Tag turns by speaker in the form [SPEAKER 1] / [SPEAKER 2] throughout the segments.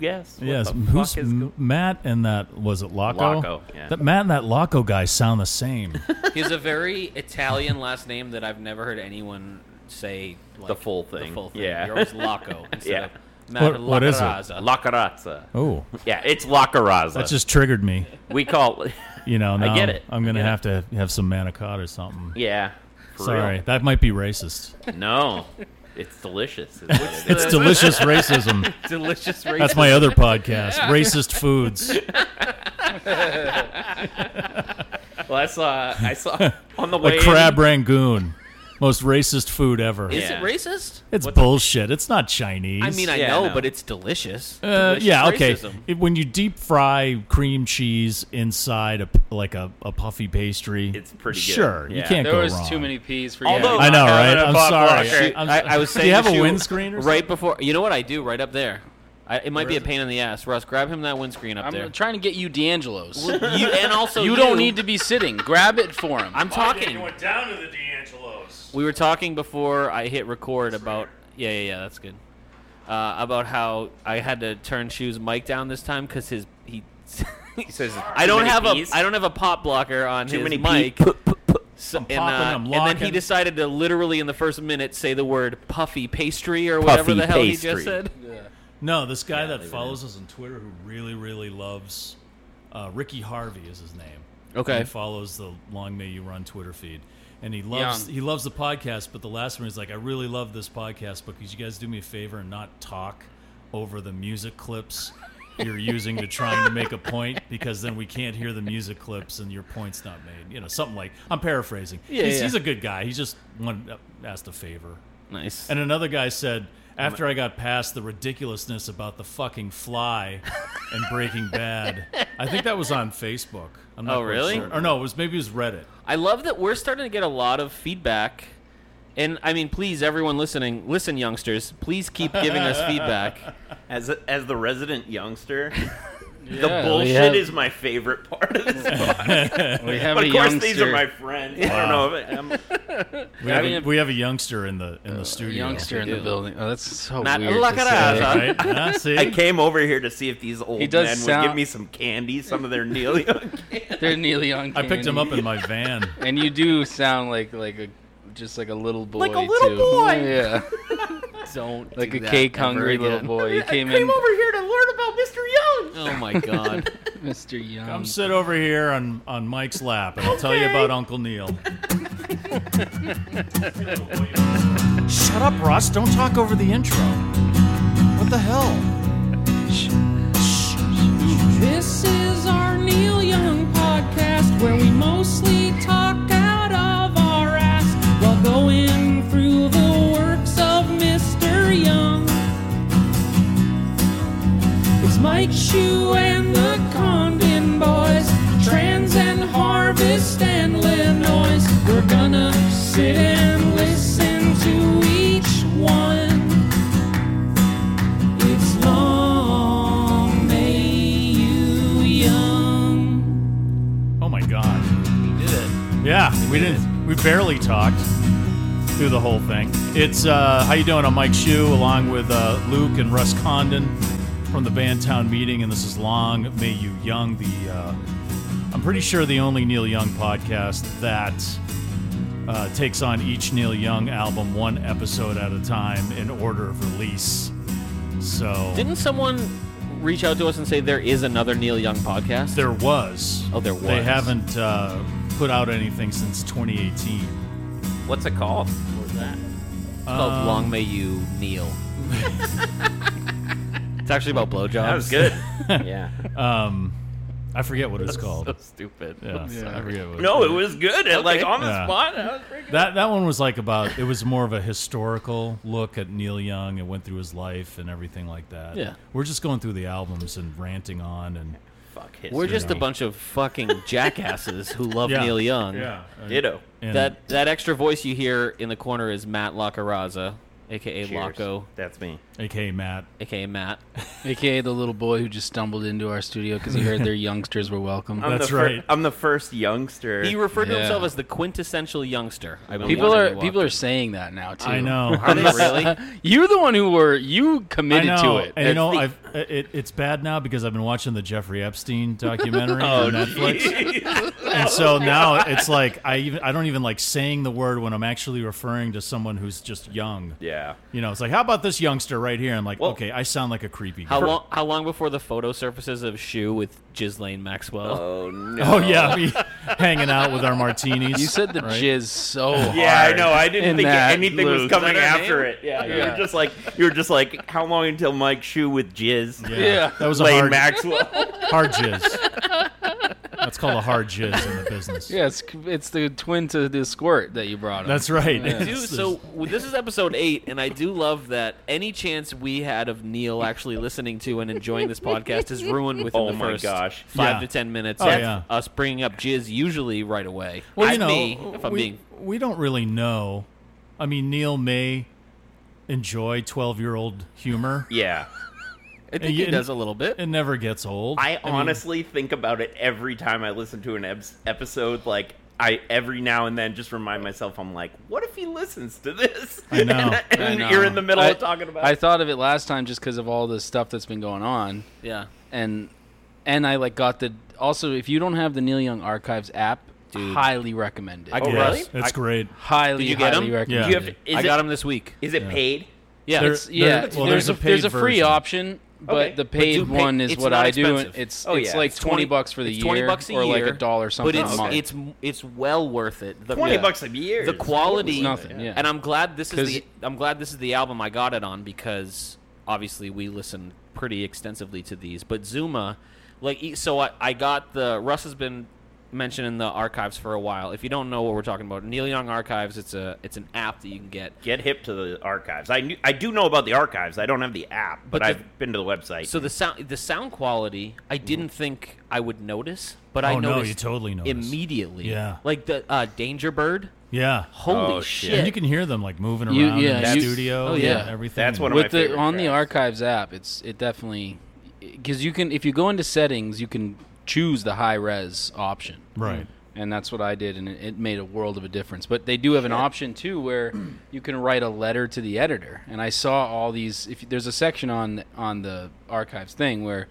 [SPEAKER 1] Yes. What
[SPEAKER 2] yes,
[SPEAKER 1] the
[SPEAKER 2] who's
[SPEAKER 1] fuck is go-
[SPEAKER 2] Matt and that was it Loco?
[SPEAKER 1] Loco, yeah.
[SPEAKER 2] That Matt and that Loco guy sound the same.
[SPEAKER 3] He has a very Italian last name that I've never heard anyone say like,
[SPEAKER 1] The full thing.
[SPEAKER 3] The full thing.
[SPEAKER 1] Yeah.
[SPEAKER 3] You're always Laco instead
[SPEAKER 1] Yeah.
[SPEAKER 3] of Matt
[SPEAKER 2] What- what is it?
[SPEAKER 3] Lacarazza.
[SPEAKER 1] La Carazza.
[SPEAKER 2] oh,
[SPEAKER 1] Yeah, it's La Carazza.
[SPEAKER 2] that just triggered me.
[SPEAKER 1] we call.
[SPEAKER 2] You know, now
[SPEAKER 1] get it.
[SPEAKER 2] I'm gonna
[SPEAKER 1] Yeah.
[SPEAKER 2] have to have some manicotti or something.
[SPEAKER 1] yeah. for
[SPEAKER 2] Sorry,
[SPEAKER 1] real.
[SPEAKER 2] that might be racist.
[SPEAKER 1] No, it's delicious. is what it
[SPEAKER 2] It's
[SPEAKER 1] is.
[SPEAKER 2] delicious racism.
[SPEAKER 3] Delicious race.
[SPEAKER 2] That's my other podcast, Racist Foods.
[SPEAKER 1] well, I saw. I saw on the way.
[SPEAKER 2] Like crab rangoon, most racist food ever.
[SPEAKER 3] Is
[SPEAKER 1] Yeah.
[SPEAKER 3] it racist?
[SPEAKER 2] it's bullshit. It's not Chinese.
[SPEAKER 3] I mean, I
[SPEAKER 1] Yeah,
[SPEAKER 3] know,
[SPEAKER 1] no.
[SPEAKER 3] but it's delicious.
[SPEAKER 2] Uh,
[SPEAKER 3] Delicious
[SPEAKER 2] yeah, okay.
[SPEAKER 3] racism.
[SPEAKER 2] It- when you deep fry cream cheese inside a, like a, a puffy pastry,
[SPEAKER 1] It's pretty good.
[SPEAKER 2] Sure, you
[SPEAKER 1] Yeah.
[SPEAKER 2] can't
[SPEAKER 4] There
[SPEAKER 2] go
[SPEAKER 4] was
[SPEAKER 2] wrong.
[SPEAKER 4] too many peas for
[SPEAKER 1] Although-
[SPEAKER 4] you.
[SPEAKER 2] I know,
[SPEAKER 1] Uh,
[SPEAKER 2] right?
[SPEAKER 1] uh,
[SPEAKER 2] I'm
[SPEAKER 1] Bob
[SPEAKER 2] sorry.
[SPEAKER 1] Walker.
[SPEAKER 2] I'm,
[SPEAKER 3] I, I was saying
[SPEAKER 2] do you have
[SPEAKER 3] to
[SPEAKER 2] a
[SPEAKER 3] Shu
[SPEAKER 2] windscreen or
[SPEAKER 3] right
[SPEAKER 2] something?
[SPEAKER 3] before. You know what I do right up there. I, it might be a pain in the ass. Russ, grab him that windscreen up
[SPEAKER 4] I'm
[SPEAKER 3] there.
[SPEAKER 4] trying to get you D'Angelo's.
[SPEAKER 3] you and also
[SPEAKER 4] you don't need to be sitting. Grab it for him.
[SPEAKER 3] I'm talking.
[SPEAKER 5] down to the D'Angelo's.
[SPEAKER 3] We were talking before I hit record about yeah yeah yeah that's good uh, about how I had to turn shoes mic down this time because his he
[SPEAKER 1] He says,
[SPEAKER 3] I don't have
[SPEAKER 1] peas?
[SPEAKER 3] a I don't have a pop blocker on
[SPEAKER 1] Too
[SPEAKER 3] his
[SPEAKER 1] many
[SPEAKER 3] mic.
[SPEAKER 1] pee-
[SPEAKER 3] So-
[SPEAKER 2] I'm popping,
[SPEAKER 3] and, uh,
[SPEAKER 2] I'm
[SPEAKER 3] and then he
[SPEAKER 2] locking.
[SPEAKER 3] decided to literally in the first minute say the word puffy pastry or whatever
[SPEAKER 1] Puffy
[SPEAKER 3] the hell he
[SPEAKER 1] pastry.
[SPEAKER 3] just said.
[SPEAKER 2] No, this guy that follows us on Twitter who really, really loves uh, Ricky Harvey is his name.
[SPEAKER 3] Okay.
[SPEAKER 2] He follows the Long May You Run Twitter feed. And he loves
[SPEAKER 4] Young.
[SPEAKER 2] he loves the podcast, but the last one he's like, I really love this podcast, but could you guys do me a favor and not talk over the music clips you're using to trying to make a point because then we can't hear the music clips and your point's not made. You know, something like I'm paraphrasing. he's,
[SPEAKER 3] yeah.
[SPEAKER 2] he's a good guy. He just wanted, asked a favor.
[SPEAKER 3] Nice.
[SPEAKER 2] And another guy said, after I got past the ridiculousness about the fucking fly and Breaking Bad, I think that was on Facebook. I'm not
[SPEAKER 3] Oh,
[SPEAKER 2] quite
[SPEAKER 3] really?
[SPEAKER 2] Sure. Or no, it was maybe it was Reddit.
[SPEAKER 3] I love that we're starting to get a lot of feedback. And I mean, please, everyone listening, listen, youngsters, please keep giving us feedback.
[SPEAKER 1] as as the resident youngster. the
[SPEAKER 4] we
[SPEAKER 1] bullshit
[SPEAKER 4] have-
[SPEAKER 1] is my favorite part of this podcast.
[SPEAKER 4] We have
[SPEAKER 1] but
[SPEAKER 4] a
[SPEAKER 1] of course,
[SPEAKER 4] youngster.
[SPEAKER 1] these are my friends. I don't know. If I,
[SPEAKER 2] We have,
[SPEAKER 4] mean,
[SPEAKER 2] a,
[SPEAKER 4] if-
[SPEAKER 2] we have a youngster in the in the studio.
[SPEAKER 4] youngster in the building. Oh, that's so
[SPEAKER 3] Not
[SPEAKER 4] weird.
[SPEAKER 3] La
[SPEAKER 4] to say.
[SPEAKER 3] Carazza.
[SPEAKER 2] Right? Huh? See?
[SPEAKER 1] I came over here to see if these old
[SPEAKER 4] He
[SPEAKER 1] men
[SPEAKER 4] does
[SPEAKER 1] would
[SPEAKER 4] sound-
[SPEAKER 1] give me some candy, some of their Neil Young.
[SPEAKER 4] They're Neil Young.
[SPEAKER 2] I picked him
[SPEAKER 4] candy.
[SPEAKER 2] up in my van.
[SPEAKER 4] And you do sound like like a just like a little boy.
[SPEAKER 3] Like a little
[SPEAKER 4] too.
[SPEAKER 3] boy.
[SPEAKER 4] Yeah.
[SPEAKER 3] Don't
[SPEAKER 4] Like
[SPEAKER 3] do
[SPEAKER 4] a
[SPEAKER 3] that
[SPEAKER 4] cake
[SPEAKER 3] ever
[SPEAKER 4] hungry little
[SPEAKER 3] again.
[SPEAKER 4] boy. He came in
[SPEAKER 1] here to learn about Mr. Young.
[SPEAKER 3] Oh my god.
[SPEAKER 4] Mr. Young.
[SPEAKER 2] Come sit over here on, on Mike's lap and I'll tell you about Uncle Neil. Shut up, Ross. Don't talk over the intro. What the hell?
[SPEAKER 6] This is our Neil Young podcast where we mostly talk out of our ass while going through the works of Mr. Young. It's Mike Shue and the Condon Boys, Trans and Harvest and Linois. We're gonna sit and listen to each one. It's long may you young.
[SPEAKER 2] Oh my god. We did it. Yeah, we didn't we barely talked through the whole thing. It's uh how you doing? I'm Mike Shue along with uh, Luke and Russ Condon from the band Town Meeting and this is Long May You Young, the uh I'm pretty sure the only Neil Young podcast that uh, takes on each Neil Young album one episode at a time in order of release. So
[SPEAKER 3] Didn't someone reach out to us and say there is another Neil Young podcast?
[SPEAKER 2] There was.
[SPEAKER 3] Oh, there
[SPEAKER 2] They
[SPEAKER 3] was.
[SPEAKER 2] haven't uh, put out anything since 2018.
[SPEAKER 1] What's it called?
[SPEAKER 3] It's called Long May You Kneel. it's actually about blowjobs.
[SPEAKER 1] That was good. yeah.
[SPEAKER 2] I forget what it's called.
[SPEAKER 1] So stupid.
[SPEAKER 2] yeah, I forget what it's
[SPEAKER 1] No,
[SPEAKER 2] called.
[SPEAKER 1] it was good. It, Like on the
[SPEAKER 2] Yeah.
[SPEAKER 1] spot. That was pretty good.
[SPEAKER 2] That that one was like about it was more of a historical look at Neil Young and went through his life and everything like that.
[SPEAKER 3] Yeah.
[SPEAKER 2] We're just going through the albums and ranting on and
[SPEAKER 1] Fuck history.
[SPEAKER 3] We're just a bunch of fucking jackasses who love
[SPEAKER 2] Yeah.
[SPEAKER 3] Neil Young.
[SPEAKER 1] ditto.
[SPEAKER 2] and-
[SPEAKER 3] That that extra voice you hear in the corner is Matt Lacaraza, aka
[SPEAKER 1] Cheers.
[SPEAKER 3] Laco,
[SPEAKER 1] That's me.
[SPEAKER 2] aka Matt.
[SPEAKER 3] aka Matt.
[SPEAKER 4] AKA the little boy who just stumbled into our studio because he heard their youngsters were welcome.
[SPEAKER 1] I'm
[SPEAKER 2] That's
[SPEAKER 1] the fir-
[SPEAKER 2] right.
[SPEAKER 1] I'm the first youngster.
[SPEAKER 3] He referred to
[SPEAKER 4] Yeah.
[SPEAKER 3] himself as the quintessential youngster. I believe
[SPEAKER 4] people
[SPEAKER 3] when
[SPEAKER 4] are
[SPEAKER 3] he
[SPEAKER 4] people are
[SPEAKER 3] walked
[SPEAKER 4] saying that now too.
[SPEAKER 2] I know.
[SPEAKER 3] in. Are they really?
[SPEAKER 4] You're the one who were you committed
[SPEAKER 2] I
[SPEAKER 4] to
[SPEAKER 2] know.
[SPEAKER 4] it.
[SPEAKER 2] And you
[SPEAKER 4] That's
[SPEAKER 2] know,
[SPEAKER 4] the-
[SPEAKER 2] I've, it, it's bad now because I've been watching the Jeffrey Epstein documentary
[SPEAKER 1] Oh,
[SPEAKER 2] on Netflix, and so now it's like I even I don't even like saying the word when I'm actually referring to someone who's just young.
[SPEAKER 1] yeah.
[SPEAKER 2] You know, it's like, how about this youngster right here? I'm like,
[SPEAKER 1] Well-
[SPEAKER 2] okay, I sound like a creepy.
[SPEAKER 3] How
[SPEAKER 2] guy.
[SPEAKER 3] long? How long before the photo surfaces of Shoe with Ghislaine Maxwell?
[SPEAKER 1] Oh no.
[SPEAKER 2] Oh yeah, we hanging out with our martinis.
[SPEAKER 4] you said the jizz so hard.
[SPEAKER 1] Yeah, I know. I didn't
[SPEAKER 4] in
[SPEAKER 1] think
[SPEAKER 4] that,
[SPEAKER 1] anything was
[SPEAKER 4] Luke.
[SPEAKER 1] coming
[SPEAKER 3] Is that her
[SPEAKER 1] after
[SPEAKER 3] name?
[SPEAKER 1] it. Yeah, you
[SPEAKER 4] Yeah.
[SPEAKER 1] were just like you were just like, how long until Mike Shoe with jizz?
[SPEAKER 2] Yeah,
[SPEAKER 4] Yeah.
[SPEAKER 2] that was a
[SPEAKER 1] Lane
[SPEAKER 2] hard,
[SPEAKER 1] Maxwell.
[SPEAKER 2] hard jizz. That's called a hard jizz in the business.
[SPEAKER 4] Yeah, it's it's the twin to the squirt that you brought up.
[SPEAKER 2] That's right.
[SPEAKER 3] I do. So well, this is episode eight, and I do love that any chance we had of Neil actually listening to and enjoying this podcast is ruined within
[SPEAKER 1] Oh
[SPEAKER 3] the
[SPEAKER 1] my
[SPEAKER 3] first
[SPEAKER 1] gosh.
[SPEAKER 3] five
[SPEAKER 2] Yeah.
[SPEAKER 3] to ten minutes.
[SPEAKER 2] Oh,
[SPEAKER 3] of
[SPEAKER 2] yeah.
[SPEAKER 3] us bringing up jizz usually right away.
[SPEAKER 2] Well,
[SPEAKER 3] At
[SPEAKER 2] you know,
[SPEAKER 3] me, if I'm
[SPEAKER 2] we,
[SPEAKER 3] being
[SPEAKER 2] we don't really know. I mean, Neil may enjoy 12 year old humor.
[SPEAKER 1] yeah.
[SPEAKER 3] I think
[SPEAKER 2] and you-
[SPEAKER 3] he does a little bit.
[SPEAKER 2] It never gets old.
[SPEAKER 1] I honestly think about it every time I listen to an ebs episode. Like I every now and then just remind myself, I'm like, what if he listens to this?
[SPEAKER 2] I know.
[SPEAKER 1] and
[SPEAKER 4] I know.
[SPEAKER 1] you're in the middle
[SPEAKER 4] I-
[SPEAKER 1] of talking about.
[SPEAKER 4] I thought of it last time just because of all the stuff that's been going on,
[SPEAKER 3] yeah.
[SPEAKER 4] and and I like got the also if you don't have the Neil Young Archives app, highly recommend it.
[SPEAKER 3] I-
[SPEAKER 1] oh,
[SPEAKER 3] Yeah.
[SPEAKER 1] really?
[SPEAKER 2] Yes, it's great.
[SPEAKER 4] highly
[SPEAKER 3] Did you get
[SPEAKER 4] highly
[SPEAKER 3] 'em?
[SPEAKER 4] recommend
[SPEAKER 2] Yeah.
[SPEAKER 1] Do you have,
[SPEAKER 4] it.
[SPEAKER 1] is
[SPEAKER 3] I
[SPEAKER 1] it,
[SPEAKER 3] got him this week.
[SPEAKER 1] Is it paid?
[SPEAKER 3] Yeah.
[SPEAKER 2] There-
[SPEAKER 4] It's- yeah,
[SPEAKER 2] there- well,
[SPEAKER 4] there's,
[SPEAKER 2] there's
[SPEAKER 4] a,
[SPEAKER 2] a paid
[SPEAKER 4] there's a free
[SPEAKER 2] version.
[SPEAKER 4] option, but
[SPEAKER 1] Okay.
[SPEAKER 4] the
[SPEAKER 1] But
[SPEAKER 4] paid
[SPEAKER 3] do pay-
[SPEAKER 4] one is
[SPEAKER 3] it's
[SPEAKER 4] what
[SPEAKER 3] not
[SPEAKER 4] I do. and
[SPEAKER 3] expensive.
[SPEAKER 4] It's
[SPEAKER 1] Oh,
[SPEAKER 4] it's
[SPEAKER 1] yeah.
[SPEAKER 4] like
[SPEAKER 1] It's
[SPEAKER 4] 20, bucks for the
[SPEAKER 3] it's
[SPEAKER 4] year,
[SPEAKER 3] 20 bucks a
[SPEAKER 4] or
[SPEAKER 3] year,
[SPEAKER 4] like a dollar something.
[SPEAKER 3] But it's
[SPEAKER 4] a month.
[SPEAKER 3] it's it's well worth it. The,
[SPEAKER 1] Twenty
[SPEAKER 4] Yeah.
[SPEAKER 1] bucks a year.
[SPEAKER 3] the
[SPEAKER 1] is
[SPEAKER 3] quality,
[SPEAKER 4] nothing, yeah.
[SPEAKER 3] and I'm glad this is
[SPEAKER 4] 'Cause-
[SPEAKER 3] the I'm glad this is the album I got it on because obviously we listen pretty extensively to these. But Zuma, like, e- so I, I got the Russ has been mentioned in the archives for a while. If you don't know what we're talking about, Neil Young Archives, it's a it's an app that you can get.
[SPEAKER 1] Get hip to the archives. I knew, I do know about the archives. I don't have the app, but,
[SPEAKER 3] But the-
[SPEAKER 1] I've been to the website.
[SPEAKER 3] So the sound the sound quality, I didn't think I would notice, but I
[SPEAKER 2] Mm-hmm. Oh, no, you
[SPEAKER 3] noticed
[SPEAKER 2] totally noticed.
[SPEAKER 3] immediately.
[SPEAKER 2] Yeah.
[SPEAKER 3] like the uh, Danger Bird.
[SPEAKER 2] Yeah.
[SPEAKER 3] Holy
[SPEAKER 1] Oh,
[SPEAKER 3] shit!
[SPEAKER 1] shit.
[SPEAKER 2] And you can hear them like moving around
[SPEAKER 4] You- yeah,
[SPEAKER 2] in the
[SPEAKER 4] you-
[SPEAKER 2] studio.
[SPEAKER 4] oh,
[SPEAKER 2] and
[SPEAKER 4] yeah.
[SPEAKER 2] everything.
[SPEAKER 1] That's one of my
[SPEAKER 4] with the
[SPEAKER 1] favorite
[SPEAKER 4] on the
[SPEAKER 1] tracks.
[SPEAKER 4] archives app it's it definitely because you can if you go into settings you can choose the high res option
[SPEAKER 2] Right.
[SPEAKER 4] and that's what i did and it, it made a world of a difference but they do have an option too where you can write a letter to the editor and i saw all these if there's a section on on the archives thing where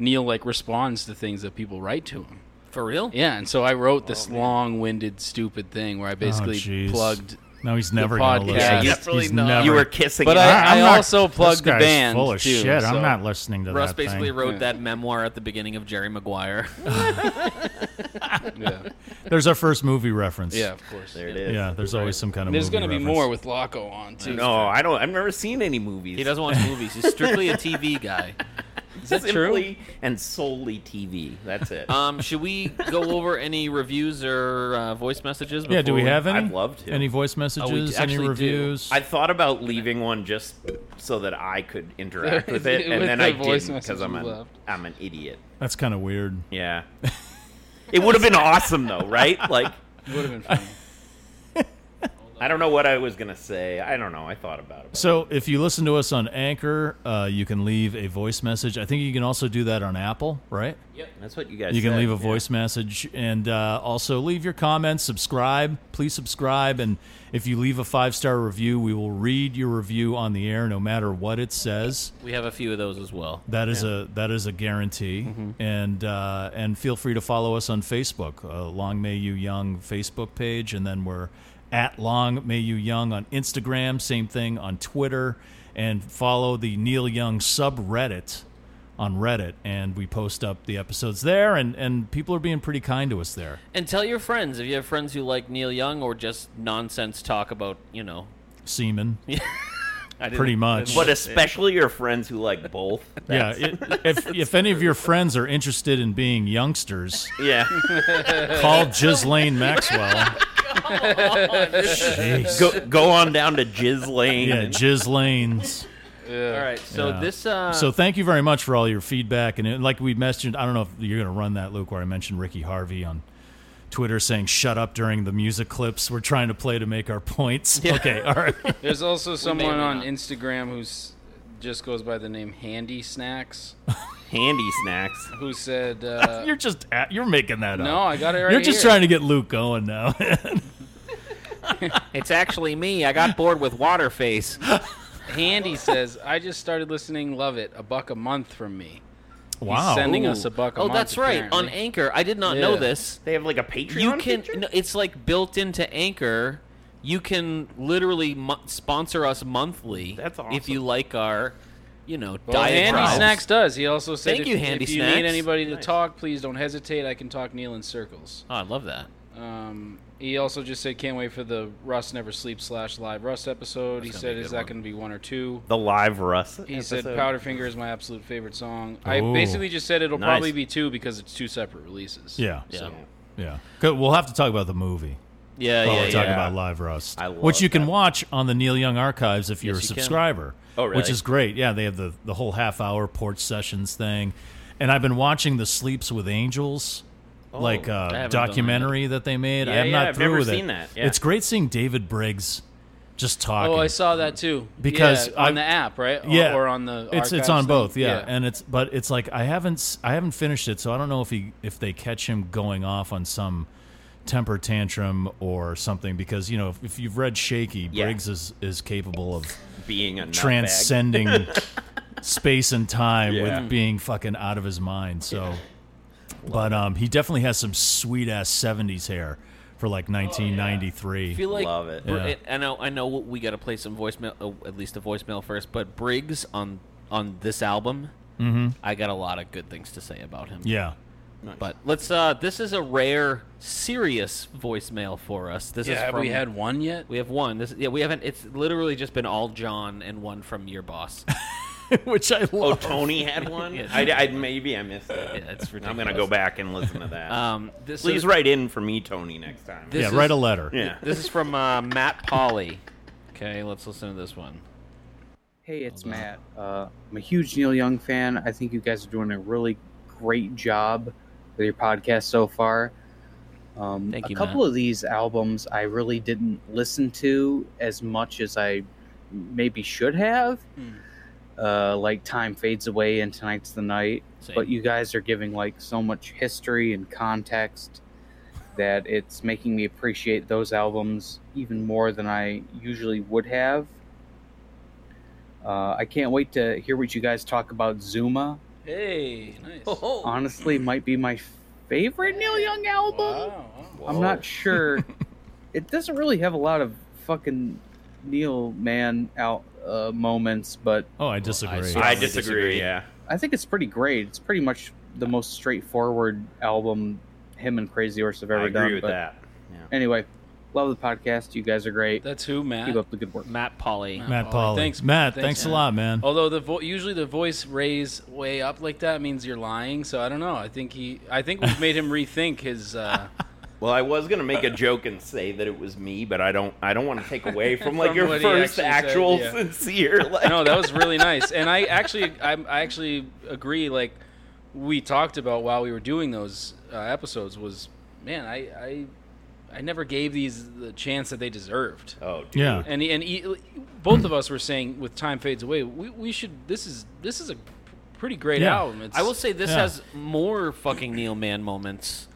[SPEAKER 4] neil like responds to things that people write to him
[SPEAKER 3] For real?
[SPEAKER 4] yeah and so i wrote
[SPEAKER 1] Oh,
[SPEAKER 4] this long-winded stupid thing where i basically
[SPEAKER 2] Oh, jeez.
[SPEAKER 4] plugged
[SPEAKER 2] No, he's never going to
[SPEAKER 4] podcast.
[SPEAKER 2] listen.
[SPEAKER 4] Yeah,
[SPEAKER 2] He's-
[SPEAKER 3] definitely
[SPEAKER 2] he's
[SPEAKER 3] not.
[SPEAKER 2] never-
[SPEAKER 1] you were kissing.
[SPEAKER 4] But
[SPEAKER 1] it. Ah,
[SPEAKER 4] I-
[SPEAKER 2] I'm not-
[SPEAKER 4] also
[SPEAKER 2] this
[SPEAKER 4] plugged the
[SPEAKER 2] guy's
[SPEAKER 4] band,
[SPEAKER 2] Full of
[SPEAKER 4] too,
[SPEAKER 2] shit.
[SPEAKER 4] so-
[SPEAKER 2] I'm not listening to
[SPEAKER 3] Russ
[SPEAKER 2] that
[SPEAKER 3] basically
[SPEAKER 2] thing.
[SPEAKER 3] wrote that memoir at the beginning of Jerry Maguire.
[SPEAKER 4] yeah
[SPEAKER 2] There's our first movie reference.
[SPEAKER 4] yeah of course
[SPEAKER 1] there it is.
[SPEAKER 2] Yeah, there's always some kind of.
[SPEAKER 4] there's
[SPEAKER 2] going to
[SPEAKER 4] gonna be more with Laco on too
[SPEAKER 1] No, I don't. I've never seen any movies.
[SPEAKER 3] he doesn't watch movies. He's strictly a TV guy.
[SPEAKER 4] is that true
[SPEAKER 1] Simply and solely TV. That's it.
[SPEAKER 3] Um, should we go over any reviews or uh, voice messages?
[SPEAKER 2] Yeah, do we
[SPEAKER 3] before
[SPEAKER 2] have any?
[SPEAKER 1] I'd love to.
[SPEAKER 2] Any voice messages? any
[SPEAKER 3] actually do.
[SPEAKER 2] reviews?
[SPEAKER 1] I thought about leaving one just so that I could interact with it, and
[SPEAKER 4] With
[SPEAKER 1] then
[SPEAKER 4] the
[SPEAKER 1] I
[SPEAKER 4] voice
[SPEAKER 1] didn't because
[SPEAKER 4] message
[SPEAKER 1] I'm
[SPEAKER 4] you
[SPEAKER 1] an,
[SPEAKER 4] left.
[SPEAKER 1] I'm an idiot.
[SPEAKER 2] That's kind of weird.
[SPEAKER 1] Yeah. it would have been awesome though, right? Like
[SPEAKER 4] would have been funny
[SPEAKER 1] I don't know what I was gonna say. I don't know. I thought about it.
[SPEAKER 2] So if you listen to us on Anchor, uh, you can leave a voice message. I think you can also do that on Apple, right?
[SPEAKER 1] That's what you guys.
[SPEAKER 2] You can
[SPEAKER 1] said,
[SPEAKER 2] leave a
[SPEAKER 1] yeah.
[SPEAKER 2] voice message and uh, also leave your comments. Subscribe, please subscribe, and if you leave a five star review, we will read your review on the air, no matter what it says.
[SPEAKER 3] We have a few of those as well.
[SPEAKER 2] That is a that is a guarantee,
[SPEAKER 3] Mm-hmm.
[SPEAKER 2] and uh, and feel free to follow us on Facebook, uh, Long May You Young Facebook page, and then we're at Long May You Young on Instagram. Same thing on Twitter, and follow the Neil Young subreddit on Reddit, and we post up the episodes there, and, and people are being pretty kind to us there.
[SPEAKER 3] And tell your friends if you have friends who like Neil Young or just nonsense talk about, you know.
[SPEAKER 2] Seaman.
[SPEAKER 3] I didn't-
[SPEAKER 2] Pretty much.
[SPEAKER 1] But especially your friends who like both.
[SPEAKER 2] Yeah, it, if, if any of your friends are interested in being youngsters,
[SPEAKER 1] Yeah.
[SPEAKER 2] call Ghislaine Maxwell. Jeez.
[SPEAKER 1] go go on down to Jizz Lane.
[SPEAKER 2] Yeah, Ghislaine's.
[SPEAKER 3] All right. So
[SPEAKER 2] Yeah.
[SPEAKER 3] this. Uh,
[SPEAKER 2] so thank you very much for all your feedback and it- like we mentioned i don't know if you're going to run that luke where i mentioned ricky harvey on twitter saying shut up during the music clips we're trying to play to make our points okay all right
[SPEAKER 4] There's also
[SPEAKER 3] may or
[SPEAKER 4] someone
[SPEAKER 3] may
[SPEAKER 4] on
[SPEAKER 3] not.
[SPEAKER 4] Instagram who's just goes by the name Handy Snacks,
[SPEAKER 1] Handy snacks.
[SPEAKER 4] who said, uh,
[SPEAKER 2] you're just at, you're making that
[SPEAKER 4] "No,
[SPEAKER 2] up
[SPEAKER 4] I got it right
[SPEAKER 2] you're just
[SPEAKER 4] here.
[SPEAKER 2] trying to get luke going now
[SPEAKER 3] it's actually me. I got bored with Waterface.
[SPEAKER 4] Handy says, "I just started listening. Love it. A buck a month from me.
[SPEAKER 2] wow
[SPEAKER 4] sending us a buck a
[SPEAKER 3] oh,
[SPEAKER 4] month,
[SPEAKER 3] that's right. On
[SPEAKER 4] apparently.
[SPEAKER 3] Anchor, I did not know
[SPEAKER 4] Yeah.
[SPEAKER 3] this.
[SPEAKER 1] They have like a Patreon.
[SPEAKER 3] You can.
[SPEAKER 1] feature?
[SPEAKER 3] No, it's like built into Anchor. You can literally mo- sponsor us monthly.
[SPEAKER 1] That's
[SPEAKER 3] If you
[SPEAKER 1] awesome.
[SPEAKER 3] like our, you know,
[SPEAKER 4] Well, Handy
[SPEAKER 3] diatribes.
[SPEAKER 4] Snacks does. He also said,
[SPEAKER 3] Thank
[SPEAKER 4] if
[SPEAKER 3] you,
[SPEAKER 4] if
[SPEAKER 3] Handy
[SPEAKER 4] you need
[SPEAKER 3] Snacks.
[SPEAKER 4] anybody to talk, please don't hesitate. I can talk Neil in circles.
[SPEAKER 3] Oh, I love that.
[SPEAKER 4] Um, he also just said, can't wait for the Rust Never Sleep slash live Rust episode. he said,
[SPEAKER 3] be a
[SPEAKER 4] is
[SPEAKER 3] good
[SPEAKER 4] that
[SPEAKER 3] one.
[SPEAKER 4] going to be one or two?
[SPEAKER 1] the live Russ.
[SPEAKER 4] He said,
[SPEAKER 1] episode.
[SPEAKER 4] Powderfinger is my absolute favorite song. I
[SPEAKER 2] Ooh.
[SPEAKER 4] basically just said it'll
[SPEAKER 1] Nice.
[SPEAKER 4] probably be two because it's two separate releases.
[SPEAKER 2] yeah
[SPEAKER 3] Yeah.
[SPEAKER 2] yeah 'Cause we'll have to talk about the movie while
[SPEAKER 3] Yeah. yeah.
[SPEAKER 2] Oh, we're
[SPEAKER 3] yeah.
[SPEAKER 2] talking about live rust
[SPEAKER 1] I love
[SPEAKER 2] which you can
[SPEAKER 1] that.
[SPEAKER 2] watch on the neil young archives if you're
[SPEAKER 3] Yes,
[SPEAKER 2] a
[SPEAKER 3] you can.
[SPEAKER 2] subscriber
[SPEAKER 1] Oh, really?
[SPEAKER 2] which is great yeah they have the, the whole half hour porch sessions thing and i've been watching the sleeps with angels like
[SPEAKER 3] I
[SPEAKER 2] uh,
[SPEAKER 3] haven't done that.
[SPEAKER 2] documentary that. they made
[SPEAKER 1] Yeah,
[SPEAKER 2] i'm
[SPEAKER 1] yeah,
[SPEAKER 2] not
[SPEAKER 1] I've
[SPEAKER 2] through
[SPEAKER 1] never
[SPEAKER 2] with
[SPEAKER 1] seen
[SPEAKER 2] it
[SPEAKER 1] that, yeah.
[SPEAKER 2] it's great seeing david briggs just talking
[SPEAKER 4] Oh, I saw that too.
[SPEAKER 2] Because
[SPEAKER 4] Yeah,
[SPEAKER 2] I-
[SPEAKER 4] on the app, right? Or-
[SPEAKER 2] yeah
[SPEAKER 4] Or, on the
[SPEAKER 2] it's
[SPEAKER 4] archives
[SPEAKER 2] it's on
[SPEAKER 4] thing?
[SPEAKER 2] both yeah. and it's but it's like i haven't s- i haven't finished it so i don't know if he if they catch him going off on some temper tantrum or something because you know if, if you've read shaky
[SPEAKER 1] Yeah.
[SPEAKER 2] briggs is is capable of
[SPEAKER 1] being a nutbag.
[SPEAKER 2] transcending space and time
[SPEAKER 1] Yeah.
[SPEAKER 2] with being fucking out of his mind so but um he definitely has some sweet ass 70s hair for like 1993
[SPEAKER 3] I feel like
[SPEAKER 1] Love it.
[SPEAKER 3] Br-
[SPEAKER 2] Yeah.
[SPEAKER 3] I know. I know. We got to play some voicemail, uh, at least a voicemail first. But Briggs on on this album,
[SPEAKER 4] Mm-hmm.
[SPEAKER 3] I got a lot of good things to say about him.
[SPEAKER 2] yeah
[SPEAKER 3] But let's. uh This is a rare, serious voicemail for us. This
[SPEAKER 4] Yeah,
[SPEAKER 3] is
[SPEAKER 4] have
[SPEAKER 3] from.
[SPEAKER 4] we had one yet?
[SPEAKER 3] we have one. This, yeah, we haven't. It's literally just been all John and one from your boss.
[SPEAKER 2] which i
[SPEAKER 1] Oh,
[SPEAKER 2] love
[SPEAKER 1] Tony had one.
[SPEAKER 3] Yes.
[SPEAKER 1] I, I maybe I missed it.
[SPEAKER 3] Yeah, it's
[SPEAKER 1] I'm gonna
[SPEAKER 3] ridiculous.
[SPEAKER 1] go back and listen to that.
[SPEAKER 3] Um, this
[SPEAKER 1] Please
[SPEAKER 3] is,
[SPEAKER 1] write in for me, Tony, next time.
[SPEAKER 3] This
[SPEAKER 2] yeah
[SPEAKER 3] is-
[SPEAKER 2] write a letter
[SPEAKER 1] yeah.
[SPEAKER 3] This is from uh, Matt Polly. Okay, let's listen to this one.
[SPEAKER 7] Hey, it's Matt. Uh, I'm a huge Neil Young fan. I think you guys are doing a really great job with your podcast so far. Um,
[SPEAKER 3] Thank
[SPEAKER 7] a
[SPEAKER 3] you,
[SPEAKER 7] couple of these albums I really didn't listen to as much as I maybe should have,
[SPEAKER 4] Hmm.
[SPEAKER 7] uh, like Time Fades Away and Tonight's the Night.
[SPEAKER 3] Same.
[SPEAKER 7] But you guys are giving like so much history and context that it's making me appreciate those albums even more than I usually would have. Uh, I can't wait to hear what you guys talk about Zuma.
[SPEAKER 4] Hey, nice.
[SPEAKER 7] Honestly, might be my favorite Neil Young album.
[SPEAKER 4] Wow, wow.
[SPEAKER 7] I'm not sure. it doesn't really have a lot of fucking Neil man out uh, moments, but
[SPEAKER 2] oh i disagree
[SPEAKER 3] saw-
[SPEAKER 1] I
[SPEAKER 3] Strongly
[SPEAKER 1] disagree.
[SPEAKER 3] disagree.
[SPEAKER 1] Yeah.
[SPEAKER 7] I think it's pretty great. It's pretty much the most straightforward album him and Crazy Horse have ever
[SPEAKER 1] I agree
[SPEAKER 7] done.
[SPEAKER 1] with
[SPEAKER 7] but
[SPEAKER 1] that.
[SPEAKER 7] Anyway, love the podcast. You guys are great.
[SPEAKER 4] That's who, Matt.
[SPEAKER 7] Keep up the good work.
[SPEAKER 3] Matt Polly.
[SPEAKER 2] Matt
[SPEAKER 4] Oh,
[SPEAKER 2] Paul.
[SPEAKER 4] thanks-
[SPEAKER 2] Matt.
[SPEAKER 4] thanks, Oh,
[SPEAKER 2] Thanks, a
[SPEAKER 4] Matt.
[SPEAKER 2] lot, man.
[SPEAKER 4] Although the vo- usually the voice raise way up like that means you're lying, so I don't know. I think he, I think we've made him rethink his. Uh,
[SPEAKER 1] Well, I was gonna make a joke and say that it was me, but I don't. I don't want to take away from like
[SPEAKER 4] From
[SPEAKER 1] your
[SPEAKER 4] what he
[SPEAKER 1] first
[SPEAKER 4] actually said,
[SPEAKER 1] actual
[SPEAKER 4] yeah.
[SPEAKER 1] sincere. Like,
[SPEAKER 4] no, that was really nice, and I actually, I, I actually agree. Like we talked about while we were doing those uh, episodes, was man, I, I, I never gave these the chance that they deserved.
[SPEAKER 1] oh, dude.
[SPEAKER 2] Yeah.
[SPEAKER 4] and and e- both of us were saying with time fades away, we, we should. This is this is a pretty great
[SPEAKER 2] Yeah.
[SPEAKER 4] album. It's,
[SPEAKER 3] I will say this
[SPEAKER 2] Yeah.
[SPEAKER 3] has more fucking Neil Man moments,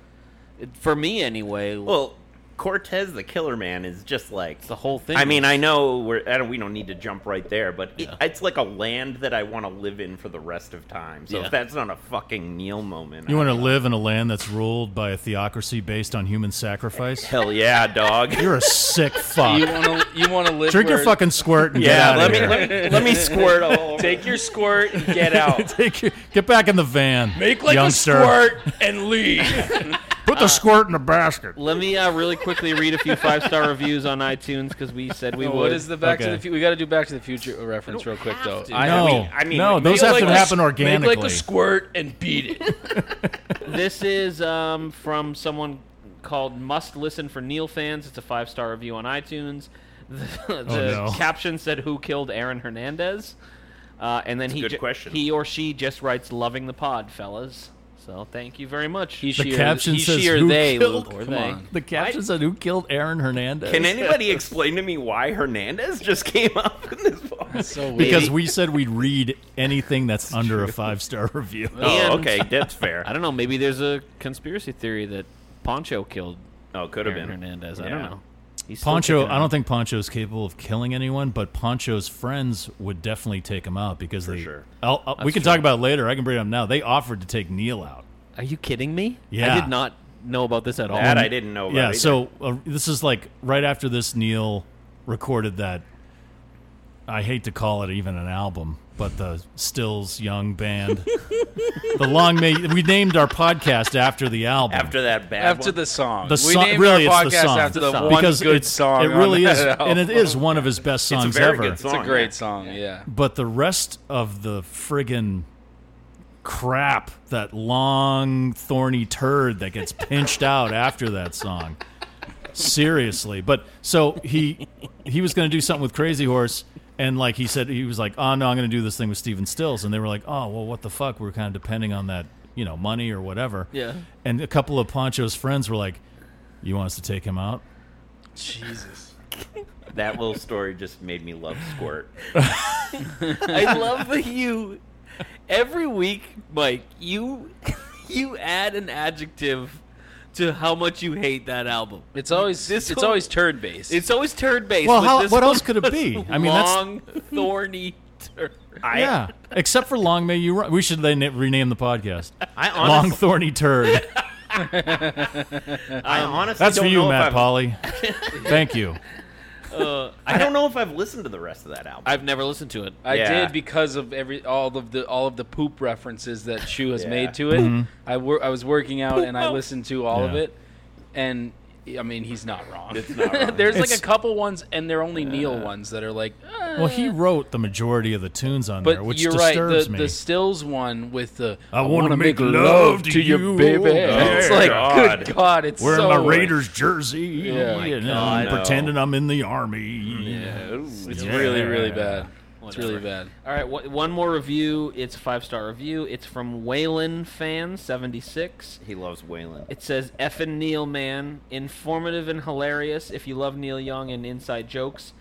[SPEAKER 3] It- for me anyway.
[SPEAKER 1] Well, Cortez the Killer Man is just like
[SPEAKER 3] It's the whole thing.
[SPEAKER 1] I mean, I know we're I don't we don't need to jump right there, but it,
[SPEAKER 3] Yeah.
[SPEAKER 1] it's like a land that I want to live in for the rest of time. So
[SPEAKER 3] Yeah.
[SPEAKER 1] if that's not a fucking Neil moment,
[SPEAKER 2] You
[SPEAKER 1] I
[SPEAKER 2] want to
[SPEAKER 1] don't know.
[SPEAKER 2] live in a land that's ruled by a theocracy based on human sacrifice?
[SPEAKER 1] Hell yeah, dog.
[SPEAKER 2] You're a sick
[SPEAKER 4] You
[SPEAKER 2] fuck.
[SPEAKER 4] want to you want to live
[SPEAKER 2] Drink your
[SPEAKER 4] where-
[SPEAKER 2] fucking squirt and get
[SPEAKER 1] yeah,
[SPEAKER 2] out
[SPEAKER 1] let
[SPEAKER 2] of
[SPEAKER 1] me,
[SPEAKER 2] here.
[SPEAKER 1] let me let me squirt all over.
[SPEAKER 3] take your squirt and get out.
[SPEAKER 2] Take your, get back in the van.
[SPEAKER 6] Make like
[SPEAKER 2] youngster.
[SPEAKER 6] a squirt and leave.
[SPEAKER 2] Put the squirt in the basket.
[SPEAKER 3] Let me uh, really quickly read a few five star reviews on iTunes because we said we
[SPEAKER 4] No,
[SPEAKER 3] would.
[SPEAKER 4] what is the Back to
[SPEAKER 2] Okay.
[SPEAKER 4] the Future? We got to do Back to the Future reference real quick though.
[SPEAKER 3] to.
[SPEAKER 4] I,
[SPEAKER 2] No,
[SPEAKER 1] mean- I mean,
[SPEAKER 2] no,
[SPEAKER 1] make
[SPEAKER 2] those
[SPEAKER 6] it
[SPEAKER 2] have
[SPEAKER 6] like
[SPEAKER 2] to
[SPEAKER 6] a-
[SPEAKER 2] happen
[SPEAKER 6] Make
[SPEAKER 2] organically.
[SPEAKER 6] like a squirt and beat it.
[SPEAKER 3] This is um, from someone called Must Listen for Neil Fans. It's a five star review on iTunes. The, the
[SPEAKER 2] Oh, no.
[SPEAKER 3] caption said, Who killed Aaron Hernandez? Uh, and then he,
[SPEAKER 1] good
[SPEAKER 3] ju-
[SPEAKER 1] question.
[SPEAKER 3] he or she just writes, Loving the pod, fellas. So thank you very much.
[SPEAKER 4] he,
[SPEAKER 2] The
[SPEAKER 4] she, or-
[SPEAKER 2] caption
[SPEAKER 4] he,
[SPEAKER 2] says
[SPEAKER 4] she or
[SPEAKER 2] who
[SPEAKER 4] they,
[SPEAKER 2] killed-
[SPEAKER 4] Luke,
[SPEAKER 3] Or
[SPEAKER 4] come
[SPEAKER 3] they.
[SPEAKER 4] on.
[SPEAKER 2] the caption said, "Who killed Aaron Hernandez?"
[SPEAKER 1] Can anybody explain to me why Hernandez just came up in this bar?
[SPEAKER 4] So weird.
[SPEAKER 2] because we said we'd read anything that's under a five star review.
[SPEAKER 1] Oh,
[SPEAKER 3] And-
[SPEAKER 1] okay, that's fair.
[SPEAKER 3] I don't know. Maybe there's a conspiracy theory that Poncho killed
[SPEAKER 1] Oh, could have
[SPEAKER 3] Aaron
[SPEAKER 1] been
[SPEAKER 3] Hernandez. I
[SPEAKER 1] Yeah.
[SPEAKER 3] don't know. He's still
[SPEAKER 2] Poncho,
[SPEAKER 3] kicking
[SPEAKER 2] I don't
[SPEAKER 3] around.
[SPEAKER 2] think Poncho is capable of killing anyone, but Poncho's friends would definitely take him out because they.
[SPEAKER 1] sure.
[SPEAKER 2] I'll, I'll- we can talk about it later. I can bring it up now. They offered to take Neil out.
[SPEAKER 3] Are you kidding me?
[SPEAKER 2] Yeah.
[SPEAKER 3] I did not know about this at all.
[SPEAKER 1] that I didn't know. About
[SPEAKER 2] yeah.
[SPEAKER 1] either.
[SPEAKER 2] So uh, this is like right after this, Neil recorded that. I hate to call it even an album, but the Stills Young Band, the Long May. We named our podcast after the album.
[SPEAKER 1] after that bad
[SPEAKER 4] after
[SPEAKER 1] one-
[SPEAKER 4] the song.
[SPEAKER 2] the
[SPEAKER 4] we
[SPEAKER 2] song,
[SPEAKER 4] named
[SPEAKER 2] really,
[SPEAKER 4] our podcast
[SPEAKER 2] it's the song
[SPEAKER 4] after the
[SPEAKER 3] It's a
[SPEAKER 4] one
[SPEAKER 2] because
[SPEAKER 4] good
[SPEAKER 2] it's,
[SPEAKER 4] song.
[SPEAKER 2] It really
[SPEAKER 4] on
[SPEAKER 2] is,
[SPEAKER 4] that
[SPEAKER 2] and it
[SPEAKER 4] album.
[SPEAKER 2] is one of his best
[SPEAKER 1] it's a
[SPEAKER 2] songs
[SPEAKER 1] very
[SPEAKER 2] ever.
[SPEAKER 1] good song.
[SPEAKER 4] It's a great song. Yeah.
[SPEAKER 2] but the rest of the friggin' crap that long thorny turd that gets pinched out after that song seriously but so he he was going to do something with crazy horse and like he said he was like oh no i'm going to do this thing with steven stills and they were like oh well what the fuck we're kind of depending on that you know money or whatever
[SPEAKER 3] Yeah.
[SPEAKER 2] and a couple of poncho's friends were like you want us to take him out
[SPEAKER 1] That little story just made me love Squirt.
[SPEAKER 3] I love that you every week, Mike, you you add an adjective to how much you hate that album.
[SPEAKER 4] It's always
[SPEAKER 3] This
[SPEAKER 4] it's
[SPEAKER 3] whole-
[SPEAKER 4] always turd based.
[SPEAKER 3] It's always turd based.
[SPEAKER 2] Well, how- what else could it be? I mean, that's-
[SPEAKER 3] long, thorny turd.
[SPEAKER 1] I,
[SPEAKER 2] yeah except for long may you run we should then rename the podcast
[SPEAKER 1] I
[SPEAKER 2] long
[SPEAKER 1] honestly,
[SPEAKER 2] thorny turd
[SPEAKER 1] I honestly
[SPEAKER 2] That's
[SPEAKER 1] don't
[SPEAKER 2] for you,
[SPEAKER 1] know if
[SPEAKER 2] Matt
[SPEAKER 1] I've-
[SPEAKER 2] Polly. Thank you.
[SPEAKER 1] I don't know if I've listened to the rest of that album.
[SPEAKER 3] I've never listened to it.
[SPEAKER 4] I
[SPEAKER 1] Yeah.
[SPEAKER 4] did because of every all of the all of the poop references that Shu has
[SPEAKER 1] Yeah.
[SPEAKER 4] made to it.
[SPEAKER 2] Mm-hmm.
[SPEAKER 4] I wor- I was working out and I listened to all of
[SPEAKER 2] Yeah.
[SPEAKER 4] it, and I mean he's not wrong.
[SPEAKER 1] not wrong.
[SPEAKER 4] There's
[SPEAKER 2] It's-
[SPEAKER 4] like a couple ones, and they're only Neil ones that are like. eh.
[SPEAKER 2] Well, he wrote the majority of the tunes on
[SPEAKER 4] But
[SPEAKER 2] there, which
[SPEAKER 4] you're right.
[SPEAKER 2] disturbs
[SPEAKER 4] The,
[SPEAKER 2] me.
[SPEAKER 4] the Stills one with the
[SPEAKER 2] I wanna make love to you."
[SPEAKER 4] your baby. it's
[SPEAKER 1] Oh,
[SPEAKER 4] like
[SPEAKER 1] God.
[SPEAKER 4] good God. It's
[SPEAKER 2] Wearing
[SPEAKER 4] so
[SPEAKER 2] my Raiders jersey,
[SPEAKER 4] Oh
[SPEAKER 2] and
[SPEAKER 1] God,
[SPEAKER 2] I'm
[SPEAKER 1] no.
[SPEAKER 2] pretending I'm in the army.
[SPEAKER 4] It's really really bad. It's really bad.
[SPEAKER 3] All right, wh- one more review. It's a five star review. It's from Waylon Fan seventy six.
[SPEAKER 1] he loves Waylon.
[SPEAKER 3] It says effin' Neil man, informative and hilarious. If you love Neil Young and inside jokes,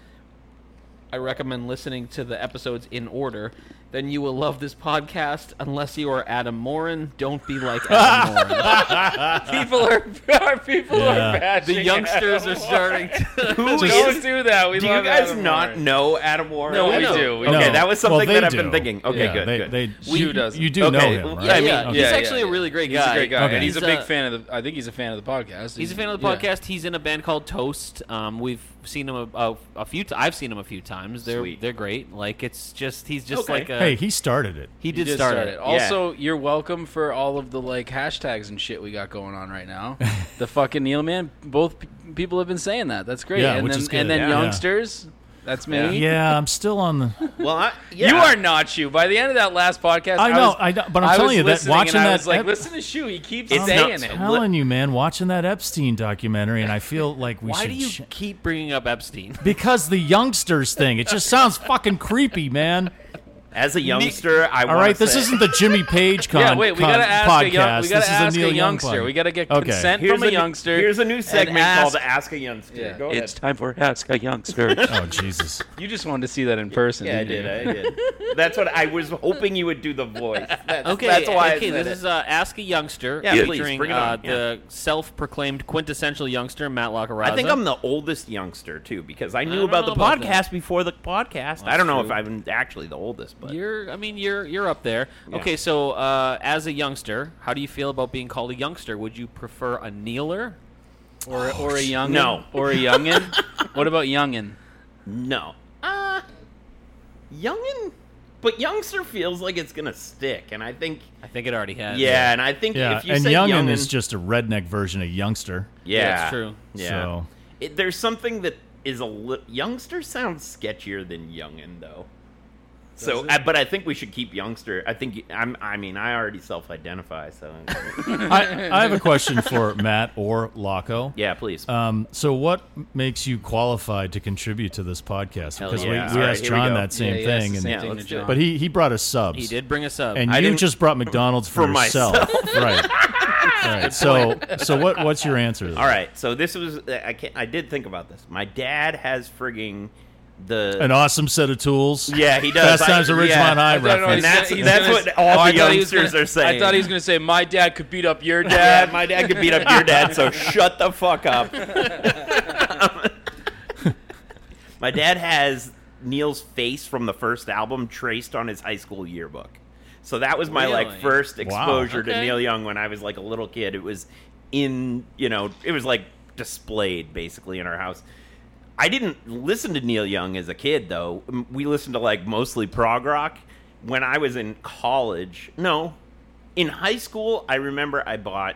[SPEAKER 3] I recommend listening to the episodes in order. Then you will love this podcast. Unless you are Adam Morin, don't be like Adam Morin.
[SPEAKER 4] People are our people
[SPEAKER 2] Yeah.
[SPEAKER 4] are bad.
[SPEAKER 3] The youngsters are starting to.
[SPEAKER 1] Who
[SPEAKER 4] Don't
[SPEAKER 1] is-
[SPEAKER 4] do that. We
[SPEAKER 1] do you
[SPEAKER 4] love
[SPEAKER 1] guys
[SPEAKER 4] Adam
[SPEAKER 1] not
[SPEAKER 4] Warren.
[SPEAKER 1] know Adam Warren?
[SPEAKER 4] No,
[SPEAKER 3] we
[SPEAKER 4] we
[SPEAKER 3] know.
[SPEAKER 4] do. We
[SPEAKER 1] Okay,
[SPEAKER 4] do.
[SPEAKER 2] No.
[SPEAKER 1] that was something
[SPEAKER 2] Well, they
[SPEAKER 1] that I've been
[SPEAKER 2] do.
[SPEAKER 1] thinking. Okay,
[SPEAKER 2] Yeah,
[SPEAKER 1] good,
[SPEAKER 2] they,
[SPEAKER 1] good.
[SPEAKER 2] They,
[SPEAKER 4] We-
[SPEAKER 2] you,
[SPEAKER 4] Shu doesn't.
[SPEAKER 2] you do know
[SPEAKER 1] Okay,
[SPEAKER 2] him, right?
[SPEAKER 3] Yeah, I mean,
[SPEAKER 4] Yeah,
[SPEAKER 3] he's
[SPEAKER 4] yeah,
[SPEAKER 3] actually
[SPEAKER 4] yeah,
[SPEAKER 3] a
[SPEAKER 4] yeah.
[SPEAKER 3] really great guy.
[SPEAKER 4] He's a great guy,
[SPEAKER 2] Okay. uh,
[SPEAKER 4] and he's,
[SPEAKER 3] He's
[SPEAKER 4] a big
[SPEAKER 3] a-
[SPEAKER 4] fan of the. I think he's a fan of the podcast.
[SPEAKER 3] He's a fan of the
[SPEAKER 4] yeah.
[SPEAKER 3] podcast. He's in a band called Toast. Um, we've seen him a, a, a few. T- I've seen him a few times. They're
[SPEAKER 1] Sweet.
[SPEAKER 3] they're great. Like it's just he's just
[SPEAKER 1] Okay.
[SPEAKER 3] like a
[SPEAKER 2] Hey, he started it.
[SPEAKER 3] he
[SPEAKER 4] He
[SPEAKER 3] did start, it.
[SPEAKER 4] Also, you're welcome for all of the like hashtags and shit we got going on right now. the fucking Neil man. Both p- people have been saying that. That's great.
[SPEAKER 2] Yeah,
[SPEAKER 4] and
[SPEAKER 2] which
[SPEAKER 4] then
[SPEAKER 2] is good.
[SPEAKER 4] and then
[SPEAKER 2] Yeah.
[SPEAKER 4] youngsters. That's me.
[SPEAKER 2] Yeah, I'm still on the.
[SPEAKER 1] Well, I, yeah.
[SPEAKER 4] You are not Shu. By the end of that last podcast,
[SPEAKER 2] I know,
[SPEAKER 4] was,
[SPEAKER 2] I know, but I'm
[SPEAKER 4] I was
[SPEAKER 2] telling you that
[SPEAKER 4] listening and
[SPEAKER 2] watching
[SPEAKER 4] I
[SPEAKER 2] that
[SPEAKER 4] was like,
[SPEAKER 2] ep-
[SPEAKER 4] listen to Shu. He keeps
[SPEAKER 1] It's
[SPEAKER 4] saying
[SPEAKER 1] not-
[SPEAKER 4] it.
[SPEAKER 2] telling you, man, watching that Epstein documentary, and I feel like we
[SPEAKER 3] Why
[SPEAKER 2] should.
[SPEAKER 3] do you
[SPEAKER 2] ch-
[SPEAKER 3] keep bringing up Epstein?
[SPEAKER 2] because the youngsters thing, it just sounds fucking creepy, man.
[SPEAKER 1] As a youngster, I
[SPEAKER 2] All right, this isn't the Jimmy Page con-
[SPEAKER 4] yeah, wait. We
[SPEAKER 2] con-
[SPEAKER 4] gotta ask
[SPEAKER 2] podcast.
[SPEAKER 4] a young. We gotta
[SPEAKER 2] this is
[SPEAKER 4] ask
[SPEAKER 2] a, Neil Young
[SPEAKER 4] youngster.
[SPEAKER 2] pod.
[SPEAKER 4] we gotta get
[SPEAKER 2] Okay.
[SPEAKER 4] consent
[SPEAKER 1] Here's
[SPEAKER 4] from a,
[SPEAKER 1] new-
[SPEAKER 4] youngster.
[SPEAKER 1] Here's a new
[SPEAKER 4] and
[SPEAKER 1] segment called
[SPEAKER 4] ask-
[SPEAKER 1] "Ask a Youngster."
[SPEAKER 4] Yeah.
[SPEAKER 1] Go
[SPEAKER 8] It's
[SPEAKER 1] ahead.
[SPEAKER 8] time for Ask a Youngster.
[SPEAKER 2] Oh Jesus!
[SPEAKER 4] You just wanted to see that in person.
[SPEAKER 1] Yeah, I
[SPEAKER 4] didn't
[SPEAKER 1] did.
[SPEAKER 4] you?
[SPEAKER 1] I did. That's what I was hoping you would do the voice. That's,
[SPEAKER 3] Okay,
[SPEAKER 1] that's why
[SPEAKER 3] okay.
[SPEAKER 1] I said
[SPEAKER 3] this is
[SPEAKER 1] it.
[SPEAKER 3] uh, Ask a Youngster,
[SPEAKER 1] Yeah, please,
[SPEAKER 3] featuring
[SPEAKER 1] bring it
[SPEAKER 3] uh,
[SPEAKER 1] on, yeah.
[SPEAKER 3] the self-proclaimed quintessential youngster Matt Lacaraza.
[SPEAKER 1] I think I'm the oldest youngster too, because I knew
[SPEAKER 3] don't
[SPEAKER 1] about
[SPEAKER 3] know
[SPEAKER 1] the
[SPEAKER 3] about
[SPEAKER 1] podcast before the podcast. I don't know if I'm actually the oldest, but
[SPEAKER 3] You're. I mean, you're. You're up there. Okay, so uh, as a youngster, how do you feel about being called a youngster? Would you prefer a kneeler?
[SPEAKER 4] Or or a youngin.
[SPEAKER 1] No.
[SPEAKER 4] Or a youngin. what about youngin?
[SPEAKER 1] no. Uh youngin, but youngster feels like it's gonna stick, and I think
[SPEAKER 3] I think it already has.
[SPEAKER 1] Uh, yeah, and I think
[SPEAKER 2] Yeah,
[SPEAKER 1] if you
[SPEAKER 2] and
[SPEAKER 1] say
[SPEAKER 2] youngin,
[SPEAKER 1] youngin
[SPEAKER 2] is just a redneck version of youngster.
[SPEAKER 1] yeah,
[SPEAKER 3] that's true.
[SPEAKER 1] Yeah,
[SPEAKER 2] So-
[SPEAKER 1] It- there's something that is a li- youngster sounds sketchier than youngin though. So, I, but I think we should keep youngster. I think I'm. I mean, I already self-identify, so
[SPEAKER 2] I, I have a question for Matt or Laco.
[SPEAKER 1] yeah. Please.
[SPEAKER 2] Um, so, what makes you qualified to contribute to this podcast?
[SPEAKER 1] Hell
[SPEAKER 2] Because
[SPEAKER 1] yeah.
[SPEAKER 2] we,
[SPEAKER 1] All
[SPEAKER 2] we
[SPEAKER 1] right,
[SPEAKER 2] asked
[SPEAKER 1] here we
[SPEAKER 2] John
[SPEAKER 1] go.
[SPEAKER 2] that same
[SPEAKER 4] yeah, he asked
[SPEAKER 2] thing,
[SPEAKER 4] the
[SPEAKER 2] and
[SPEAKER 4] same
[SPEAKER 1] Yeah,
[SPEAKER 4] thing
[SPEAKER 1] let's
[SPEAKER 4] to
[SPEAKER 1] do it.
[SPEAKER 4] John.
[SPEAKER 2] but he he brought us subs.
[SPEAKER 3] He did bring us up.
[SPEAKER 2] and
[SPEAKER 1] I
[SPEAKER 2] you
[SPEAKER 1] didn't-
[SPEAKER 2] just brought McDonald's for,
[SPEAKER 1] For
[SPEAKER 2] yourself, right? right. So, so what what's your answer? To that?
[SPEAKER 1] All right, so this was I can I did think about this. My dad has frigging the
[SPEAKER 2] an awesome set of tools.
[SPEAKER 1] yeah he does.
[SPEAKER 2] Fast Times at
[SPEAKER 1] I-
[SPEAKER 2] Ridgemont
[SPEAKER 1] yeah.
[SPEAKER 2] High
[SPEAKER 4] I don't know,
[SPEAKER 1] And
[SPEAKER 2] reference.
[SPEAKER 4] he's
[SPEAKER 1] that's-
[SPEAKER 4] he's
[SPEAKER 1] that's what all
[SPEAKER 4] I
[SPEAKER 1] the
[SPEAKER 4] thought he was
[SPEAKER 1] youngsters
[SPEAKER 4] gonna-
[SPEAKER 1] are saying.
[SPEAKER 4] I thought he was going to say, "My dad could beat up your dad."
[SPEAKER 1] Dad, my dad could beat up your dad, so shut the fuck up. my dad has Neil's face from the first album traced on his high school yearbook. So that was my like
[SPEAKER 3] Really?
[SPEAKER 1] first exposure to
[SPEAKER 3] Okay.
[SPEAKER 1] Neil Young when I was like a little kid. It was in, you know, it was like displayed basically in our house. I didn't listen to Neil Young as a kid, though. M- We listened to like mostly prog rock. When I was in college, no, in high school, I remember I bought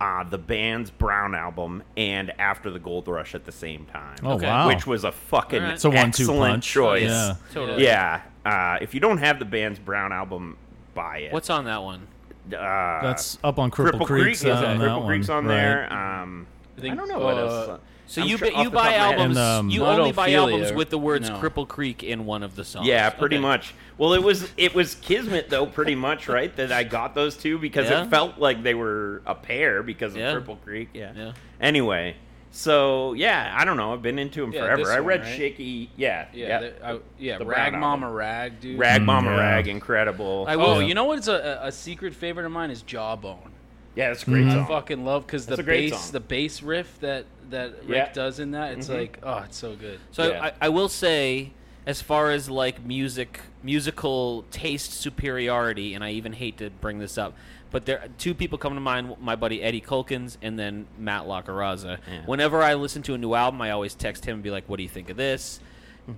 [SPEAKER 1] uh, the band's Brown album and After the Gold Rush at the same time.
[SPEAKER 2] Oh, wow.
[SPEAKER 1] Which was a fucking
[SPEAKER 3] All right.
[SPEAKER 2] It's a one-two
[SPEAKER 1] excellent
[SPEAKER 2] punch.
[SPEAKER 1] choice.
[SPEAKER 2] Yeah.
[SPEAKER 3] Totally.
[SPEAKER 1] Yeah. Uh, if you don't have the band's Brown album, buy it.
[SPEAKER 3] What's on that one?
[SPEAKER 1] uh,
[SPEAKER 2] That's up on Cripple,
[SPEAKER 1] Cripple
[SPEAKER 2] Creek's
[SPEAKER 1] Creek?
[SPEAKER 2] uh, on
[SPEAKER 1] is it?
[SPEAKER 2] that
[SPEAKER 1] Cripple
[SPEAKER 2] one.
[SPEAKER 1] Creek's on
[SPEAKER 2] right.
[SPEAKER 1] there. Um, I,
[SPEAKER 4] think,
[SPEAKER 1] don't know what
[SPEAKER 4] uh,
[SPEAKER 1] else.
[SPEAKER 3] So
[SPEAKER 1] I'm
[SPEAKER 3] you
[SPEAKER 1] sure
[SPEAKER 3] ba-
[SPEAKER 1] off
[SPEAKER 3] you
[SPEAKER 1] the top of my
[SPEAKER 3] buy
[SPEAKER 1] head.
[SPEAKER 3] albums.
[SPEAKER 2] And, um,
[SPEAKER 3] you only buy
[SPEAKER 4] Monophilia,
[SPEAKER 3] albums with the words
[SPEAKER 4] no.
[SPEAKER 3] "Cripple Creek" in one of the songs.
[SPEAKER 1] Yeah, pretty
[SPEAKER 3] Oh, Okay.
[SPEAKER 1] much. Well, it was it was kismet though, pretty much, right? That I got those two because
[SPEAKER 3] Yeah.
[SPEAKER 1] it felt like they were a pair because of
[SPEAKER 3] Yeah.
[SPEAKER 1] Purple Creek. Yeah.
[SPEAKER 3] Yeah.
[SPEAKER 1] Anyway, so yeah, I don't know. I've been into them
[SPEAKER 4] Yeah,
[SPEAKER 1] forever.
[SPEAKER 4] this
[SPEAKER 1] I
[SPEAKER 4] one,
[SPEAKER 1] read
[SPEAKER 4] right?
[SPEAKER 1] Shaky. Yeah,
[SPEAKER 4] Yeah,
[SPEAKER 1] yeah.
[SPEAKER 4] the- I- yeah.
[SPEAKER 1] The
[SPEAKER 4] Rag
[SPEAKER 1] Brown
[SPEAKER 4] Mama
[SPEAKER 1] album.
[SPEAKER 4] Rag, dude.
[SPEAKER 1] Rag
[SPEAKER 2] Mm,
[SPEAKER 1] Mama
[SPEAKER 2] yeah.
[SPEAKER 1] Rag, incredible.
[SPEAKER 3] I will-
[SPEAKER 4] Oh,
[SPEAKER 2] Yeah.
[SPEAKER 4] you know what's a, a a secret favorite of mine is Jawbone.
[SPEAKER 1] yeah, that's a great
[SPEAKER 4] I
[SPEAKER 1] song.
[SPEAKER 4] fucking love because the
[SPEAKER 1] That's a great
[SPEAKER 4] bass,
[SPEAKER 1] song.
[SPEAKER 4] the bass riff that that Rick
[SPEAKER 1] Yeah. Mm-hmm.
[SPEAKER 4] does in that, it's like, oh, it's so good.
[SPEAKER 3] So
[SPEAKER 1] Yeah.
[SPEAKER 3] I, I will say, as far as like music, musical taste superiority, and I even hate to bring this up, but there two people come to mind: my buddy Eddie Culkins and then Matt Lacaraza. Whenever I listen to a new album, I always text him and be like, "What do you think of this?"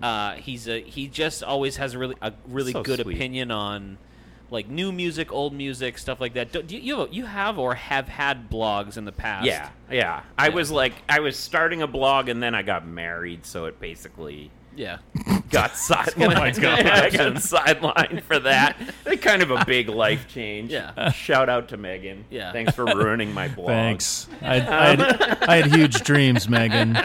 [SPEAKER 3] Uh, he's a he just always has a really a really
[SPEAKER 1] Mm-hmm. So
[SPEAKER 3] good
[SPEAKER 1] sweet.
[SPEAKER 3] opinion on like new music, old music, stuff like that. Do, do you you have, you have or have had blogs in the past?
[SPEAKER 1] Yeah, yeah. I was like, I was starting a blog, and then I got married, so it basically
[SPEAKER 3] yeah.
[SPEAKER 1] got sidelined.
[SPEAKER 2] my God.
[SPEAKER 1] I got sidelined for that. It's kind of a big life change.
[SPEAKER 3] Yeah.
[SPEAKER 1] Shout out to Megan.
[SPEAKER 3] Yeah.
[SPEAKER 1] Thanks for ruining my blog.
[SPEAKER 2] Thanks. I, I,
[SPEAKER 1] Um,
[SPEAKER 2] had, I had huge dreams, Megan.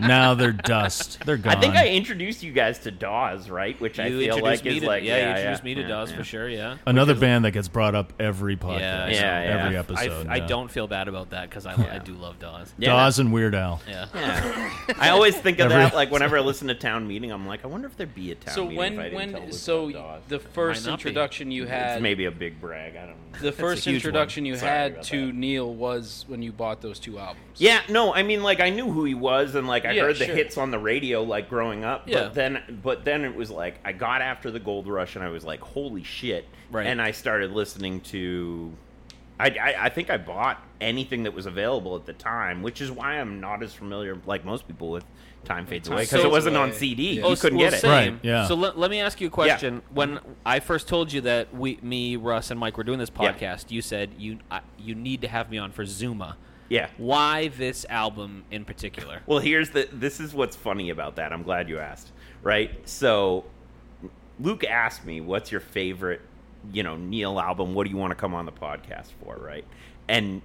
[SPEAKER 2] Now they're dust. They're gone.
[SPEAKER 1] I think I introduced you guys to Dawes, right? Which I
[SPEAKER 3] You
[SPEAKER 1] feel
[SPEAKER 3] introduced
[SPEAKER 1] like
[SPEAKER 3] me
[SPEAKER 1] is
[SPEAKER 3] to
[SPEAKER 1] like
[SPEAKER 3] yeah, you introduced
[SPEAKER 1] yeah,
[SPEAKER 3] me to
[SPEAKER 1] yeah,
[SPEAKER 3] Dawes
[SPEAKER 1] yeah.
[SPEAKER 3] for sure. Yeah.
[SPEAKER 2] another band that gets brought up every podcast,
[SPEAKER 3] Yeah,
[SPEAKER 1] yeah, yeah.
[SPEAKER 2] every
[SPEAKER 1] I-
[SPEAKER 3] I,
[SPEAKER 2] episode.
[SPEAKER 3] I
[SPEAKER 2] yeah.
[SPEAKER 3] don't feel bad about that because I, I do love Dawes.
[SPEAKER 1] Yeah,
[SPEAKER 2] Dawes and Weird Al.
[SPEAKER 3] Yeah.
[SPEAKER 1] Yeah. I always think of
[SPEAKER 2] Every-
[SPEAKER 1] that like whenever I listen to town meeting, I'm like, I wonder if there'd be a town
[SPEAKER 4] so
[SPEAKER 1] meeting.
[SPEAKER 4] when
[SPEAKER 1] if I didn't tell
[SPEAKER 4] when
[SPEAKER 1] Luke
[SPEAKER 4] so
[SPEAKER 1] about Dawes.
[SPEAKER 4] the first
[SPEAKER 3] not be.
[SPEAKER 4] introduction you
[SPEAKER 1] it's
[SPEAKER 4] had,
[SPEAKER 1] maybe a big brag. I don't know.
[SPEAKER 4] the first
[SPEAKER 2] huge
[SPEAKER 4] introduction you
[SPEAKER 1] Sorry
[SPEAKER 4] had
[SPEAKER 1] about
[SPEAKER 4] to
[SPEAKER 1] that.
[SPEAKER 4] Neil was when you bought those two albums.
[SPEAKER 1] Yeah, no, I mean like I knew who he was and like I
[SPEAKER 4] Yeah,
[SPEAKER 1] heard the
[SPEAKER 4] sure.
[SPEAKER 1] hits on the radio like growing up,
[SPEAKER 3] Yeah.
[SPEAKER 1] but then but then it was like I got after the gold rush and I was like, holy shit.
[SPEAKER 3] Right.
[SPEAKER 1] And I started listening to I, I, I think I bought anything that was available at the time, which is why I'm not as familiar, like most people, with Time Fades Away because
[SPEAKER 3] Fades
[SPEAKER 1] it wasn't on
[SPEAKER 4] Away.
[SPEAKER 1] CD.
[SPEAKER 4] Yeah.
[SPEAKER 1] You couldn't
[SPEAKER 3] oh, well,
[SPEAKER 1] get it.
[SPEAKER 3] same.
[SPEAKER 2] Right, yeah.
[SPEAKER 3] So let, let me ask you a question. When I first told you that we, me, Russ, and Mike were doing this
[SPEAKER 1] Yeah.
[SPEAKER 3] podcast, you said you I, you need to have me on for Zuma.
[SPEAKER 1] Yeah.
[SPEAKER 3] Why this album in particular?
[SPEAKER 1] Well, here's the. This is what's funny about that. I'm glad you asked. Right. So, Luke asked me, "What's your favorite, you know, Neil album? What do you want to come on the podcast for?" Right. And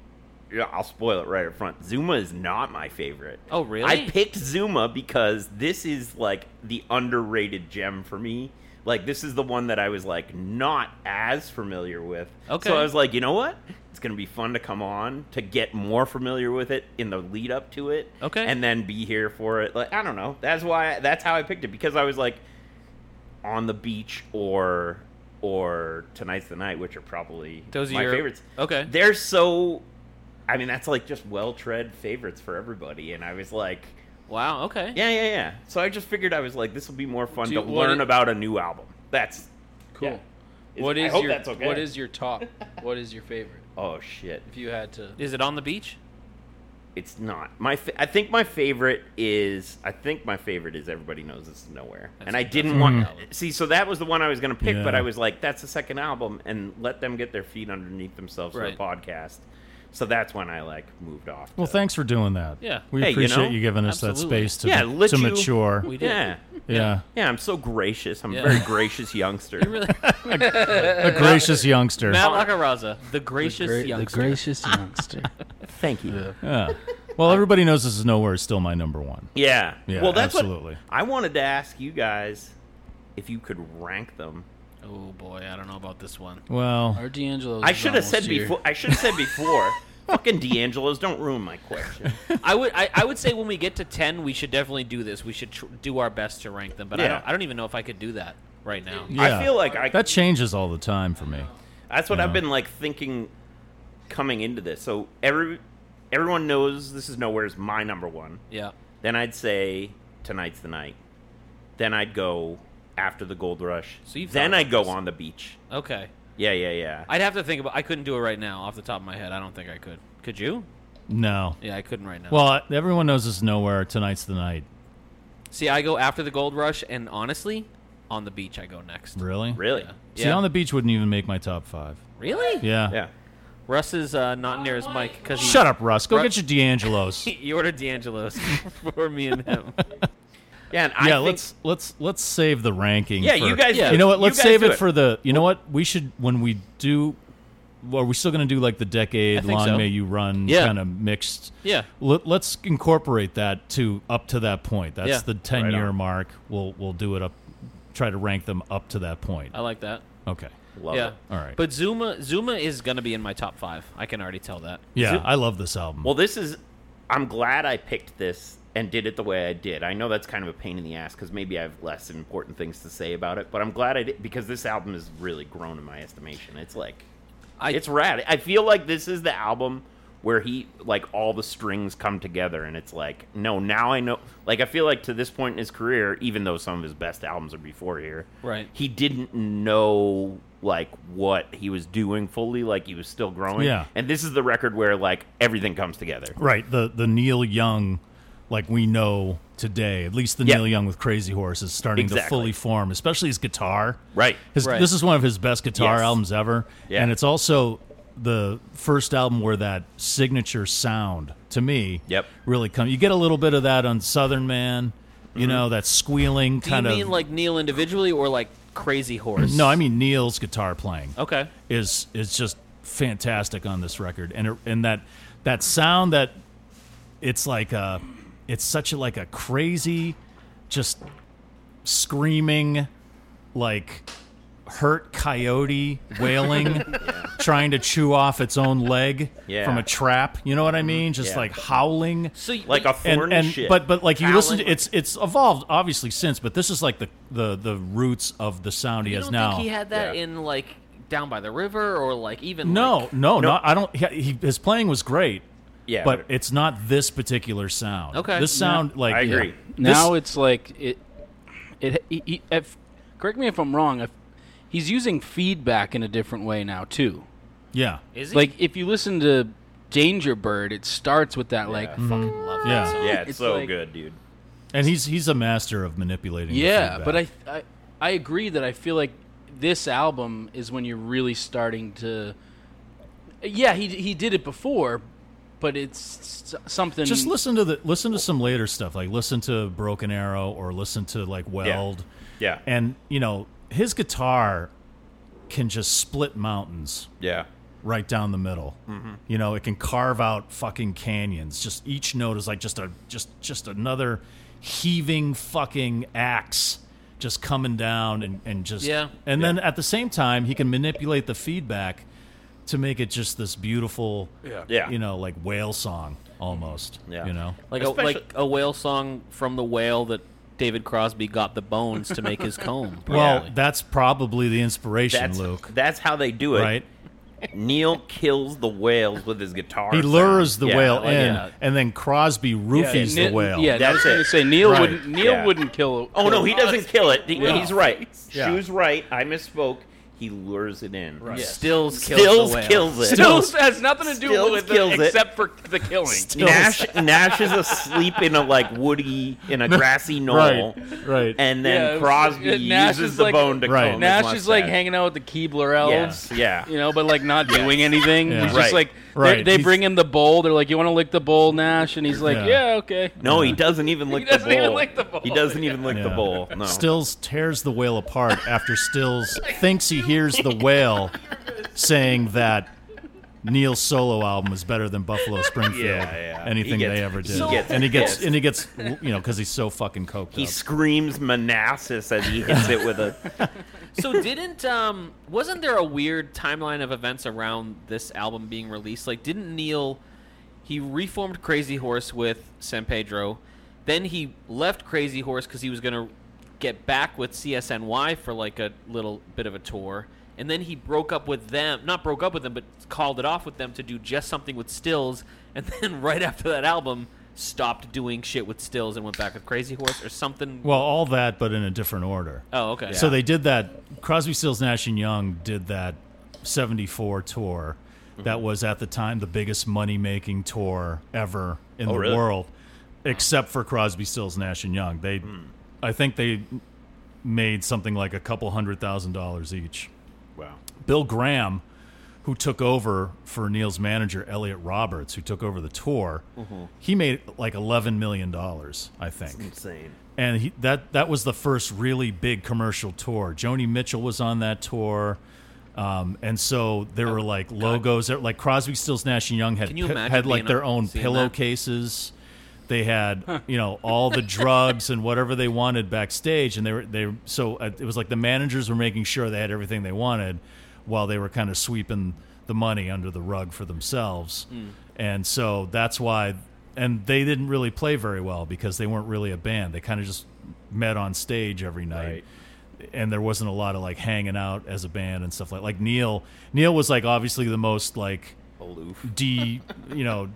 [SPEAKER 1] yeah, I'll spoil it right up front. Zuma is not my favorite.
[SPEAKER 3] Oh, really?
[SPEAKER 1] I picked Zuma because this is like the underrated gem for me. Like this is the one that I was like not as familiar with.
[SPEAKER 3] Okay.
[SPEAKER 1] So I was like, you know what? It's gonna be fun to come on to get more familiar with it in the lead up to it.
[SPEAKER 3] Okay.
[SPEAKER 1] And then be here for it. Like I don't know. That's why. That's how I picked it because I was like on the beach or or tonight's the night, which are probably
[SPEAKER 3] Those are
[SPEAKER 1] my
[SPEAKER 3] your-
[SPEAKER 1] favorites.
[SPEAKER 3] okay.
[SPEAKER 1] They're so. I mean, that's like just well tread favorites for everybody, and I was like.
[SPEAKER 3] Wow. Okay.
[SPEAKER 1] Yeah, yeah, yeah. So I just figured I was like, this will be more fun
[SPEAKER 4] Do you-
[SPEAKER 1] to
[SPEAKER 4] what
[SPEAKER 1] learn
[SPEAKER 4] i-
[SPEAKER 1] about a new album. That's
[SPEAKER 4] Cool.
[SPEAKER 1] yeah.
[SPEAKER 4] What
[SPEAKER 1] I
[SPEAKER 4] is
[SPEAKER 1] hope
[SPEAKER 4] your
[SPEAKER 1] that's okay.
[SPEAKER 4] What is your top? what is your favorite?
[SPEAKER 1] Oh shit,
[SPEAKER 4] If you had to,
[SPEAKER 3] Is it on the beach?
[SPEAKER 1] it's not my. Fa- I think my favorite is. I think my favorite is everybody knows this is nowhere. and I didn't want see. So that was the one I was gonna pick, but
[SPEAKER 2] Yeah.
[SPEAKER 1] I was like, that's the second album, and let them get their feet underneath themselves
[SPEAKER 3] Right.
[SPEAKER 1] for a podcast. So that's when I like moved off.
[SPEAKER 2] Well,
[SPEAKER 1] to-
[SPEAKER 2] thanks for doing that.
[SPEAKER 3] Yeah.
[SPEAKER 2] we
[SPEAKER 1] Hey, you
[SPEAKER 2] appreciate you,
[SPEAKER 1] know,
[SPEAKER 2] giving us
[SPEAKER 3] absolutely.
[SPEAKER 2] that space to,
[SPEAKER 1] Yeah, let
[SPEAKER 2] to
[SPEAKER 1] you-
[SPEAKER 2] mature.
[SPEAKER 3] We did.
[SPEAKER 1] Yeah,
[SPEAKER 2] yeah,
[SPEAKER 1] yeah. I'm so gracious. I'm
[SPEAKER 3] Yeah.
[SPEAKER 1] a very gracious youngster.
[SPEAKER 2] a
[SPEAKER 1] uh,
[SPEAKER 2] gracious youngster.
[SPEAKER 3] Matt Lacaraza, the gracious youngster.
[SPEAKER 4] gracious youngster.
[SPEAKER 1] Thank you.
[SPEAKER 2] Yeah. Well, everybody knows this is nowhere is still my number one.
[SPEAKER 1] Yeah.
[SPEAKER 2] Yeah,
[SPEAKER 1] well, that's
[SPEAKER 2] absolutely.
[SPEAKER 1] what I wanted to ask you guys if you could rank them.
[SPEAKER 3] Oh boy, I don't know about this one.
[SPEAKER 2] Well,
[SPEAKER 4] Our D'Angelo.
[SPEAKER 1] I should have said before. I should have said before. Fucking D'Angelo's, don't ruin my question.
[SPEAKER 3] I would I, I would say when we get to ten, we should definitely do this. We should tr- do our best to rank them, but I
[SPEAKER 1] Yeah.
[SPEAKER 3] don't I don't even know if I could do that right now.
[SPEAKER 2] yeah.
[SPEAKER 1] I feel like I.
[SPEAKER 2] that changes all the time for me.
[SPEAKER 1] that's what I've been like thinking coming into this. So every everyone knows this is nowhere's my number one.
[SPEAKER 3] Yeah.
[SPEAKER 1] Then I'd say tonight's the night. Then I'd go after the gold rush.
[SPEAKER 3] So you've
[SPEAKER 1] then
[SPEAKER 3] thought
[SPEAKER 1] I'd
[SPEAKER 3] about
[SPEAKER 1] go
[SPEAKER 3] this.
[SPEAKER 1] on the beach.
[SPEAKER 3] Okay.
[SPEAKER 1] Yeah, yeah, yeah.
[SPEAKER 3] I'd have to think about. I couldn't do it right now, off the top of my head. I don't think I could. Could you?
[SPEAKER 2] No.
[SPEAKER 3] Yeah, I couldn't right now.
[SPEAKER 2] Well, everyone knows this is nowhere. Tonight's the night.
[SPEAKER 3] see, I go after the gold rush, and honestly, on the beach I go next.
[SPEAKER 2] Really?
[SPEAKER 1] really?
[SPEAKER 2] See, on the beach wouldn't even make my top five.
[SPEAKER 3] really?
[SPEAKER 2] Yeah.
[SPEAKER 1] Yeah.
[SPEAKER 3] Russ is uh, not near his mic because he
[SPEAKER 2] Shut up, Russ. Go
[SPEAKER 3] Ru-
[SPEAKER 2] get your D'Angelo's.
[SPEAKER 3] You ordered D'Angelo's for me and him.
[SPEAKER 1] Yeah. And I
[SPEAKER 2] yeah,
[SPEAKER 1] think-
[SPEAKER 2] let's let's let's save the ranking.
[SPEAKER 1] Yeah,
[SPEAKER 2] for-
[SPEAKER 1] you guys.
[SPEAKER 3] Yeah.
[SPEAKER 2] You know what? Let's
[SPEAKER 1] guys
[SPEAKER 2] save
[SPEAKER 1] do
[SPEAKER 2] it, for the. You know what? We should when we do. Well, are we still going to do like the decade
[SPEAKER 3] think
[SPEAKER 2] long
[SPEAKER 3] so.
[SPEAKER 2] may you run
[SPEAKER 3] Yeah.
[SPEAKER 2] kind of mixed?
[SPEAKER 3] Yeah.
[SPEAKER 2] Let, us incorporate that to up to that point. That's
[SPEAKER 3] Yeah.
[SPEAKER 2] the ten
[SPEAKER 1] Right
[SPEAKER 2] year
[SPEAKER 1] on.
[SPEAKER 2] mark. We'll we'll do it up. Try to rank them up to that point.
[SPEAKER 3] I like that.
[SPEAKER 2] Okay.
[SPEAKER 1] Love
[SPEAKER 3] yeah.
[SPEAKER 1] it.
[SPEAKER 2] All right.
[SPEAKER 3] But Zuma Zuma is gonna be in my top five. I can already tell that.
[SPEAKER 2] Yeah, I love this album.
[SPEAKER 1] Well, this is. I'm glad I picked this and did it the way I did. I know that's kind of a pain in the ass because maybe I have less important things to say about it, but I'm glad I did because this album has really grown in my estimation. It's like,
[SPEAKER 3] I-
[SPEAKER 1] it's rad. I feel like this is the album where he like all the strings come together, and it's like, no, now I know. Like, I feel like to this point in his career, even though some of his best albums are before here,
[SPEAKER 3] Right.
[SPEAKER 1] He didn't know like what he was doing fully. Like he was still growing.
[SPEAKER 2] Yeah.
[SPEAKER 1] And this is the record where like everything comes together.
[SPEAKER 2] right. The the Neil Young, like we know today, at least the
[SPEAKER 1] Yeah.
[SPEAKER 2] Neil Young with Crazy Horse is starting to
[SPEAKER 1] Exactly.
[SPEAKER 2] fully form, especially his guitar.
[SPEAKER 1] Right.
[SPEAKER 2] His,
[SPEAKER 3] Right.
[SPEAKER 2] This is one of his best guitar
[SPEAKER 1] Yes.
[SPEAKER 2] albums ever,
[SPEAKER 1] Yeah.
[SPEAKER 2] and it's also the first album where that signature sound to me
[SPEAKER 1] Yep.
[SPEAKER 2] really comes. You get a little bit of that on Southern Man, you
[SPEAKER 1] Mm-hmm.
[SPEAKER 2] know that squealing
[SPEAKER 3] Do
[SPEAKER 2] kind
[SPEAKER 3] you
[SPEAKER 2] of.
[SPEAKER 3] mean like Neil individually or like Crazy Horse?
[SPEAKER 2] no, I mean Neil's guitar playing
[SPEAKER 3] Okay.
[SPEAKER 2] is is just fantastic on this record, and it, and that that sound that it's like a it's such a like a crazy, just screaming, like hurt coyote wailing, trying to chew off its own leg
[SPEAKER 1] Yeah. Mm-hmm.
[SPEAKER 2] from a trap. You know what I mean? Just
[SPEAKER 1] Yeah.
[SPEAKER 2] like howling
[SPEAKER 3] So y-
[SPEAKER 1] Like a
[SPEAKER 2] and,
[SPEAKER 1] thorn
[SPEAKER 2] and-
[SPEAKER 1] shit.
[SPEAKER 2] But but like you listen, to,
[SPEAKER 1] Howling.
[SPEAKER 2] it's it's evolved obviously since, but this is like the the the roots of the sound he
[SPEAKER 3] you
[SPEAKER 2] has
[SPEAKER 3] don't
[SPEAKER 2] now.
[SPEAKER 3] think he had that
[SPEAKER 1] Yeah.
[SPEAKER 3] in like down by the river or like even
[SPEAKER 2] No,
[SPEAKER 3] like-
[SPEAKER 2] no, no. I don't. He, he, his playing was great.
[SPEAKER 1] Yeah,
[SPEAKER 2] but,
[SPEAKER 1] but-
[SPEAKER 2] it's not this particular sound.
[SPEAKER 3] Okay.
[SPEAKER 2] this sound like
[SPEAKER 1] I agree.
[SPEAKER 4] Now it's like it. It. He, he, if, correct me if I'm wrong. If, he's using feedback in a different way now too.
[SPEAKER 2] yeah,
[SPEAKER 3] is he?
[SPEAKER 4] Like if you listen to Danger Bird, it starts with that like
[SPEAKER 3] fucking love that
[SPEAKER 2] Yeah.
[SPEAKER 3] song.
[SPEAKER 1] Yeah, it's,
[SPEAKER 4] It's
[SPEAKER 1] so
[SPEAKER 4] like-
[SPEAKER 1] good, dude.
[SPEAKER 2] and he's he's a master of manipulating. the
[SPEAKER 4] Yeah,
[SPEAKER 2] feedback.
[SPEAKER 4] but I, I I agree that I feel like this album is when you're really starting to. Yeah, he he did it before, but it's s- something.
[SPEAKER 2] just listen to the listen to some later stuff. Like listen to Broken Arrow or listen to like Weld.
[SPEAKER 1] Yeah.
[SPEAKER 2] and you know his guitar can just split mountains.
[SPEAKER 1] Yeah.
[SPEAKER 2] right down the middle. You know, it can carve out fucking canyons. Just each note is like just a just just another heaving fucking axe, just coming down and, and just
[SPEAKER 3] Yeah.
[SPEAKER 2] and then at the same time he can manipulate the feedback to make it just this beautiful yeah.
[SPEAKER 1] Yeah.
[SPEAKER 2] you know like whale song almost
[SPEAKER 1] Yeah.
[SPEAKER 2] you know
[SPEAKER 3] like a,
[SPEAKER 1] Especially-
[SPEAKER 3] like a whale song from the whale that David Crosby got the bones to make his comb.
[SPEAKER 2] well
[SPEAKER 3] probably.
[SPEAKER 2] that's probably the inspiration
[SPEAKER 1] That's
[SPEAKER 2] Luke
[SPEAKER 1] that's how they do it.
[SPEAKER 2] right
[SPEAKER 1] Neil kills the whales with his guitar.
[SPEAKER 2] he lures
[SPEAKER 1] sound.
[SPEAKER 2] the
[SPEAKER 1] Yeah,
[SPEAKER 2] whale
[SPEAKER 1] like,
[SPEAKER 2] in
[SPEAKER 1] yeah.
[SPEAKER 2] and then Crosby roofies
[SPEAKER 4] Ni-
[SPEAKER 2] the whale
[SPEAKER 4] Yeah, I
[SPEAKER 1] That's
[SPEAKER 4] was going
[SPEAKER 1] it.
[SPEAKER 4] to say Neil
[SPEAKER 2] Right.
[SPEAKER 4] wouldn't. Neil
[SPEAKER 1] Yeah.
[SPEAKER 4] wouldn't kill.
[SPEAKER 1] Oh no, he doesn't kill it. He-
[SPEAKER 2] Yeah.
[SPEAKER 1] He's right.
[SPEAKER 2] Yeah.
[SPEAKER 1] Shu's right. I misspoke. He lures it in. Right.
[SPEAKER 3] Stills kills
[SPEAKER 1] Stills
[SPEAKER 3] the whale.
[SPEAKER 1] kills it.
[SPEAKER 4] Stills has nothing to do
[SPEAKER 1] Stills
[SPEAKER 4] with
[SPEAKER 1] kills
[SPEAKER 4] it
[SPEAKER 1] it.
[SPEAKER 4] except for the killing.
[SPEAKER 1] Nash Nash is asleep in a like woody in a grassy knoll,
[SPEAKER 2] right right
[SPEAKER 1] and
[SPEAKER 4] Yeah, it
[SPEAKER 1] then
[SPEAKER 4] was-
[SPEAKER 1] Crosby
[SPEAKER 4] it- Nash
[SPEAKER 1] uses
[SPEAKER 4] is
[SPEAKER 1] the
[SPEAKER 4] like-
[SPEAKER 1] bone to
[SPEAKER 2] Right.
[SPEAKER 1] comb his
[SPEAKER 4] Nash is like
[SPEAKER 1] mustache.
[SPEAKER 4] hanging out with the Keebler elves.
[SPEAKER 1] Yes, yeah.
[SPEAKER 4] You know, but like not doing anything.
[SPEAKER 2] Yeah.
[SPEAKER 4] He's
[SPEAKER 1] Right.
[SPEAKER 4] just like they-
[SPEAKER 2] Right.
[SPEAKER 4] they,
[SPEAKER 2] He's-
[SPEAKER 4] bring him the bowl. They're like, "You want to lick the bowl, Nash?" And he's like,
[SPEAKER 2] Yeah.
[SPEAKER 4] "Yeah, okay."
[SPEAKER 1] No, he doesn't even lick
[SPEAKER 4] doesn't
[SPEAKER 1] the bowl.
[SPEAKER 4] even lick the bowl.
[SPEAKER 1] He doesn't even lick the
[SPEAKER 2] Yeah.
[SPEAKER 1] bowl. No.
[SPEAKER 2] Stills tears the whale apart after Stills thinks he hears the whale saying that Neil's solo album is better than Buffalo Springfield.
[SPEAKER 1] Yeah, yeah.
[SPEAKER 2] Anything
[SPEAKER 1] He gets-
[SPEAKER 2] they ever
[SPEAKER 1] he
[SPEAKER 2] did.
[SPEAKER 1] gets
[SPEAKER 2] and he gets
[SPEAKER 1] pissed.
[SPEAKER 2] and he gets you know because he's so fucking coked
[SPEAKER 1] he
[SPEAKER 2] up.
[SPEAKER 1] screams Manassas as he hits it with a.
[SPEAKER 3] so didn't um wasn't there a weird timeline of events around this album being released like didn't neil he reformed crazy horse with san pedro then he left crazy horse because he was going to get back with csny for like a little bit of a tour and then he broke up with them not broke up with them but called it off with them to do just something with stills and then right after that album stopped doing shit with stills and went back with crazy horse or something
[SPEAKER 2] Well, all that, but in a different order.
[SPEAKER 3] oh okay
[SPEAKER 2] So they did that. Crosby, Stills, Nash and Young did that '74 tour. That was at the time the biggest money making tour ever in the
[SPEAKER 1] really?
[SPEAKER 2] world, except for Crosby, Stills, Nash and Young. They, I think they made something like a couple hundred thousand dollars each.
[SPEAKER 1] Wow.
[SPEAKER 2] Bill Graham, who took over for Neil's manager Elliot Roberts, who took over the tour, he made like eleven million dollars, I think
[SPEAKER 1] Insane.
[SPEAKER 2] and he, that that was the first really big commercial tour. Joni Mitchell was on that tour, um, and so there were like logos. There, like Crosby, Stills, Nash and Young had
[SPEAKER 3] Oh, Can you
[SPEAKER 2] pi-
[SPEAKER 3] imagine
[SPEAKER 2] had like
[SPEAKER 3] being
[SPEAKER 2] their
[SPEAKER 3] on-
[SPEAKER 2] own
[SPEAKER 3] seeing
[SPEAKER 2] pillowcases. They had you know all the drugs and whatever they wanted backstage, and they were they so uh, it was like the managers were making sure they had everything they wanted, while they were kind of sweeping the money under the rug for themselves, and so that's why. And they didn't really play very well because they weren't really a band. They kind of just met on stage every night
[SPEAKER 1] Right.
[SPEAKER 2] and there wasn't a lot of like hanging out as a band and stuff like like Neil Neil was like obviously the most like
[SPEAKER 1] Aloof.
[SPEAKER 2] D you know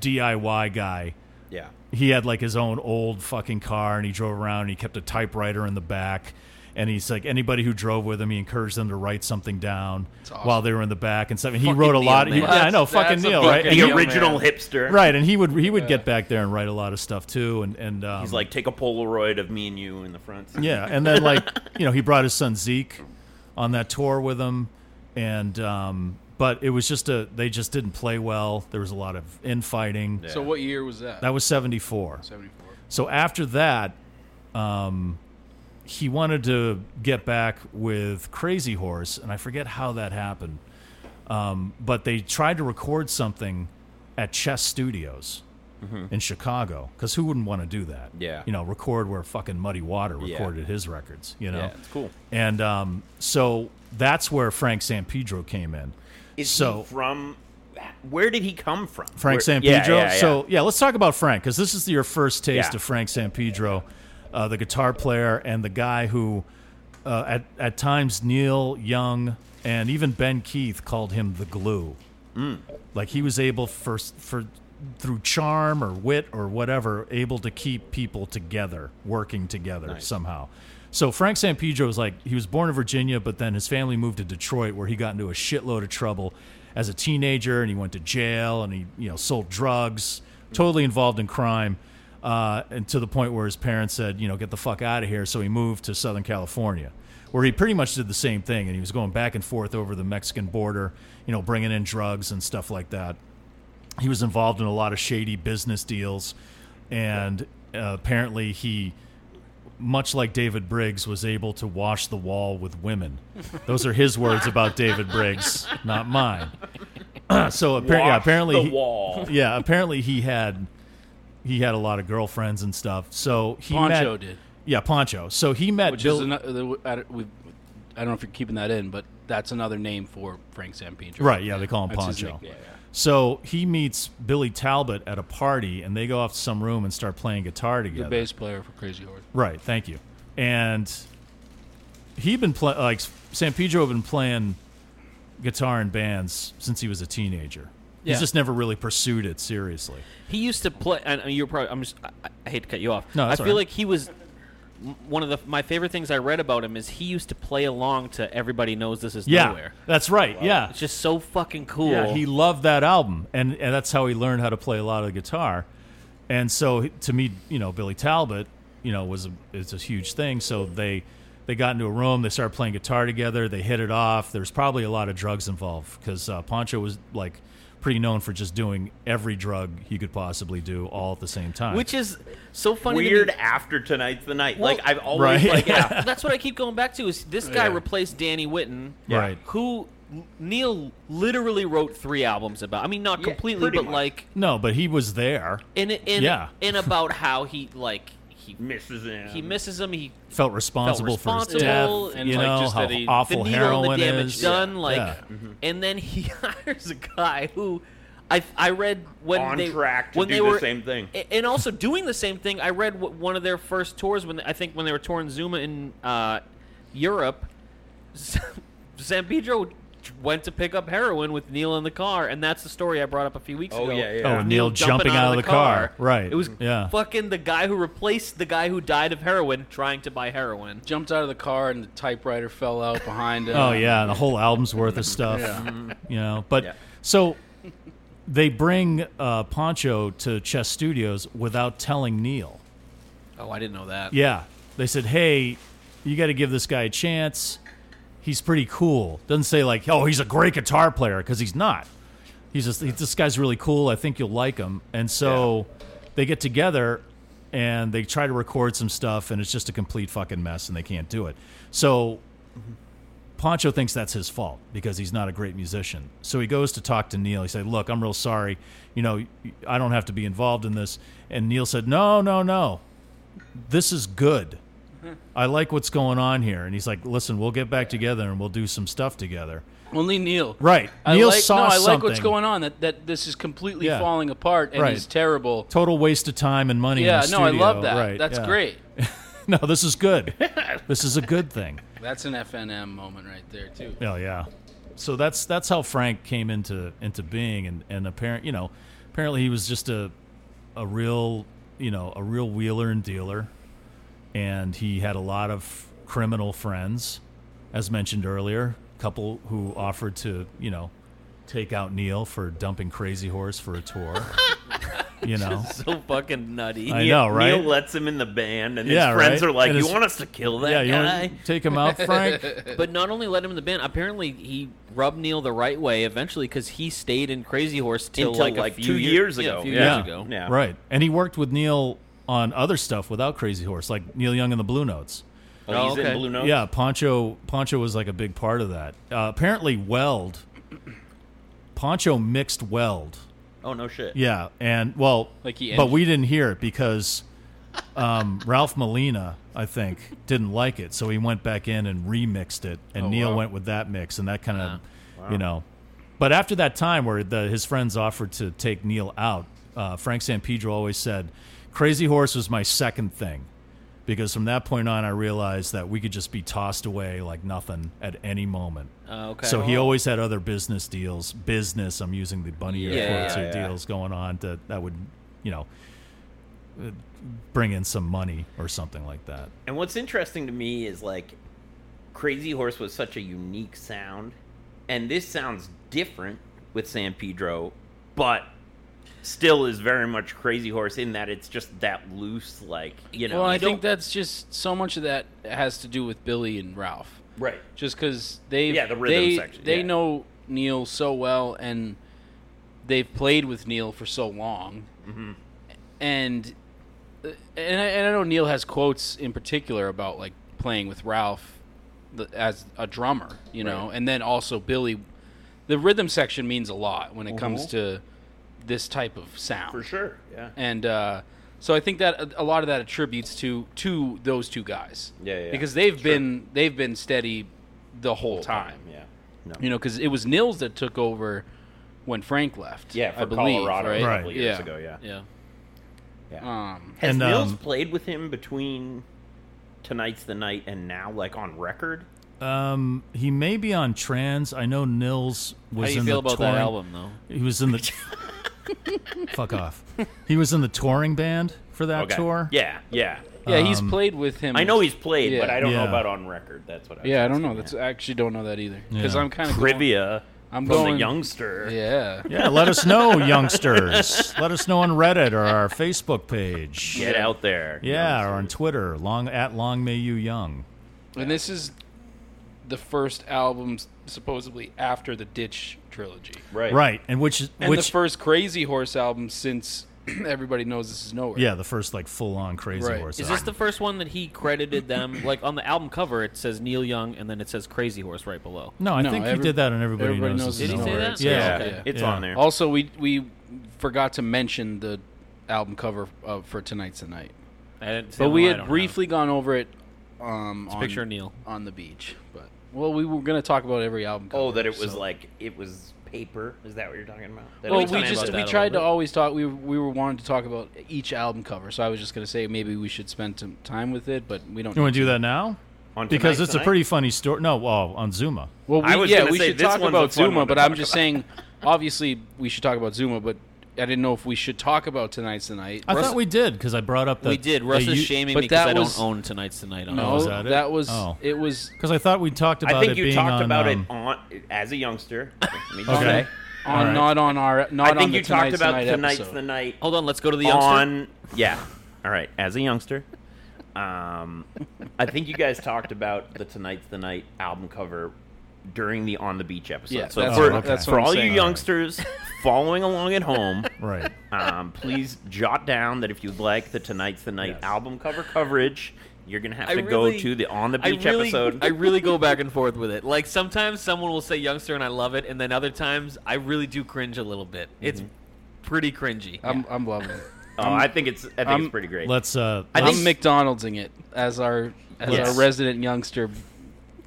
[SPEAKER 2] DIY guy.
[SPEAKER 1] Yeah.
[SPEAKER 2] He had like his own old fucking car and he drove around and he kept a typewriter in the back and he's like anybody who drove with him he encouraged them to write something down while they were in the back and stuff and he
[SPEAKER 3] Fucking
[SPEAKER 2] wrote a
[SPEAKER 3] Neil,
[SPEAKER 2] lot he-
[SPEAKER 3] man.
[SPEAKER 2] yeah, I know
[SPEAKER 4] That's-
[SPEAKER 2] fucking
[SPEAKER 4] that's a
[SPEAKER 2] Neil
[SPEAKER 4] fucking
[SPEAKER 2] right And
[SPEAKER 1] The
[SPEAKER 4] Neil,
[SPEAKER 1] original
[SPEAKER 4] man.
[SPEAKER 1] hipster.
[SPEAKER 2] right and he would he would get back there and write a lot of stuff too and and um,
[SPEAKER 1] He's like, take a Polaroid of me and you in the front.
[SPEAKER 2] Yeah, and then like you know he brought his son Zeke on that tour with him, and um, but it was just a they just didn't play well. There was a lot of infighting.
[SPEAKER 4] So what year was that?
[SPEAKER 2] That was seventy four.
[SPEAKER 4] seventy-four.
[SPEAKER 2] So after that, um, he wanted to get back with Crazy Horse, and I forget how that happened. Um, but they tried to record something at Chess Studios in Chicago, because who wouldn't want to do that?
[SPEAKER 1] Mm-hmm. Yeah.
[SPEAKER 2] you know, record where fucking Muddy Water
[SPEAKER 1] Yeah.
[SPEAKER 2] recorded his records. You know,
[SPEAKER 1] Yeah, it's cool.
[SPEAKER 2] And um, so that's where Frank San Pedro came in.
[SPEAKER 1] Is
[SPEAKER 2] so
[SPEAKER 1] he from? Where did he come from?
[SPEAKER 2] Frank
[SPEAKER 1] Where-
[SPEAKER 2] San Pedro.
[SPEAKER 1] Yeah, yeah, yeah.
[SPEAKER 2] So yeah, let's talk about Frank because this is your first taste
[SPEAKER 1] Yeah.
[SPEAKER 2] of Frank San Pedro, uh, the guitar player and the guy who, uh, at at times Neil Young and even Ben Keith called him the glue. Like he was able for for through charm or wit or whatever, able to keep people together, working together somehow. So Frank San Pedro was like he was born in Virginia, but then his family moved to Detroit where he got into a shitload of trouble as a teenager and he went to jail and he, you know, sold drugs, totally involved in crime. Uh, and to the point where his parents said, you know, get the fuck out of here. So he moved to Southern California where he pretty much did the same thing and he was going back and forth over the Mexican border, you know, bringing in drugs and stuff like that. He was involved in a lot of shady business deals and uh, apparently he much like David Briggs was able to wash the wall with women. Those are his words about David Briggs, not mine. so appar- yeah,
[SPEAKER 1] Wash
[SPEAKER 2] apparently
[SPEAKER 1] the
[SPEAKER 2] he-
[SPEAKER 1] wall.
[SPEAKER 2] yeah, apparently he had he had a lot of girlfriends and stuff. So he
[SPEAKER 4] Poncho
[SPEAKER 2] met-
[SPEAKER 4] did.
[SPEAKER 2] Yeah, Poncho. So he met
[SPEAKER 4] which
[SPEAKER 2] Bill.
[SPEAKER 4] is another. I don't, we, I don't know if you're keeping that in, but that's another name for Frank Sampietro.
[SPEAKER 2] Right, yeah, they call him
[SPEAKER 4] That's his
[SPEAKER 2] Poncho.
[SPEAKER 4] nickname, yeah.
[SPEAKER 2] so he meets Billy Talbot at a party, and they go off to some room and start playing guitar
[SPEAKER 4] The
[SPEAKER 2] together.
[SPEAKER 4] bass player for Crazy Horse.
[SPEAKER 2] Right. Thank you. And he'd been playing like San Pedro had been playing guitar in bands since he was a teenager.
[SPEAKER 4] Yeah.
[SPEAKER 2] He's just never really pursued it seriously.
[SPEAKER 3] He used to play, and and you're probably. I'm just. I, I hate to cut you off.
[SPEAKER 2] No,
[SPEAKER 3] I
[SPEAKER 2] that's all
[SPEAKER 3] feel
[SPEAKER 2] right.
[SPEAKER 3] like he was m- one of the my favorite things I read about him is he used to play along to "Everybody Knows This Is
[SPEAKER 2] Yeah,
[SPEAKER 3] Nowhere."
[SPEAKER 2] that's right. Yeah,
[SPEAKER 3] It's just so fucking cool.
[SPEAKER 2] yeah. He loved that album, and, and that's how he learned how to play a lot of guitar. And so he- to me, you know, Billy Talbot, you know, was a, it's a huge thing. So they they got into a room, they started playing guitar together, they hit it off. There's probably a lot of drugs involved because uh, Poncho was like pretty known for just doing every drug he could possibly do all at the same time.
[SPEAKER 3] which is so funny. to me.
[SPEAKER 1] Weird after tonight's the night.
[SPEAKER 3] Well-
[SPEAKER 1] like I've always
[SPEAKER 2] Right.
[SPEAKER 1] like
[SPEAKER 3] yeah, that's what I keep going back to. Is this guy replaced Danny Whitten,
[SPEAKER 2] Right.
[SPEAKER 3] Who Neil literally wrote three albums about. I mean, not completely,
[SPEAKER 1] pretty
[SPEAKER 3] but
[SPEAKER 1] much.
[SPEAKER 3] like
[SPEAKER 2] no, but he was there,
[SPEAKER 3] in in
[SPEAKER 2] Yeah.
[SPEAKER 3] in about how he like he
[SPEAKER 1] misses him.
[SPEAKER 3] he misses him. He
[SPEAKER 2] felt responsible,
[SPEAKER 3] responsible
[SPEAKER 2] for his death,
[SPEAKER 3] and,
[SPEAKER 2] you
[SPEAKER 3] like,
[SPEAKER 2] know
[SPEAKER 4] just
[SPEAKER 2] how
[SPEAKER 4] that he- the
[SPEAKER 3] the
[SPEAKER 2] awful
[SPEAKER 3] needle
[SPEAKER 2] heroin
[SPEAKER 3] and the damage
[SPEAKER 2] is.
[SPEAKER 3] done. Like,
[SPEAKER 2] Yeah.
[SPEAKER 1] Mm-hmm.
[SPEAKER 3] and then he hires a guy who. I, I read when
[SPEAKER 1] On
[SPEAKER 3] they
[SPEAKER 1] track to
[SPEAKER 3] when
[SPEAKER 1] do
[SPEAKER 3] they
[SPEAKER 1] the
[SPEAKER 3] were
[SPEAKER 1] same thing.
[SPEAKER 3] a- and also doing the same thing. I read wh- one of their first tours when I think when they were touring Zuma in uh, Europe, San Pedro went to pick up heroin with Neil in the car, and that's the story I brought up a few weeks
[SPEAKER 1] Oh,
[SPEAKER 3] ago.
[SPEAKER 1] yeah, yeah.
[SPEAKER 2] Oh, Neil jumping, out of the car. Right.
[SPEAKER 3] It was
[SPEAKER 2] yeah.
[SPEAKER 3] fucking the guy who replaced the guy who died of heroin trying to buy heroin.
[SPEAKER 4] Jumped out of the car and the typewriter fell out behind him.
[SPEAKER 2] Oh yeah, the whole album's worth of stuff. You know, but
[SPEAKER 1] Yeah.
[SPEAKER 2] so they bring uh, Poncho to Chess Studios without telling Neil.
[SPEAKER 3] Oh, I didn't know that.
[SPEAKER 2] Yeah, they said, "Hey, you got to give this guy a chance. He's pretty cool." Doesn't say like, "Oh, he's a great guitar player," because he's not. He's just this guy's really cool. I think you'll like him. And so they get together and they try to record some stuff, and it's just a complete fucking mess, and they can't do it. So Poncho thinks that's his fault because he's not a great musician. So he goes to talk to Neil. He said, "Look, I'm real sorry. You know, I don't have to be involved in this." And Neil said, "No, no, no. This is good.
[SPEAKER 4] Mm-hmm.
[SPEAKER 2] I like what's going on here." And he's like, "Listen, we'll get back together and we'll do some stuff together."
[SPEAKER 4] Only Neil.
[SPEAKER 2] Right.
[SPEAKER 4] I
[SPEAKER 2] Neil
[SPEAKER 4] like,
[SPEAKER 2] saw
[SPEAKER 4] no, I like
[SPEAKER 2] something.
[SPEAKER 4] what's going on. That that this is completely
[SPEAKER 2] Yeah.
[SPEAKER 4] falling apart and
[SPEAKER 2] Right.
[SPEAKER 4] he's terrible.
[SPEAKER 2] Total waste of time and money. in
[SPEAKER 4] Yeah,
[SPEAKER 2] the
[SPEAKER 4] no, I
[SPEAKER 2] studio.
[SPEAKER 4] love that.
[SPEAKER 2] Right,
[SPEAKER 4] That's
[SPEAKER 2] yeah.
[SPEAKER 4] great.
[SPEAKER 2] No, this is good. this is a good thing.
[SPEAKER 4] That's an FNM moment right there too.
[SPEAKER 2] Oh yeah. So that's that's how Frank came into into being, and and apparent you know, apparently he was just a a real you know a real wheeler and dealer, and he had a lot of criminal friends, as mentioned earlier, couple who offered to you know take out Neil for dumping Crazy Horse for a tour. you know,
[SPEAKER 3] So fucking nutty.
[SPEAKER 2] I know, right?
[SPEAKER 1] Neil lets him in the band, and
[SPEAKER 2] Yeah,
[SPEAKER 1] his friends
[SPEAKER 2] right?
[SPEAKER 1] are like,
[SPEAKER 2] And
[SPEAKER 1] "You
[SPEAKER 2] his-
[SPEAKER 1] want us to kill that
[SPEAKER 2] yeah, you
[SPEAKER 1] guy?"
[SPEAKER 2] want to take him out, Frank?
[SPEAKER 3] But not only let him in the band, apparently he rubbed Neil the right way eventually because he stayed in Crazy Horse till
[SPEAKER 1] Until,
[SPEAKER 3] like,
[SPEAKER 1] like,
[SPEAKER 3] a few
[SPEAKER 1] two
[SPEAKER 3] year-
[SPEAKER 1] years
[SPEAKER 3] yeah, a
[SPEAKER 1] ago.
[SPEAKER 3] few
[SPEAKER 1] Yeah.
[SPEAKER 3] years ago.
[SPEAKER 1] Yeah.
[SPEAKER 2] Right. And he worked with Neil on other stuff without Crazy Horse, like Neil Young and the Blue Notes.
[SPEAKER 1] Oh, he's
[SPEAKER 3] okay.
[SPEAKER 1] in Blue Note.
[SPEAKER 2] Yeah, Poncho Poncho was like a big part of that. Uh, apparently Weld Poncho mixed Weld.
[SPEAKER 1] Oh no shit.
[SPEAKER 2] Yeah, and well,
[SPEAKER 4] Like he
[SPEAKER 2] but
[SPEAKER 4] eng-
[SPEAKER 2] we didn't hear it because um, Ralph Molina, I think, didn't like it, so he went back in and remixed it,
[SPEAKER 4] Oh,
[SPEAKER 2] and Neil went with that mix, and that kind of,
[SPEAKER 4] Ah,
[SPEAKER 2] you know. But after that time where the, his friends offered to take Neil out, uh, Frank San Pedro always said, "Crazy Horse was my second thing." Because from that point on, I realized that we could just be tossed away like nothing at any moment.
[SPEAKER 3] Oh, okay.
[SPEAKER 2] So he always had other business deals. Business, I'm using the bunny ear
[SPEAKER 3] Yeah,
[SPEAKER 2] quotes
[SPEAKER 3] yeah,
[SPEAKER 2] or deals going on to, that would, you know, uh, bring in some money or something like that.
[SPEAKER 1] And what's interesting to me is like Crazy Horse was such a unique sound, and this sounds different with San Pedro, but still is very much Crazy Horse in that it's just that loose, like you know.
[SPEAKER 4] Well, I
[SPEAKER 1] you
[SPEAKER 4] think
[SPEAKER 1] don't-
[SPEAKER 4] that's just so much of that has to do with Billy and Ralph.
[SPEAKER 1] right.
[SPEAKER 4] Just because they
[SPEAKER 1] Yeah, the rhythm
[SPEAKER 4] they,
[SPEAKER 1] section,
[SPEAKER 4] they
[SPEAKER 1] yeah.
[SPEAKER 4] know Neil so well and they've played with Neil for so long,
[SPEAKER 1] Mm-hmm.
[SPEAKER 4] and and I, and I know Neil has quotes in particular about like playing with Ralph the, as a drummer, you know, and then also Billy. The rhythm section
[SPEAKER 1] Mm-hmm.
[SPEAKER 4] means a lot when it comes to this type of sound
[SPEAKER 1] for sure. Yeah.
[SPEAKER 4] and uh, So I think that a- a lot of that attributes to to those two guys.
[SPEAKER 1] Yeah, yeah, yeah.
[SPEAKER 4] Because they've been they've been steady the whole time.
[SPEAKER 1] Yeah. No.
[SPEAKER 4] You know, because it was Nils that took over when Frank left.
[SPEAKER 1] yeah, for
[SPEAKER 4] I believe,
[SPEAKER 1] Colorado
[SPEAKER 4] right?
[SPEAKER 1] a couple
[SPEAKER 2] Right.
[SPEAKER 1] years
[SPEAKER 4] Yeah.
[SPEAKER 1] ago. Yeah.
[SPEAKER 3] Yeah.
[SPEAKER 4] Um,
[SPEAKER 1] Has
[SPEAKER 2] And,
[SPEAKER 1] Mills
[SPEAKER 2] um,
[SPEAKER 1] played with him between tonight's the night and now, like on record?
[SPEAKER 2] Um, he may be on trans. I know Nils
[SPEAKER 3] How
[SPEAKER 2] was
[SPEAKER 3] do you
[SPEAKER 2] in
[SPEAKER 3] feel
[SPEAKER 2] the
[SPEAKER 3] about
[SPEAKER 2] touring-
[SPEAKER 3] that album, though?
[SPEAKER 2] He was in the fuck off. He was in the touring band for that
[SPEAKER 1] Okay.
[SPEAKER 2] tour.
[SPEAKER 1] Yeah, yeah.
[SPEAKER 4] yeah, he's
[SPEAKER 2] Um,
[SPEAKER 4] played with him.
[SPEAKER 1] I know he's played, but
[SPEAKER 4] Yeah.
[SPEAKER 1] I don't know
[SPEAKER 2] Yeah.
[SPEAKER 1] about on record. That's what. I was
[SPEAKER 4] Yeah, I don't
[SPEAKER 1] asking,
[SPEAKER 4] know. That's I actually don't know that either. Because
[SPEAKER 2] Yeah.
[SPEAKER 4] I'm kind of
[SPEAKER 1] trivia.
[SPEAKER 4] I'm
[SPEAKER 1] from
[SPEAKER 4] going-
[SPEAKER 1] the youngster.
[SPEAKER 4] Yeah.
[SPEAKER 2] Yeah, let us know, youngsters. Let us know on Reddit or our Facebook page.
[SPEAKER 1] Get out there.
[SPEAKER 2] Yeah, or on Twitter, long at long may you young.
[SPEAKER 4] And this is the first album s- supposedly after the Ditch trilogy.
[SPEAKER 1] Right.
[SPEAKER 2] Right, and which
[SPEAKER 4] And
[SPEAKER 2] which
[SPEAKER 4] the first Crazy Horse album since everybody knows this is nowhere.
[SPEAKER 2] yeah, the first like full on crazy
[SPEAKER 4] Right.
[SPEAKER 2] horse.
[SPEAKER 3] Is
[SPEAKER 2] album.
[SPEAKER 3] this the first one that he credited them? like on the album cover, it says Neil Young, and then it says Crazy Horse right below.
[SPEAKER 2] no, I
[SPEAKER 4] No,
[SPEAKER 2] think
[SPEAKER 4] every-
[SPEAKER 2] he did that, and everybody,
[SPEAKER 4] everybody
[SPEAKER 2] knows.
[SPEAKER 4] knows
[SPEAKER 3] Did
[SPEAKER 2] it's
[SPEAKER 3] he say
[SPEAKER 2] nowhere.
[SPEAKER 3] that?
[SPEAKER 2] Yeah,
[SPEAKER 4] Okay.
[SPEAKER 1] It's
[SPEAKER 2] Yeah.
[SPEAKER 1] on there.
[SPEAKER 4] Also, we we forgot to mention the album cover of, for Tonight's the Night.
[SPEAKER 3] I didn't see
[SPEAKER 4] But
[SPEAKER 3] the
[SPEAKER 4] we
[SPEAKER 3] one, I
[SPEAKER 4] had
[SPEAKER 3] don't
[SPEAKER 4] briefly gone over it um
[SPEAKER 3] know.
[SPEAKER 4] on,
[SPEAKER 3] picture of Neil.
[SPEAKER 4] on the beach. But well, we were going to talk about every album cover.
[SPEAKER 1] Oh, that it was
[SPEAKER 4] so-
[SPEAKER 1] like it was paper. Is that what you're talking about? That it
[SPEAKER 4] Well,
[SPEAKER 1] was
[SPEAKER 4] we
[SPEAKER 1] on-
[SPEAKER 3] talked
[SPEAKER 4] just
[SPEAKER 3] about
[SPEAKER 4] we
[SPEAKER 3] that a
[SPEAKER 4] tried to
[SPEAKER 3] little bit.
[SPEAKER 4] always talk. We we were wanting to talk about each album cover, so I was just gonna say maybe we should spend some time with it, but we don't.
[SPEAKER 2] You want to do that now?
[SPEAKER 1] on
[SPEAKER 2] Because
[SPEAKER 1] Tonight's
[SPEAKER 2] it's
[SPEAKER 1] the
[SPEAKER 2] a
[SPEAKER 1] Night?
[SPEAKER 2] pretty funny story. No, well, on Zuma.
[SPEAKER 4] Well, we,
[SPEAKER 1] I was
[SPEAKER 4] yeah,
[SPEAKER 1] gonna
[SPEAKER 4] we
[SPEAKER 1] say
[SPEAKER 4] should
[SPEAKER 1] this
[SPEAKER 4] talk
[SPEAKER 1] one's a
[SPEAKER 4] about
[SPEAKER 1] fun
[SPEAKER 4] Zuma,
[SPEAKER 1] one to
[SPEAKER 4] but I'm
[SPEAKER 1] talk
[SPEAKER 4] just saying. Obviously, we should talk about Zuma, but I didn't know if we should talk about tonight's the night.
[SPEAKER 2] I
[SPEAKER 4] Russ-
[SPEAKER 2] thought we did because I brought up that
[SPEAKER 3] we did. Russ
[SPEAKER 2] Russ's
[SPEAKER 3] is shaming
[SPEAKER 4] but
[SPEAKER 3] me because
[SPEAKER 4] that
[SPEAKER 3] I
[SPEAKER 4] was-
[SPEAKER 3] don't own Tonight's Tonight on.
[SPEAKER 4] No,
[SPEAKER 2] was
[SPEAKER 3] it.
[SPEAKER 2] that
[SPEAKER 4] that,
[SPEAKER 2] it?
[SPEAKER 4] was
[SPEAKER 2] Oh.
[SPEAKER 4] it was
[SPEAKER 2] Because I thought we talked about
[SPEAKER 1] I think
[SPEAKER 2] it
[SPEAKER 1] you
[SPEAKER 2] being
[SPEAKER 1] talked
[SPEAKER 2] on,
[SPEAKER 1] about
[SPEAKER 2] um,
[SPEAKER 1] it on as a youngster. Let me just
[SPEAKER 2] Okay.
[SPEAKER 1] say.
[SPEAKER 4] on
[SPEAKER 2] right.
[SPEAKER 4] not on our not
[SPEAKER 1] I
[SPEAKER 4] on
[SPEAKER 1] think
[SPEAKER 4] the
[SPEAKER 1] you talked
[SPEAKER 4] tonight's
[SPEAKER 1] about
[SPEAKER 4] the night
[SPEAKER 1] tonight's
[SPEAKER 4] episode.
[SPEAKER 1] the night
[SPEAKER 3] Hold on, let's go to Oh, the youngster.
[SPEAKER 1] on. Yeah. All right. As a youngster, um, I think you guys talked about the tonight's the night album cover during the on the beach episode.
[SPEAKER 4] Yeah,
[SPEAKER 1] so
[SPEAKER 4] that's
[SPEAKER 1] for,
[SPEAKER 2] what- that's
[SPEAKER 1] for
[SPEAKER 4] what I'm
[SPEAKER 1] all
[SPEAKER 4] saying.
[SPEAKER 1] you youngsters following along at home,
[SPEAKER 2] right.
[SPEAKER 1] um, please jot down that if you'd like the tonight's the night album cover coverage, you're gonna have
[SPEAKER 3] I
[SPEAKER 1] to go
[SPEAKER 3] really-
[SPEAKER 1] to the on the
[SPEAKER 3] I
[SPEAKER 1] beach
[SPEAKER 3] really,
[SPEAKER 1] episode.
[SPEAKER 3] I really go back and forth with it. Like sometimes someone will say youngster and I love it, and then other times I really do cringe a little bit. It's pretty cringy.
[SPEAKER 4] I'm I'm loving it.
[SPEAKER 1] oh, I think it's I think
[SPEAKER 4] I'm-
[SPEAKER 1] it's pretty great.
[SPEAKER 2] Let's uh,
[SPEAKER 1] I
[SPEAKER 4] I'm
[SPEAKER 1] think-
[SPEAKER 4] McDonald'sing it as our as
[SPEAKER 1] Yes.
[SPEAKER 4] our resident youngster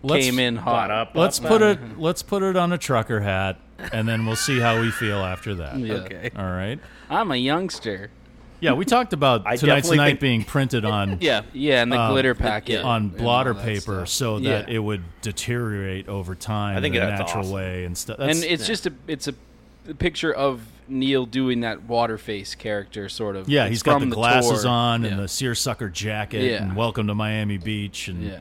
[SPEAKER 2] let's,
[SPEAKER 4] came in hot.
[SPEAKER 1] Bought up,
[SPEAKER 2] Let's
[SPEAKER 4] up,
[SPEAKER 2] put
[SPEAKER 4] up.
[SPEAKER 2] it. Let's put it on a trucker hat, and then we'll see how we feel after that.
[SPEAKER 4] Yeah.
[SPEAKER 3] okay.
[SPEAKER 2] All right.
[SPEAKER 4] I'm a youngster.
[SPEAKER 2] Yeah, we talked about
[SPEAKER 1] I
[SPEAKER 2] tonight's
[SPEAKER 1] definitely
[SPEAKER 2] night
[SPEAKER 1] think-
[SPEAKER 2] being printed on
[SPEAKER 3] Yeah.
[SPEAKER 4] Yeah, and the
[SPEAKER 2] Um,
[SPEAKER 4] glitter packet
[SPEAKER 2] on
[SPEAKER 4] and all
[SPEAKER 2] blotter
[SPEAKER 4] that
[SPEAKER 2] paper
[SPEAKER 4] stuff.
[SPEAKER 2] so that
[SPEAKER 4] Yeah.
[SPEAKER 2] it would deteriorate over time
[SPEAKER 1] I think
[SPEAKER 2] in a
[SPEAKER 1] that's
[SPEAKER 2] natural
[SPEAKER 1] awesome.
[SPEAKER 2] way and stuff.
[SPEAKER 4] and it's just a it's a, a picture of Neil doing that water face character sort of.
[SPEAKER 2] yeah,
[SPEAKER 4] It's
[SPEAKER 2] he's got
[SPEAKER 4] from
[SPEAKER 2] the glasses
[SPEAKER 4] tour.
[SPEAKER 2] on and
[SPEAKER 4] Yeah.
[SPEAKER 2] the seersucker jacket
[SPEAKER 4] Yeah.
[SPEAKER 2] and welcome to Miami Beach and
[SPEAKER 4] Yeah,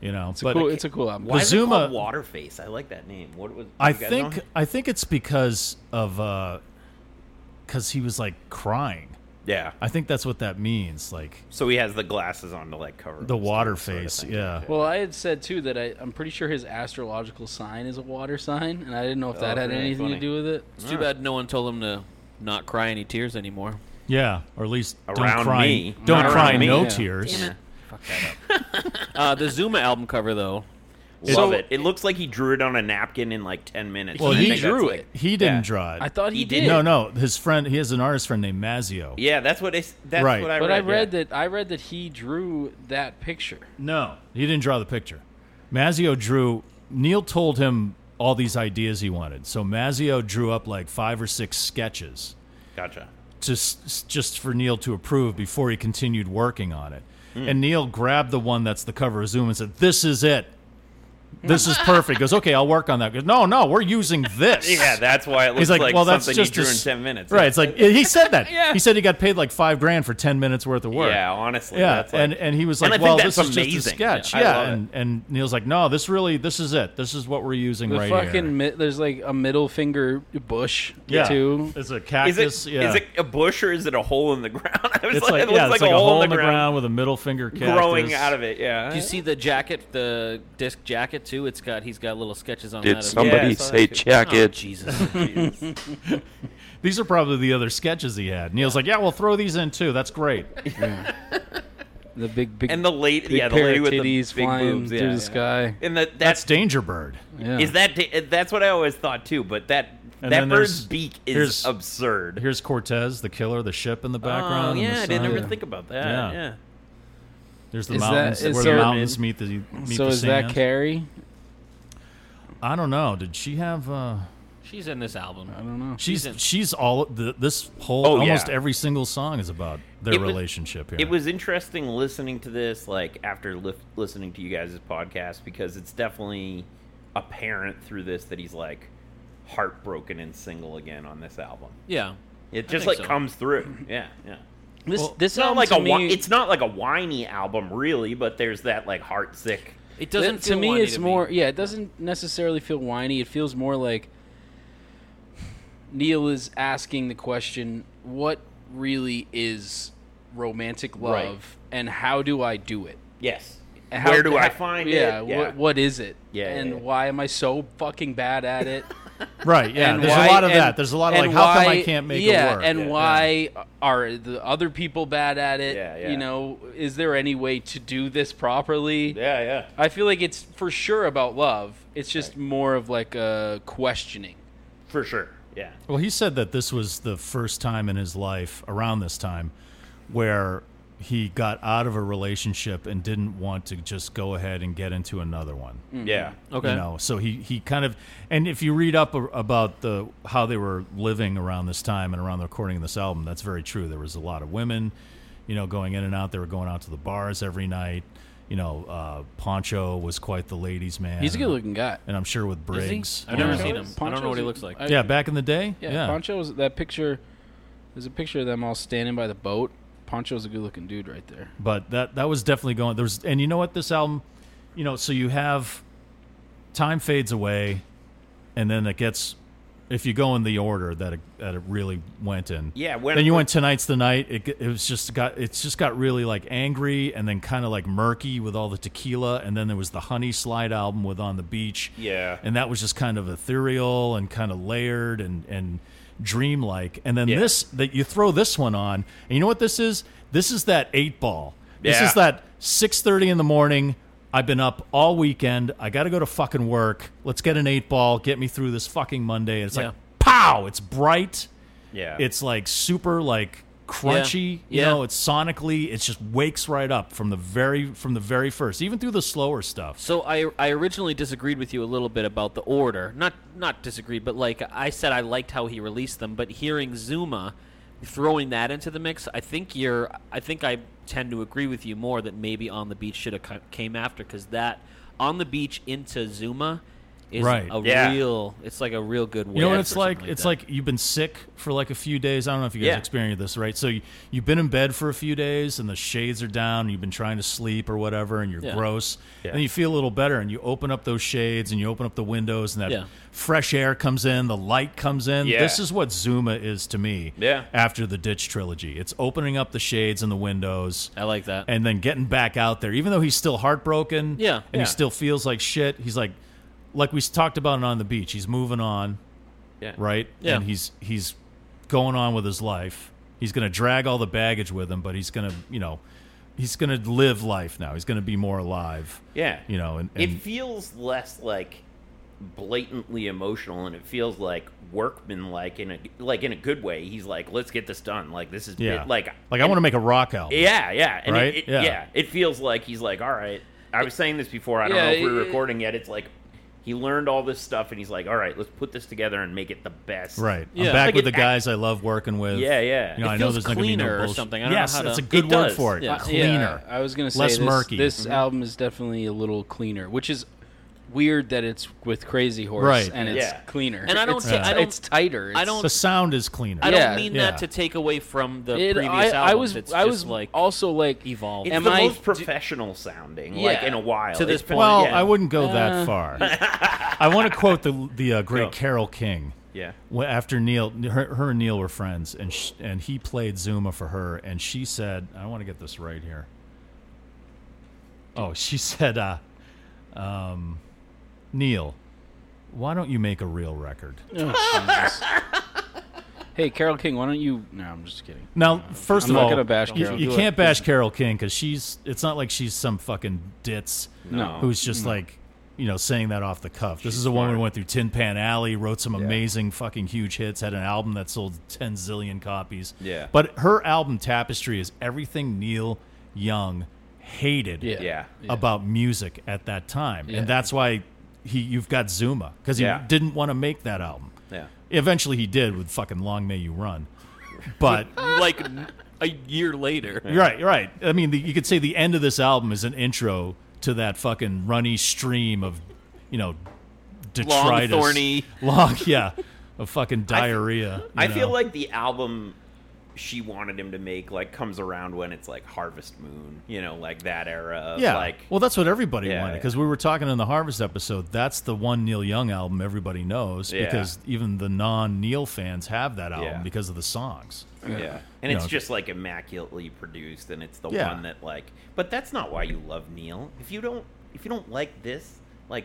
[SPEAKER 2] you know,
[SPEAKER 4] it's a
[SPEAKER 2] but
[SPEAKER 4] cool. It's a cool album.
[SPEAKER 1] Why is it
[SPEAKER 2] Zuma-
[SPEAKER 1] called Waterface? I like that name. What was?
[SPEAKER 2] I
[SPEAKER 1] you guys
[SPEAKER 2] think
[SPEAKER 1] know?
[SPEAKER 2] I think it's because of because he was like crying.
[SPEAKER 1] Yeah.
[SPEAKER 2] I think that's what that means, like
[SPEAKER 1] So he has the glasses on to like cover
[SPEAKER 2] the
[SPEAKER 1] his
[SPEAKER 2] water
[SPEAKER 1] face, sort of
[SPEAKER 2] face.
[SPEAKER 1] thing.
[SPEAKER 2] yeah.
[SPEAKER 4] Well, I had said too that I, I'm pretty sure his astrological sign is a water sign, and I didn't know if that
[SPEAKER 1] Oh,
[SPEAKER 4] had
[SPEAKER 1] really
[SPEAKER 4] anything
[SPEAKER 1] funny.
[SPEAKER 4] to do with it.
[SPEAKER 3] It's too bad no one told him to not cry any tears anymore.
[SPEAKER 2] Yeah, or at least don't
[SPEAKER 1] Around
[SPEAKER 2] cry.
[SPEAKER 1] me.
[SPEAKER 2] Don't
[SPEAKER 1] Not
[SPEAKER 2] cry.
[SPEAKER 1] around me.
[SPEAKER 2] No
[SPEAKER 4] Yeah.
[SPEAKER 2] tears.
[SPEAKER 3] Uh, the Zuma album cover though.
[SPEAKER 1] Love
[SPEAKER 4] So-
[SPEAKER 1] it. It looks like he drew it on a napkin in like ten minutes.
[SPEAKER 2] Well,
[SPEAKER 1] and I
[SPEAKER 2] he
[SPEAKER 1] think that's,
[SPEAKER 4] drew
[SPEAKER 1] like-
[SPEAKER 4] it.
[SPEAKER 2] He didn't draw it.
[SPEAKER 4] I thought he,
[SPEAKER 1] He
[SPEAKER 4] did.
[SPEAKER 1] did.
[SPEAKER 2] no, no. His friend. He has an artist friend named Mazio.
[SPEAKER 1] Yeah, that's what it's. That's
[SPEAKER 2] Right.
[SPEAKER 1] what I
[SPEAKER 4] But I
[SPEAKER 1] read.
[SPEAKER 4] read
[SPEAKER 1] yeah.
[SPEAKER 4] that I read that he drew that picture.
[SPEAKER 2] No, he didn't draw the picture. Mazio drew. Neil told him all these ideas he wanted, so Mazio drew up like five or six sketches.
[SPEAKER 1] Gotcha.
[SPEAKER 2] just just for Neil to approve before he continued working on it.
[SPEAKER 1] Hmm.
[SPEAKER 2] And Neil grabbed the one that's the cover of Zoom and said, "This is it. This is perfect." Goes, "Okay, I'll work on that." Goes, "No, no, we're using this."
[SPEAKER 1] Yeah, that's why it looks
[SPEAKER 2] He's like, "Well, that's
[SPEAKER 1] something
[SPEAKER 2] just
[SPEAKER 1] he drew
[SPEAKER 2] a
[SPEAKER 1] in
[SPEAKER 2] s-
[SPEAKER 1] ten minutes.
[SPEAKER 2] Right? It's like he said that. He said he got paid like five grand for ten minutes worth of work.
[SPEAKER 1] Yeah, honestly.
[SPEAKER 2] Yeah,
[SPEAKER 1] that's like-
[SPEAKER 2] and and he was
[SPEAKER 1] And
[SPEAKER 2] like,
[SPEAKER 1] I think
[SPEAKER 2] "Well,
[SPEAKER 1] that's
[SPEAKER 2] this is just a
[SPEAKER 1] amazing.
[SPEAKER 2] sketch."
[SPEAKER 1] Yeah,
[SPEAKER 2] Yeah,
[SPEAKER 1] I love
[SPEAKER 2] and and Neil's like, "No, this really, this is it. This is what we're using
[SPEAKER 4] The
[SPEAKER 2] right
[SPEAKER 4] fucking
[SPEAKER 2] here."
[SPEAKER 4] mi- there's like a middle finger bush
[SPEAKER 2] Yeah,
[SPEAKER 4] too.
[SPEAKER 2] it's a
[SPEAKER 1] is
[SPEAKER 2] cactus.
[SPEAKER 1] it,
[SPEAKER 2] yeah,
[SPEAKER 1] is it a bush or is it a hole in the ground? I was
[SPEAKER 2] it's like,
[SPEAKER 1] it looks
[SPEAKER 2] yeah, it's
[SPEAKER 1] like, a hole in the ground,
[SPEAKER 2] with a middle finger cactus
[SPEAKER 1] growing out of it. Yeah.
[SPEAKER 3] Do you see the jacket, the disc jacket too? It's got he's got little sketches on that.
[SPEAKER 8] Did
[SPEAKER 3] as
[SPEAKER 8] somebody
[SPEAKER 1] Yeah, I saw
[SPEAKER 8] say
[SPEAKER 1] that too.
[SPEAKER 3] well. Oh,
[SPEAKER 8] jacket?
[SPEAKER 3] Jesus.
[SPEAKER 2] These are probably the other sketches he had. Neil's like, yeah, we'll throw these in too. That's great.
[SPEAKER 4] The big big
[SPEAKER 1] And the late,
[SPEAKER 4] big
[SPEAKER 1] yeah, the
[SPEAKER 4] pair
[SPEAKER 1] lady
[SPEAKER 4] of
[SPEAKER 1] with the
[SPEAKER 4] titties
[SPEAKER 1] big
[SPEAKER 4] flying
[SPEAKER 1] boobs,
[SPEAKER 4] through
[SPEAKER 1] yeah,
[SPEAKER 4] the
[SPEAKER 1] yeah.
[SPEAKER 4] sky.
[SPEAKER 1] And that
[SPEAKER 2] That's
[SPEAKER 1] that's
[SPEAKER 2] Danger Bird.
[SPEAKER 4] Yeah.
[SPEAKER 1] is that that's what I always thought too. But that
[SPEAKER 2] And
[SPEAKER 1] that
[SPEAKER 2] then
[SPEAKER 1] bird's
[SPEAKER 2] there's-
[SPEAKER 1] beak is
[SPEAKER 2] here's-
[SPEAKER 1] absurd.
[SPEAKER 2] Here's Cortez, the killer, the ship in the
[SPEAKER 1] oh,
[SPEAKER 2] background. and the
[SPEAKER 1] yeah, I didn't
[SPEAKER 2] sun.
[SPEAKER 1] ever think about that.
[SPEAKER 2] Yeah.
[SPEAKER 1] Yeah.
[SPEAKER 2] There's the
[SPEAKER 4] Is that-
[SPEAKER 2] mountains
[SPEAKER 4] is
[SPEAKER 2] where
[SPEAKER 4] so-
[SPEAKER 2] the mountains meet the meet
[SPEAKER 4] so
[SPEAKER 2] the
[SPEAKER 4] is that
[SPEAKER 2] sand.
[SPEAKER 4] Carrie?
[SPEAKER 2] I don't know. Did she have? Uh,
[SPEAKER 3] She's in this album.
[SPEAKER 4] I don't know.
[SPEAKER 2] she's
[SPEAKER 3] in-
[SPEAKER 2] she's all the, this whole
[SPEAKER 1] Oh, yeah.
[SPEAKER 2] almost every single song is about their
[SPEAKER 1] It was-
[SPEAKER 2] relationship here.
[SPEAKER 1] It was interesting listening to this, like after lif listening to you guys' podcast, because it's definitely apparent through this that he's like heartbroken and single again on this album.
[SPEAKER 3] Yeah.
[SPEAKER 1] It just like
[SPEAKER 3] think so.
[SPEAKER 1] comes through. Yeah, yeah.
[SPEAKER 4] This this
[SPEAKER 1] It's not
[SPEAKER 4] album
[SPEAKER 1] like
[SPEAKER 4] to
[SPEAKER 1] a
[SPEAKER 4] me,
[SPEAKER 1] whi- it's not like a whiny album really, but there's that like heart sick.
[SPEAKER 3] It doesn't
[SPEAKER 4] to
[SPEAKER 3] feel
[SPEAKER 4] me
[SPEAKER 3] whiny
[SPEAKER 4] it's
[SPEAKER 3] to
[SPEAKER 4] more yeah it doesn't necessarily feel whiny it feels more like neil is asking the question what really is romantic love
[SPEAKER 1] Right.
[SPEAKER 4] and how do i do it
[SPEAKER 1] Yes.
[SPEAKER 4] And how-
[SPEAKER 1] Where do I
[SPEAKER 4] how-
[SPEAKER 1] find
[SPEAKER 4] yeah,
[SPEAKER 1] it?
[SPEAKER 4] What, what is it
[SPEAKER 1] Yeah, yeah,
[SPEAKER 4] and
[SPEAKER 1] yeah.
[SPEAKER 4] why am i so fucking bad at it
[SPEAKER 2] right. Yeah.
[SPEAKER 4] and
[SPEAKER 2] There's
[SPEAKER 4] why-
[SPEAKER 2] a lot of
[SPEAKER 4] and-
[SPEAKER 2] that. There's a lot of like,
[SPEAKER 4] and
[SPEAKER 2] how come I
[SPEAKER 4] why-
[SPEAKER 2] can't make
[SPEAKER 4] yeah,
[SPEAKER 2] it work?
[SPEAKER 4] And
[SPEAKER 2] Yeah.
[SPEAKER 4] why are the other people bad at it?
[SPEAKER 1] Yeah, yeah.
[SPEAKER 4] You know, is there any way to do this properly?
[SPEAKER 1] Yeah, yeah.
[SPEAKER 4] I feel like it's for sure about love. It's just more of like a questioning.
[SPEAKER 1] For sure. Yeah.
[SPEAKER 2] Well, he said that this was the first time in his life around this time where he got out of a relationship and didn't want to just go ahead and get into another one.
[SPEAKER 1] Yeah. Oh,
[SPEAKER 3] Okay.
[SPEAKER 2] You know, so he, he kind of and if you read up a- about the how they were living around this time and around the recording of this album, that's very true. There was a lot of women, you know, going in and out. They were going out to the bars every night. You know, uh, Poncho was quite the ladies' man.
[SPEAKER 4] He's a good-looking guy.
[SPEAKER 2] and I'm sure with Briggs.
[SPEAKER 3] I've never
[SPEAKER 2] Yeah.
[SPEAKER 3] seen him. I don't know what he looks like.
[SPEAKER 2] Yeah, back in the day.
[SPEAKER 4] yeah. Poncho was that picture. There's a picture of them all standing by the boat. Poncho's a good-looking dude right there.
[SPEAKER 2] but that that was definitely going there was and you know what this album you know so you have time fades away and then it gets if you go in the order that it, that it really went in
[SPEAKER 1] Yeah, when-
[SPEAKER 2] then you went tonight's the night it, g- it was just got it's just got really like angry and then kind of like murky with all the tequila and then there was the honey slide album with on the beach
[SPEAKER 1] Yeah.
[SPEAKER 2] and that was just kind of ethereal and kind of layered and and dreamlike and then
[SPEAKER 1] Yeah.
[SPEAKER 2] this that you throw this one on and you know what this is this is that eight ball this
[SPEAKER 1] Yeah.
[SPEAKER 2] is that 6.30 in the morning i've been up all weekend i gotta go to fucking work let's get an eight ball get me through this fucking monday and it's like pow it's bright
[SPEAKER 1] Yeah.
[SPEAKER 2] it's like super like crunchy you
[SPEAKER 3] Yeah.
[SPEAKER 2] know it's sonically it just wakes right up from the very from the very first even through the slower stuff
[SPEAKER 3] So I I originally disagreed with you a little bit about the order. Not not disagreed, but like I said I liked how he released them, but hearing Zuma throwing that into the mix, I think you're I think I tend to agree with you more that maybe on the beach should have co- came after cuz that on the beach into Zuma is
[SPEAKER 2] Right.
[SPEAKER 3] a
[SPEAKER 1] Yeah.
[SPEAKER 3] real it's like a real good way.
[SPEAKER 2] You know what it's like? It's like you've been sick for like a few days. I don't know if you guys
[SPEAKER 1] Yeah.
[SPEAKER 2] experienced this, right? So you, you've been in bed for a few days and the shades are down. And you've been trying to sleep or whatever, and you're
[SPEAKER 3] Yeah.
[SPEAKER 2] gross.
[SPEAKER 1] Yeah.
[SPEAKER 2] And you feel a little better, and you open up those shades and you open up the windows, and that
[SPEAKER 3] Yeah.
[SPEAKER 2] fresh air comes in, the light comes in.
[SPEAKER 1] Yeah.
[SPEAKER 2] This is what Zuma is to me.
[SPEAKER 1] Yeah.
[SPEAKER 2] After the Ditch trilogy, it's opening up the shades and the windows.
[SPEAKER 3] I like that.
[SPEAKER 2] And then getting back out there, even though he's still heartbroken.
[SPEAKER 3] Yeah.
[SPEAKER 2] And
[SPEAKER 3] Yeah.
[SPEAKER 2] he still feels like shit. He's like, like we talked about it on the beach. He's moving on
[SPEAKER 1] yeah.
[SPEAKER 2] right?
[SPEAKER 3] Yeah.
[SPEAKER 2] And he's he's going on with his life. He's going to drag all the baggage with him, but he's going to, you know, he's going to live life now. He's going to be more alive.
[SPEAKER 1] Yeah.
[SPEAKER 2] You know, and,
[SPEAKER 1] it
[SPEAKER 2] and
[SPEAKER 1] feels less like blatantly emotional and it feels like workman like in a like in a good way he's like let's get this done like this is
[SPEAKER 2] yeah.
[SPEAKER 1] like
[SPEAKER 2] like I want to make a rock album.
[SPEAKER 1] yeah yeah and it-
[SPEAKER 2] Right?
[SPEAKER 1] it-
[SPEAKER 2] Yeah.
[SPEAKER 1] yeah. it feels like he's like all right i was saying this before i don't
[SPEAKER 4] Yeah,
[SPEAKER 1] know if we were
[SPEAKER 4] it-
[SPEAKER 1] recording yet it's like he learned all this stuff and he's like all right let's put this together and make it the best
[SPEAKER 2] Right.
[SPEAKER 3] Yeah.
[SPEAKER 2] I'm back
[SPEAKER 1] Like
[SPEAKER 2] with
[SPEAKER 1] it
[SPEAKER 2] the guys I love working with.
[SPEAKER 1] Yeah, yeah.
[SPEAKER 2] You know,
[SPEAKER 3] It
[SPEAKER 2] I know
[SPEAKER 3] feels
[SPEAKER 2] there's not going to be no
[SPEAKER 3] cleaner or
[SPEAKER 2] bullshit.
[SPEAKER 3] something. I don't know
[SPEAKER 2] yes,
[SPEAKER 3] how to-
[SPEAKER 2] that's a good
[SPEAKER 1] It
[SPEAKER 2] word
[SPEAKER 1] does.
[SPEAKER 2] for it.
[SPEAKER 3] Yeah.
[SPEAKER 2] Cleaner.
[SPEAKER 4] Yeah, I was gonna say
[SPEAKER 2] less
[SPEAKER 4] this,
[SPEAKER 2] murky. Mm-hmm.
[SPEAKER 4] This album is definitely a little cleaner, which is weird that it's with Crazy Horse
[SPEAKER 2] Right.
[SPEAKER 4] and it's
[SPEAKER 1] Yeah.
[SPEAKER 4] cleaner.
[SPEAKER 3] And I don't
[SPEAKER 4] it's,
[SPEAKER 3] ta- I don't-
[SPEAKER 4] it's tighter.
[SPEAKER 3] I
[SPEAKER 4] It's-
[SPEAKER 3] don't-
[SPEAKER 2] the sound is cleaner.
[SPEAKER 3] I
[SPEAKER 4] Yeah.
[SPEAKER 3] don't mean
[SPEAKER 2] Yeah.
[SPEAKER 3] that to take away from the
[SPEAKER 4] It, I,
[SPEAKER 3] previous album.
[SPEAKER 4] I was
[SPEAKER 3] it's
[SPEAKER 4] I
[SPEAKER 3] just
[SPEAKER 4] was
[SPEAKER 3] like
[SPEAKER 4] also like
[SPEAKER 3] evolved.
[SPEAKER 1] it's
[SPEAKER 4] Am
[SPEAKER 1] the
[SPEAKER 4] I-
[SPEAKER 1] most professional sounding like
[SPEAKER 4] Yeah.
[SPEAKER 1] in a while
[SPEAKER 3] To this
[SPEAKER 1] It's-
[SPEAKER 3] point,
[SPEAKER 2] well,
[SPEAKER 1] yeah.
[SPEAKER 2] I wouldn't go that far. I want to quote the the uh,
[SPEAKER 1] Go.
[SPEAKER 2] great Carol King.
[SPEAKER 1] yeah
[SPEAKER 2] Well, after Neil, her, her and Neil were friends, and sh- and he played Zuma for her, and she said, "I want to get this right here." Oh, she said, uh, um, "Neil, why don't you make a real record?"
[SPEAKER 4] Oh, Jesus. hey, Carol King, why don't you? No, I'm just kidding.
[SPEAKER 2] Now, first
[SPEAKER 4] I'm
[SPEAKER 2] of
[SPEAKER 4] not
[SPEAKER 2] all,
[SPEAKER 4] gonna bash
[SPEAKER 2] you,
[SPEAKER 4] Carole.
[SPEAKER 2] you
[SPEAKER 4] Do it.
[SPEAKER 2] can't bash Carol King because she's. It's not like she's some fucking ditz
[SPEAKER 4] No.
[SPEAKER 2] who's just like you know, saying that off the cuff. This is a woman who went through Tin Pan Alley, wrote some amazing fucking huge hits, had an album that sold 10 zillion copies.
[SPEAKER 1] Yeah.
[SPEAKER 2] But her album Tapestry is everything Neil Young hated
[SPEAKER 4] Yeah.
[SPEAKER 1] Yeah.
[SPEAKER 2] about music at that time.
[SPEAKER 4] Yeah.
[SPEAKER 2] And that's why he you've got Zuma cuz he
[SPEAKER 1] Yeah.
[SPEAKER 2] didn't want to make that album.
[SPEAKER 1] Yeah.
[SPEAKER 2] Eventually he did with fucking Long May You Run. But
[SPEAKER 3] like n- a year later.
[SPEAKER 2] You're right. You're right. I mean, the, you could say the end of this album is an intro to that fucking runny stream of, you know, detritus,
[SPEAKER 3] thorny-
[SPEAKER 2] long, yeah, of fucking diarrhea. you
[SPEAKER 1] I feel
[SPEAKER 2] know?
[SPEAKER 1] like the album she wanted him to make like comes around when it's like Harvest Moon, you know, like that era. Of,
[SPEAKER 2] yeah.
[SPEAKER 1] Like,
[SPEAKER 2] well, that's what everybody
[SPEAKER 1] Yeah,
[SPEAKER 2] wanted
[SPEAKER 1] yeah.
[SPEAKER 2] because we were talking in the Harvest episode. That's the one Neil Young album everybody knows
[SPEAKER 1] Yeah.
[SPEAKER 2] because even the non-Neil fans have that album
[SPEAKER 1] Yeah.
[SPEAKER 2] because of the songs.
[SPEAKER 1] yeah, and it's
[SPEAKER 2] No.
[SPEAKER 1] just like immaculately produced, and it's the
[SPEAKER 2] Yeah.
[SPEAKER 1] one that like. But that's not why you love Neil. If you don't, if you don't like this, like,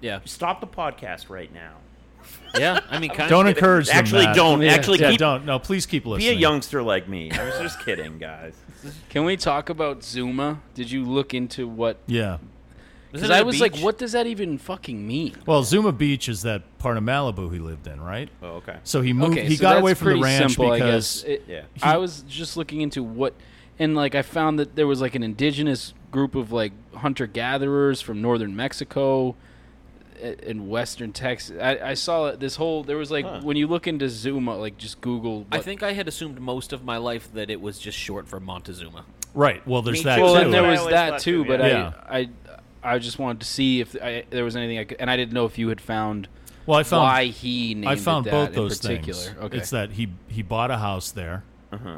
[SPEAKER 3] Yeah.
[SPEAKER 1] stop the podcast right now.
[SPEAKER 3] Yeah. I mean, kind
[SPEAKER 2] Don't
[SPEAKER 3] of.
[SPEAKER 2] encourage them.
[SPEAKER 1] Actually,
[SPEAKER 2] Matt.
[SPEAKER 1] don't.
[SPEAKER 4] Yeah.
[SPEAKER 1] Actually,
[SPEAKER 2] Yeah,
[SPEAKER 1] keep,
[SPEAKER 2] don't. No, please keep
[SPEAKER 1] be
[SPEAKER 2] listening.
[SPEAKER 1] a youngster like me. I was just kidding, guys.
[SPEAKER 4] Can we talk about Zuma? Did you look into what?
[SPEAKER 2] Yeah.
[SPEAKER 4] Because I was like, what does that even fucking mean?
[SPEAKER 2] Well, Zuma Beach is that part of Malibu he lived in, right?
[SPEAKER 1] Oh, okay.
[SPEAKER 2] So he moved.
[SPEAKER 4] Okay,
[SPEAKER 2] he
[SPEAKER 4] so
[SPEAKER 2] got
[SPEAKER 4] that's
[SPEAKER 2] away from the
[SPEAKER 4] pretty
[SPEAKER 2] ranch
[SPEAKER 4] simple,
[SPEAKER 2] because
[SPEAKER 4] I, guess. It-
[SPEAKER 1] Yeah.
[SPEAKER 4] I was just looking into what, and like I found that there was like an indigenous group of like hunter gatherers from northern Mexico a- and western Texas. I, I saw this whole there was like when you look into Zuma, like just Google.
[SPEAKER 3] I
[SPEAKER 4] what-
[SPEAKER 3] think I had assumed most of my life that it was just short for Montezuma.
[SPEAKER 2] right. Well, there's that
[SPEAKER 4] Well,
[SPEAKER 2] too.
[SPEAKER 4] and there
[SPEAKER 1] I
[SPEAKER 4] was
[SPEAKER 1] always
[SPEAKER 4] that
[SPEAKER 1] thought
[SPEAKER 4] too,
[SPEAKER 1] too,
[SPEAKER 4] but
[SPEAKER 2] yeah.
[SPEAKER 4] I, I, I just wanted to see if I, there was anything I could, and I didn't know if you had found.
[SPEAKER 2] well, I found
[SPEAKER 4] why he named
[SPEAKER 2] I found
[SPEAKER 4] it that
[SPEAKER 2] both
[SPEAKER 4] in
[SPEAKER 2] those
[SPEAKER 4] particular.
[SPEAKER 2] things.
[SPEAKER 4] Okay. Uh-huh.
[SPEAKER 2] It's that he he bought a house there.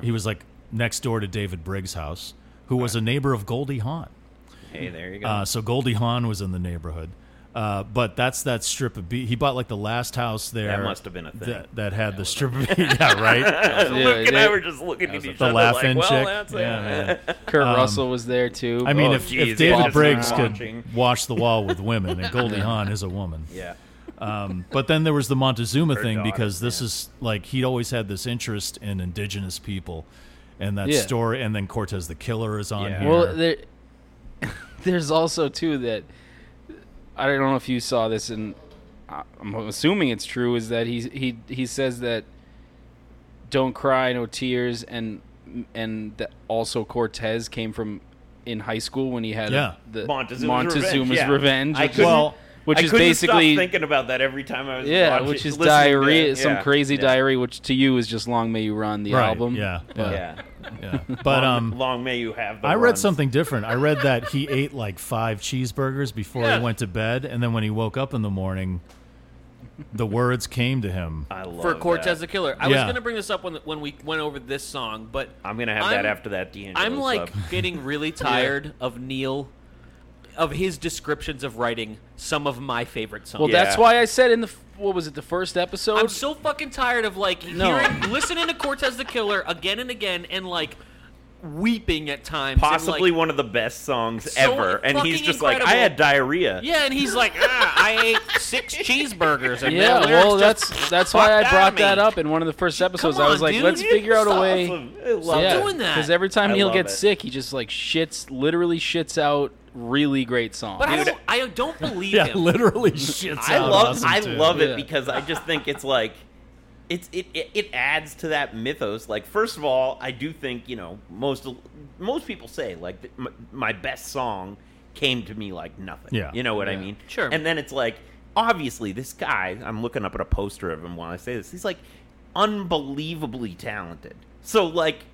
[SPEAKER 2] He was like next door to David Briggs' house, who was a neighbor of Goldie Hawn.
[SPEAKER 1] Hey, there you go.
[SPEAKER 2] Uh, so Goldie Hawn was in the neighborhood. Uh, but that's that strip of beach. He bought like the last house there.
[SPEAKER 1] must have been a thing.
[SPEAKER 2] That, that had the strip of beach. Yeah, right.
[SPEAKER 1] So
[SPEAKER 4] yeah,
[SPEAKER 1] Luke and I
[SPEAKER 4] they-
[SPEAKER 1] were just looking at each
[SPEAKER 2] the
[SPEAKER 1] other
[SPEAKER 2] laughing
[SPEAKER 1] like, well,
[SPEAKER 2] chick.
[SPEAKER 1] that's it.
[SPEAKER 2] yeah, man.
[SPEAKER 4] Kurt Russell was there too.
[SPEAKER 2] um, I mean,
[SPEAKER 1] Oh,
[SPEAKER 2] if,
[SPEAKER 1] geez,
[SPEAKER 2] if David
[SPEAKER 1] Bob's
[SPEAKER 2] Briggs
[SPEAKER 1] not watching.
[SPEAKER 2] could wash the wall with women, and Goldie Hawn is a woman.
[SPEAKER 1] Yeah.
[SPEAKER 2] Um, but then there was the Montezuma thing
[SPEAKER 1] daughter,
[SPEAKER 2] because this is like he'd always had this interest in indigenous people and that
[SPEAKER 4] Yeah.
[SPEAKER 2] story. And then Cortez the Killer is on
[SPEAKER 1] Yeah.
[SPEAKER 2] here.
[SPEAKER 4] Well, there, there's also too that I don't know if you saw this, and I- I'm assuming it's true. Is that he he he says that don't cry, no tears, and and that also Cortez came from in high school when he had
[SPEAKER 2] Yeah.
[SPEAKER 4] the
[SPEAKER 1] Montezuma's,
[SPEAKER 4] Uh, Montezuma's
[SPEAKER 1] revenge. yeah.
[SPEAKER 4] revenge,
[SPEAKER 1] I
[SPEAKER 4] which is-
[SPEAKER 1] couldn't-
[SPEAKER 2] Well,
[SPEAKER 4] which
[SPEAKER 1] I
[SPEAKER 4] is
[SPEAKER 1] couldn't stop
[SPEAKER 4] basically
[SPEAKER 1] thinking about that every time I was
[SPEAKER 4] yeah,
[SPEAKER 1] watching-
[SPEAKER 4] which
[SPEAKER 1] listening
[SPEAKER 4] is
[SPEAKER 1] to it.
[SPEAKER 4] diarrhea, some
[SPEAKER 1] Yeah.
[SPEAKER 4] crazy
[SPEAKER 1] Yeah.
[SPEAKER 4] diarrhea, which to you is just "Long May You Run" the
[SPEAKER 2] Right,
[SPEAKER 4] album.
[SPEAKER 2] yeah,
[SPEAKER 4] but
[SPEAKER 1] Yeah.
[SPEAKER 2] yeah. But
[SPEAKER 1] Long-
[SPEAKER 2] um,
[SPEAKER 1] long may you have. The
[SPEAKER 2] I read
[SPEAKER 1] runs.
[SPEAKER 2] something different. I read that he ate like five cheeseburgers before he went to bed. And then when he woke up in the morning, the words came to him.
[SPEAKER 1] I love
[SPEAKER 3] for Cortez the
[SPEAKER 1] That.
[SPEAKER 3] Killer. I
[SPEAKER 2] Yeah.
[SPEAKER 3] was gonna bring this up when when we went over this song, but
[SPEAKER 1] I'm gonna have
[SPEAKER 3] I'm-
[SPEAKER 1] that after that D'Angelo.
[SPEAKER 3] I'm like
[SPEAKER 1] sub.
[SPEAKER 3] getting really tired of Neil, of his descriptions of writing some of my favorite songs.
[SPEAKER 4] well, that's
[SPEAKER 1] Yeah.
[SPEAKER 4] why I said in the f- what was it the first episode?
[SPEAKER 3] I'm so fucking tired of like
[SPEAKER 4] No.
[SPEAKER 3] hearing, listening to Cortez the Killer again and again, and like weeping at times. and,
[SPEAKER 1] possibly
[SPEAKER 3] like-
[SPEAKER 1] one of the best songs
[SPEAKER 3] So
[SPEAKER 1] ever, and he's
[SPEAKER 3] fucking
[SPEAKER 1] just like, I
[SPEAKER 3] incredible.
[SPEAKER 1] had diarrhea.
[SPEAKER 3] Yeah, and he's like, ah, I ate six cheeseburgers. And
[SPEAKER 4] yeah,
[SPEAKER 3] the lyrics
[SPEAKER 4] well,
[SPEAKER 3] just-
[SPEAKER 4] that's that's why I
[SPEAKER 3] fucked out
[SPEAKER 4] brought
[SPEAKER 3] of
[SPEAKER 4] that
[SPEAKER 3] me.
[SPEAKER 4] up in one of the first episodes. I
[SPEAKER 3] on,
[SPEAKER 4] was like,
[SPEAKER 3] dude.
[SPEAKER 4] let's figure out
[SPEAKER 1] It's
[SPEAKER 4] a way.
[SPEAKER 1] awesome. I love
[SPEAKER 3] Yeah.
[SPEAKER 1] it.
[SPEAKER 3] doing that.
[SPEAKER 4] Because every time
[SPEAKER 1] I
[SPEAKER 4] Neil
[SPEAKER 1] love
[SPEAKER 4] gets
[SPEAKER 1] it.
[SPEAKER 4] sick, he just like shits, literally shits out really great songs.
[SPEAKER 3] But I don't, I don't believe
[SPEAKER 2] Yeah,
[SPEAKER 3] him.
[SPEAKER 2] literally shits
[SPEAKER 1] I
[SPEAKER 2] out
[SPEAKER 1] love
[SPEAKER 2] awesome,
[SPEAKER 1] I
[SPEAKER 2] too.
[SPEAKER 1] love it
[SPEAKER 4] Yeah.
[SPEAKER 1] because I just think it's like it's it, it it adds to that mythos. Like first of all, I do think, you know, most most people say like th- m- my best song came to me like nothing.
[SPEAKER 2] Yeah.
[SPEAKER 1] You know what I
[SPEAKER 4] Yeah.
[SPEAKER 1] mean?
[SPEAKER 3] Sure.
[SPEAKER 1] And then it's like obviously this guy, I'm looking up at a poster of him while I say this. He's like unbelievably talented. So like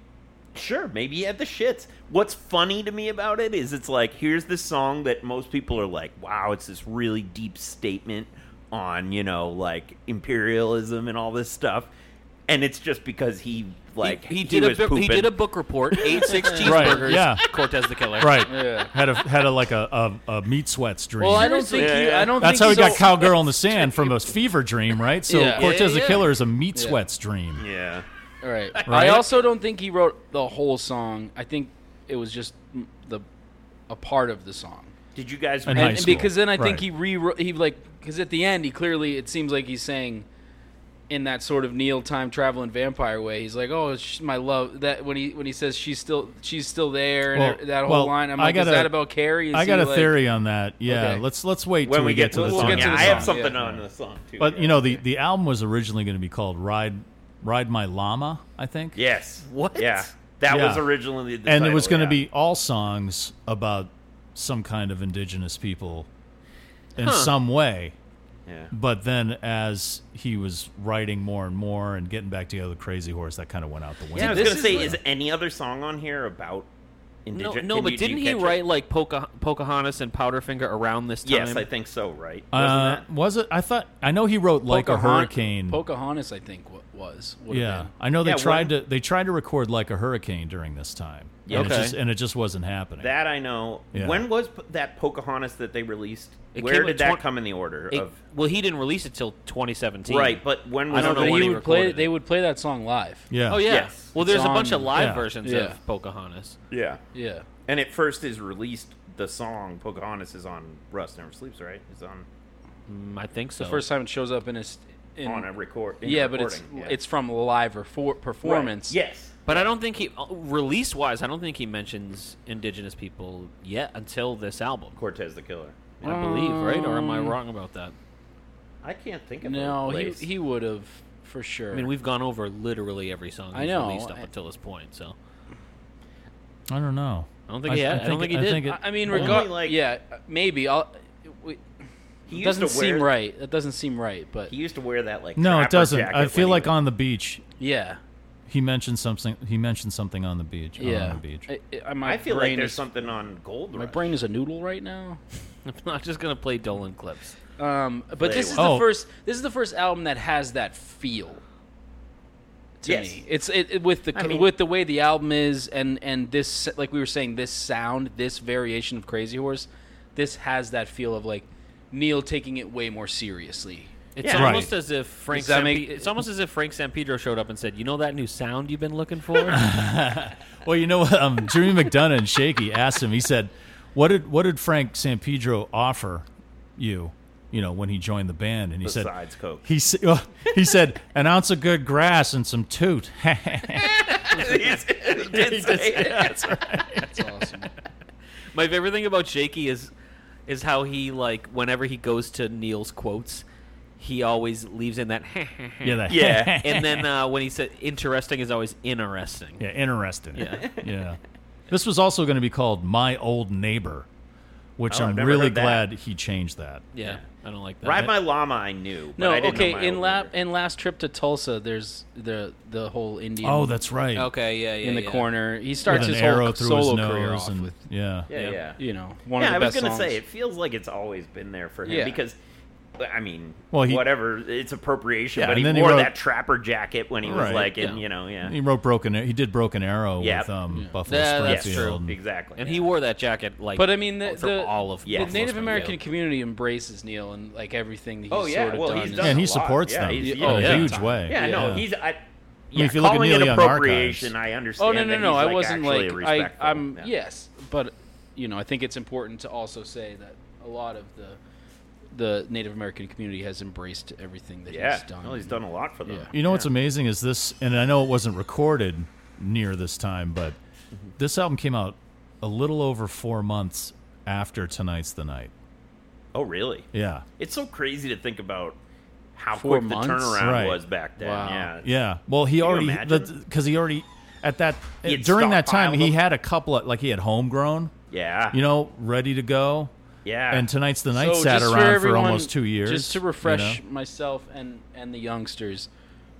[SPEAKER 1] Sure, maybe he had the shits. What's funny to me about it is it's like here's this song that most people are like, "Wow, it's this really deep statement on you know like imperialism and all this stuff," and it's just because he like
[SPEAKER 3] he, he did a
[SPEAKER 1] was
[SPEAKER 3] book, he
[SPEAKER 1] pooping.
[SPEAKER 3] did a book report, ate six
[SPEAKER 2] Right,
[SPEAKER 3] cheeseburgers.
[SPEAKER 2] yeah.
[SPEAKER 3] Cortez the Killer.
[SPEAKER 2] Right.
[SPEAKER 4] Yeah.
[SPEAKER 2] Had a had a like a, a, a meat sweats dream.
[SPEAKER 4] Well, I don't think
[SPEAKER 1] Yeah,
[SPEAKER 4] he,
[SPEAKER 1] yeah.
[SPEAKER 4] I don't.
[SPEAKER 2] That's
[SPEAKER 4] think
[SPEAKER 2] how he
[SPEAKER 4] he's
[SPEAKER 2] got
[SPEAKER 4] al-
[SPEAKER 2] Cowgirl in the Sand from a fever dream, right? So
[SPEAKER 4] Yeah.
[SPEAKER 2] Cortez
[SPEAKER 3] Yeah,
[SPEAKER 2] the
[SPEAKER 3] yeah.
[SPEAKER 2] Killer is a meat sweats dream.
[SPEAKER 1] yeah.
[SPEAKER 4] All right.
[SPEAKER 2] Right?
[SPEAKER 4] I also don't think he wrote the whole song. I think it was just m- the a part of the song.
[SPEAKER 1] Did you guys?
[SPEAKER 2] And
[SPEAKER 4] And,
[SPEAKER 2] high
[SPEAKER 4] and
[SPEAKER 2] school.
[SPEAKER 4] because then I
[SPEAKER 2] Right.
[SPEAKER 4] think he rewrote he like because at the end he clearly it seems like he's saying in that sort of Neil time traveling vampire way. He's like, "Oh, she's my love." That when he when he says she's still she's still there and
[SPEAKER 2] Well,
[SPEAKER 4] every- that whole
[SPEAKER 2] well,
[SPEAKER 4] line. I'm
[SPEAKER 2] I
[SPEAKER 4] like,
[SPEAKER 2] got
[SPEAKER 4] "Is
[SPEAKER 2] a-
[SPEAKER 4] that about Carrie?" Is
[SPEAKER 2] I got
[SPEAKER 4] he
[SPEAKER 2] a
[SPEAKER 4] like-
[SPEAKER 2] theory on that. Yeah,
[SPEAKER 4] Okay.
[SPEAKER 2] let's let's wait
[SPEAKER 1] when
[SPEAKER 2] till
[SPEAKER 1] we get to the song.
[SPEAKER 4] get to
[SPEAKER 1] yeah,
[SPEAKER 4] the
[SPEAKER 1] I have
[SPEAKER 4] song,
[SPEAKER 1] something
[SPEAKER 4] yeah.
[SPEAKER 1] on the song too.
[SPEAKER 2] But
[SPEAKER 1] yeah.
[SPEAKER 2] you know, the the album was originally going to be called "Ride Ride My Llama," I think.
[SPEAKER 1] yes,
[SPEAKER 3] What?
[SPEAKER 1] Yeah, that
[SPEAKER 2] Yeah.
[SPEAKER 1] was originally the
[SPEAKER 2] and it was
[SPEAKER 1] title,
[SPEAKER 2] going to
[SPEAKER 1] yeah.
[SPEAKER 2] be all songs about some kind of indigenous people in some way.
[SPEAKER 1] Yeah.
[SPEAKER 2] But then, as he was writing more and more and getting back together with Crazy Horse, that kind of went out the window.
[SPEAKER 1] Yeah, I was
[SPEAKER 3] This
[SPEAKER 1] gonna
[SPEAKER 3] is
[SPEAKER 1] say,
[SPEAKER 3] like-
[SPEAKER 1] is any other song on here about
[SPEAKER 3] No,
[SPEAKER 1] indigenous?
[SPEAKER 3] no, but didn't he write like Poca- Pocahontas and Powderfinger around this time?
[SPEAKER 1] Yes, I think so. Right?
[SPEAKER 2] Uh, was it? I thought I know he wrote like a
[SPEAKER 4] Pocahon-
[SPEAKER 2] hurricane.
[SPEAKER 4] Pocahontas, I think wa- was. would've
[SPEAKER 2] yeah,
[SPEAKER 4] been.
[SPEAKER 2] I know they
[SPEAKER 1] Yeah,
[SPEAKER 2] tried
[SPEAKER 1] one-
[SPEAKER 2] to they tried to record like a hurricane during this time.
[SPEAKER 1] Yeah.
[SPEAKER 2] and it
[SPEAKER 3] Okay.
[SPEAKER 2] just, and it just wasn't happening.
[SPEAKER 1] That I know.
[SPEAKER 2] Yeah.
[SPEAKER 1] When was p- that Pocahontas that they released?
[SPEAKER 3] It
[SPEAKER 1] Where
[SPEAKER 3] came in
[SPEAKER 1] did that
[SPEAKER 3] twen-
[SPEAKER 1] come in the order
[SPEAKER 3] It-
[SPEAKER 1] of?
[SPEAKER 3] well, he didn't release it till 2017.
[SPEAKER 1] Right, but when was
[SPEAKER 3] I don't
[SPEAKER 1] the
[SPEAKER 3] know
[SPEAKER 4] But
[SPEAKER 3] when
[SPEAKER 4] he
[SPEAKER 3] he
[SPEAKER 4] would play.
[SPEAKER 3] recorded it.
[SPEAKER 4] They would play that song live.
[SPEAKER 2] yeah,
[SPEAKER 3] Oh yeah.
[SPEAKER 1] Yes.
[SPEAKER 3] Well, there's
[SPEAKER 4] It's
[SPEAKER 3] a bunch
[SPEAKER 4] on-
[SPEAKER 3] of live
[SPEAKER 2] yeah.
[SPEAKER 3] versions
[SPEAKER 4] Yeah.
[SPEAKER 3] of Pocahontas.
[SPEAKER 1] Yeah,
[SPEAKER 4] Yeah.
[SPEAKER 1] and at first is released the song Pocahontas is on Rust Never Sleeps. Right? It's on
[SPEAKER 3] Mm, I think so.
[SPEAKER 4] The first time it shows up in a. s- In,
[SPEAKER 1] on a record. in a
[SPEAKER 4] yeah, but it's
[SPEAKER 1] recording, yeah.
[SPEAKER 4] it's from live refor-
[SPEAKER 1] Right.
[SPEAKER 4] performance.
[SPEAKER 1] Yes.
[SPEAKER 3] but I don't think he release wise. I don't think he mentions indigenous people yet until this album.
[SPEAKER 1] Cortez the Killer.
[SPEAKER 3] I
[SPEAKER 4] Uh-huh.
[SPEAKER 3] believe, right? Or am I wrong about that?
[SPEAKER 1] I can't think of
[SPEAKER 4] No,
[SPEAKER 1] a
[SPEAKER 4] he
[SPEAKER 1] place.
[SPEAKER 4] he would have for sure.
[SPEAKER 3] I mean, we've gone over literally every song
[SPEAKER 4] I
[SPEAKER 3] he's
[SPEAKER 4] know,
[SPEAKER 3] released up
[SPEAKER 4] I-
[SPEAKER 3] until this point. So
[SPEAKER 2] I don't know.
[SPEAKER 3] I don't think he had- I don't think he
[SPEAKER 2] I
[SPEAKER 3] did.
[SPEAKER 2] think it-
[SPEAKER 4] I I mean,
[SPEAKER 1] Only,
[SPEAKER 4] regard.
[SPEAKER 1] like-
[SPEAKER 4] yeah, maybe. I'll, it
[SPEAKER 1] He used
[SPEAKER 4] doesn't
[SPEAKER 1] to wear,
[SPEAKER 4] seem right. That doesn't seem right. But
[SPEAKER 1] He used to wear that like.
[SPEAKER 2] no, it
[SPEAKER 1] trapper
[SPEAKER 2] doesn't.
[SPEAKER 1] jacket
[SPEAKER 2] I
[SPEAKER 1] when he
[SPEAKER 2] feel like
[SPEAKER 1] was-
[SPEAKER 2] on the beach
[SPEAKER 4] yeah,
[SPEAKER 2] he mentioned something. He mentioned something on the beach.
[SPEAKER 4] yeah.
[SPEAKER 2] on the beach.
[SPEAKER 4] I, I, my
[SPEAKER 1] I feel
[SPEAKER 4] brain
[SPEAKER 1] like there's
[SPEAKER 4] is,
[SPEAKER 1] something on Gold
[SPEAKER 4] My
[SPEAKER 1] Rush.
[SPEAKER 4] brain is a noodle right now.
[SPEAKER 3] I'm not just gonna play Dolan clips.
[SPEAKER 4] Um, but
[SPEAKER 1] Play
[SPEAKER 4] this is
[SPEAKER 2] one.
[SPEAKER 4] the
[SPEAKER 2] Oh.
[SPEAKER 4] first. This is the first album that has that feel. To
[SPEAKER 1] Yes.
[SPEAKER 4] me, it's it, it- with the
[SPEAKER 1] I mean-
[SPEAKER 4] with the way the album is, and and this like we were saying, this sound, this variation of Crazy Horse, this has that feel of like Neil taking it way more seriously.
[SPEAKER 3] It's
[SPEAKER 1] Yeah.
[SPEAKER 3] almost
[SPEAKER 2] Right.
[SPEAKER 3] as if Frank.
[SPEAKER 4] Does that
[SPEAKER 3] Sampe-
[SPEAKER 4] make-
[SPEAKER 3] it's almost as if Frank Sampedro showed up and said, "You know that new sound you've been looking for?
[SPEAKER 2] Well, you know what? Um, Jimmy McDonough and Shaky asked him. He said, "What did what did Frank Sampedro offer you? You know, when he joined the band?" And he
[SPEAKER 1] Besides
[SPEAKER 2] said,
[SPEAKER 1] coke.
[SPEAKER 2] He sa- well, he said, "An ounce of good grass and some toot."
[SPEAKER 1] He's- he did say that.
[SPEAKER 4] That's awesome.
[SPEAKER 3] My favorite thing about Shaky is is how he like whenever he goes to Neil's quotes, he always leaves in that.
[SPEAKER 2] yeah, that,
[SPEAKER 1] Yeah.
[SPEAKER 3] and then uh, when he said interesting is always interesting.
[SPEAKER 2] yeah, interesting.
[SPEAKER 3] Yeah.
[SPEAKER 2] yeah. This was also going to be called "My Old Neighbor," which
[SPEAKER 1] Oh, I've
[SPEAKER 2] I'm
[SPEAKER 1] never
[SPEAKER 2] really
[SPEAKER 1] heard that.
[SPEAKER 2] glad he changed that.
[SPEAKER 3] Yeah, I don't like that.
[SPEAKER 1] Ride My Llama, I knew. But
[SPEAKER 4] No,
[SPEAKER 1] I didn't
[SPEAKER 4] okay.
[SPEAKER 1] Know my
[SPEAKER 4] In
[SPEAKER 1] old
[SPEAKER 4] la-
[SPEAKER 1] neighbor.
[SPEAKER 4] in last trip to Tulsa, there's the the whole Indian.
[SPEAKER 2] Oh, that's right.
[SPEAKER 3] okay, yeah, yeah.
[SPEAKER 4] in the
[SPEAKER 3] yeah.
[SPEAKER 4] corner. He
[SPEAKER 2] With
[SPEAKER 4] starts
[SPEAKER 2] an
[SPEAKER 4] his
[SPEAKER 2] arrow
[SPEAKER 4] whole
[SPEAKER 2] through
[SPEAKER 4] solo
[SPEAKER 2] his
[SPEAKER 4] career
[SPEAKER 2] nose
[SPEAKER 4] off
[SPEAKER 2] and
[SPEAKER 4] with
[SPEAKER 2] yeah,
[SPEAKER 1] Yeah, yeah.
[SPEAKER 4] you know one
[SPEAKER 1] yeah,
[SPEAKER 4] of the
[SPEAKER 1] I was
[SPEAKER 4] best
[SPEAKER 1] gonna
[SPEAKER 4] songs.
[SPEAKER 1] say it feels like it's always been there for him
[SPEAKER 4] Yeah.
[SPEAKER 1] because, I mean,
[SPEAKER 2] Well, he-
[SPEAKER 1] whatever it's appropriation,
[SPEAKER 2] Yeah,
[SPEAKER 1] but
[SPEAKER 2] and
[SPEAKER 1] he
[SPEAKER 2] then he
[SPEAKER 1] wore
[SPEAKER 2] wrote-
[SPEAKER 1] that trapper jacket when he was
[SPEAKER 2] Right,
[SPEAKER 1] like, in,
[SPEAKER 3] yeah.
[SPEAKER 1] you know, yeah,
[SPEAKER 2] He wrote broken. He did broken arrow
[SPEAKER 1] Yeah.
[SPEAKER 2] with um, Buffalo
[SPEAKER 3] Yeah, that's
[SPEAKER 2] Springfield.
[SPEAKER 3] true.
[SPEAKER 1] exactly.
[SPEAKER 3] And he wore that jacket like.
[SPEAKER 4] But I mean, the,
[SPEAKER 3] from
[SPEAKER 4] the-
[SPEAKER 3] all of
[SPEAKER 1] Yeah.
[SPEAKER 4] the
[SPEAKER 3] Buffalo
[SPEAKER 4] Native
[SPEAKER 3] Springfield.
[SPEAKER 4] American community embraces Neil and like everything that he's
[SPEAKER 1] Oh, yeah,
[SPEAKER 4] sort of
[SPEAKER 1] well,
[SPEAKER 4] done.
[SPEAKER 1] he's
[SPEAKER 4] is-
[SPEAKER 1] done
[SPEAKER 2] Yeah, and he
[SPEAKER 1] a lot.
[SPEAKER 2] supports
[SPEAKER 1] Yeah,
[SPEAKER 2] them
[SPEAKER 1] he's-
[SPEAKER 2] in
[SPEAKER 1] yeah,
[SPEAKER 2] a
[SPEAKER 3] yeah.
[SPEAKER 2] huge way.
[SPEAKER 1] yeah, no, he's. I, yeah,
[SPEAKER 2] if you look at
[SPEAKER 1] calling it
[SPEAKER 2] Neil Young
[SPEAKER 1] appropriation,
[SPEAKER 2] Archives-
[SPEAKER 1] I understand.
[SPEAKER 4] Oh no, no,
[SPEAKER 1] that
[SPEAKER 4] no!
[SPEAKER 1] he's,
[SPEAKER 4] I
[SPEAKER 1] like,
[SPEAKER 4] wasn't
[SPEAKER 1] actually
[SPEAKER 4] like I.
[SPEAKER 1] respectful.
[SPEAKER 4] I'm
[SPEAKER 1] Yeah.
[SPEAKER 4] yes, but you know, I think it's important to also say that a lot of the the Native American community has embraced everything that
[SPEAKER 1] yeah.
[SPEAKER 4] he's done.
[SPEAKER 1] No, he's done a lot for them.
[SPEAKER 4] Yeah.
[SPEAKER 2] You know what's amazing is this, and I know it wasn't recorded near this time, but this album came out a little over four months after Tonight's the Night.
[SPEAKER 1] Oh, really?
[SPEAKER 2] Yeah,
[SPEAKER 1] It's so crazy to think about how
[SPEAKER 4] Four
[SPEAKER 1] quick
[SPEAKER 4] months?
[SPEAKER 1] the turnaround
[SPEAKER 2] Right.
[SPEAKER 1] was back then.
[SPEAKER 4] Wow.
[SPEAKER 1] Yeah.
[SPEAKER 2] yeah. Well, he already
[SPEAKER 1] imagine?
[SPEAKER 2] because he already at that
[SPEAKER 1] He had
[SPEAKER 2] during that time
[SPEAKER 1] stockpiled
[SPEAKER 2] he
[SPEAKER 1] them?
[SPEAKER 2] had a couple of like he had homegrown,
[SPEAKER 1] Yeah.
[SPEAKER 2] you know, ready to go.
[SPEAKER 1] yeah.
[SPEAKER 2] And Tonight's the Night
[SPEAKER 4] so
[SPEAKER 2] sat
[SPEAKER 4] just
[SPEAKER 2] around for,
[SPEAKER 4] everyone-
[SPEAKER 2] almost two years.
[SPEAKER 4] Just to
[SPEAKER 2] you know?
[SPEAKER 4] refresh myself and and the youngsters,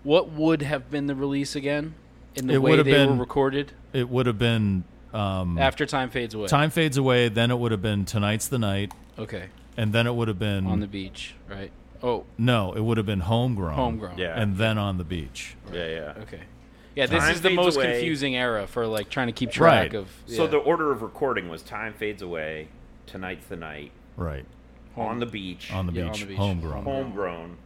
[SPEAKER 4] what would have been the release again in the
[SPEAKER 2] It
[SPEAKER 4] way
[SPEAKER 2] would
[SPEAKER 4] they
[SPEAKER 2] have been-
[SPEAKER 4] were recorded
[SPEAKER 2] it would have been um,
[SPEAKER 4] after time fades away?
[SPEAKER 2] Time Fades Away. Then it would have been Tonight's the Night,
[SPEAKER 4] Okay,
[SPEAKER 2] and then it would have been
[SPEAKER 4] on the beach, right? Oh,
[SPEAKER 2] No, it would have been homegrown.
[SPEAKER 4] Homegrown.
[SPEAKER 1] Yeah.
[SPEAKER 2] And then on the beach.
[SPEAKER 1] yeah, yeah.
[SPEAKER 4] okay. Yeah, this
[SPEAKER 1] Time
[SPEAKER 4] is the
[SPEAKER 1] Fades
[SPEAKER 4] most
[SPEAKER 1] Away.
[SPEAKER 4] confusing era for like trying to keep track
[SPEAKER 2] Right.
[SPEAKER 4] of.
[SPEAKER 1] So
[SPEAKER 4] yeah.
[SPEAKER 1] the order of recording was Time Fades Away, Tonight's the Night,
[SPEAKER 2] Right.
[SPEAKER 1] On the Beach,
[SPEAKER 2] On the,
[SPEAKER 4] Yeah, on
[SPEAKER 2] beach.
[SPEAKER 4] the beach.
[SPEAKER 2] Homegrown.
[SPEAKER 1] Homegrown.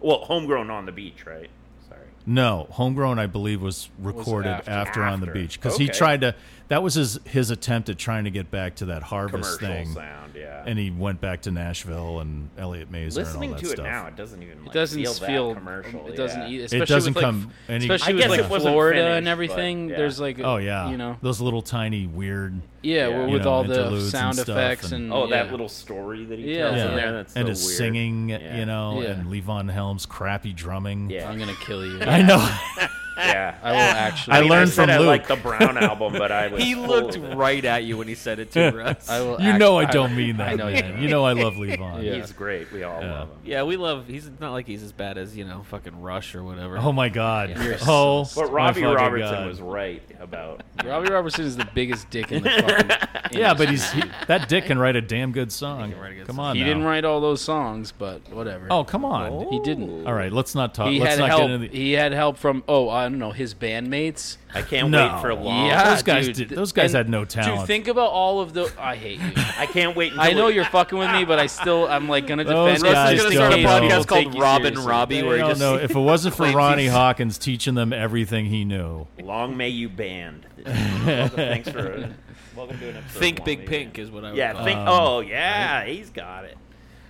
[SPEAKER 1] Well, Homegrown on the Beach, right? Sorry.
[SPEAKER 2] No, Homegrown, I believe, was recorded
[SPEAKER 4] after.
[SPEAKER 2] after, on the
[SPEAKER 1] After.
[SPEAKER 2] beach because he
[SPEAKER 1] Okay.
[SPEAKER 2] tried to. That was his his attempt at trying to get back to that harvest
[SPEAKER 1] commercial
[SPEAKER 2] thing,
[SPEAKER 1] sound. Yeah,
[SPEAKER 2] and he went back to Nashville and Elliot Mazer
[SPEAKER 1] listening
[SPEAKER 2] and all
[SPEAKER 1] to
[SPEAKER 2] that
[SPEAKER 1] it
[SPEAKER 2] stuff.
[SPEAKER 1] now, it doesn't even like,
[SPEAKER 4] It doesn't
[SPEAKER 1] feel,
[SPEAKER 4] feel,
[SPEAKER 1] that commercial.
[SPEAKER 4] It doesn't.
[SPEAKER 1] yeah.
[SPEAKER 4] e- Especially
[SPEAKER 2] doesn't
[SPEAKER 4] with,
[SPEAKER 2] come
[SPEAKER 4] Like,
[SPEAKER 2] any-
[SPEAKER 4] especially
[SPEAKER 1] I
[SPEAKER 4] with
[SPEAKER 1] guess
[SPEAKER 4] like
[SPEAKER 1] it wasn't
[SPEAKER 4] Florida and
[SPEAKER 1] finished,
[SPEAKER 4] everything.
[SPEAKER 1] but, yeah.
[SPEAKER 4] There's like.
[SPEAKER 2] Oh yeah,
[SPEAKER 4] You know.
[SPEAKER 2] those little tiny weird.
[SPEAKER 4] Yeah,
[SPEAKER 1] Yeah.
[SPEAKER 4] well,
[SPEAKER 2] You
[SPEAKER 4] with
[SPEAKER 2] know,
[SPEAKER 4] all the
[SPEAKER 2] interludes and
[SPEAKER 4] sound
[SPEAKER 2] stuff
[SPEAKER 4] effects
[SPEAKER 2] and-
[SPEAKER 4] and,
[SPEAKER 1] Oh, that
[SPEAKER 4] yeah.
[SPEAKER 1] little story that he
[SPEAKER 4] Yeah.
[SPEAKER 1] tells
[SPEAKER 4] Yeah.
[SPEAKER 1] in there. That's
[SPEAKER 2] and
[SPEAKER 1] so
[SPEAKER 2] his
[SPEAKER 1] weird.
[SPEAKER 2] singing,
[SPEAKER 1] Yeah.
[SPEAKER 2] you know,
[SPEAKER 4] Yeah.
[SPEAKER 2] and Levon Helm's crappy drumming.
[SPEAKER 1] Yeah.
[SPEAKER 4] I'm gonna kill you.
[SPEAKER 2] I know.
[SPEAKER 1] Yeah.
[SPEAKER 4] I will actually.
[SPEAKER 2] I
[SPEAKER 1] mean,
[SPEAKER 2] learned
[SPEAKER 1] said
[SPEAKER 2] from
[SPEAKER 1] I
[SPEAKER 2] Luke.
[SPEAKER 1] like the Brown album, but I was
[SPEAKER 3] He
[SPEAKER 1] full
[SPEAKER 3] looked
[SPEAKER 1] of it.
[SPEAKER 3] right at you when he said it to us.
[SPEAKER 4] I will.
[SPEAKER 2] You
[SPEAKER 4] act-
[SPEAKER 2] know I don't mean that.
[SPEAKER 4] I know you.
[SPEAKER 2] man. You know I love Levon.
[SPEAKER 4] Yeah.
[SPEAKER 1] He's great. We all
[SPEAKER 2] Yeah.
[SPEAKER 1] love him.
[SPEAKER 3] yeah, we love. He's not like he's as bad as you know, fucking Rush or whatever.
[SPEAKER 2] Oh my God.
[SPEAKER 3] You're
[SPEAKER 2] Oh,
[SPEAKER 1] But
[SPEAKER 2] my
[SPEAKER 1] Robbie
[SPEAKER 2] fucking
[SPEAKER 1] Robertson
[SPEAKER 2] God.
[SPEAKER 1] was right about.
[SPEAKER 4] Robbie Robertson is the biggest dick in the fucking.
[SPEAKER 2] Yeah,
[SPEAKER 4] industry.
[SPEAKER 2] but he's he, that dick can write a damn good song.
[SPEAKER 3] write a good
[SPEAKER 2] Come
[SPEAKER 3] song.
[SPEAKER 2] on.
[SPEAKER 4] he
[SPEAKER 2] now.
[SPEAKER 4] didn't write all those songs, but whatever.
[SPEAKER 2] Oh, come on.
[SPEAKER 4] he didn't.
[SPEAKER 2] All right, let's not talk.
[SPEAKER 4] He
[SPEAKER 2] let's
[SPEAKER 4] had
[SPEAKER 2] not
[SPEAKER 4] help.
[SPEAKER 2] get into the.
[SPEAKER 4] He had help from oh I don't know his bandmates.
[SPEAKER 1] I can't
[SPEAKER 2] No.
[SPEAKER 1] wait for long.
[SPEAKER 4] Yeah,
[SPEAKER 2] those guys
[SPEAKER 4] dude.
[SPEAKER 2] did- those guys
[SPEAKER 4] And
[SPEAKER 2] had no talent.
[SPEAKER 4] Dude, think about all of the. I hate you.
[SPEAKER 1] I can't wait. Until
[SPEAKER 4] I know
[SPEAKER 1] it-
[SPEAKER 4] you're fucking with me, but I still I'm like gonna
[SPEAKER 2] Those guys
[SPEAKER 4] defend. Russ
[SPEAKER 3] He's
[SPEAKER 4] just
[SPEAKER 3] gonna
[SPEAKER 2] don't
[SPEAKER 4] in
[SPEAKER 3] start a
[SPEAKER 4] case
[SPEAKER 2] know.
[SPEAKER 3] podcast
[SPEAKER 4] people
[SPEAKER 3] called
[SPEAKER 4] take you
[SPEAKER 3] Robin
[SPEAKER 4] seriously.
[SPEAKER 3] Robbie,
[SPEAKER 2] I
[SPEAKER 3] where he
[SPEAKER 2] don't
[SPEAKER 3] just
[SPEAKER 2] know. oh, If it wasn't for
[SPEAKER 3] claims
[SPEAKER 2] Ronnie
[SPEAKER 3] he's-
[SPEAKER 2] Hawkins teaching them everything he knew,
[SPEAKER 1] Long may you band. welcome, thanks for. Welcome to an episode. of
[SPEAKER 3] think
[SPEAKER 1] Long May
[SPEAKER 3] Big
[SPEAKER 1] You
[SPEAKER 3] Pink
[SPEAKER 1] Band.
[SPEAKER 3] is what I would
[SPEAKER 1] Yeah.
[SPEAKER 3] call.
[SPEAKER 1] Think.
[SPEAKER 3] it.
[SPEAKER 1] oh yeah, he's got it.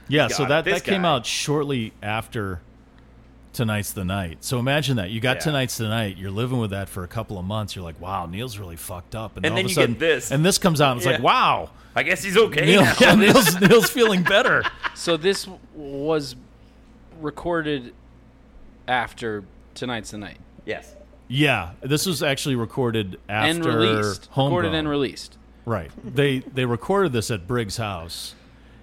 [SPEAKER 2] yeah.
[SPEAKER 1] Got
[SPEAKER 2] So
[SPEAKER 1] it.
[SPEAKER 2] that
[SPEAKER 1] This
[SPEAKER 2] that came
[SPEAKER 1] guy.
[SPEAKER 2] out shortly after tonight's the night. So imagine that you got
[SPEAKER 1] Yeah.
[SPEAKER 2] tonight's the night. You're living with that for a couple of months. You're like, wow, Neil's really fucked up,
[SPEAKER 1] And
[SPEAKER 2] all
[SPEAKER 1] then
[SPEAKER 2] of a
[SPEAKER 1] you get
[SPEAKER 2] sudden
[SPEAKER 1] this.
[SPEAKER 2] and this comes out. and It's like,
[SPEAKER 1] Yeah.
[SPEAKER 2] wow,
[SPEAKER 1] I guess he's okay
[SPEAKER 2] Neil,
[SPEAKER 1] now.
[SPEAKER 2] yeah, Neil's, Neil's feeling better.
[SPEAKER 4] So this w- was recorded after tonight's the night
[SPEAKER 1] Yes.
[SPEAKER 2] Yeah, this was actually recorded after
[SPEAKER 4] and released, recorded
[SPEAKER 2] Homegrown.
[SPEAKER 4] and released.
[SPEAKER 2] Right. They they recorded this at Briggs' house,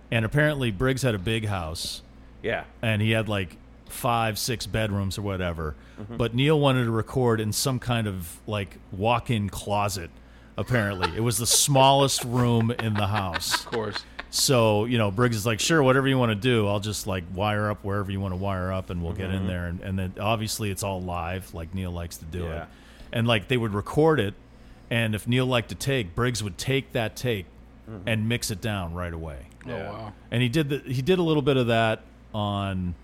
[SPEAKER 2] and apparently Briggs had a big house,
[SPEAKER 1] Yeah.
[SPEAKER 2] and he had like five, six bedrooms or whatever. But Neil wanted to record in some kind of like walk-in closet. Apparently, it was the smallest room in the house.
[SPEAKER 4] Of course,
[SPEAKER 2] So you know, Briggs is like, sure, whatever you want to do, I'll just like wire up wherever you want to wire up, and we'll get in there. And, and then obviously it's all live, like Neil likes to do
[SPEAKER 1] Yeah.
[SPEAKER 2] it. And like they would record it, and if Neil liked to take, Briggs would take that take and mix it down right away.
[SPEAKER 1] Yeah.
[SPEAKER 4] wow.
[SPEAKER 2] And he did the, he did a little bit of that on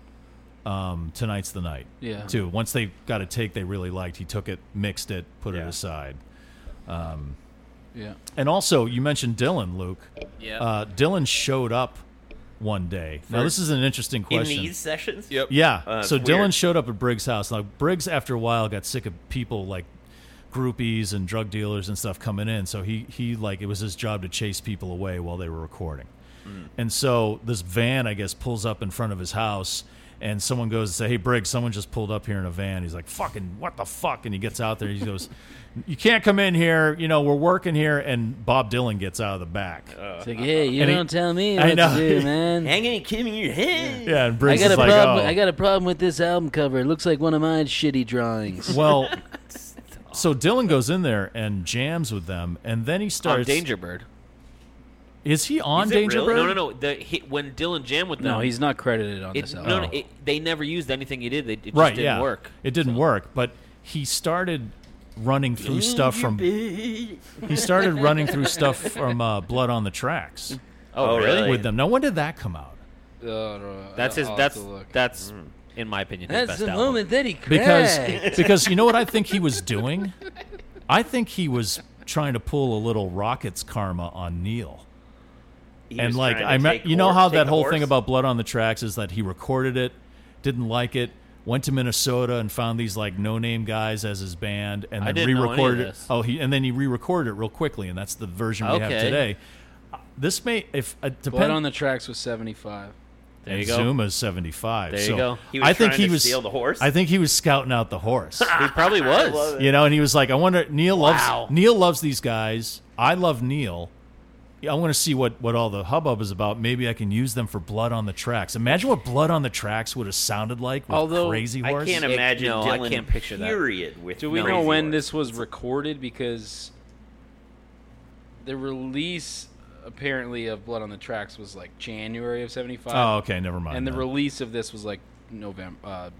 [SPEAKER 2] um, tonight's the night.
[SPEAKER 4] Yeah.
[SPEAKER 2] Too. Once they got a take they really liked, he took it, mixed it, put it
[SPEAKER 1] Yeah.
[SPEAKER 2] aside.
[SPEAKER 4] yeah.
[SPEAKER 2] And also, you mentioned Dylan, Luke.
[SPEAKER 3] Yeah.
[SPEAKER 2] Uh, Dylan showed up one day. Now, this is an interesting
[SPEAKER 1] In
[SPEAKER 2] question.
[SPEAKER 1] these sessions.
[SPEAKER 3] Yep.
[SPEAKER 2] yeah.
[SPEAKER 1] Uh,
[SPEAKER 2] so
[SPEAKER 1] it's
[SPEAKER 2] Dylan
[SPEAKER 1] weird.
[SPEAKER 2] showed up at Briggs' house. Now, Briggs, after a while, got sick of people like groupies and drug dealers and stuff coming in. So he he like it was his job to chase people away while they were recording.
[SPEAKER 1] Mm.
[SPEAKER 2] And so this van, I guess, pulls up in front of his house. And someone goes and say, "Hey, Briggs, someone just pulled up here in a van." He's like, "Fucking what the fuck?" And he gets out there. He goes, "You can't come in here. You know we're working here." And Bob Dylan gets out of the back.
[SPEAKER 1] Oh.
[SPEAKER 4] It's like, hey, you
[SPEAKER 2] And he-
[SPEAKER 4] don't tell me
[SPEAKER 2] I
[SPEAKER 4] what to
[SPEAKER 2] know.
[SPEAKER 4] do, man.
[SPEAKER 1] Hanging and killing your head.
[SPEAKER 2] Yeah, and
[SPEAKER 4] I
[SPEAKER 2] Briggs
[SPEAKER 4] got a
[SPEAKER 2] is like,
[SPEAKER 4] problem.
[SPEAKER 2] oh.
[SPEAKER 4] I got a problem with this album cover. It looks like one of my shitty drawings.
[SPEAKER 2] well, so Dylan goes in there and jams with them, and then he
[SPEAKER 3] on
[SPEAKER 2] starts.
[SPEAKER 3] Danger Bird.
[SPEAKER 2] Is he on
[SPEAKER 1] Is it
[SPEAKER 2] Danger
[SPEAKER 1] really?
[SPEAKER 2] Bird?
[SPEAKER 3] No, no, no. The, he, when Dylan jammed with them,
[SPEAKER 4] no, he's not credited on
[SPEAKER 3] It,
[SPEAKER 4] this
[SPEAKER 3] no,
[SPEAKER 4] album.
[SPEAKER 1] Oh.
[SPEAKER 3] no, it, they never used anything he did. They, it just
[SPEAKER 2] Right,
[SPEAKER 3] didn't
[SPEAKER 2] yeah.
[SPEAKER 3] work.
[SPEAKER 2] It didn't work, but he started running through stuff from. He started running through stuff from uh, Blood on the Tracks
[SPEAKER 1] Oh, really?
[SPEAKER 2] with them. Now, when did that come out?
[SPEAKER 4] Uh, I don't know.
[SPEAKER 3] That's his.
[SPEAKER 4] I'll have
[SPEAKER 3] That's
[SPEAKER 4] to look.
[SPEAKER 3] that's
[SPEAKER 1] Hmm.
[SPEAKER 3] in my opinion. His
[SPEAKER 4] That's
[SPEAKER 3] best
[SPEAKER 4] the
[SPEAKER 3] album.
[SPEAKER 4] moment that he
[SPEAKER 2] Because
[SPEAKER 4] cracked.
[SPEAKER 2] because you know what I think he was doing? I think he was trying to pull a little Rockets karma on Neil.
[SPEAKER 1] He
[SPEAKER 2] and
[SPEAKER 1] was
[SPEAKER 2] like
[SPEAKER 1] trying to
[SPEAKER 2] I me-
[SPEAKER 1] take
[SPEAKER 2] you know
[SPEAKER 1] hor-
[SPEAKER 2] how
[SPEAKER 1] take
[SPEAKER 2] that
[SPEAKER 1] the
[SPEAKER 2] whole
[SPEAKER 1] horse?
[SPEAKER 2] thing about blood on the tracks is that he recorded it, didn't like it, went to Minnesota and found these like no name guys as his band, and
[SPEAKER 3] I
[SPEAKER 2] then
[SPEAKER 3] didn't know any of
[SPEAKER 2] re-recorded it.
[SPEAKER 3] this.
[SPEAKER 2] Oh, he and then he re-recorded it real quickly, and that's the version we have
[SPEAKER 3] Okay.
[SPEAKER 2] today. Uh, This may if uh, depend
[SPEAKER 4] Blood on the Tracks was 75.
[SPEAKER 3] There you go.
[SPEAKER 2] Zuma's seventy five.
[SPEAKER 3] There you
[SPEAKER 2] so
[SPEAKER 3] go.
[SPEAKER 1] He was
[SPEAKER 2] I think
[SPEAKER 1] trying
[SPEAKER 2] he
[SPEAKER 1] to
[SPEAKER 2] was
[SPEAKER 1] steal the horse?
[SPEAKER 2] I think he was scouting out the horse.
[SPEAKER 3] He probably was.
[SPEAKER 2] you know, and he was like, I wonder. Neil loves Neil loves these guys. I love Neil. Yeah, I want to see what, what all the hubbub is about. Maybe I can use them for Blood on the Tracks. Imagine what Blood on the Tracks would have sounded like with
[SPEAKER 4] Although,
[SPEAKER 2] Crazy
[SPEAKER 1] I
[SPEAKER 2] Horse.
[SPEAKER 1] can't
[SPEAKER 3] It-
[SPEAKER 1] imagine
[SPEAKER 3] no, I
[SPEAKER 1] Dylan.
[SPEAKER 3] can't picture that.
[SPEAKER 1] period with.
[SPEAKER 4] Do we
[SPEAKER 1] no
[SPEAKER 4] know when
[SPEAKER 1] horse.
[SPEAKER 4] this was recorded? Because the release apparently of Blood on the Tracks was like January of 75.
[SPEAKER 2] oh, okay, never mind.
[SPEAKER 4] And the
[SPEAKER 2] then.
[SPEAKER 4] release of this was like November, uh,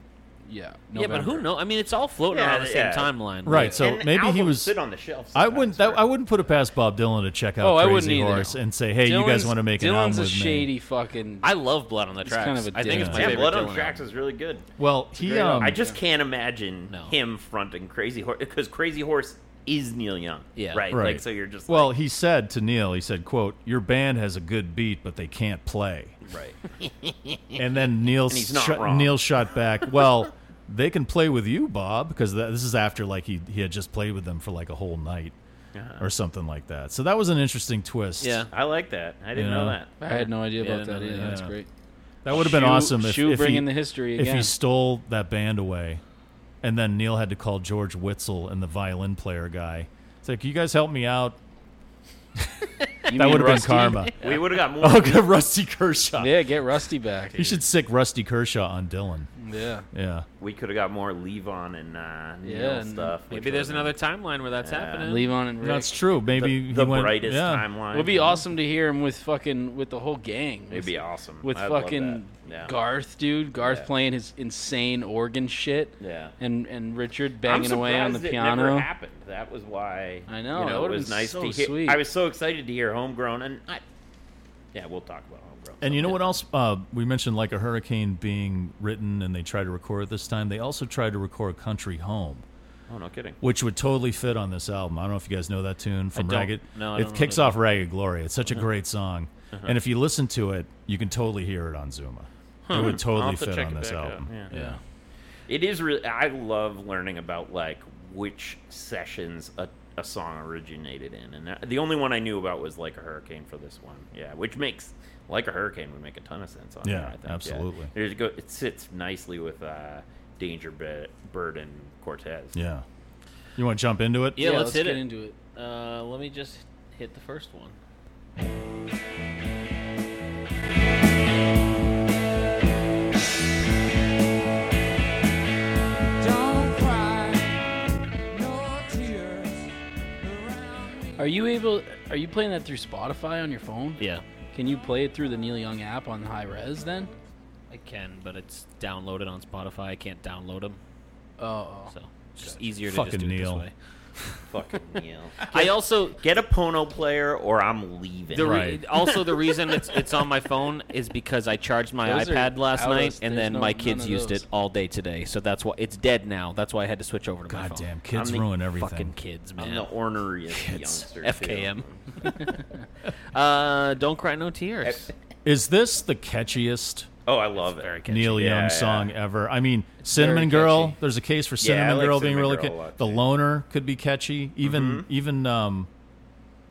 [SPEAKER 4] yeah.
[SPEAKER 3] Yeah, but who
[SPEAKER 4] November.
[SPEAKER 3] knows? I mean, it's all floating
[SPEAKER 1] Yeah,
[SPEAKER 3] around the same
[SPEAKER 1] yeah.
[SPEAKER 3] timeline.
[SPEAKER 2] Right, so
[SPEAKER 1] And
[SPEAKER 2] maybe he
[SPEAKER 1] albums
[SPEAKER 2] was.
[SPEAKER 1] sit on the shelf.
[SPEAKER 2] I wouldn't.
[SPEAKER 1] sometimes,
[SPEAKER 2] That, I wouldn't put it past Bob Dylan to check out
[SPEAKER 4] Oh, I
[SPEAKER 2] Crazy
[SPEAKER 4] wouldn't either,
[SPEAKER 2] Horse
[SPEAKER 4] no.
[SPEAKER 2] and say, "Hey, you guys
[SPEAKER 4] Dylan's-
[SPEAKER 2] want to make an album
[SPEAKER 4] Dylan's a
[SPEAKER 2] with
[SPEAKER 4] shady
[SPEAKER 2] me?"
[SPEAKER 4] fucking.
[SPEAKER 3] I love Blood on the Tracks.
[SPEAKER 4] kind of a
[SPEAKER 3] I think it's my
[SPEAKER 4] dick.
[SPEAKER 1] right? Yeah,
[SPEAKER 3] favorite.
[SPEAKER 1] Blood
[SPEAKER 3] Dylan
[SPEAKER 1] on Tracks
[SPEAKER 3] album.
[SPEAKER 1] is really good.
[SPEAKER 2] Well, he.
[SPEAKER 7] great album.
[SPEAKER 2] Um,
[SPEAKER 1] I just can't imagine
[SPEAKER 3] Oh, No.
[SPEAKER 1] him fronting Crazy Horse because Crazy Horse is Neil Young.
[SPEAKER 3] Yeah.
[SPEAKER 1] right.
[SPEAKER 2] Right.
[SPEAKER 1] Like so, you're just
[SPEAKER 2] well, he said to Neil, he said, "quote Your band has a good beat, but they can't play."
[SPEAKER 3] Right.
[SPEAKER 2] And then Neil
[SPEAKER 1] And he's not
[SPEAKER 2] shot-
[SPEAKER 1] wrong.
[SPEAKER 2] Neil shot back. Well, they can play with you, Bob, because th- this is after like he he had just played with them for like a whole night or something like that. So that was an interesting twist.
[SPEAKER 3] Yeah.
[SPEAKER 1] I like that. I didn't
[SPEAKER 2] You
[SPEAKER 1] know
[SPEAKER 2] know?
[SPEAKER 1] that.
[SPEAKER 4] I had no idea
[SPEAKER 3] Yeah,
[SPEAKER 4] about
[SPEAKER 3] I
[SPEAKER 4] that.
[SPEAKER 3] didn't
[SPEAKER 4] Either.
[SPEAKER 3] know
[SPEAKER 4] That's
[SPEAKER 2] that.
[SPEAKER 4] great.
[SPEAKER 2] that would have been
[SPEAKER 4] Shoe-
[SPEAKER 2] awesome if,
[SPEAKER 4] Shoe
[SPEAKER 2] if he,
[SPEAKER 4] bringing the history
[SPEAKER 2] if he
[SPEAKER 4] again.
[SPEAKER 2] stole that band away, and then Neil had to call George Witzel and the violin player guy. It's like, can you guys help me out?
[SPEAKER 4] You
[SPEAKER 2] That
[SPEAKER 4] mean
[SPEAKER 2] would have been
[SPEAKER 4] Rusty?
[SPEAKER 2] karma.
[SPEAKER 1] We would have got more.
[SPEAKER 2] oh, good, Rusty Kershaw.
[SPEAKER 4] Yeah, get Rusty back.
[SPEAKER 2] He should sick Rusty Kershaw on Dylan.
[SPEAKER 4] Yeah.
[SPEAKER 2] Yeah.
[SPEAKER 1] We could have got more Levon and uh, Neil
[SPEAKER 4] Yeah, and
[SPEAKER 1] stuff.
[SPEAKER 3] Maybe
[SPEAKER 1] which
[SPEAKER 3] there's
[SPEAKER 1] would've
[SPEAKER 3] another timeline where that's happening.
[SPEAKER 4] Leave on and Rick.
[SPEAKER 2] That's true.
[SPEAKER 1] been
[SPEAKER 2] Maybe
[SPEAKER 1] the,
[SPEAKER 2] he went,
[SPEAKER 1] brightest
[SPEAKER 2] yeah.
[SPEAKER 1] timeline.
[SPEAKER 4] It would be awesome to hear him with fucking with the whole gang.
[SPEAKER 1] It'd be awesome.
[SPEAKER 4] with
[SPEAKER 1] I'd love
[SPEAKER 4] fucking
[SPEAKER 1] that. Yeah.
[SPEAKER 4] Garth, dude. Garth
[SPEAKER 1] Yeah.
[SPEAKER 4] playing his insane organ shit.
[SPEAKER 1] Yeah.
[SPEAKER 4] And and Richard
[SPEAKER 1] I'm
[SPEAKER 4] banging away on the
[SPEAKER 1] surprised it
[SPEAKER 4] piano.
[SPEAKER 1] Never happened. That was why.
[SPEAKER 4] I know,
[SPEAKER 1] You
[SPEAKER 4] that
[SPEAKER 1] know it
[SPEAKER 4] would've
[SPEAKER 1] was
[SPEAKER 4] been
[SPEAKER 1] nice
[SPEAKER 4] so
[SPEAKER 1] to hear.
[SPEAKER 4] sweet.
[SPEAKER 1] I was so excited to hear Homegrown, and I. Yeah, we'll talk about Homegrown.
[SPEAKER 2] And you know what else? Uh, we mentioned like a hurricane being written, and they tried to record it this time. They also tried to record "Country Home,"
[SPEAKER 1] Oh no, kidding.
[SPEAKER 2] which would totally fit on this album. I don't know if you guys know that tune from
[SPEAKER 3] don't.
[SPEAKER 2] Ragged.
[SPEAKER 3] No, I
[SPEAKER 2] it
[SPEAKER 3] don't know
[SPEAKER 2] kicks
[SPEAKER 3] that.
[SPEAKER 2] off "Ragged Glory." It's such
[SPEAKER 3] Uh-huh.
[SPEAKER 2] a great song, and if you listen to it, you can totally hear it on Zuma. It would
[SPEAKER 1] I'll
[SPEAKER 2] totally
[SPEAKER 1] have to
[SPEAKER 2] fit
[SPEAKER 1] check
[SPEAKER 2] on
[SPEAKER 1] it
[SPEAKER 2] this
[SPEAKER 1] back out,
[SPEAKER 2] album.
[SPEAKER 1] yeah.
[SPEAKER 2] yeah.
[SPEAKER 1] It is really. I love learning about like which sessions a, a song originated in, and that, the only one I knew about was like a hurricane for this one. Yeah, which makes like a hurricane would make a ton of sense on
[SPEAKER 2] Yeah,
[SPEAKER 1] there. I think.
[SPEAKER 2] absolutely.
[SPEAKER 1] There's a go. It sits nicely with uh, Danger Be- Bird and Cortez.
[SPEAKER 2] Yeah. You want to jump into it?
[SPEAKER 3] Yeah, let's, hit
[SPEAKER 4] get
[SPEAKER 3] it.
[SPEAKER 4] into it.
[SPEAKER 3] Uh, let me just hit the first one.
[SPEAKER 6] Don't cry, no tears around me.
[SPEAKER 4] Are you able? Are you playing that through Spotify on your phone?
[SPEAKER 3] Yeah,
[SPEAKER 4] Can you play it through the Neil Young app on high res then?
[SPEAKER 3] I can, but it's downloaded on Spotify. I can't download them,
[SPEAKER 4] Oh,
[SPEAKER 3] so it's just easier to
[SPEAKER 2] Fucking
[SPEAKER 3] just do it
[SPEAKER 2] Neil.
[SPEAKER 3] this way.
[SPEAKER 1] Fucking Neil.
[SPEAKER 3] I also
[SPEAKER 1] Get a Pono player, or I'm leaving.
[SPEAKER 3] the re-
[SPEAKER 2] Right.
[SPEAKER 3] also the reason it's it's on my phone is because I charged my
[SPEAKER 4] Those are
[SPEAKER 3] iPad last
[SPEAKER 4] out of-
[SPEAKER 3] night, and
[SPEAKER 4] there's
[SPEAKER 3] then
[SPEAKER 4] no-
[SPEAKER 3] my
[SPEAKER 4] none
[SPEAKER 3] kids
[SPEAKER 4] of
[SPEAKER 3] used
[SPEAKER 4] those.
[SPEAKER 3] it all day today. So that's why it's dead now. That's why I had to switch over to my phone.
[SPEAKER 2] Goddamn, kids
[SPEAKER 1] I'm the
[SPEAKER 2] ruin everything.
[SPEAKER 3] Fucking kids, man.
[SPEAKER 1] I'm the orneriest
[SPEAKER 3] Kids.
[SPEAKER 1] youngster. too.
[SPEAKER 3] FKM. uh, don't cry, no tears.
[SPEAKER 2] Is this the catchiest
[SPEAKER 1] Oh, I love it.
[SPEAKER 3] Very catchy.
[SPEAKER 2] Neil
[SPEAKER 1] Yeah,
[SPEAKER 2] Young
[SPEAKER 1] yeah.
[SPEAKER 2] song ever? I mean, Cinnamon
[SPEAKER 4] very
[SPEAKER 2] Girl.
[SPEAKER 4] catchy.
[SPEAKER 2] There's a case for
[SPEAKER 1] Yeah, I
[SPEAKER 2] Cinnamon
[SPEAKER 1] like
[SPEAKER 2] Girl being
[SPEAKER 1] Cinnamon
[SPEAKER 2] really
[SPEAKER 1] Girl a
[SPEAKER 2] ca-
[SPEAKER 1] lot,
[SPEAKER 2] The
[SPEAKER 1] too. Mm-hmm.
[SPEAKER 2] Loner could be catchy. Even even um,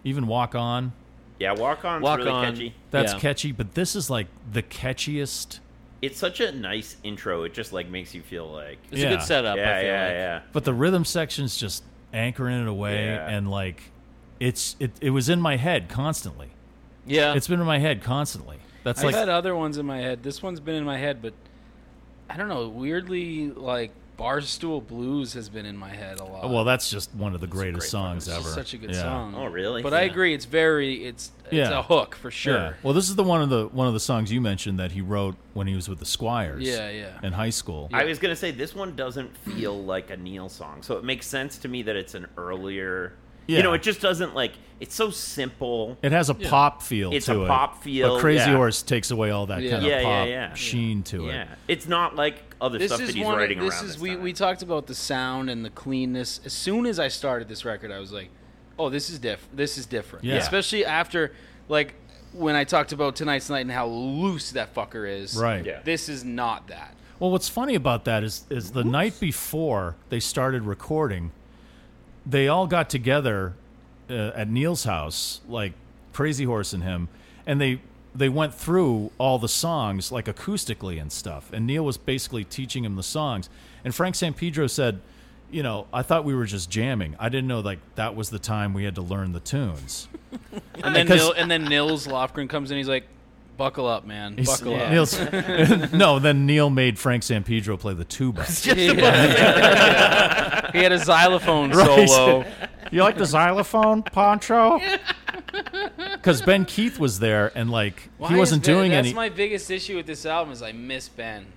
[SPEAKER 2] even Walk On.
[SPEAKER 1] Yeah, Walk On's
[SPEAKER 3] Walk
[SPEAKER 1] really
[SPEAKER 3] on.
[SPEAKER 1] catchy.
[SPEAKER 2] That's
[SPEAKER 3] Yeah.
[SPEAKER 2] catchy, but this is like the catchiest.
[SPEAKER 1] It's such a nice intro. It just like makes you feel like
[SPEAKER 3] It's
[SPEAKER 2] Yeah.
[SPEAKER 3] a good setup.
[SPEAKER 1] yeah,
[SPEAKER 3] I feel
[SPEAKER 1] yeah,
[SPEAKER 3] like.
[SPEAKER 1] yeah.
[SPEAKER 2] But the rhythm section's just anchoring it away,
[SPEAKER 1] Yeah.
[SPEAKER 2] and like it's it, it was in my head constantly.
[SPEAKER 3] Yeah.
[SPEAKER 2] It's been in my head constantly. That's
[SPEAKER 4] I've
[SPEAKER 2] like
[SPEAKER 4] had other ones in my head. This one's been in my head, but I don't know. Weirdly, like Barstool Blues has been in my head a lot.
[SPEAKER 2] well, that's just one of the greatest songs
[SPEAKER 4] It's
[SPEAKER 2] ever.
[SPEAKER 4] just such a good
[SPEAKER 2] Yeah.
[SPEAKER 4] song.
[SPEAKER 1] Oh, really?
[SPEAKER 4] But I agree. It's very. It's it's
[SPEAKER 2] Yeah.
[SPEAKER 4] a hook for sure.
[SPEAKER 2] Yeah. Well, this is the one of the one of the songs you mentioned that he wrote when he was with the Squires.
[SPEAKER 4] Yeah, yeah.
[SPEAKER 2] In high school.
[SPEAKER 1] I was gonna say this one doesn't feel like a Neil song, so it makes sense to me that it's an earlier.
[SPEAKER 2] Yeah.
[SPEAKER 1] You know, it just doesn't like. It's so simple.
[SPEAKER 2] it has a pop feel
[SPEAKER 1] It's
[SPEAKER 2] to
[SPEAKER 1] a
[SPEAKER 2] it.
[SPEAKER 1] pop feel,
[SPEAKER 2] But Crazy
[SPEAKER 1] yeah.
[SPEAKER 2] Horse takes away all that
[SPEAKER 4] Yeah.
[SPEAKER 2] kind of
[SPEAKER 1] Yeah, yeah,
[SPEAKER 2] pop
[SPEAKER 1] yeah.
[SPEAKER 2] sheen to it.
[SPEAKER 1] yeah, it's not like other
[SPEAKER 4] This
[SPEAKER 1] stuff
[SPEAKER 4] is
[SPEAKER 1] that he's
[SPEAKER 4] one.
[SPEAKER 1] writing
[SPEAKER 4] this
[SPEAKER 1] around.
[SPEAKER 4] is
[SPEAKER 1] this
[SPEAKER 4] we
[SPEAKER 1] time.
[SPEAKER 4] we talked about the sound and the cleanness. As soon as I started this record, I was like, "Oh, this is diff. This is different."
[SPEAKER 2] Yeah.
[SPEAKER 4] Especially after, like, when I talked about tonight's night and how loose that fucker is.
[SPEAKER 2] Right.
[SPEAKER 1] Yeah.
[SPEAKER 4] This is not that.
[SPEAKER 2] Well, what's funny about that is is the night before they started recording, they all got together uh, at Neil's house, like Crazy Horse and him, and they they went through all the songs like acoustically and stuff. And Neil was basically teaching him the songs. And Frank San Pedro said, "You know, I thought we were just jamming. I didn't know like that was the time we had to learn the tunes."
[SPEAKER 4] And then
[SPEAKER 2] Because-
[SPEAKER 4] Nil, and then Nils Lofgren comes in. He's like, "Buckle up, man.
[SPEAKER 2] He's-
[SPEAKER 4] Buckle up."
[SPEAKER 2] Neil's- no, then Neil made Frank San Pedro play the tuba.
[SPEAKER 4] Yeah. he had a xylophone
[SPEAKER 2] Right.
[SPEAKER 4] solo.
[SPEAKER 2] You like the xylophone, Poncho? Because Ben Keith was there, and like
[SPEAKER 4] Why
[SPEAKER 2] he
[SPEAKER 4] is
[SPEAKER 2] wasn't
[SPEAKER 4] that-
[SPEAKER 2] doing
[SPEAKER 4] that's
[SPEAKER 2] any.
[SPEAKER 4] my biggest issue with this album is I miss Ben.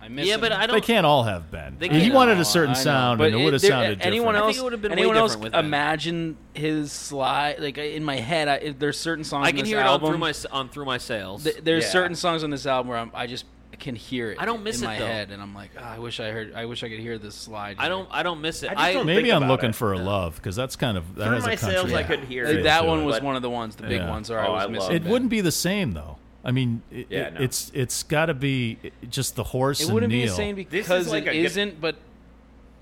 [SPEAKER 4] I I miss
[SPEAKER 3] Yeah,
[SPEAKER 4] him.
[SPEAKER 3] but I
[SPEAKER 2] They
[SPEAKER 3] don't.
[SPEAKER 2] can't all have Ben.
[SPEAKER 3] They
[SPEAKER 2] he
[SPEAKER 3] can't
[SPEAKER 2] wanted
[SPEAKER 4] all,
[SPEAKER 2] a certain
[SPEAKER 4] I know,
[SPEAKER 2] sound,
[SPEAKER 4] but
[SPEAKER 2] and it would have
[SPEAKER 4] there-
[SPEAKER 2] sounded
[SPEAKER 4] anyone
[SPEAKER 2] different.
[SPEAKER 3] I
[SPEAKER 4] else.
[SPEAKER 3] think it would've been way
[SPEAKER 4] anyone else
[SPEAKER 3] different with Ben.
[SPEAKER 4] imagine his slide like uh, in my head. I, there's certain songs.
[SPEAKER 3] I
[SPEAKER 4] on
[SPEAKER 3] can
[SPEAKER 4] this
[SPEAKER 3] hear it
[SPEAKER 4] album,
[SPEAKER 3] on through my s- on through my sails.
[SPEAKER 4] Th- there's
[SPEAKER 1] Yeah.
[SPEAKER 4] certain songs on this album where I'm, I just can hear it.
[SPEAKER 3] I don't miss
[SPEAKER 4] in
[SPEAKER 3] it,
[SPEAKER 4] my
[SPEAKER 3] though.
[SPEAKER 4] head, and I'm like, "Ah, I wish I heard. I wish I could hear this slide.
[SPEAKER 3] I don't. I don't miss it.
[SPEAKER 1] I just
[SPEAKER 3] I,
[SPEAKER 1] don't
[SPEAKER 2] Maybe
[SPEAKER 1] Think
[SPEAKER 2] I'm
[SPEAKER 1] about
[SPEAKER 2] looking
[SPEAKER 1] it.
[SPEAKER 2] for a love because that's kind of that
[SPEAKER 1] Through
[SPEAKER 2] has a
[SPEAKER 1] my
[SPEAKER 2] country.
[SPEAKER 1] sails, I could hear
[SPEAKER 4] Like,
[SPEAKER 1] it.
[SPEAKER 4] that
[SPEAKER 2] to
[SPEAKER 4] one
[SPEAKER 2] it.
[SPEAKER 4] was
[SPEAKER 1] But-
[SPEAKER 4] one of the ones, the big
[SPEAKER 2] Yeah.
[SPEAKER 4] ones. Or I
[SPEAKER 1] Oh,
[SPEAKER 4] was
[SPEAKER 1] I
[SPEAKER 4] missing.
[SPEAKER 1] love
[SPEAKER 2] It
[SPEAKER 4] Ben.
[SPEAKER 2] wouldn't be the same though. I mean, it,
[SPEAKER 1] Yeah,
[SPEAKER 2] it-
[SPEAKER 1] no.
[SPEAKER 2] it's it's got to be just the horse
[SPEAKER 4] It
[SPEAKER 2] and
[SPEAKER 4] wouldn't
[SPEAKER 2] Neil.
[SPEAKER 4] be the same
[SPEAKER 1] This is
[SPEAKER 4] because
[SPEAKER 1] like
[SPEAKER 4] it
[SPEAKER 1] a good-
[SPEAKER 4] isn't. But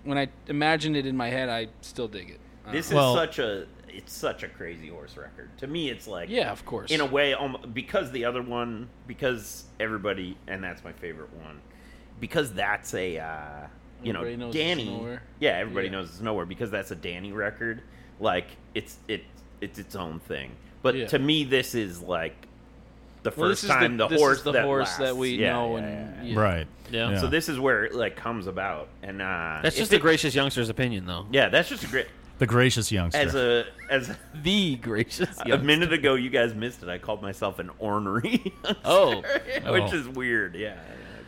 [SPEAKER 4] when I imagine it in my head, I still dig it. I don't
[SPEAKER 1] This
[SPEAKER 2] Well-
[SPEAKER 1] is such a it's such a crazy horse record. To me, it's like
[SPEAKER 4] Yeah, of course.
[SPEAKER 1] in a way almo- because the other one because everybody and that's my favorite one because that's a uh, you
[SPEAKER 4] Everybody
[SPEAKER 1] know
[SPEAKER 4] knows it's
[SPEAKER 1] Danny
[SPEAKER 4] nowhere.
[SPEAKER 1] yeah everybody
[SPEAKER 4] Yeah.
[SPEAKER 1] knows it's nowhere because that's a Danny record like it's it it's its own thing. But
[SPEAKER 4] Yeah.
[SPEAKER 1] to me, this is like the
[SPEAKER 4] Well,
[SPEAKER 1] first
[SPEAKER 4] this is
[SPEAKER 1] time the,
[SPEAKER 4] this
[SPEAKER 1] horse
[SPEAKER 4] is the
[SPEAKER 1] that
[SPEAKER 4] horse
[SPEAKER 1] lasts.
[SPEAKER 4] that we
[SPEAKER 1] Yeah,
[SPEAKER 4] know
[SPEAKER 1] yeah, yeah.
[SPEAKER 4] and yeah.
[SPEAKER 2] right?
[SPEAKER 3] Yeah.
[SPEAKER 1] So this is where it like comes about, and uh,
[SPEAKER 3] that's
[SPEAKER 1] if
[SPEAKER 3] just the
[SPEAKER 1] it-
[SPEAKER 3] gracious youngster's opinion, though.
[SPEAKER 1] Yeah, that's just a great.
[SPEAKER 2] the gracious youngster.
[SPEAKER 1] As a as
[SPEAKER 3] The gracious.
[SPEAKER 1] a minute ago, you guys missed it. I called myself an ornery,
[SPEAKER 3] Oh.
[SPEAKER 1] which is weird. Yeah, yeah,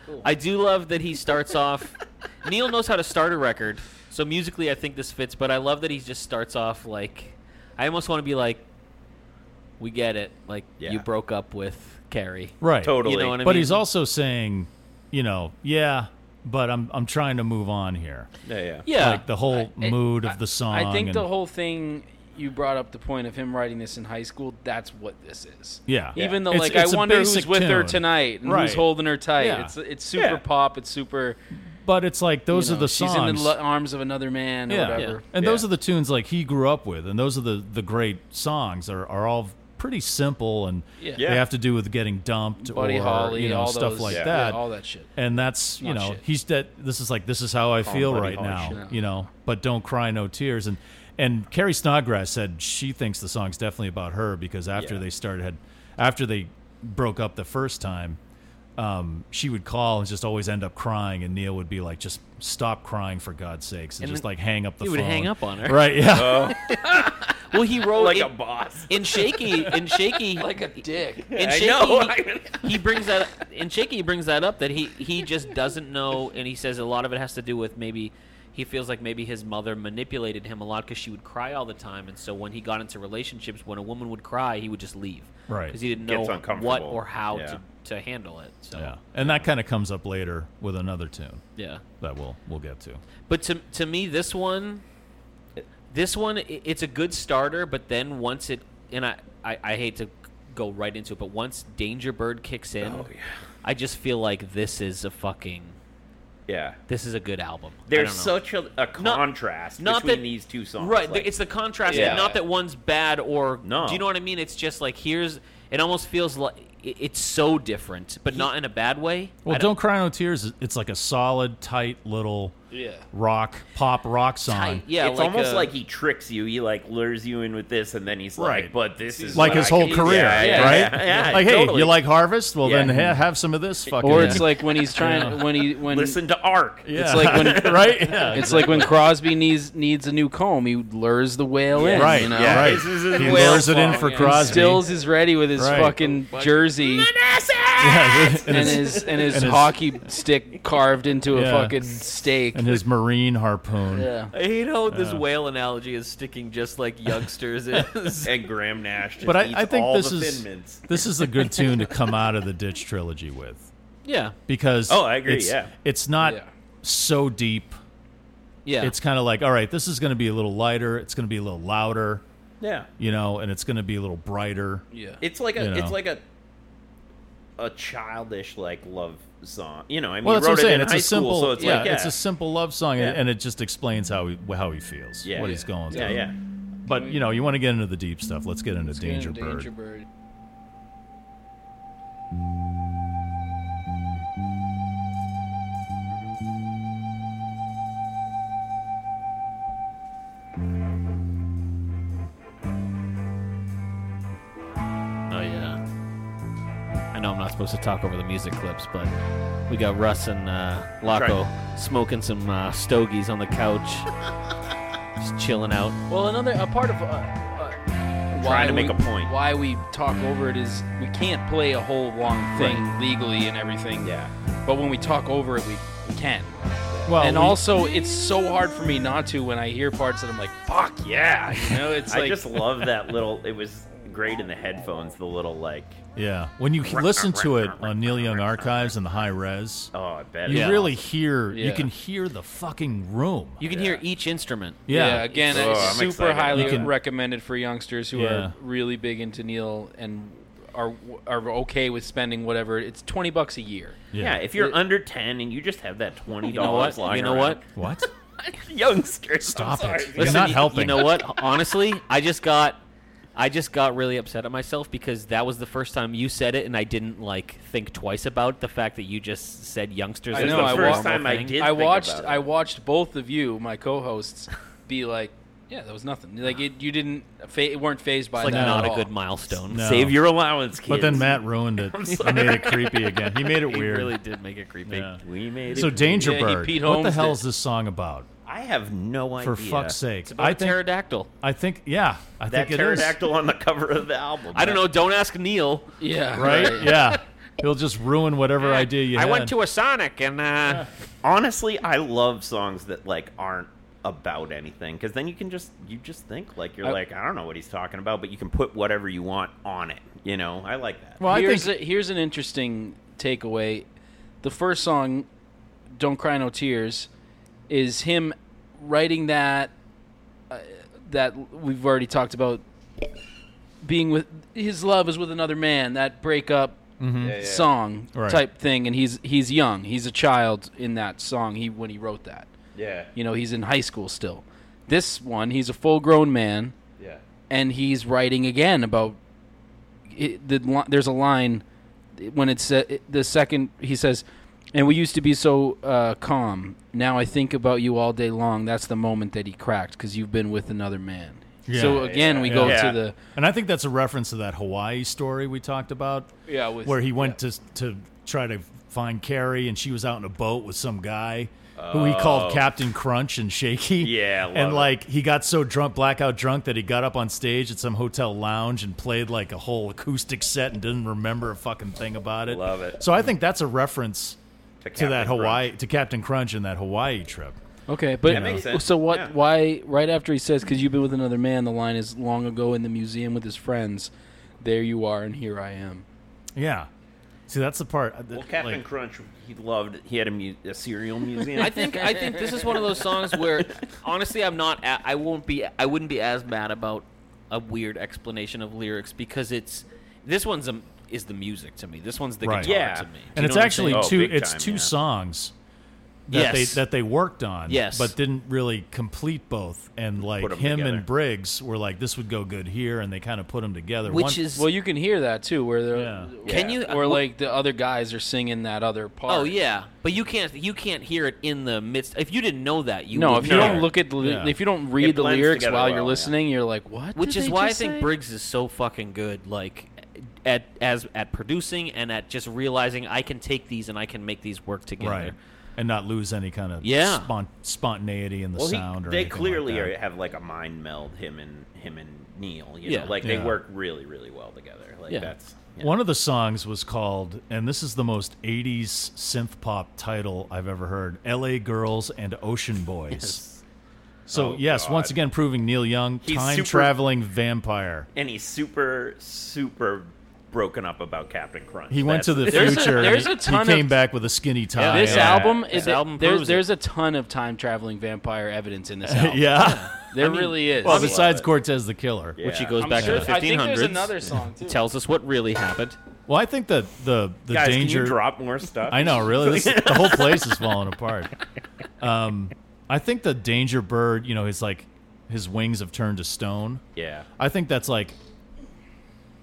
[SPEAKER 1] cool.
[SPEAKER 3] I do love that he starts off. Neil knows how to start a record, so musically I think this fits. But I love that he just starts off like, I almost want to be like, we get it. Like
[SPEAKER 1] Yeah.
[SPEAKER 3] you broke up with Carrie.
[SPEAKER 2] right.
[SPEAKER 1] totally.
[SPEAKER 3] You know what I mean?
[SPEAKER 2] But he's also saying, you know, yeah, but I'm I'm trying to move on here.
[SPEAKER 1] Yeah, yeah.
[SPEAKER 3] yeah.
[SPEAKER 2] Like the whole
[SPEAKER 4] I-
[SPEAKER 2] mood
[SPEAKER 4] I-
[SPEAKER 2] of the song.
[SPEAKER 4] I think the
[SPEAKER 2] and-
[SPEAKER 4] whole thing you brought up the point of him writing this in high school. That's what this is.
[SPEAKER 2] Yeah.
[SPEAKER 4] Even though,
[SPEAKER 2] It's-
[SPEAKER 4] like,
[SPEAKER 2] it's a
[SPEAKER 4] I wonder who's
[SPEAKER 2] basic
[SPEAKER 4] with her
[SPEAKER 2] tune.
[SPEAKER 4] tonight and
[SPEAKER 2] Right.
[SPEAKER 4] who's holding her tight.
[SPEAKER 2] Yeah.
[SPEAKER 4] It's it's super
[SPEAKER 1] Yeah.
[SPEAKER 4] pop. It's super.
[SPEAKER 2] But it's like
[SPEAKER 4] you
[SPEAKER 2] those
[SPEAKER 4] know,
[SPEAKER 2] are the
[SPEAKER 4] she's
[SPEAKER 2] songs.
[SPEAKER 4] in the lo- arms of another man or whatever.
[SPEAKER 2] And those
[SPEAKER 1] Yeah.
[SPEAKER 2] are the tunes like he grew up with, and those are the the great songs are, are all pretty simple and
[SPEAKER 4] Yeah.
[SPEAKER 2] they
[SPEAKER 1] Yeah.
[SPEAKER 2] have to do with getting dumped
[SPEAKER 4] Buddy
[SPEAKER 2] or
[SPEAKER 4] Holly,
[SPEAKER 2] you know
[SPEAKER 4] all
[SPEAKER 2] stuff
[SPEAKER 4] those-
[SPEAKER 2] like
[SPEAKER 4] yeah,
[SPEAKER 2] that.
[SPEAKER 4] all that shit.
[SPEAKER 2] And that's you
[SPEAKER 4] Not
[SPEAKER 2] know
[SPEAKER 4] shit.
[SPEAKER 2] he's that this is like this is how I feel
[SPEAKER 1] Buddy
[SPEAKER 2] right
[SPEAKER 1] Holly
[SPEAKER 2] now
[SPEAKER 4] shit.
[SPEAKER 2] you know but don't cry no tears and and Carrie Snodgrass said she thinks the song's definitely about her because after
[SPEAKER 1] Yeah.
[SPEAKER 2] they started had after they broke up the first time um, she would call and just always end up crying and Neil would be like just stop crying for God's sakes and,
[SPEAKER 3] And
[SPEAKER 2] just
[SPEAKER 3] then
[SPEAKER 2] like hang up the
[SPEAKER 3] he
[SPEAKER 2] phone
[SPEAKER 3] would hang up on her. Uh.
[SPEAKER 2] right yeah
[SPEAKER 3] Well, he wrote
[SPEAKER 1] like
[SPEAKER 3] in,
[SPEAKER 1] a boss.
[SPEAKER 3] in shaky in shaky
[SPEAKER 4] Like a dick.
[SPEAKER 3] in
[SPEAKER 1] I
[SPEAKER 3] shaky.
[SPEAKER 1] know.
[SPEAKER 3] He, he brings that in shaky. He brings that up that he he just doesn't know, and he says a lot of it has to do with maybe. He feels like maybe his mother manipulated him a lot because she would cry all the time, and so when he got into relationships, when a woman would cry, he would just leave,
[SPEAKER 2] Right.
[SPEAKER 3] Because he didn't know
[SPEAKER 1] Gets
[SPEAKER 3] what
[SPEAKER 1] uncomfortable.
[SPEAKER 3] or how
[SPEAKER 1] Yeah.
[SPEAKER 3] to, to handle it. So
[SPEAKER 2] yeah and that kind of comes up later with another tune
[SPEAKER 3] yeah.
[SPEAKER 2] that we'll we'll get to
[SPEAKER 3] But to to me, this one, this one, i- it's a good starter. But then once it, and I, I, I hate to go right into it, but once Danger Bird kicks in,
[SPEAKER 1] Oh,
[SPEAKER 3] I just feel like this is a fucking,
[SPEAKER 1] yeah.
[SPEAKER 3] this is a good album. I
[SPEAKER 1] There's
[SPEAKER 3] don't know.
[SPEAKER 1] such a, a contrast
[SPEAKER 3] not
[SPEAKER 1] between
[SPEAKER 3] that-
[SPEAKER 1] these two songs.
[SPEAKER 3] right.
[SPEAKER 1] Like,
[SPEAKER 3] it's the contrast.
[SPEAKER 1] Yeah.
[SPEAKER 3] Not that one's bad or
[SPEAKER 1] No.
[SPEAKER 3] Do you know what I mean? It's just like here's. It almost feels like i- it's so different, but not in a bad way.
[SPEAKER 2] Well,
[SPEAKER 3] I
[SPEAKER 2] don't, cry no tears. It's like a solid, tight little
[SPEAKER 4] Yeah.
[SPEAKER 2] rock pop rock song.
[SPEAKER 3] Tight, yeah, uh,
[SPEAKER 1] it's almost
[SPEAKER 3] a-
[SPEAKER 1] like he tricks you. He like lures you in with this, and then he's like,
[SPEAKER 2] Right.
[SPEAKER 1] "But this is
[SPEAKER 2] Like
[SPEAKER 1] what
[SPEAKER 2] his
[SPEAKER 1] I
[SPEAKER 2] whole
[SPEAKER 1] can-
[SPEAKER 2] career,
[SPEAKER 1] Yeah, yeah,
[SPEAKER 2] right?
[SPEAKER 1] yeah, yeah,
[SPEAKER 2] like, hey,
[SPEAKER 1] totally.
[SPEAKER 2] you like Harvest? Well, then
[SPEAKER 1] Yeah.
[SPEAKER 2] ha- have some of this fucking.
[SPEAKER 4] Or it's like when he's trying when he when
[SPEAKER 1] listen to Arc.
[SPEAKER 2] Yeah.
[SPEAKER 4] it's like when-
[SPEAKER 2] right? Yeah.
[SPEAKER 4] it's like when Crosby needs needs a new comb. He lures the whale in.
[SPEAKER 2] right.
[SPEAKER 4] You know?
[SPEAKER 2] yeah, right.
[SPEAKER 1] This is his
[SPEAKER 2] he
[SPEAKER 1] whale
[SPEAKER 2] lures it in
[SPEAKER 1] song,
[SPEAKER 2] for
[SPEAKER 1] yeah.
[SPEAKER 2] Crosby.
[SPEAKER 4] Stills is ready with his
[SPEAKER 2] Right.
[SPEAKER 4] fucking jersey.
[SPEAKER 2] Yeah, and,
[SPEAKER 4] and
[SPEAKER 2] his,
[SPEAKER 4] his and his
[SPEAKER 2] and his-
[SPEAKER 4] hockey stick carved into
[SPEAKER 2] Yeah.
[SPEAKER 4] a fucking stake.
[SPEAKER 2] and his marine harpoon.
[SPEAKER 4] yeah.
[SPEAKER 3] I hate how this whale analogy is sticking just like youngsters is.
[SPEAKER 1] And Graham Nash. Just
[SPEAKER 2] But I,
[SPEAKER 1] eats
[SPEAKER 2] I think
[SPEAKER 1] all
[SPEAKER 2] this
[SPEAKER 1] the
[SPEAKER 2] is
[SPEAKER 1] Thin Mints.
[SPEAKER 2] this is a good tune to come out of the Ditch trilogy with
[SPEAKER 3] yeah,
[SPEAKER 2] because
[SPEAKER 1] Oh, I agree,
[SPEAKER 2] It's,
[SPEAKER 1] yeah.
[SPEAKER 2] it's not
[SPEAKER 4] Yeah.
[SPEAKER 2] so deep.
[SPEAKER 3] yeah.
[SPEAKER 2] It's kind of like all right, this is going to be a little lighter. It's going to be a little louder.
[SPEAKER 1] Yeah.
[SPEAKER 2] you know, and it's going to be a little brighter.
[SPEAKER 4] Yeah.
[SPEAKER 1] It's like a
[SPEAKER 2] You know.
[SPEAKER 1] it's like a a childish like love song. You know, I mean,
[SPEAKER 2] Well,
[SPEAKER 1] he
[SPEAKER 2] that's what I'm
[SPEAKER 1] wrote it
[SPEAKER 2] saying.
[SPEAKER 1] in
[SPEAKER 2] It's
[SPEAKER 1] high
[SPEAKER 2] a simple,
[SPEAKER 1] school, so it's
[SPEAKER 2] yeah,
[SPEAKER 1] like yeah,
[SPEAKER 2] it's a simple love song, and-
[SPEAKER 1] Yeah.
[SPEAKER 2] and it just explains how he how he feels,
[SPEAKER 1] yeah,
[SPEAKER 2] what
[SPEAKER 1] yeah.
[SPEAKER 2] he's going
[SPEAKER 1] Yeah,
[SPEAKER 2] through.
[SPEAKER 1] yeah.
[SPEAKER 2] But you know, you want to get into the deep stuff. Let's get into Danger Bird.
[SPEAKER 4] Bird.
[SPEAKER 3] Oh yeah. I know I'm not supposed to talk over the music clips, but we got Russ and uh, Laco smoking some uh, stogies on the couch, just chilling out.
[SPEAKER 4] Well, another a part of uh, uh,
[SPEAKER 1] trying to
[SPEAKER 4] why
[SPEAKER 1] make
[SPEAKER 4] we-
[SPEAKER 1] a point.
[SPEAKER 4] Why we talk over it is we can't play a whole long thing legally and everything.
[SPEAKER 1] Yeah.
[SPEAKER 4] But when we talk over it, we, we can.
[SPEAKER 2] Well,
[SPEAKER 4] and
[SPEAKER 2] we-
[SPEAKER 4] also, it's so hard for me not to when I hear parts that I'm like, "Fuck yeah!" You know, it's
[SPEAKER 1] I
[SPEAKER 4] like
[SPEAKER 1] just love that little. It was great in the headphones. The little like.
[SPEAKER 2] yeah. When you listen to it on Neil Young Archives and the high res,
[SPEAKER 1] Oh, I bet.
[SPEAKER 2] you
[SPEAKER 1] it-
[SPEAKER 2] really hear. You
[SPEAKER 4] Yeah.
[SPEAKER 2] can hear the fucking room.
[SPEAKER 3] You can hear each instrument.
[SPEAKER 4] yeah.
[SPEAKER 2] yeah.
[SPEAKER 4] again,
[SPEAKER 1] Oh,
[SPEAKER 4] it's
[SPEAKER 1] I'm
[SPEAKER 4] super
[SPEAKER 1] excited.
[SPEAKER 4] highly
[SPEAKER 2] You can-
[SPEAKER 4] recommended for youngsters who
[SPEAKER 2] Yeah.
[SPEAKER 4] are really big into Neil and are are okay with spending whatever. It's twenty bucks a year.
[SPEAKER 1] Yeah, if you're under ten and you just have that twenty
[SPEAKER 3] You know
[SPEAKER 1] dollars
[SPEAKER 3] what?
[SPEAKER 1] oh, lying
[SPEAKER 3] You know what?
[SPEAKER 2] What?
[SPEAKER 1] what? Youngsters,
[SPEAKER 2] Stop
[SPEAKER 1] I'm
[SPEAKER 2] it.
[SPEAKER 1] sorry.
[SPEAKER 2] You're not
[SPEAKER 3] you-
[SPEAKER 2] helping.
[SPEAKER 3] You know what? Honestly, I just got I just got really upset at myself because that was the first time you said it and I didn't like think twice about the fact that you just said youngsters.
[SPEAKER 4] I
[SPEAKER 3] is
[SPEAKER 4] know,
[SPEAKER 3] the
[SPEAKER 4] I
[SPEAKER 3] normal
[SPEAKER 4] wa-
[SPEAKER 1] time I
[SPEAKER 3] thing.
[SPEAKER 1] did-
[SPEAKER 4] I
[SPEAKER 1] think
[SPEAKER 4] watched
[SPEAKER 1] about it.
[SPEAKER 4] I watched both of you, my co-hosts, be like, "Yeah, that was nothing." Like it, you didn't fa- weren't phased by
[SPEAKER 3] It's like
[SPEAKER 4] that.
[SPEAKER 3] not
[SPEAKER 4] at
[SPEAKER 3] a
[SPEAKER 4] all.
[SPEAKER 3] good milestone.
[SPEAKER 2] No.
[SPEAKER 1] Save your allowance, kids.
[SPEAKER 2] But then Matt ruined it. I made it creepy again. He made it
[SPEAKER 3] It
[SPEAKER 2] weird.
[SPEAKER 3] really did make it creepy.
[SPEAKER 2] Yeah.
[SPEAKER 1] we made it.
[SPEAKER 2] So Danger
[SPEAKER 4] Yeah, he
[SPEAKER 2] Bird.
[SPEAKER 4] Pete
[SPEAKER 2] what the
[SPEAKER 4] Holmes
[SPEAKER 2] hell
[SPEAKER 4] did.
[SPEAKER 2] is this song about?
[SPEAKER 1] I have no idea.
[SPEAKER 2] For fuck's sake!
[SPEAKER 3] It's about
[SPEAKER 2] I
[SPEAKER 3] a
[SPEAKER 2] think.
[SPEAKER 3] pterodactyl.
[SPEAKER 2] I think. Yeah. I
[SPEAKER 1] that
[SPEAKER 2] think it is.
[SPEAKER 1] pterodactyl on the cover of the album.
[SPEAKER 3] I don't know. Don't ask Neil.
[SPEAKER 4] Yeah,
[SPEAKER 2] Right? yeah. He'll just ruin whatever idea you
[SPEAKER 3] I
[SPEAKER 2] had.
[SPEAKER 3] went to a Sonic and uh,
[SPEAKER 1] Honestly, I love songs that like aren't about anything because then you can just you just think like you're
[SPEAKER 4] I-
[SPEAKER 1] like I don't know what he's talking about, but you can put whatever you want on it. You know, I like that.
[SPEAKER 2] Well, I
[SPEAKER 4] here's
[SPEAKER 2] think.
[SPEAKER 4] a, here's an interesting takeaway. The first song, "Don't Cry No Tears," is him writing that uh, that we've already talked about. Being with his love is with another man. That breakup song
[SPEAKER 2] Mm-hmm. Right.
[SPEAKER 4] type thing, and he's he's young. He's a child in that song. He when he wrote that.
[SPEAKER 1] yeah,
[SPEAKER 4] You know, he's in high school still. This one, he's a full grown man
[SPEAKER 1] yeah.
[SPEAKER 4] and he's writing again about it, the li- there's a line when it's uh, the second he says and we used to be so uh, calm now i think about you all day long that's the moment that he cracked because you've been with another man
[SPEAKER 2] Yeah.
[SPEAKER 4] so again we go
[SPEAKER 1] Yeah.
[SPEAKER 4] to the
[SPEAKER 2] And I think that's a reference to that Hawaii story we talked about.
[SPEAKER 4] Yeah, with-
[SPEAKER 2] where he went to to try to find Carrie, and she was out in a boat with some guy who he called Captain Crunch and Shaky.
[SPEAKER 1] Oh. Yeah, I love
[SPEAKER 2] and
[SPEAKER 1] it.
[SPEAKER 2] like he got so drunk, blackout drunk, that he got up on stage at some hotel lounge and played like a whole acoustic set and didn't remember a fucking thing about it.
[SPEAKER 1] Love it.
[SPEAKER 2] So I think that's a reference
[SPEAKER 1] To,
[SPEAKER 2] to that
[SPEAKER 1] Captain
[SPEAKER 2] Hawaii
[SPEAKER 1] Crunch.
[SPEAKER 2] to Captain Crunch and that Hawaii trip.
[SPEAKER 4] okay but
[SPEAKER 1] That makes sense.
[SPEAKER 4] so what
[SPEAKER 1] Yeah.
[SPEAKER 4] why right after he says because you've been with another man the line is long ago in the museum with his friends there you are and here i am
[SPEAKER 2] Yeah. See, that's the part. uh,
[SPEAKER 1] Well,
[SPEAKER 2] that,
[SPEAKER 1] Captain
[SPEAKER 2] like-
[SPEAKER 1] Crunch, he loved. He had a, mu- a cereal museum.
[SPEAKER 3] I think I think this is one of those songs where honestly I'm not a- I won't be I wouldn't be as mad about a weird explanation of lyrics because it's this one's a, is the music to me. This one's the
[SPEAKER 2] Right.
[SPEAKER 3] guitar
[SPEAKER 1] Yeah.
[SPEAKER 3] to me.
[SPEAKER 2] and
[SPEAKER 3] You
[SPEAKER 2] it's
[SPEAKER 3] know what I'm
[SPEAKER 2] actually
[SPEAKER 3] saying?
[SPEAKER 1] Oh,
[SPEAKER 2] two.
[SPEAKER 1] big
[SPEAKER 2] It's
[SPEAKER 1] time,
[SPEAKER 2] two
[SPEAKER 1] yeah.
[SPEAKER 2] songs that
[SPEAKER 3] Yes.
[SPEAKER 2] they that they worked on,
[SPEAKER 3] Yes.
[SPEAKER 2] but didn't really complete both. And like
[SPEAKER 1] 'em
[SPEAKER 2] him
[SPEAKER 1] together.
[SPEAKER 2] and Briggs were like, this would go good here, and they kind of put them together.
[SPEAKER 3] which
[SPEAKER 2] One-
[SPEAKER 3] is
[SPEAKER 4] well you can hear that too where they're
[SPEAKER 2] Yeah.
[SPEAKER 3] can you
[SPEAKER 4] or like the other guys are singing that other part.
[SPEAKER 3] Oh yeah, but you can't you can't hear it in the midst. If you didn't know that, you
[SPEAKER 4] No,
[SPEAKER 3] would
[SPEAKER 4] if you don't
[SPEAKER 3] know.
[SPEAKER 4] look at the, li-
[SPEAKER 2] Yeah.
[SPEAKER 4] if you don't
[SPEAKER 1] It
[SPEAKER 4] read the
[SPEAKER 1] blends
[SPEAKER 4] lyrics
[SPEAKER 1] together
[SPEAKER 4] while
[SPEAKER 1] well,
[SPEAKER 4] you're
[SPEAKER 1] yeah.
[SPEAKER 4] listening, you're like, what?
[SPEAKER 3] which
[SPEAKER 4] did
[SPEAKER 3] is
[SPEAKER 4] they
[SPEAKER 3] why I
[SPEAKER 4] just
[SPEAKER 3] think
[SPEAKER 4] say?
[SPEAKER 3] Briggs is so fucking good. Like at as at producing and at just realizing I can take these and I can make these work together.
[SPEAKER 2] right, and not lose any kind of
[SPEAKER 3] Yeah.
[SPEAKER 2] spon- spontaneity in the
[SPEAKER 1] Well, he-
[SPEAKER 2] sound. or
[SPEAKER 1] they
[SPEAKER 2] anything like
[SPEAKER 1] clearly
[SPEAKER 2] that.
[SPEAKER 1] are, have like a mind meld. Him and him and Neil. You
[SPEAKER 3] Yeah.
[SPEAKER 1] know, like
[SPEAKER 2] Yeah.
[SPEAKER 1] they work really, really well together. Like
[SPEAKER 3] Yeah.
[SPEAKER 1] that's. yeah.
[SPEAKER 2] One of the songs was called, and this is the most '80s synth pop title I've ever heard: "L.A. Girls and Ocean Boys." So
[SPEAKER 1] Oh,
[SPEAKER 2] yes,
[SPEAKER 1] God.
[SPEAKER 2] once again proving Neil Young,
[SPEAKER 1] He's
[SPEAKER 2] time
[SPEAKER 1] super-
[SPEAKER 2] traveling vampire.
[SPEAKER 1] and he's super super broken up about Captain Crunch.
[SPEAKER 2] He went to the
[SPEAKER 4] There's a-
[SPEAKER 2] future. and
[SPEAKER 4] there's
[SPEAKER 2] he-
[SPEAKER 4] a ton
[SPEAKER 2] he
[SPEAKER 4] of-
[SPEAKER 2] came back with a skinny tie.
[SPEAKER 4] This
[SPEAKER 2] on.
[SPEAKER 1] Yeah.
[SPEAKER 4] album
[SPEAKER 3] This
[SPEAKER 4] is a-
[SPEAKER 3] album
[SPEAKER 4] there's
[SPEAKER 3] proves it.
[SPEAKER 4] there's a ton of time traveling vampire evidence in this album.
[SPEAKER 2] yeah.
[SPEAKER 4] There really is.
[SPEAKER 2] Well,
[SPEAKER 1] mean-
[SPEAKER 2] besides Cortez the Killer.
[SPEAKER 3] Which he goes back to the 1500s.
[SPEAKER 4] song too.
[SPEAKER 3] tells us what really happened.
[SPEAKER 2] Well, I think the the the
[SPEAKER 1] guys.
[SPEAKER 2] danger.
[SPEAKER 1] Can you drop more stuff?
[SPEAKER 2] I know, really. This, the whole place is falling apart. Um, I think the danger bird. You know, his like his wings have turned to stone.
[SPEAKER 1] Yeah.
[SPEAKER 2] I think that's like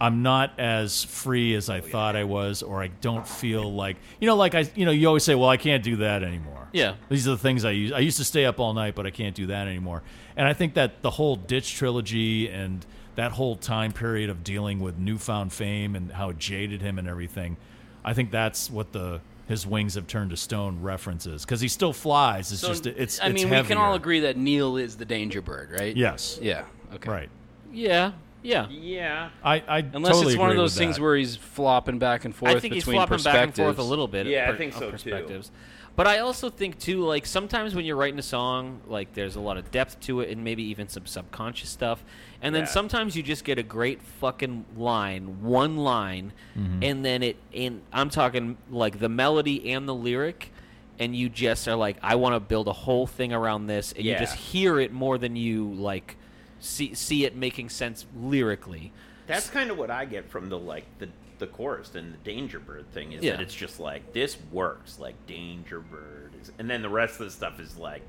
[SPEAKER 2] I'm not as free
[SPEAKER 4] Oh,
[SPEAKER 2] as I thought I was, or I don't feel like you know, like I you know, you always say, Well, I can't do that anymore.
[SPEAKER 3] Yeah.
[SPEAKER 2] These are the things I use I used to stay up all night, but I can't do that anymore. And I think that the whole ditch trilogy and that whole time period of dealing with newfound fame and how it jaded him and everything, I think that's what the his wings have turned to stone references because he still flies. It's just it's.
[SPEAKER 4] I
[SPEAKER 2] it's
[SPEAKER 4] mean, we can all
[SPEAKER 2] heavier.
[SPEAKER 4] agree that Neil is the danger bird, right?
[SPEAKER 2] Yes.
[SPEAKER 4] Yeah. Okay.
[SPEAKER 2] Right.
[SPEAKER 3] Yeah, Yeah.
[SPEAKER 1] Yeah.
[SPEAKER 2] I, I
[SPEAKER 4] Unless
[SPEAKER 2] totally
[SPEAKER 4] it's one of
[SPEAKER 2] agree
[SPEAKER 4] those
[SPEAKER 2] with
[SPEAKER 4] things
[SPEAKER 2] that.
[SPEAKER 4] where he's flopping back and forth
[SPEAKER 3] I think he's
[SPEAKER 4] between
[SPEAKER 3] flopping back and
[SPEAKER 4] perspectives.
[SPEAKER 3] forth a little bit.
[SPEAKER 1] Yeah, I
[SPEAKER 3] per-
[SPEAKER 1] think
[SPEAKER 3] of
[SPEAKER 1] so, too.
[SPEAKER 3] perspectives. But I also think too, like sometimes when you're writing a song, like there's a lot of depth to it, and maybe even some subconscious stuff. And then
[SPEAKER 1] Yeah.
[SPEAKER 3] sometimes you just get a great fucking line, one line,
[SPEAKER 4] Mm-hmm.
[SPEAKER 3] and then it. And I'm talking like the melody and the lyric, and you just are like, I want to build a whole thing around this, and you
[SPEAKER 1] Yeah.
[SPEAKER 3] just hear it more than you like see see it making sense lyrically.
[SPEAKER 1] That's kind of what I get from the like the the chorus and the Danger Bird thing is
[SPEAKER 3] Yeah.
[SPEAKER 1] that it's just like this works like Danger Bird is, and then the rest of the stuff is like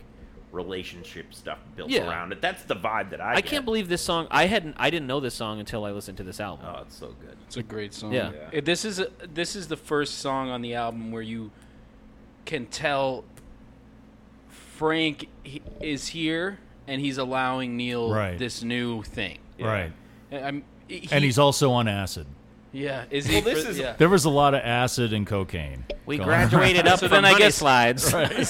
[SPEAKER 1] relationship stuff built
[SPEAKER 3] Yeah.
[SPEAKER 1] around it. That's the vibe that I.
[SPEAKER 3] I
[SPEAKER 1] get.
[SPEAKER 3] can't believe this song. I hadn't. I didn't know this song until I listened to this album.
[SPEAKER 1] Oh, it's so good.
[SPEAKER 4] It's a great song.
[SPEAKER 3] Yeah.
[SPEAKER 1] Yeah.
[SPEAKER 4] Uh, This is a, this is the first song on the album where you can tell Frank he- is here and he's allowing Neil
[SPEAKER 2] Right.
[SPEAKER 4] this new thing.
[SPEAKER 2] Right.
[SPEAKER 4] I- I'm, he-
[SPEAKER 2] And he's also on acid.
[SPEAKER 4] yeah. Is he?
[SPEAKER 1] Well, this is-
[SPEAKER 4] yeah.
[SPEAKER 2] There was a lot of acid and cocaine.
[SPEAKER 3] We
[SPEAKER 2] going
[SPEAKER 3] graduated up
[SPEAKER 4] So
[SPEAKER 3] from
[SPEAKER 4] then I
[SPEAKER 3] honey
[SPEAKER 4] guess-
[SPEAKER 3] slides.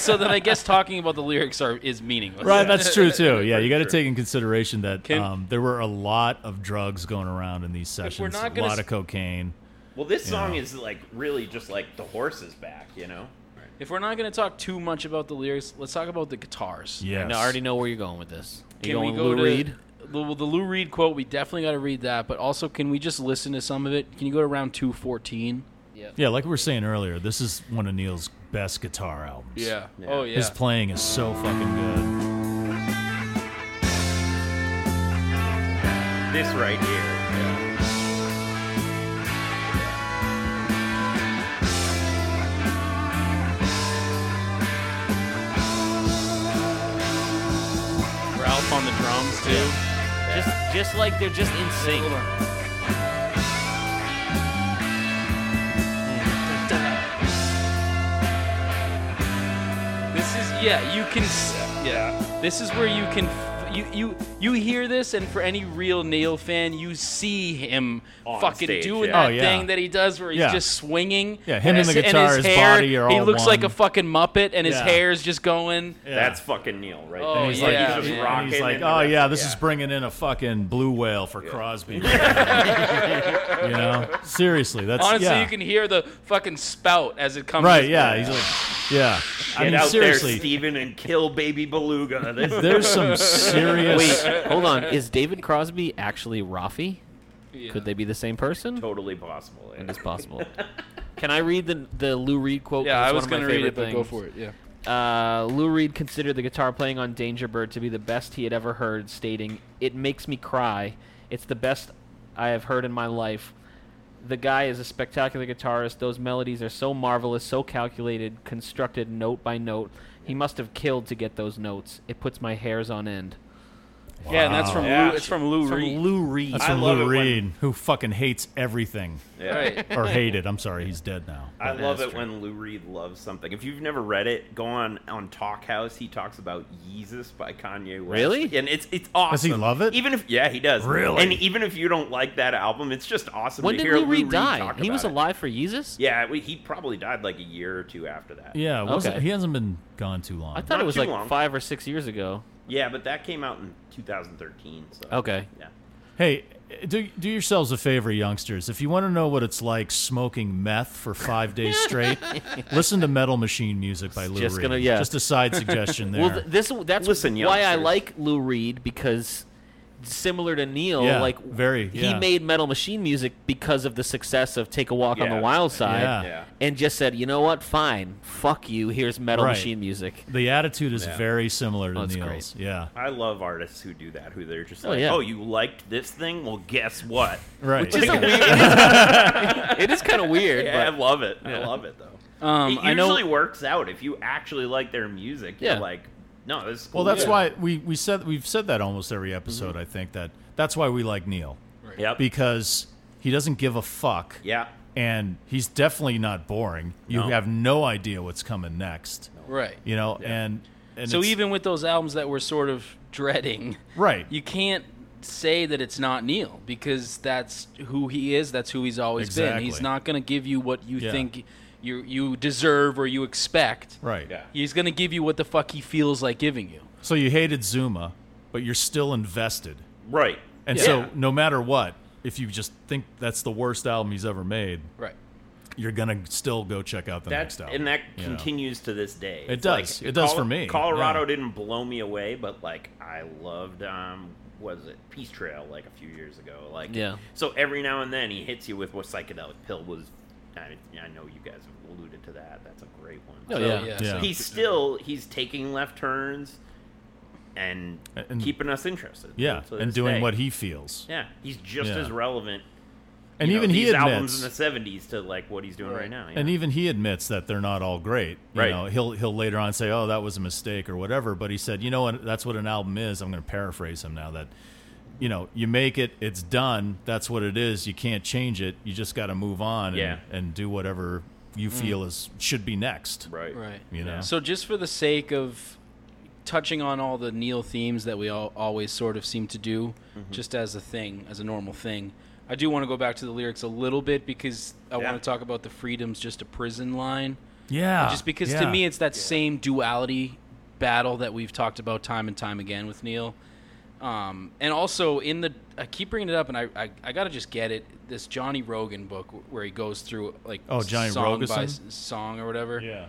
[SPEAKER 4] so then I guess talking about the lyrics are is meaningless.
[SPEAKER 2] Right, that's true too. Yeah, you got to
[SPEAKER 1] Sure.
[SPEAKER 2] take in consideration that
[SPEAKER 4] Can-
[SPEAKER 2] um, there were a lot of drugs going around in these sessions.
[SPEAKER 4] we're not
[SPEAKER 2] a
[SPEAKER 4] gonna
[SPEAKER 2] lot
[SPEAKER 4] s-
[SPEAKER 2] of cocaine.
[SPEAKER 1] Well, this song
[SPEAKER 2] Yeah.
[SPEAKER 1] is like really just like the horse is back, you know.
[SPEAKER 4] If we're not going to talk too much about the lyrics, let's talk about the guitars.
[SPEAKER 2] Yes.
[SPEAKER 3] No, I already know where you're going with this. You
[SPEAKER 4] Can we
[SPEAKER 3] going
[SPEAKER 4] go
[SPEAKER 3] Lou
[SPEAKER 4] to
[SPEAKER 3] Reed?
[SPEAKER 4] The, well, the Lou Reed quote? We definitely got to read that. But also, can we just listen to some of it? Can you go to round two fourteen?
[SPEAKER 2] Yeah, like we were saying earlier, this is one of Neil's best guitar albums.
[SPEAKER 1] Yeah.
[SPEAKER 4] Oh yeah.
[SPEAKER 2] His playing is so fucking good.
[SPEAKER 1] This right here.
[SPEAKER 4] Ralph on the drums too.
[SPEAKER 3] Just, just like they're just in sync.
[SPEAKER 4] This is yeah. You can s- yeah. This is where you can f- you you you hear this, and for any real Neil fan, you see him
[SPEAKER 1] On
[SPEAKER 4] fucking
[SPEAKER 1] stage,
[SPEAKER 4] doing
[SPEAKER 1] yeah.
[SPEAKER 4] that
[SPEAKER 2] Oh, yeah.
[SPEAKER 4] thing that he does, where he's
[SPEAKER 2] Yeah.
[SPEAKER 4] just swinging.
[SPEAKER 2] Yeah, him and the
[SPEAKER 4] his-
[SPEAKER 2] guitar,
[SPEAKER 4] his,
[SPEAKER 2] his
[SPEAKER 4] hair,
[SPEAKER 2] body are
[SPEAKER 4] He
[SPEAKER 2] all
[SPEAKER 4] looks like a
[SPEAKER 2] one.
[SPEAKER 4] fucking muppet, and his
[SPEAKER 2] Yeah.
[SPEAKER 4] hair's just going.
[SPEAKER 1] That's fucking Neil right
[SPEAKER 4] Oh,
[SPEAKER 1] there.
[SPEAKER 2] And
[SPEAKER 1] he's
[SPEAKER 4] yeah,
[SPEAKER 1] like he's just
[SPEAKER 4] yeah.
[SPEAKER 1] rocking.
[SPEAKER 2] And he's like,
[SPEAKER 1] and the
[SPEAKER 2] oh
[SPEAKER 1] rest-
[SPEAKER 2] yeah, this is bringing in a fucking blue whale for Crosby. you know, seriously, that's
[SPEAKER 4] Honestly,
[SPEAKER 2] yeah.
[SPEAKER 4] you can hear the fucking spout as it comes.
[SPEAKER 2] right. Yeah, he's like, yeah. I
[SPEAKER 1] Get
[SPEAKER 2] mean,
[SPEAKER 1] out there,
[SPEAKER 2] seriously,
[SPEAKER 1] Steven, and kill baby beluga. This is
[SPEAKER 2] there's some serious.
[SPEAKER 3] Wait, hold on. Is David Crosby actually Rafi? Could they be the same person?
[SPEAKER 1] totally possible. yeah.
[SPEAKER 3] It's possible. Can I read the the Lou Reed quote?
[SPEAKER 4] yeah,
[SPEAKER 3] 'Cause
[SPEAKER 4] I
[SPEAKER 3] it's
[SPEAKER 4] was
[SPEAKER 3] one of my
[SPEAKER 4] gonna read it,
[SPEAKER 3] favorite
[SPEAKER 4] but go
[SPEAKER 3] things.
[SPEAKER 4] for it. Yeah.
[SPEAKER 3] Uh, Lou Reed considered the guitar playing on Danger Bird to be the best he had ever heard, stating, It makes me cry. It's the best I have heard in my life. The guy is a spectacular guitarist. Those melodies are so marvelous, so calculated, constructed note by note. He must have killed to get those notes. It puts my hairs on end.
[SPEAKER 4] Yeah, and that's
[SPEAKER 2] Wow.
[SPEAKER 4] from
[SPEAKER 1] Yeah.
[SPEAKER 4] Lou, it's from Lou
[SPEAKER 3] From
[SPEAKER 4] Reed.
[SPEAKER 3] Lou Reed.
[SPEAKER 2] That's
[SPEAKER 1] I
[SPEAKER 2] from
[SPEAKER 1] love
[SPEAKER 2] Lou
[SPEAKER 1] it when-
[SPEAKER 2] Reed, who fucking hates everything
[SPEAKER 1] Yeah.
[SPEAKER 4] Right.
[SPEAKER 2] or hated. I'm sorry, he's dead now.
[SPEAKER 1] I love
[SPEAKER 3] that's
[SPEAKER 1] it when Lou Reed loves something. If you've never read it, go on on Talk House. He talks about Yeezus by Kanye West.
[SPEAKER 3] Really?
[SPEAKER 1] And it's it's awesome.
[SPEAKER 2] he love it?
[SPEAKER 1] Even if yeah, he does.
[SPEAKER 2] Really?
[SPEAKER 1] And even if you don't like that album, it's just awesome
[SPEAKER 3] when
[SPEAKER 1] to
[SPEAKER 3] did
[SPEAKER 1] hear
[SPEAKER 3] Lou Reed die?
[SPEAKER 1] talk
[SPEAKER 3] He was
[SPEAKER 1] about it.
[SPEAKER 3] alive for Yeezus?
[SPEAKER 1] Yeah, we, he probably died like a year or two after that.
[SPEAKER 2] Yeah, it wasn't,
[SPEAKER 3] Okay.
[SPEAKER 2] he hasn't been gone too long.
[SPEAKER 3] I thought
[SPEAKER 1] Not
[SPEAKER 3] it was
[SPEAKER 1] too
[SPEAKER 3] like
[SPEAKER 1] long.
[SPEAKER 3] five or six years ago.
[SPEAKER 1] Yeah, but that came out in 2013. So.
[SPEAKER 3] Okay.
[SPEAKER 1] Yeah.
[SPEAKER 2] hey, do, do yourselves a favor, youngsters. If you want to know what it's like smoking meth for five days straight, listen to Metal Machine Music by Lou
[SPEAKER 3] Just
[SPEAKER 2] Reed.
[SPEAKER 3] gonna- yeah.
[SPEAKER 2] Just a side suggestion there.
[SPEAKER 3] Well, th- this that's
[SPEAKER 1] Listen,
[SPEAKER 3] why I
[SPEAKER 1] youngsters.
[SPEAKER 3] like Lou Reed because similar to Neil,
[SPEAKER 2] Yeah,
[SPEAKER 3] like
[SPEAKER 2] very,
[SPEAKER 3] he
[SPEAKER 2] yeah.
[SPEAKER 3] made Metal Machine music because of the success of Take a Walk on the
[SPEAKER 1] Yeah.
[SPEAKER 3] Wild Side,
[SPEAKER 2] Yeah.
[SPEAKER 1] Yeah.
[SPEAKER 3] and just said, you know what, fine, fuck you. Here's Metal
[SPEAKER 2] Right.
[SPEAKER 3] Machine music.
[SPEAKER 2] the attitude is
[SPEAKER 1] Yeah.
[SPEAKER 2] very similar to
[SPEAKER 3] Oh, that's
[SPEAKER 2] Neil's. Yeah.
[SPEAKER 1] I love artists who do that, who they're just
[SPEAKER 3] Oh,
[SPEAKER 1] like,
[SPEAKER 3] yeah.
[SPEAKER 1] oh, you liked this thing? Well, guess what?
[SPEAKER 2] Right.
[SPEAKER 3] Which is a weird. it is kind of weird,
[SPEAKER 1] Yeah, I
[SPEAKER 3] but
[SPEAKER 1] love it. I love it though.
[SPEAKER 4] Um,
[SPEAKER 1] it
[SPEAKER 4] I know-
[SPEAKER 1] usually works out if you actually like their music. You're
[SPEAKER 3] Yeah.
[SPEAKER 1] like, no, this is cool.
[SPEAKER 2] well, that's why we, we said we've said that almost every episode.
[SPEAKER 1] Mm-hmm.
[SPEAKER 2] I think that that's why we like Neil
[SPEAKER 1] Yep.
[SPEAKER 2] because he doesn't give a fuck.
[SPEAKER 1] yeah.
[SPEAKER 2] and he's definitely not boring. You
[SPEAKER 1] No.
[SPEAKER 2] have no idea what's coming next.
[SPEAKER 4] Right.
[SPEAKER 2] You know, and, and
[SPEAKER 4] So
[SPEAKER 2] it's-
[SPEAKER 4] even with those albums that we're sort of dreading,
[SPEAKER 2] Right.
[SPEAKER 4] You can't say that it's not Neil because that's who he is. That's who he's always been. He's
[SPEAKER 2] Exactly.
[SPEAKER 4] not going to give you what you
[SPEAKER 2] Yeah.
[SPEAKER 4] think you you deserve or you expect.
[SPEAKER 2] right,
[SPEAKER 1] Yeah.
[SPEAKER 4] He's going to give you what the fuck he feels like giving you.
[SPEAKER 2] So you hated Zuma, but you're still invested.
[SPEAKER 1] Right.
[SPEAKER 2] And so no matter what, if you just think that's the worst album he's ever made,
[SPEAKER 4] Right.
[SPEAKER 2] you're gonna still go check out the
[SPEAKER 1] That's
[SPEAKER 2] next album.
[SPEAKER 1] and that
[SPEAKER 2] you know?
[SPEAKER 1] continues to this day.
[SPEAKER 2] It
[SPEAKER 1] It's
[SPEAKER 2] does. It does for me,
[SPEAKER 1] Colorado
[SPEAKER 2] yeah.
[SPEAKER 1] didn't blow me away, but like I loved um what was it Peace Trail like a few years ago. Like
[SPEAKER 3] Yeah.
[SPEAKER 1] So every now and then he hits you with what psychedelic pill was. I, I know you guys have alluded to that. That's a great one. So
[SPEAKER 3] Oh, yeah.
[SPEAKER 4] Yeah.
[SPEAKER 2] Yeah.
[SPEAKER 1] He's still he's taking left turns and,
[SPEAKER 2] And-
[SPEAKER 1] keeping us interested.
[SPEAKER 2] Yeah,
[SPEAKER 1] to
[SPEAKER 2] and
[SPEAKER 1] this
[SPEAKER 2] doing
[SPEAKER 1] day.
[SPEAKER 2] what he feels.
[SPEAKER 1] Yeah, he's just
[SPEAKER 2] Yeah.
[SPEAKER 1] as relevant.
[SPEAKER 2] And
[SPEAKER 1] you know,
[SPEAKER 2] even he
[SPEAKER 1] these albums
[SPEAKER 2] admits
[SPEAKER 1] in the '70s to like what he's doing right, now. yeah.
[SPEAKER 2] And even he admits that they're not all great. You
[SPEAKER 1] Right.
[SPEAKER 2] know, he'll he'll later on say, "Oh, that was a mistake" or whatever. But he said, "You know what? That's what an album is." I'm going to paraphrase him now. That you know, you make it, it's done. That's what it is. You can't change it. You just got to move on and,
[SPEAKER 1] Yeah.
[SPEAKER 2] and do whatever you feel is should be next.
[SPEAKER 1] right,
[SPEAKER 4] Mm. Right.
[SPEAKER 2] You know.
[SPEAKER 4] So just for the sake of touching on all the Neil themes that we all always sort of seem to do,
[SPEAKER 1] Mm-hmm.
[SPEAKER 4] just as a thing, as a normal thing, I do want to go back to the lyrics a little bit because I
[SPEAKER 1] Yeah.
[SPEAKER 4] want to talk about the freedom's just a prison line.
[SPEAKER 2] Yeah.
[SPEAKER 4] just because
[SPEAKER 2] Ah, yeah.
[SPEAKER 4] to me it's that same duality battle that we've talked about time and time again with Neil. Um, and also in the I keep bringing it up and I I, I got to just get it this Johnny Rogan book where he goes through like
[SPEAKER 2] Oh, Johnny
[SPEAKER 4] song by s-
[SPEAKER 2] Rogerson?
[SPEAKER 4] song or whatever
[SPEAKER 2] Yeah.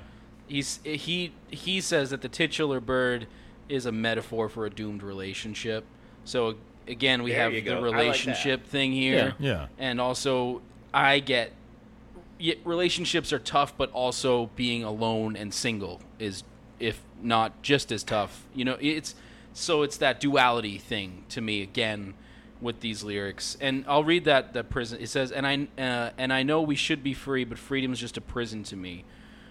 [SPEAKER 4] he's he he says that the titular bird is a metaphor for a doomed relationship. So again, we
[SPEAKER 1] There
[SPEAKER 4] have
[SPEAKER 1] you
[SPEAKER 4] the
[SPEAKER 1] go. I like that.
[SPEAKER 4] relationship thing here.
[SPEAKER 2] Yeah. Yeah.
[SPEAKER 4] And also I get yeah, relationships are tough, but also being alone and single is if not just as tough. You know, it's so it's that duality thing to me again with these lyrics. And I'll read that the prison it says and I uh, and I know we should be free, but freedom's just a prison to me.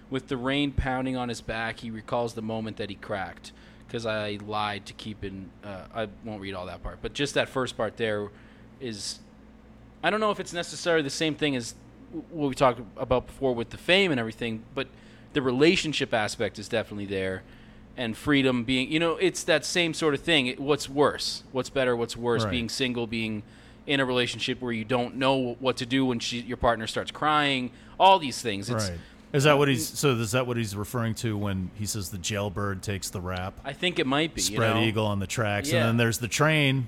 [SPEAKER 4] With the rain pounding on his back, he recalls the moment that he cracked. Because I lied to keep in. Uh, I won't read all that part, but just that first part there is. I don't know if it's necessarily the same thing as what we talked about before with the fame and everything, but the relationship aspect is definitely there. And freedom being, you know, it's that same sort of thing. It- What's worse? What's better? What's worse?
[SPEAKER 2] Right.
[SPEAKER 4] Being single, being in a relationship where you don't know what to do when she, your partner starts crying, all these things. It's,
[SPEAKER 2] Right. Is that what he's? So is that what he's referring to when he says the jailbird takes the rap?
[SPEAKER 4] I think it might be.
[SPEAKER 2] spread
[SPEAKER 4] you know?
[SPEAKER 2] eagle on the tracks,
[SPEAKER 4] Yeah.
[SPEAKER 2] and then there's the train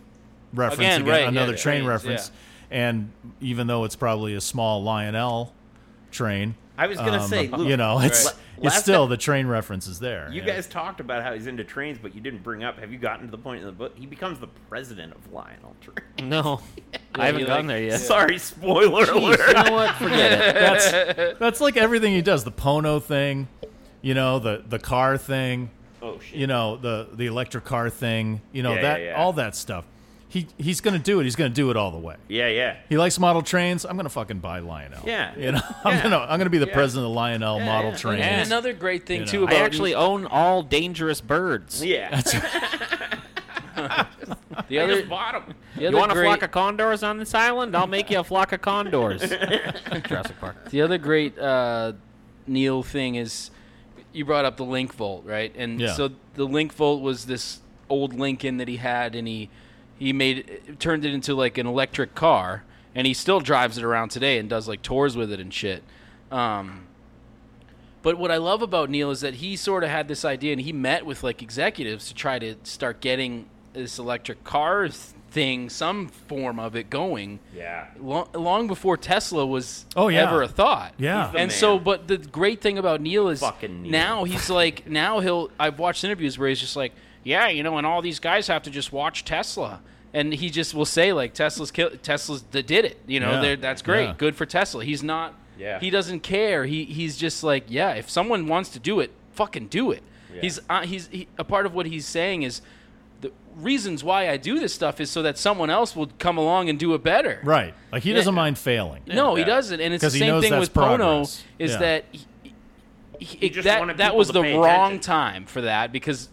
[SPEAKER 2] reference
[SPEAKER 4] Again,
[SPEAKER 2] again,
[SPEAKER 4] right, yeah,
[SPEAKER 2] another
[SPEAKER 4] the
[SPEAKER 2] train
[SPEAKER 4] trains,
[SPEAKER 2] reference, and even though it's probably a small Lionel train, um,
[SPEAKER 1] I was gonna say, Luke,
[SPEAKER 2] you know, it's
[SPEAKER 1] right.
[SPEAKER 2] it's
[SPEAKER 1] Last
[SPEAKER 2] still
[SPEAKER 1] time-
[SPEAKER 2] the train reference is there.
[SPEAKER 1] You
[SPEAKER 2] yeah.
[SPEAKER 1] guys talked about how he's into trains, but you didn't bring up. Have you gotten to the point in the book? He becomes the president of Lionel Train.
[SPEAKER 3] No, I haven't gotten there yet.
[SPEAKER 1] Sorry, spoiler alert.
[SPEAKER 3] You know what? Forget it.
[SPEAKER 2] that's like everything he does. The Pono thing, you know, the the car thing.
[SPEAKER 1] Oh shit!
[SPEAKER 2] you know the the electric car thing you know
[SPEAKER 1] Yeah,
[SPEAKER 2] that
[SPEAKER 1] yeah, yeah.
[SPEAKER 2] all that stuff he he's gonna do it he's gonna do it all the way
[SPEAKER 1] yeah, yeah.
[SPEAKER 2] he likes model trains i'm gonna fucking buy lionel
[SPEAKER 1] Yeah.
[SPEAKER 2] you know i'm
[SPEAKER 1] Yeah.
[SPEAKER 2] gonna i'm gonna be the
[SPEAKER 1] Yeah.
[SPEAKER 2] president of lionel model
[SPEAKER 1] yeah.
[SPEAKER 2] trains
[SPEAKER 4] And another great thing
[SPEAKER 2] You know.
[SPEAKER 4] too
[SPEAKER 3] I
[SPEAKER 4] about
[SPEAKER 3] actually own all dangerous birds.
[SPEAKER 1] Yeah,
[SPEAKER 4] the other
[SPEAKER 1] bottom.
[SPEAKER 4] the
[SPEAKER 3] You
[SPEAKER 4] other
[SPEAKER 3] want a
[SPEAKER 4] great,
[SPEAKER 3] flock of condors on this island? I'll make you a flock of condors. Jurassic Park.
[SPEAKER 4] the other great uh, Neil thing is you brought up the link volt right and
[SPEAKER 2] Yeah.
[SPEAKER 4] so the link volt was this old Lincoln that he had and he he made turned it into like an electric car and he still drives it around today and does like tours with it and shit. Um, But what I love about Neil is that he sort of had this idea and he met with like executives to try to start getting this electric car thing, some form of it going.
[SPEAKER 1] Yeah.
[SPEAKER 4] Long, long before Tesla was
[SPEAKER 2] Oh, yeah.
[SPEAKER 4] ever a thought.
[SPEAKER 2] Yeah. He's
[SPEAKER 4] And
[SPEAKER 2] the
[SPEAKER 4] so,
[SPEAKER 1] man.
[SPEAKER 4] but the great thing about Neil is
[SPEAKER 1] Fucking Neil.
[SPEAKER 4] now he's like, now he'll, I've watched interviews where he's just like, yeah, you know, and all these guys have to just watch Tesla. And he just will say like Tesla's kill, Tesla's that did it, you know.
[SPEAKER 2] Yeah.
[SPEAKER 4] they're That's great,
[SPEAKER 2] Yeah.
[SPEAKER 4] good for Tesla. He's not
[SPEAKER 1] Yeah.
[SPEAKER 4] he doesn't care. He he's just like, yeah, if someone wants to do it, fucking do it. He's uh, he's he, a part of what he's saying is the reasons why I do this stuff is so that someone else will come along and do it better.
[SPEAKER 2] right like he doesn't mind failing
[SPEAKER 4] No, he doesn't. And it's the
[SPEAKER 2] 'Cause he
[SPEAKER 4] same
[SPEAKER 2] knows
[SPEAKER 4] thing
[SPEAKER 2] that's
[SPEAKER 4] with
[SPEAKER 2] progress.
[SPEAKER 4] Pono is
[SPEAKER 2] Yeah.
[SPEAKER 4] that he, he-
[SPEAKER 1] He just wanted
[SPEAKER 4] that that
[SPEAKER 1] people
[SPEAKER 4] was
[SPEAKER 1] to
[SPEAKER 4] the
[SPEAKER 1] pay
[SPEAKER 4] wrong
[SPEAKER 1] attention.
[SPEAKER 4] time for that because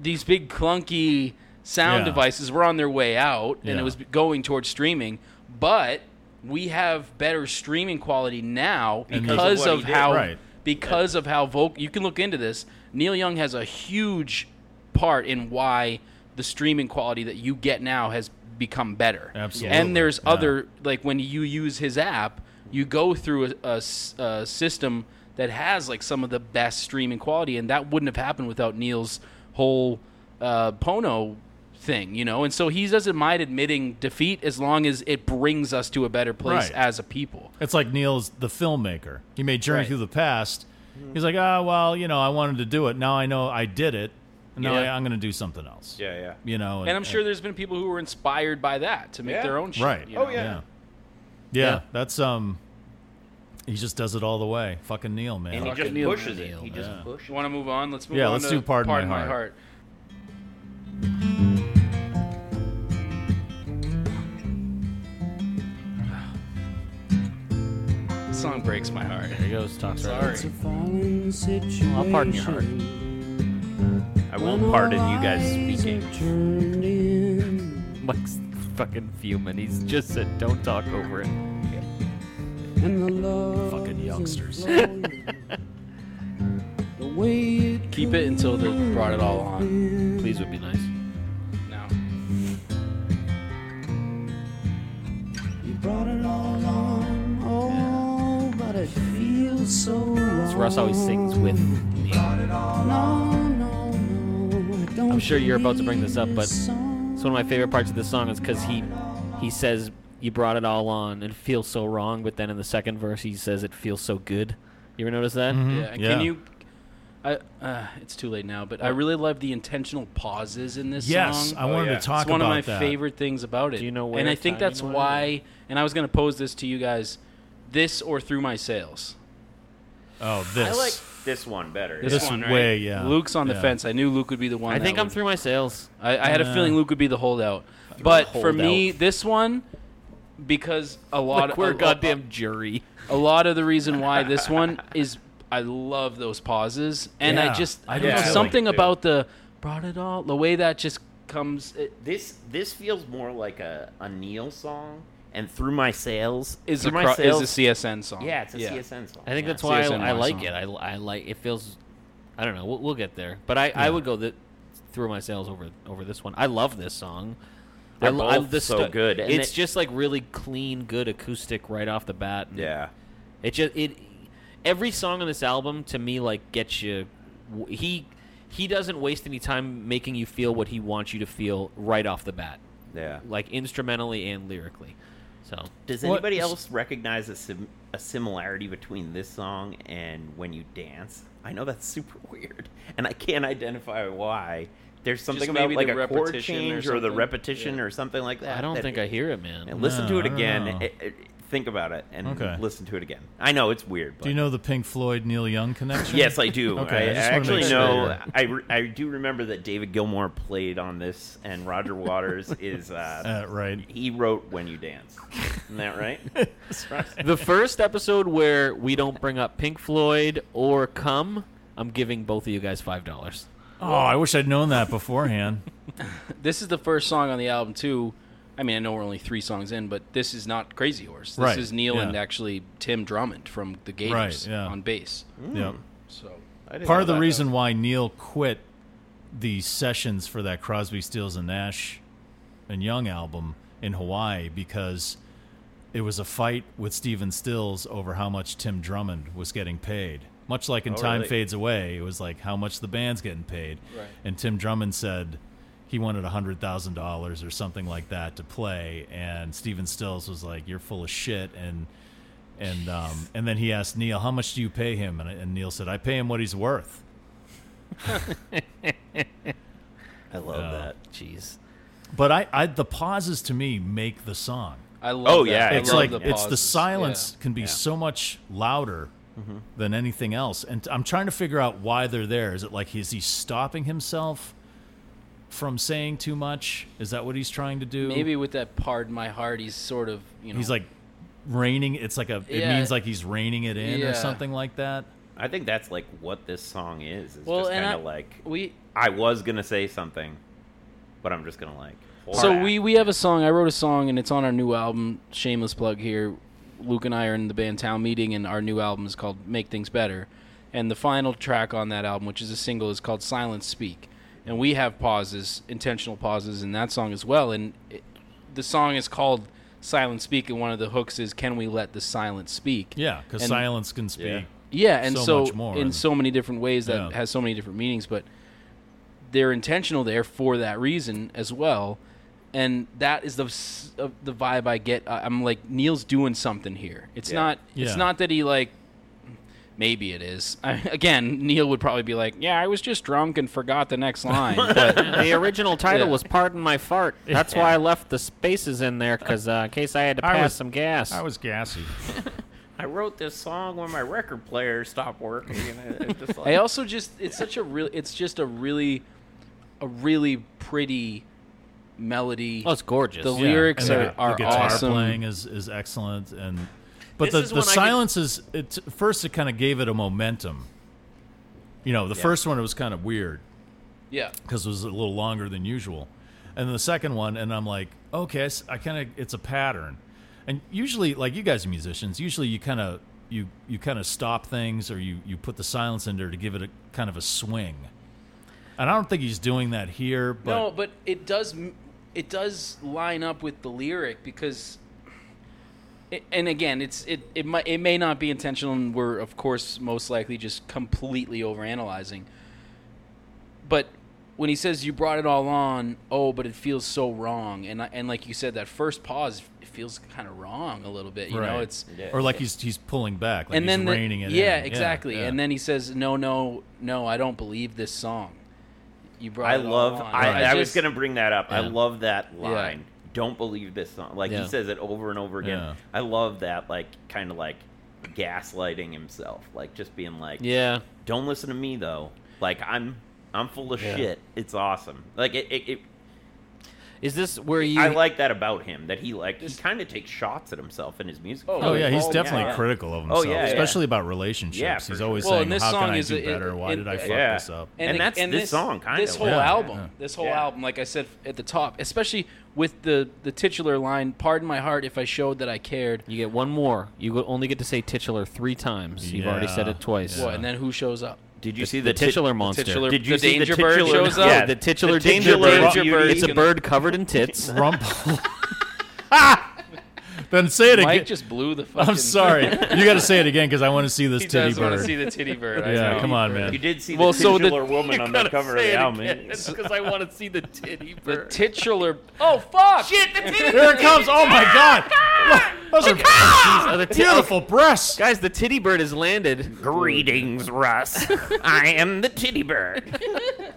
[SPEAKER 4] these big clunky sound
[SPEAKER 2] Yeah.
[SPEAKER 4] devices were on their way out and
[SPEAKER 2] Yeah.
[SPEAKER 4] it was going towards streaming, but we have better streaming quality now
[SPEAKER 2] And
[SPEAKER 4] because
[SPEAKER 1] what
[SPEAKER 4] of
[SPEAKER 1] he did.
[SPEAKER 4] how
[SPEAKER 2] Right.
[SPEAKER 4] because of how vocal you can look into this. Neil Young has a huge part in why the streaming quality that you get now has become better.
[SPEAKER 2] Absolutely.
[SPEAKER 4] And there's
[SPEAKER 2] Yeah.
[SPEAKER 4] other like when you use his app, you go through a- a, s- a system that has like some of the best streaming quality, and that wouldn't have happened without Neil's whole uh, Pono thing, you know? And so he doesn't mind admitting defeat as long as it brings us to a better place
[SPEAKER 2] Right.
[SPEAKER 4] as a people.
[SPEAKER 2] It's like Neil's the filmmaker. He made Journey
[SPEAKER 4] Right.
[SPEAKER 2] Through the Past. He's like, ah, well, you know, I wanted to do it. Now I know I did it. And now
[SPEAKER 4] Yeah.
[SPEAKER 2] I, I'm going to do something else.
[SPEAKER 1] Yeah, yeah.
[SPEAKER 2] You know,
[SPEAKER 4] And I'm sure there's been people who were inspired by that to make
[SPEAKER 1] Yeah.
[SPEAKER 4] their own shit.
[SPEAKER 2] uh, Right.
[SPEAKER 4] you
[SPEAKER 1] Oh,
[SPEAKER 4] know?
[SPEAKER 1] yeah.
[SPEAKER 2] yeah.
[SPEAKER 4] Yeah.
[SPEAKER 2] yeah, that's um. He just does it all the way. Fucking Neil, man.
[SPEAKER 1] And he
[SPEAKER 4] Fucking
[SPEAKER 1] just
[SPEAKER 4] Neil
[SPEAKER 1] pushes it.
[SPEAKER 3] O'Neill,
[SPEAKER 1] He just pushes.
[SPEAKER 4] You want to move on? Let's move
[SPEAKER 2] Yeah,
[SPEAKER 4] on.
[SPEAKER 2] let's
[SPEAKER 4] to
[SPEAKER 2] do Pardon My
[SPEAKER 4] My
[SPEAKER 2] Heart.
[SPEAKER 4] Heart. This song breaks my heart.
[SPEAKER 3] There he goes. Talks
[SPEAKER 4] Sorry.
[SPEAKER 3] I'll pardon your heart.
[SPEAKER 1] I won't pardon you guys speaking.
[SPEAKER 3] Mike's fucking fuming. He's just said, "Don't talk over it."
[SPEAKER 2] fucking youngsters.
[SPEAKER 4] Keep it until they brought it all
[SPEAKER 3] Hmm?
[SPEAKER 4] on.
[SPEAKER 3] Please would be nice.
[SPEAKER 4] No.
[SPEAKER 2] Hmm?
[SPEAKER 3] So Russ always sings with me. I'm sure you're about to bring this up, but it's one of my favorite parts of this song is because he he says you brought it all on and it feels so wrong, but then in the second verse he says it feels so good. You ever notice that?
[SPEAKER 4] Yeah. and
[SPEAKER 2] Yeah.
[SPEAKER 4] Can you? I, uh, it's too late now, but I really love the intentional pauses in this
[SPEAKER 2] yes,
[SPEAKER 4] song.
[SPEAKER 2] I wanted
[SPEAKER 1] yeah.
[SPEAKER 2] to talk
[SPEAKER 4] it's one
[SPEAKER 2] about
[SPEAKER 4] of my
[SPEAKER 2] that.
[SPEAKER 4] favorite things about it.
[SPEAKER 3] Do you know where
[SPEAKER 4] And I
[SPEAKER 3] it's
[SPEAKER 4] think
[SPEAKER 3] timing
[SPEAKER 4] that's
[SPEAKER 3] went?
[SPEAKER 4] why. And I was going to pose this to you guys: this or through my sales.
[SPEAKER 2] Oh, this.
[SPEAKER 1] I like this one better.
[SPEAKER 4] This,
[SPEAKER 2] This
[SPEAKER 4] one, right?
[SPEAKER 2] way, yeah.
[SPEAKER 4] Luke's on the
[SPEAKER 2] Yeah.
[SPEAKER 4] fence. I knew Luke would be the one.
[SPEAKER 3] I
[SPEAKER 4] that
[SPEAKER 3] think I'm
[SPEAKER 4] would-
[SPEAKER 3] through my sales.
[SPEAKER 4] I, I had a feeling Luke would be the holdout, but for me, this one, because a lot
[SPEAKER 3] Like we're a
[SPEAKER 4] of
[SPEAKER 3] goddamn jury.
[SPEAKER 4] a lot of the reason why this one is I love those pauses, and I
[SPEAKER 2] Yeah,
[SPEAKER 4] just
[SPEAKER 2] I
[SPEAKER 4] I
[SPEAKER 2] do
[SPEAKER 4] don't know
[SPEAKER 2] too.
[SPEAKER 4] something about the brought it all the way that just comes. It,
[SPEAKER 1] This this feels more like a, a Neil song, and through my sales
[SPEAKER 4] is a
[SPEAKER 1] through my
[SPEAKER 4] cro-
[SPEAKER 1] sales-
[SPEAKER 4] is a CSN song.
[SPEAKER 1] Yeah, it's a CSN song.
[SPEAKER 3] I think
[SPEAKER 1] yeah.
[SPEAKER 3] that's why
[SPEAKER 4] CSNY
[SPEAKER 3] I, I like
[SPEAKER 4] song.
[SPEAKER 3] it. I, I like it feels. I don't know. We'll, we'll get there, but I, I would go that through my sales over over this one. I love this song.
[SPEAKER 1] They're
[SPEAKER 3] I, lo- I-
[SPEAKER 1] both
[SPEAKER 3] this
[SPEAKER 1] so
[SPEAKER 3] stu-
[SPEAKER 1] good, and
[SPEAKER 3] it's
[SPEAKER 1] it-
[SPEAKER 3] just like really clean, good acoustic right off the bat. and
[SPEAKER 1] Yeah.
[SPEAKER 3] It just it every song on this album to me like gets you. He he doesn't waste any time making you feel what he wants you to feel right off the bat,
[SPEAKER 1] Yeah.
[SPEAKER 3] like instrumentally and lyrically. So
[SPEAKER 1] Does
[SPEAKER 2] What-
[SPEAKER 1] anybody else recognize a, sim- a similarity between this song and When You Dance? I know that's super weird, and I can't identify why. There's something
[SPEAKER 4] Just
[SPEAKER 1] about
[SPEAKER 4] maybe
[SPEAKER 1] like
[SPEAKER 4] the
[SPEAKER 1] a chord
[SPEAKER 4] repetition or
[SPEAKER 1] change or, the
[SPEAKER 4] something?
[SPEAKER 1] repetition
[SPEAKER 4] Yeah.
[SPEAKER 1] or something like that.
[SPEAKER 3] I don't
[SPEAKER 1] that-
[SPEAKER 3] think I hear it, man.
[SPEAKER 1] And listen
[SPEAKER 2] No,
[SPEAKER 1] to it
[SPEAKER 2] I don't
[SPEAKER 1] again.
[SPEAKER 2] know.
[SPEAKER 1] It- it- think about it and
[SPEAKER 2] Okay.
[SPEAKER 1] listen to it again. I know it's weird. But
[SPEAKER 2] Do you know the Pink Floyd Neil Young connection?
[SPEAKER 1] Yes, I do.
[SPEAKER 2] Okay,
[SPEAKER 1] I, I
[SPEAKER 2] I just wanna
[SPEAKER 1] actually
[SPEAKER 2] make
[SPEAKER 1] know.
[SPEAKER 2] sure.
[SPEAKER 1] I, re- I do remember that David Gilmour played on this, and Roger Waters is. Uh,
[SPEAKER 2] Uh, right.
[SPEAKER 1] he wrote "When You Dance." Isn't that right?
[SPEAKER 3] the first episode where we don't bring up Pink Floyd or Come, I'm giving both of you guys five dollars.
[SPEAKER 2] Oh, I wish I'd known that beforehand.
[SPEAKER 4] This is the first song on the album too. I mean, I know we're only three songs in, but this is not Crazy Horse. This
[SPEAKER 2] Right,
[SPEAKER 4] is Neil
[SPEAKER 2] yeah.
[SPEAKER 4] and actually Tim Drummond from the Gators
[SPEAKER 2] Right, yeah.
[SPEAKER 4] on bass.
[SPEAKER 2] yep.
[SPEAKER 4] So
[SPEAKER 2] Part of the reason why Neil quit the sessions for that Crosby, Stills and Nash and Young album in Hawaii because it was a fight with Steven Stills over how much Tim Drummond was getting paid. Much like in Time
[SPEAKER 1] really?
[SPEAKER 2] Fades Away, it was like how much the band's getting paid.
[SPEAKER 4] Right.
[SPEAKER 2] And Tim Drummond said he wanted $100,000 or something like that to play. And Steven Stills was like, You're full of shit. And and um, and then he asked Neil, "How much do you pay him?" And, and Neil said, "I pay him what he's worth."
[SPEAKER 1] I love
[SPEAKER 2] Yeah.
[SPEAKER 1] that.
[SPEAKER 3] Jeez.
[SPEAKER 2] But I, I the pauses to me make the song.
[SPEAKER 4] I love.
[SPEAKER 1] Oh,
[SPEAKER 4] that.
[SPEAKER 1] yeah,
[SPEAKER 4] I
[SPEAKER 2] It's
[SPEAKER 4] love
[SPEAKER 2] like
[SPEAKER 4] the
[SPEAKER 2] it's the
[SPEAKER 4] pauses.
[SPEAKER 2] silence can be so much louder than anything else. And I'm trying to figure out why they're there. Is it like is he stopping himself from saying too much? Is that what he's trying to do?
[SPEAKER 4] Yeah. Maybe with that "Pardon My Heart," he's sort of you know
[SPEAKER 2] he's like reining. It's like a. It
[SPEAKER 4] Yeah.
[SPEAKER 2] means like he's reining it in
[SPEAKER 4] Yeah.
[SPEAKER 2] or something like that.
[SPEAKER 1] I think that's like what this song is. It's
[SPEAKER 4] well,
[SPEAKER 1] just
[SPEAKER 4] and
[SPEAKER 1] kind
[SPEAKER 4] I,
[SPEAKER 1] of like
[SPEAKER 4] we
[SPEAKER 1] I was gonna say something, but I'm just gonna like. hold
[SPEAKER 4] So
[SPEAKER 1] back.
[SPEAKER 4] we we have a song. I wrote a song, and it's on our new album. Shameless plug here. Luke and I are in the band Town Meeting, and our new album is called Make Things Better. And the final track on that album, which is a single, is called Silence Speak. And we have pauses, intentional pauses, in that song as well. And it, the song is called Silence Speak, and one of the hooks is "Can we let the silence speak?"
[SPEAKER 2] Yeah, because
[SPEAKER 4] And-
[SPEAKER 2] silence can speak.
[SPEAKER 1] Yeah.
[SPEAKER 4] Yeah, and
[SPEAKER 2] so
[SPEAKER 4] so,
[SPEAKER 2] much more.
[SPEAKER 4] in so many different ways that
[SPEAKER 2] Yeah.
[SPEAKER 4] has so many different meanings. But they're intentional there for that reason as well. And that is the s- of the vibe I get. I- I'm like Neil's doing something here. It's not.
[SPEAKER 2] Yeah.
[SPEAKER 4] It's not that he like. Maybe it is. I, again, Neil would probably be like, "Yeah, I was just drunk and forgot the next line." But
[SPEAKER 3] the original title
[SPEAKER 4] Yeah.
[SPEAKER 3] was "Pardon My Fart." That's why I left the spaces in there because uh, in case I had to
[SPEAKER 2] I
[SPEAKER 3] pass
[SPEAKER 2] was-
[SPEAKER 3] some gas.
[SPEAKER 2] I was gassy.
[SPEAKER 1] I wrote this song when my record player stopped working. And it's just like,
[SPEAKER 4] I also just it's such a real it's just a really a really pretty melody.
[SPEAKER 3] oh, it's gorgeous.
[SPEAKER 4] the
[SPEAKER 3] Yeah.
[SPEAKER 2] And
[SPEAKER 4] lyrics
[SPEAKER 2] the,
[SPEAKER 4] are, are
[SPEAKER 2] the guitar
[SPEAKER 4] awesome.
[SPEAKER 2] playing is, is excellent, and but
[SPEAKER 3] This is
[SPEAKER 2] the, the
[SPEAKER 3] when I get-
[SPEAKER 2] silence is it first it kind of gave it a momentum. You know, the first one it was kind of weird
[SPEAKER 4] Yeah.
[SPEAKER 2] because it was a little longer than usual, and then the second one, and I'm like, okay, I s- I kind of it's a pattern, and usually like you guys are musicians, usually you kind of you you kind of stop things or you you put the silence in there to give it a kind of a swing, and I don't think he's doing that here, but
[SPEAKER 4] no, but it does m- it does line up with the lyric because it, and again, it's it it might it may not be intentional and we're of course most likely just completely overanalyzing. But when he says you brought it all on, oh, but it feels so wrong and I, and like you said that first pause it feels kind of wrong a little bit, you know,
[SPEAKER 2] Right.
[SPEAKER 4] it's
[SPEAKER 2] or like he's he's pulling back, like
[SPEAKER 4] and
[SPEAKER 2] he's
[SPEAKER 4] then the-
[SPEAKER 2] reining it in.
[SPEAKER 4] yeah, exactly.
[SPEAKER 2] yeah.
[SPEAKER 4] And then he says, "No, no, no, I don't believe this song." You brought.
[SPEAKER 1] I
[SPEAKER 4] it all
[SPEAKER 1] love.
[SPEAKER 4] on.
[SPEAKER 1] I, I was
[SPEAKER 4] just-
[SPEAKER 1] gonna bring that up. I
[SPEAKER 4] Yeah.
[SPEAKER 1] love that line. Don't believe this song. Like
[SPEAKER 3] Yeah.
[SPEAKER 1] he says it over and over again.
[SPEAKER 2] Yeah.
[SPEAKER 1] I love that. Like kind of like gaslighting himself. Like just being like,
[SPEAKER 3] Yeah.
[SPEAKER 1] Don't listen to me though. Like I'm. I'm full of shit. It's awesome. Like it. it, it
[SPEAKER 3] Is this where you?
[SPEAKER 1] I like that about him. That he like he kind of takes shots at himself in his music.
[SPEAKER 4] Oh,
[SPEAKER 2] Oh yeah, he's
[SPEAKER 1] yeah.
[SPEAKER 2] definitely
[SPEAKER 1] Yeah.
[SPEAKER 2] critical of himself,
[SPEAKER 1] Oh, yeah, yeah.
[SPEAKER 2] especially about relationships.
[SPEAKER 1] Yeah, for
[SPEAKER 2] he's
[SPEAKER 1] sure.
[SPEAKER 2] always
[SPEAKER 4] Well,
[SPEAKER 2] saying,
[SPEAKER 4] and this
[SPEAKER 2] "How
[SPEAKER 4] song
[SPEAKER 2] can I
[SPEAKER 4] is
[SPEAKER 2] do
[SPEAKER 4] a-
[SPEAKER 2] better?
[SPEAKER 4] it-
[SPEAKER 2] Why
[SPEAKER 4] it-
[SPEAKER 2] did I fuck
[SPEAKER 1] yeah.
[SPEAKER 2] this up?"
[SPEAKER 1] And
[SPEAKER 4] the-
[SPEAKER 1] that's this song, kinda,
[SPEAKER 4] This whole
[SPEAKER 2] yeah,
[SPEAKER 4] album,
[SPEAKER 2] yeah.
[SPEAKER 4] this whole
[SPEAKER 1] Yeah.
[SPEAKER 4] album, like I said at the top, especially with the the titular line, "Pardon my heart if I showed that I cared."
[SPEAKER 3] You get one more. You go- only get to say titular three times. You've already said
[SPEAKER 2] Yeah.
[SPEAKER 3] it twice.
[SPEAKER 4] What? And then who shows up?
[SPEAKER 1] Did you see
[SPEAKER 3] The titular monster.
[SPEAKER 4] titular-
[SPEAKER 1] Did you
[SPEAKER 4] the
[SPEAKER 1] see
[SPEAKER 4] danger
[SPEAKER 1] the
[SPEAKER 4] bird
[SPEAKER 1] titular,
[SPEAKER 4] shows up?
[SPEAKER 1] Yeah,
[SPEAKER 3] the titular danger
[SPEAKER 1] titular
[SPEAKER 3] bird.
[SPEAKER 1] beauty.
[SPEAKER 4] bird.
[SPEAKER 3] It's a
[SPEAKER 4] Gonna-
[SPEAKER 3] bird covered in tits.
[SPEAKER 2] Rumple. then say it
[SPEAKER 4] Mike
[SPEAKER 2] again.
[SPEAKER 4] just blew the fucking.
[SPEAKER 2] I'm sorry. You got to say it again because I want to see this
[SPEAKER 4] He
[SPEAKER 2] titty
[SPEAKER 4] does want
[SPEAKER 2] bird.
[SPEAKER 4] to see the titty bird. I
[SPEAKER 2] yeah,
[SPEAKER 4] know.
[SPEAKER 2] come on, man.
[SPEAKER 1] You did see
[SPEAKER 4] Well,
[SPEAKER 1] the
[SPEAKER 4] so the-
[SPEAKER 1] titular woman on the cover of the album.
[SPEAKER 3] because I want to see the titty
[SPEAKER 4] The titular. Oh fuck! Shit!
[SPEAKER 2] Here it comes! Oh my god! Those
[SPEAKER 4] Oh,
[SPEAKER 2] are beautiful breasts.
[SPEAKER 3] Guys, the titty bird has landed.
[SPEAKER 1] Greetings, Russ. I am the titty bird.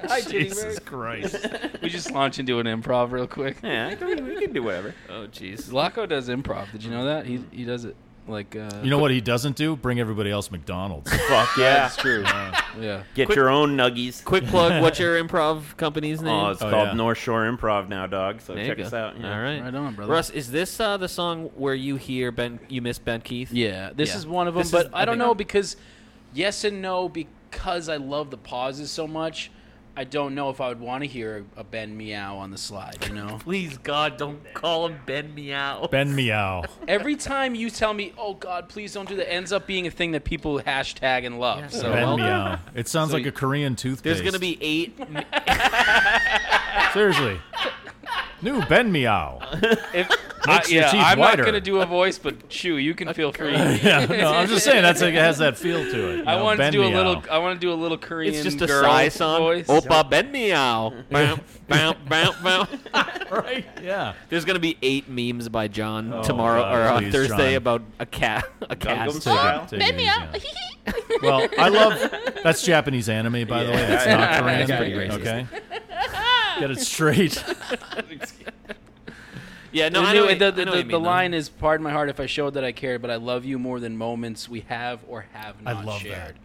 [SPEAKER 4] Hi, titty bird.
[SPEAKER 2] Jesus Christ!
[SPEAKER 4] We just launch into an improv real quick.
[SPEAKER 1] Yeah, we can do whatever.
[SPEAKER 3] Oh, jeez.
[SPEAKER 4] Laco does improv. Did you know that? He he does it like uh
[SPEAKER 2] You know what he doesn't do? Bring everybody else McDonald's.
[SPEAKER 1] Fuck yeah.
[SPEAKER 4] that's true. yeah.
[SPEAKER 1] Get your own nuggies.
[SPEAKER 3] Quick plug. What's your improv company's name?
[SPEAKER 1] Oh, it's
[SPEAKER 2] Oh,
[SPEAKER 1] called
[SPEAKER 2] yeah.
[SPEAKER 1] North Shore Improv now, dog. So
[SPEAKER 3] There you
[SPEAKER 1] check
[SPEAKER 3] go.
[SPEAKER 1] us out. yeah.
[SPEAKER 3] All right.
[SPEAKER 4] Right on, brother.
[SPEAKER 3] Russ, is this uh, the song where you hear Ben? You miss Ben Keith?
[SPEAKER 4] Yeah, this
[SPEAKER 3] Yeah.
[SPEAKER 4] is one of them,
[SPEAKER 3] This
[SPEAKER 4] but
[SPEAKER 3] is-
[SPEAKER 4] I
[SPEAKER 3] I
[SPEAKER 4] don't
[SPEAKER 3] think-
[SPEAKER 4] know because yes and no because I love the pauses so much. I don't know if I would want to hear a, a Ben meow on the slide, you know.
[SPEAKER 3] Please God, don't call him Ben Meow.
[SPEAKER 2] Ben Meow.
[SPEAKER 4] Every time you tell me, "Oh God, please don't do that," ends up being a thing that people hashtag and love. So
[SPEAKER 2] Ben
[SPEAKER 3] welcome.
[SPEAKER 2] Meow. It sounds like a Korean toothpaste.
[SPEAKER 3] There's gonna be eight.
[SPEAKER 2] Seriously. New Ben Meow.
[SPEAKER 4] if
[SPEAKER 2] Makes your teeth
[SPEAKER 4] I'm
[SPEAKER 2] whiter.
[SPEAKER 4] not gonna do a voice, but Chew, you can feel free.
[SPEAKER 2] yeah, no, I'm just saying that's like, it has that feel to it. you
[SPEAKER 4] I
[SPEAKER 2] know,
[SPEAKER 4] want to
[SPEAKER 2] Ben
[SPEAKER 4] do a
[SPEAKER 2] Meow.
[SPEAKER 4] little. I want to do a little Korean.
[SPEAKER 3] It's just a
[SPEAKER 4] girl
[SPEAKER 3] sigh song.
[SPEAKER 4] voice.
[SPEAKER 3] Opa Ben Meow. Bam, bam, bam, bam.
[SPEAKER 2] right? Yeah.
[SPEAKER 3] There's gonna be eight memes by John tomorrow
[SPEAKER 2] Oh, God,
[SPEAKER 3] or on
[SPEAKER 2] please,
[SPEAKER 3] Thursday
[SPEAKER 2] John.
[SPEAKER 3] about a cat. A
[SPEAKER 1] Gangnam
[SPEAKER 3] cat.
[SPEAKER 2] Take it-
[SPEAKER 1] Style.
[SPEAKER 2] take it easy, yeah. Well, I love that's Japanese anime, by the way. That's
[SPEAKER 1] Yeah,
[SPEAKER 2] not
[SPEAKER 1] yeah,
[SPEAKER 2] Korean.
[SPEAKER 1] that's pretty racist.
[SPEAKER 2] okay. Get it straight.
[SPEAKER 3] Yeah, no,
[SPEAKER 4] The
[SPEAKER 3] I
[SPEAKER 4] new-
[SPEAKER 3] know what-
[SPEAKER 4] the,
[SPEAKER 3] I
[SPEAKER 4] the,
[SPEAKER 3] know
[SPEAKER 4] the,
[SPEAKER 3] what you
[SPEAKER 4] the
[SPEAKER 3] mean, though.
[SPEAKER 4] line is pardon my heart if I showed that I cared, but I love you more than moments we have or have
[SPEAKER 2] I
[SPEAKER 4] not
[SPEAKER 2] love
[SPEAKER 4] shared.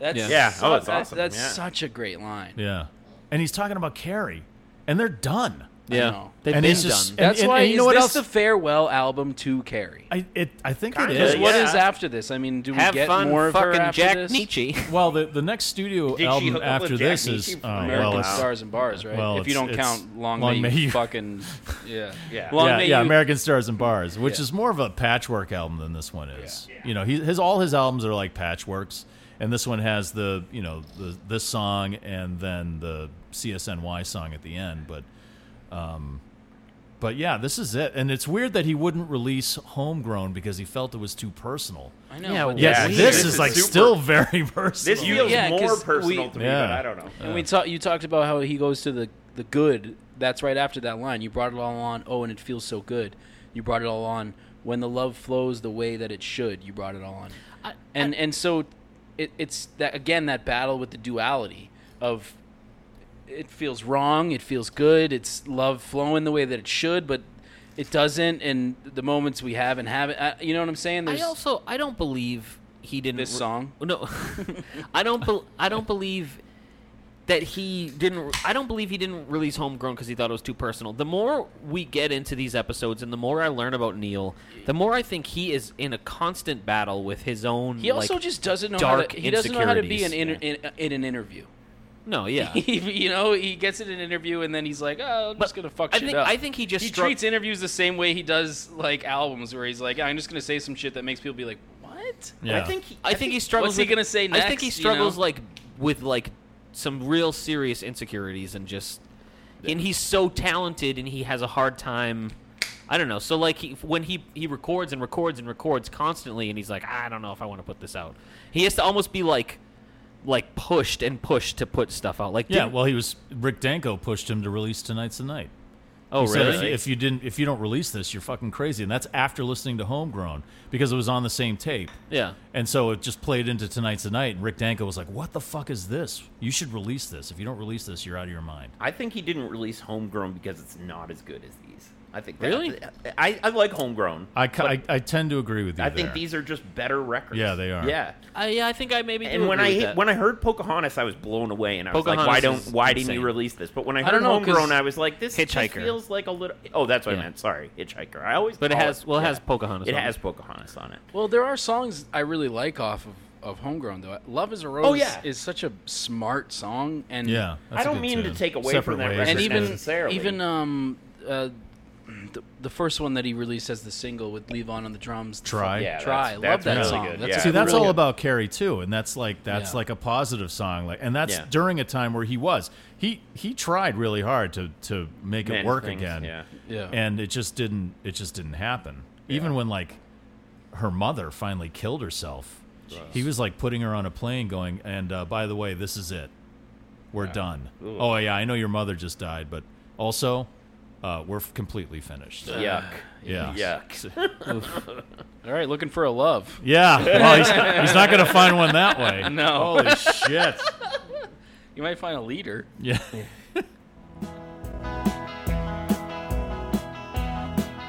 [SPEAKER 4] That's
[SPEAKER 3] Yeah.
[SPEAKER 1] Yeah.
[SPEAKER 4] su-
[SPEAKER 1] Oh, it's
[SPEAKER 4] that-
[SPEAKER 1] awesome.
[SPEAKER 4] that's
[SPEAKER 1] Yeah.
[SPEAKER 4] such a great line.
[SPEAKER 2] Yeah. And he's talking about Carrie, and they're done.
[SPEAKER 3] Yeah,
[SPEAKER 4] know.
[SPEAKER 3] they've
[SPEAKER 2] And
[SPEAKER 3] been
[SPEAKER 2] it's just-
[SPEAKER 3] done.
[SPEAKER 4] That's
[SPEAKER 2] and-
[SPEAKER 4] why
[SPEAKER 2] and you
[SPEAKER 4] is
[SPEAKER 2] know what
[SPEAKER 4] this
[SPEAKER 2] else?
[SPEAKER 4] the farewell album to Carrie?
[SPEAKER 2] I it I think it
[SPEAKER 1] Kinda,
[SPEAKER 2] is.
[SPEAKER 4] Because what
[SPEAKER 1] yeah.
[SPEAKER 4] is after this? I mean, do we
[SPEAKER 3] Have
[SPEAKER 4] get
[SPEAKER 3] fun,
[SPEAKER 4] more of her
[SPEAKER 3] fucking
[SPEAKER 4] after
[SPEAKER 3] Jack
[SPEAKER 4] this?
[SPEAKER 3] Nietzsche.
[SPEAKER 2] Well, the the next studio
[SPEAKER 1] she
[SPEAKER 2] album
[SPEAKER 1] hook up
[SPEAKER 2] after
[SPEAKER 1] with Jack
[SPEAKER 2] this is
[SPEAKER 1] Nietzsche
[SPEAKER 2] oh,
[SPEAKER 1] from
[SPEAKER 2] well,
[SPEAKER 4] American
[SPEAKER 2] it's-
[SPEAKER 4] Stars and Bars, right?
[SPEAKER 2] well,
[SPEAKER 4] if you
[SPEAKER 2] it's-
[SPEAKER 4] don't
[SPEAKER 2] it's
[SPEAKER 4] count Long,
[SPEAKER 2] Long
[SPEAKER 4] May,
[SPEAKER 2] May
[SPEAKER 4] You
[SPEAKER 2] You-
[SPEAKER 4] fucking yeah
[SPEAKER 1] Yeah.
[SPEAKER 4] Long
[SPEAKER 2] yeah,
[SPEAKER 4] May
[SPEAKER 2] yeah,
[SPEAKER 4] You
[SPEAKER 2] American Stars and Bars, which is more of a patchwork album than this one is. You know, he, his all his albums are like patchworks, and this one has the you know the this song and then the CSNY song at the end. But, um, But yeah, this is it. And it's weird that he wouldn't release Homegrown because he felt it was too personal.
[SPEAKER 4] I know.
[SPEAKER 3] Yeah,
[SPEAKER 4] but
[SPEAKER 3] yeah,
[SPEAKER 2] Yeah,
[SPEAKER 4] that's
[SPEAKER 2] this,
[SPEAKER 4] weird.
[SPEAKER 2] is,
[SPEAKER 1] This is
[SPEAKER 2] like
[SPEAKER 1] super-
[SPEAKER 2] still very personal.
[SPEAKER 1] This feels
[SPEAKER 4] Yeah,
[SPEAKER 1] more
[SPEAKER 4] 'cause
[SPEAKER 1] personal
[SPEAKER 4] we-
[SPEAKER 1] to me,
[SPEAKER 2] Yeah.
[SPEAKER 1] but I don't know.
[SPEAKER 4] And we talked. You talked about how he goes to the the good. That's right after that line. You brought it all on. Oh, and it feels so good. You brought it all on. When the love flows the way that it should, you brought it all on. and and so, it, it's that again that battle with the duality of it feels wrong. It feels good. It's love flowing the way that it should, but it doesn't. And the moments we have and haven't. I, you know what I'm saying?
[SPEAKER 3] I also I don't believe he didn't
[SPEAKER 4] This
[SPEAKER 3] re-
[SPEAKER 4] song?
[SPEAKER 3] No, I don't. Be- I don't believe that he didn't. re- I don't believe he didn't release Homegrown because he thought it was too personal. The more we get into these episodes, and the more I learn about Neil, the more I think he is in a constant battle with his own.
[SPEAKER 4] He also
[SPEAKER 3] like,
[SPEAKER 4] just doesn't know
[SPEAKER 3] dark
[SPEAKER 4] how to, he doesn't know how to be
[SPEAKER 3] insecurities.
[SPEAKER 4] an inter, in, in an interview.
[SPEAKER 3] no, yeah.
[SPEAKER 4] you know, he gets in an interview and then he's like, "Oh, I'm just
[SPEAKER 3] But
[SPEAKER 4] gonna fuck
[SPEAKER 3] I
[SPEAKER 4] shit
[SPEAKER 3] think-
[SPEAKER 4] up."
[SPEAKER 3] I think he just
[SPEAKER 4] he
[SPEAKER 3] struck-
[SPEAKER 4] treats interviews the same way he does like albums, where he's like, "I'm just gonna say some shit that makes people be like, what?"
[SPEAKER 2] Yeah.
[SPEAKER 3] I think he, I think he struggles.
[SPEAKER 4] what's he
[SPEAKER 3] with-
[SPEAKER 4] gonna say
[SPEAKER 3] I think he
[SPEAKER 4] next, you
[SPEAKER 3] struggles
[SPEAKER 4] know?
[SPEAKER 3] like with like some real serious insecurities and just. And he's so talented, and he has a hard time. I don't know. So like he, when he he records and records and records constantly, and he's like, I don't know if I want to put this out. He has to almost be like, like pushed and pushed to put stuff out. Like
[SPEAKER 2] yeah,
[SPEAKER 3] didn't-
[SPEAKER 2] well, he was Rick Danko pushed him to release Tonight's the Night.
[SPEAKER 3] oh
[SPEAKER 2] He said,
[SPEAKER 3] really?
[SPEAKER 2] if, you, if you didn't, if you don't release this, you're fucking crazy. And that's after listening to Homegrown because it was on the same tape.
[SPEAKER 3] yeah.
[SPEAKER 2] And so it just played into Tonight's the Night. And Rick Danko was like, "What the fuck is this? You should release this. If you don't release this, you're out of your mind."
[SPEAKER 1] I think he didn't release Homegrown because it's not as good as these. I think that-
[SPEAKER 3] Really?
[SPEAKER 1] I, I like Homegrown.
[SPEAKER 2] I, ca- I, I tend to agree with you.
[SPEAKER 1] I think
[SPEAKER 2] there.
[SPEAKER 1] these are just better records.
[SPEAKER 2] Yeah, they are.
[SPEAKER 1] Yeah.
[SPEAKER 3] I, yeah, I think I maybe. do
[SPEAKER 1] And when I
[SPEAKER 3] agree with
[SPEAKER 1] hit-
[SPEAKER 3] that.
[SPEAKER 1] when I heard Pocahontas, I was blown away, and I was
[SPEAKER 3] Pocahontas
[SPEAKER 1] like, "Why don't?
[SPEAKER 3] is
[SPEAKER 1] Why didn't you
[SPEAKER 3] insane.
[SPEAKER 1] release this?" But when I heard
[SPEAKER 4] don't know, 'cause
[SPEAKER 1] Homegrown, I was like, "This just
[SPEAKER 3] Hitchhiker.
[SPEAKER 1] feels like a little." Oh, that's what I
[SPEAKER 3] Yeah.
[SPEAKER 1] meant. Sorry, Hitchhiker. I always.
[SPEAKER 3] but it
[SPEAKER 1] call
[SPEAKER 3] has well it
[SPEAKER 1] yeah.
[SPEAKER 3] has Pocahontas.
[SPEAKER 1] It
[SPEAKER 3] on
[SPEAKER 1] has Pocahontas on it.
[SPEAKER 4] Well, there are songs I really like off of, of Homegrown though. "Love Is a Rose"
[SPEAKER 3] Oh,
[SPEAKER 1] yeah.
[SPEAKER 4] is such a smart song, and
[SPEAKER 2] Yeah, that's
[SPEAKER 1] I
[SPEAKER 2] a
[SPEAKER 1] don't
[SPEAKER 2] good
[SPEAKER 1] mean to
[SPEAKER 2] tune.
[SPEAKER 1] take away
[SPEAKER 2] Separate
[SPEAKER 1] from that
[SPEAKER 2] ways.
[SPEAKER 1] record
[SPEAKER 4] and even
[SPEAKER 1] necessarily.
[SPEAKER 4] even um uh, the, the first one that he released as the single with Levon on the drums. the
[SPEAKER 2] Try.
[SPEAKER 4] fuck-
[SPEAKER 2] Yeah,
[SPEAKER 4] try.
[SPEAKER 1] that's-
[SPEAKER 4] Love
[SPEAKER 1] that's
[SPEAKER 4] that
[SPEAKER 1] really
[SPEAKER 4] song.
[SPEAKER 1] good.
[SPEAKER 4] That's
[SPEAKER 1] Yeah.
[SPEAKER 4] a
[SPEAKER 2] See, that's
[SPEAKER 4] really
[SPEAKER 2] all
[SPEAKER 4] good-
[SPEAKER 2] about Carrie too, and that's like that's
[SPEAKER 4] Yeah.
[SPEAKER 2] like a positive song, like, and that's
[SPEAKER 1] Yeah.
[SPEAKER 2] during a time where he was he he tried really hard to to make it
[SPEAKER 1] Many
[SPEAKER 2] work
[SPEAKER 1] things,
[SPEAKER 2] again,
[SPEAKER 1] yeah.
[SPEAKER 4] Yeah.
[SPEAKER 2] and it just didn't it just didn't happen. Even when like her mother finally killed herself, he was like putting her on a plane, going, and uh, by the way, this is it, we're done. Oh yeah, I know your mother just died, but also uh, we're f- completely finished.
[SPEAKER 1] Yuck.
[SPEAKER 2] Yeah,
[SPEAKER 1] Yuck.
[SPEAKER 4] All right, looking for a love.
[SPEAKER 2] Yeah, well, he's, he's not going to find one that way.
[SPEAKER 4] No.
[SPEAKER 2] Holy shit.
[SPEAKER 4] You might find a leader.
[SPEAKER 2] Yeah.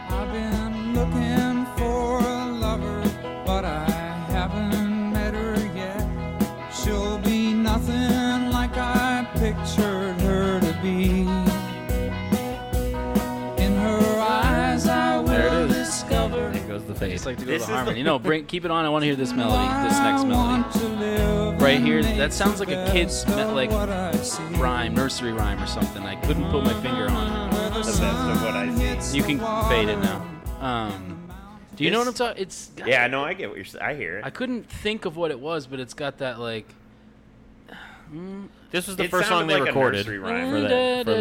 [SPEAKER 6] I've been looking for a lover, but I haven't met her yet. She'll be nothing like I pictured her to be. In her eyes, I will discover
[SPEAKER 3] There goes the fade.
[SPEAKER 4] It's like to go
[SPEAKER 1] This is
[SPEAKER 4] to
[SPEAKER 1] the-
[SPEAKER 4] harmony. No, bring keep it on. I want to hear this melody. This
[SPEAKER 6] I
[SPEAKER 4] next melody.
[SPEAKER 6] want to live
[SPEAKER 4] Right
[SPEAKER 6] and
[SPEAKER 4] here,
[SPEAKER 6] make
[SPEAKER 4] that sounds
[SPEAKER 6] the
[SPEAKER 4] like a kid's
[SPEAKER 6] best of
[SPEAKER 4] like
[SPEAKER 6] what I see.
[SPEAKER 4] Rhyme, nursery rhyme or something. I couldn't put my finger on
[SPEAKER 6] Where the
[SPEAKER 1] That's
[SPEAKER 6] sun
[SPEAKER 1] what I see.
[SPEAKER 6] hits
[SPEAKER 4] it. You can
[SPEAKER 6] the water.
[SPEAKER 4] fade it now. Um, do you know what I'm talking? It's got-
[SPEAKER 1] Yeah, no, I get what you're saying. I hear
[SPEAKER 4] I
[SPEAKER 1] it.
[SPEAKER 4] couldn't think of what it was, but it's got that like.
[SPEAKER 3] This was the
[SPEAKER 1] It
[SPEAKER 3] first
[SPEAKER 1] sounded
[SPEAKER 3] song they
[SPEAKER 1] like a
[SPEAKER 3] recorded
[SPEAKER 1] nursery rhyme.
[SPEAKER 3] for the, for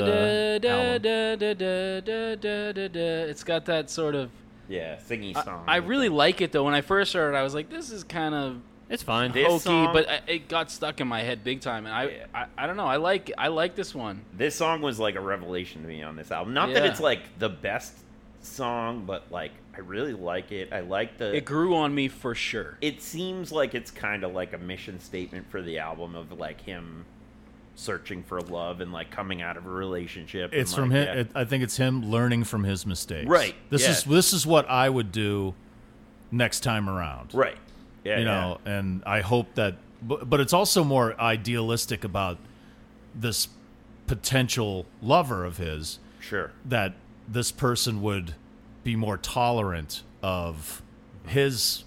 [SPEAKER 3] the album.
[SPEAKER 4] It's got that sort of.
[SPEAKER 1] Yeah, singing
[SPEAKER 4] I-
[SPEAKER 1] song.
[SPEAKER 4] I really like it though. When I first heard it, I was like, "This is kind of
[SPEAKER 3] It's fine.
[SPEAKER 1] This
[SPEAKER 4] hokey,"
[SPEAKER 1] song-
[SPEAKER 4] but I, it got stuck in my head big time. And I,
[SPEAKER 1] Yeah.
[SPEAKER 4] I, I don't know. I like, I like this one.
[SPEAKER 1] this song was like a revelation to me on this album. Not that
[SPEAKER 4] Yeah.
[SPEAKER 1] it's like the best song, but like I really like it. I like the.
[SPEAKER 4] It grew on me for sure.
[SPEAKER 1] it seems like it's kind of like a mission statement for the album of like him searching for love and like coming out of a relationship. and,
[SPEAKER 2] It's
[SPEAKER 1] like,
[SPEAKER 2] from him.
[SPEAKER 1] yeah.
[SPEAKER 2] It, I think it's him learning from his mistakes.
[SPEAKER 1] Right,
[SPEAKER 2] This
[SPEAKER 1] yeah.
[SPEAKER 2] is this is what I would do next time around.
[SPEAKER 1] right. Yeah.
[SPEAKER 2] you know, and I hope that. But, but it's also more idealistic about this potential lover of his
[SPEAKER 1] yeah. Sure.
[SPEAKER 2] that this person would be more tolerant of his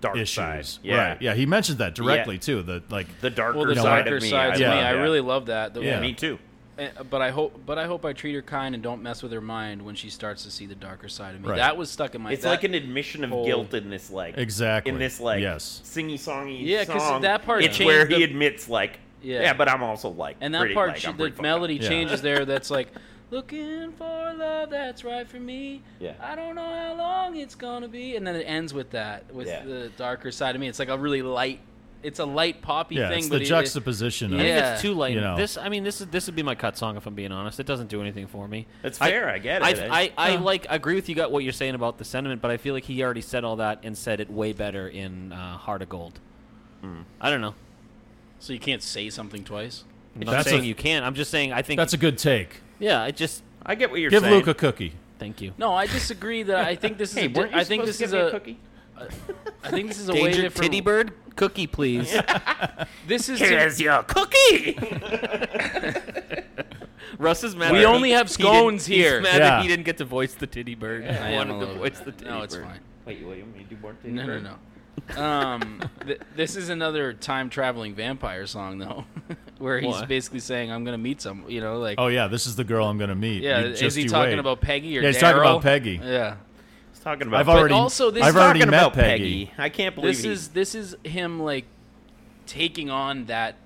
[SPEAKER 1] Dark
[SPEAKER 2] issues.
[SPEAKER 1] side. Yeah.
[SPEAKER 2] Right. Yeah. He mentioned that directly too. That like
[SPEAKER 1] The darker
[SPEAKER 4] Well, the
[SPEAKER 1] side
[SPEAKER 4] darker
[SPEAKER 1] of me.
[SPEAKER 4] sides of
[SPEAKER 2] love
[SPEAKER 4] me.
[SPEAKER 2] that.
[SPEAKER 4] I really love that. The-
[SPEAKER 2] Yeah.
[SPEAKER 1] Me too.
[SPEAKER 4] Uh, But I hope, but I hope I treat her kind and don't mess with her mind when she starts to see the darker side of me.
[SPEAKER 2] Right.
[SPEAKER 4] That was stuck in my.
[SPEAKER 1] It's
[SPEAKER 4] that-
[SPEAKER 1] like an admission of
[SPEAKER 4] whole-
[SPEAKER 1] guilt in this, like
[SPEAKER 2] Exactly.
[SPEAKER 1] in this, like
[SPEAKER 2] Yes.
[SPEAKER 1] singy songy.
[SPEAKER 4] Yeah, 'cause
[SPEAKER 1] song.
[SPEAKER 4] that part
[SPEAKER 1] It's
[SPEAKER 4] changed
[SPEAKER 1] where he
[SPEAKER 4] the-
[SPEAKER 1] admits, like, yeah.
[SPEAKER 4] Yeah.
[SPEAKER 1] but I'm also like,
[SPEAKER 4] and that
[SPEAKER 1] pretty,
[SPEAKER 4] part,
[SPEAKER 1] like,
[SPEAKER 4] she,
[SPEAKER 1] I'm
[SPEAKER 4] the
[SPEAKER 1] pretty fucked up.
[SPEAKER 4] melody
[SPEAKER 2] Yeah.
[SPEAKER 4] changes there. That's like, Looking for love that's right for me.
[SPEAKER 1] Yeah.
[SPEAKER 4] I don't know how long it's gonna be. And then it ends with that, with
[SPEAKER 1] Yeah.
[SPEAKER 4] the darker side of me. It's like a really light. It's a light poppy
[SPEAKER 2] Yeah,
[SPEAKER 4] thing.
[SPEAKER 2] it's
[SPEAKER 4] but
[SPEAKER 2] the
[SPEAKER 4] it-
[SPEAKER 2] juxtaposition.
[SPEAKER 4] Yeah.
[SPEAKER 2] Of,
[SPEAKER 3] I think it's too late.
[SPEAKER 2] you know.
[SPEAKER 3] This, I mean, this is this would be my cut song if I'm being honest. It doesn't do anything for me.
[SPEAKER 1] That's fair, I get it, eh?
[SPEAKER 3] I, I, I like I agree with you. Got what you're saying about the sentiment, but I feel like he already said all that and said it way better in uh, Heart of Gold. I don't know.
[SPEAKER 4] So you can't say something twice.
[SPEAKER 3] I'm not
[SPEAKER 2] That's
[SPEAKER 3] saying
[SPEAKER 2] a-
[SPEAKER 3] you can't. I'm just saying I think.
[SPEAKER 2] That's a good take.
[SPEAKER 3] yeah. I just
[SPEAKER 1] I get what you're
[SPEAKER 2] Give
[SPEAKER 1] saying.
[SPEAKER 2] Luke a cookie.
[SPEAKER 3] thank you.
[SPEAKER 4] No, I disagree. That I think this is.
[SPEAKER 1] Hey,
[SPEAKER 4] a di-
[SPEAKER 1] weren't you
[SPEAKER 4] I think
[SPEAKER 1] supposed
[SPEAKER 4] this
[SPEAKER 1] to
[SPEAKER 4] is
[SPEAKER 1] give me a,
[SPEAKER 4] a.
[SPEAKER 1] cookie?
[SPEAKER 4] I think this is a way
[SPEAKER 3] Danger
[SPEAKER 4] different.
[SPEAKER 3] titty bird cookie, please.
[SPEAKER 4] This is.
[SPEAKER 1] your cookie.
[SPEAKER 3] Russ is mad.
[SPEAKER 4] We
[SPEAKER 3] that
[SPEAKER 4] only
[SPEAKER 3] he-
[SPEAKER 4] have
[SPEAKER 3] he didn't-
[SPEAKER 4] scones
[SPEAKER 3] he's
[SPEAKER 4] here.
[SPEAKER 3] mad that
[SPEAKER 2] Yeah.
[SPEAKER 3] he didn't get to voice the titty bird.
[SPEAKER 4] I
[SPEAKER 3] I
[SPEAKER 4] am
[SPEAKER 3] wanted
[SPEAKER 4] a
[SPEAKER 3] to
[SPEAKER 4] little
[SPEAKER 3] voice
[SPEAKER 4] bit-
[SPEAKER 3] the titty
[SPEAKER 4] No, it's
[SPEAKER 3] bird.
[SPEAKER 4] fine.
[SPEAKER 1] Wait, what, you want me to do more titty
[SPEAKER 4] No, no,
[SPEAKER 1] bird?
[SPEAKER 4] no. um, th- this is another time traveling vampire song though, where he's
[SPEAKER 3] What?
[SPEAKER 4] basically saying, "I'm gonna meet some," you know, like.
[SPEAKER 2] Oh yeah, this is the girl I'm gonna meet.
[SPEAKER 4] yeah,
[SPEAKER 2] You
[SPEAKER 4] is
[SPEAKER 2] just
[SPEAKER 4] he
[SPEAKER 2] you
[SPEAKER 4] talking
[SPEAKER 2] wait.
[SPEAKER 4] about Peggy or
[SPEAKER 2] Yeah, he's talking about
[SPEAKER 4] Daryl?
[SPEAKER 2] Peggy.
[SPEAKER 4] Yeah,
[SPEAKER 1] He's talking about.
[SPEAKER 2] I've already.
[SPEAKER 4] also this
[SPEAKER 2] I've
[SPEAKER 4] is
[SPEAKER 2] already
[SPEAKER 1] talking
[SPEAKER 2] met
[SPEAKER 1] about Peggy. I can't believe
[SPEAKER 4] this
[SPEAKER 1] he-
[SPEAKER 4] is this is him like taking on that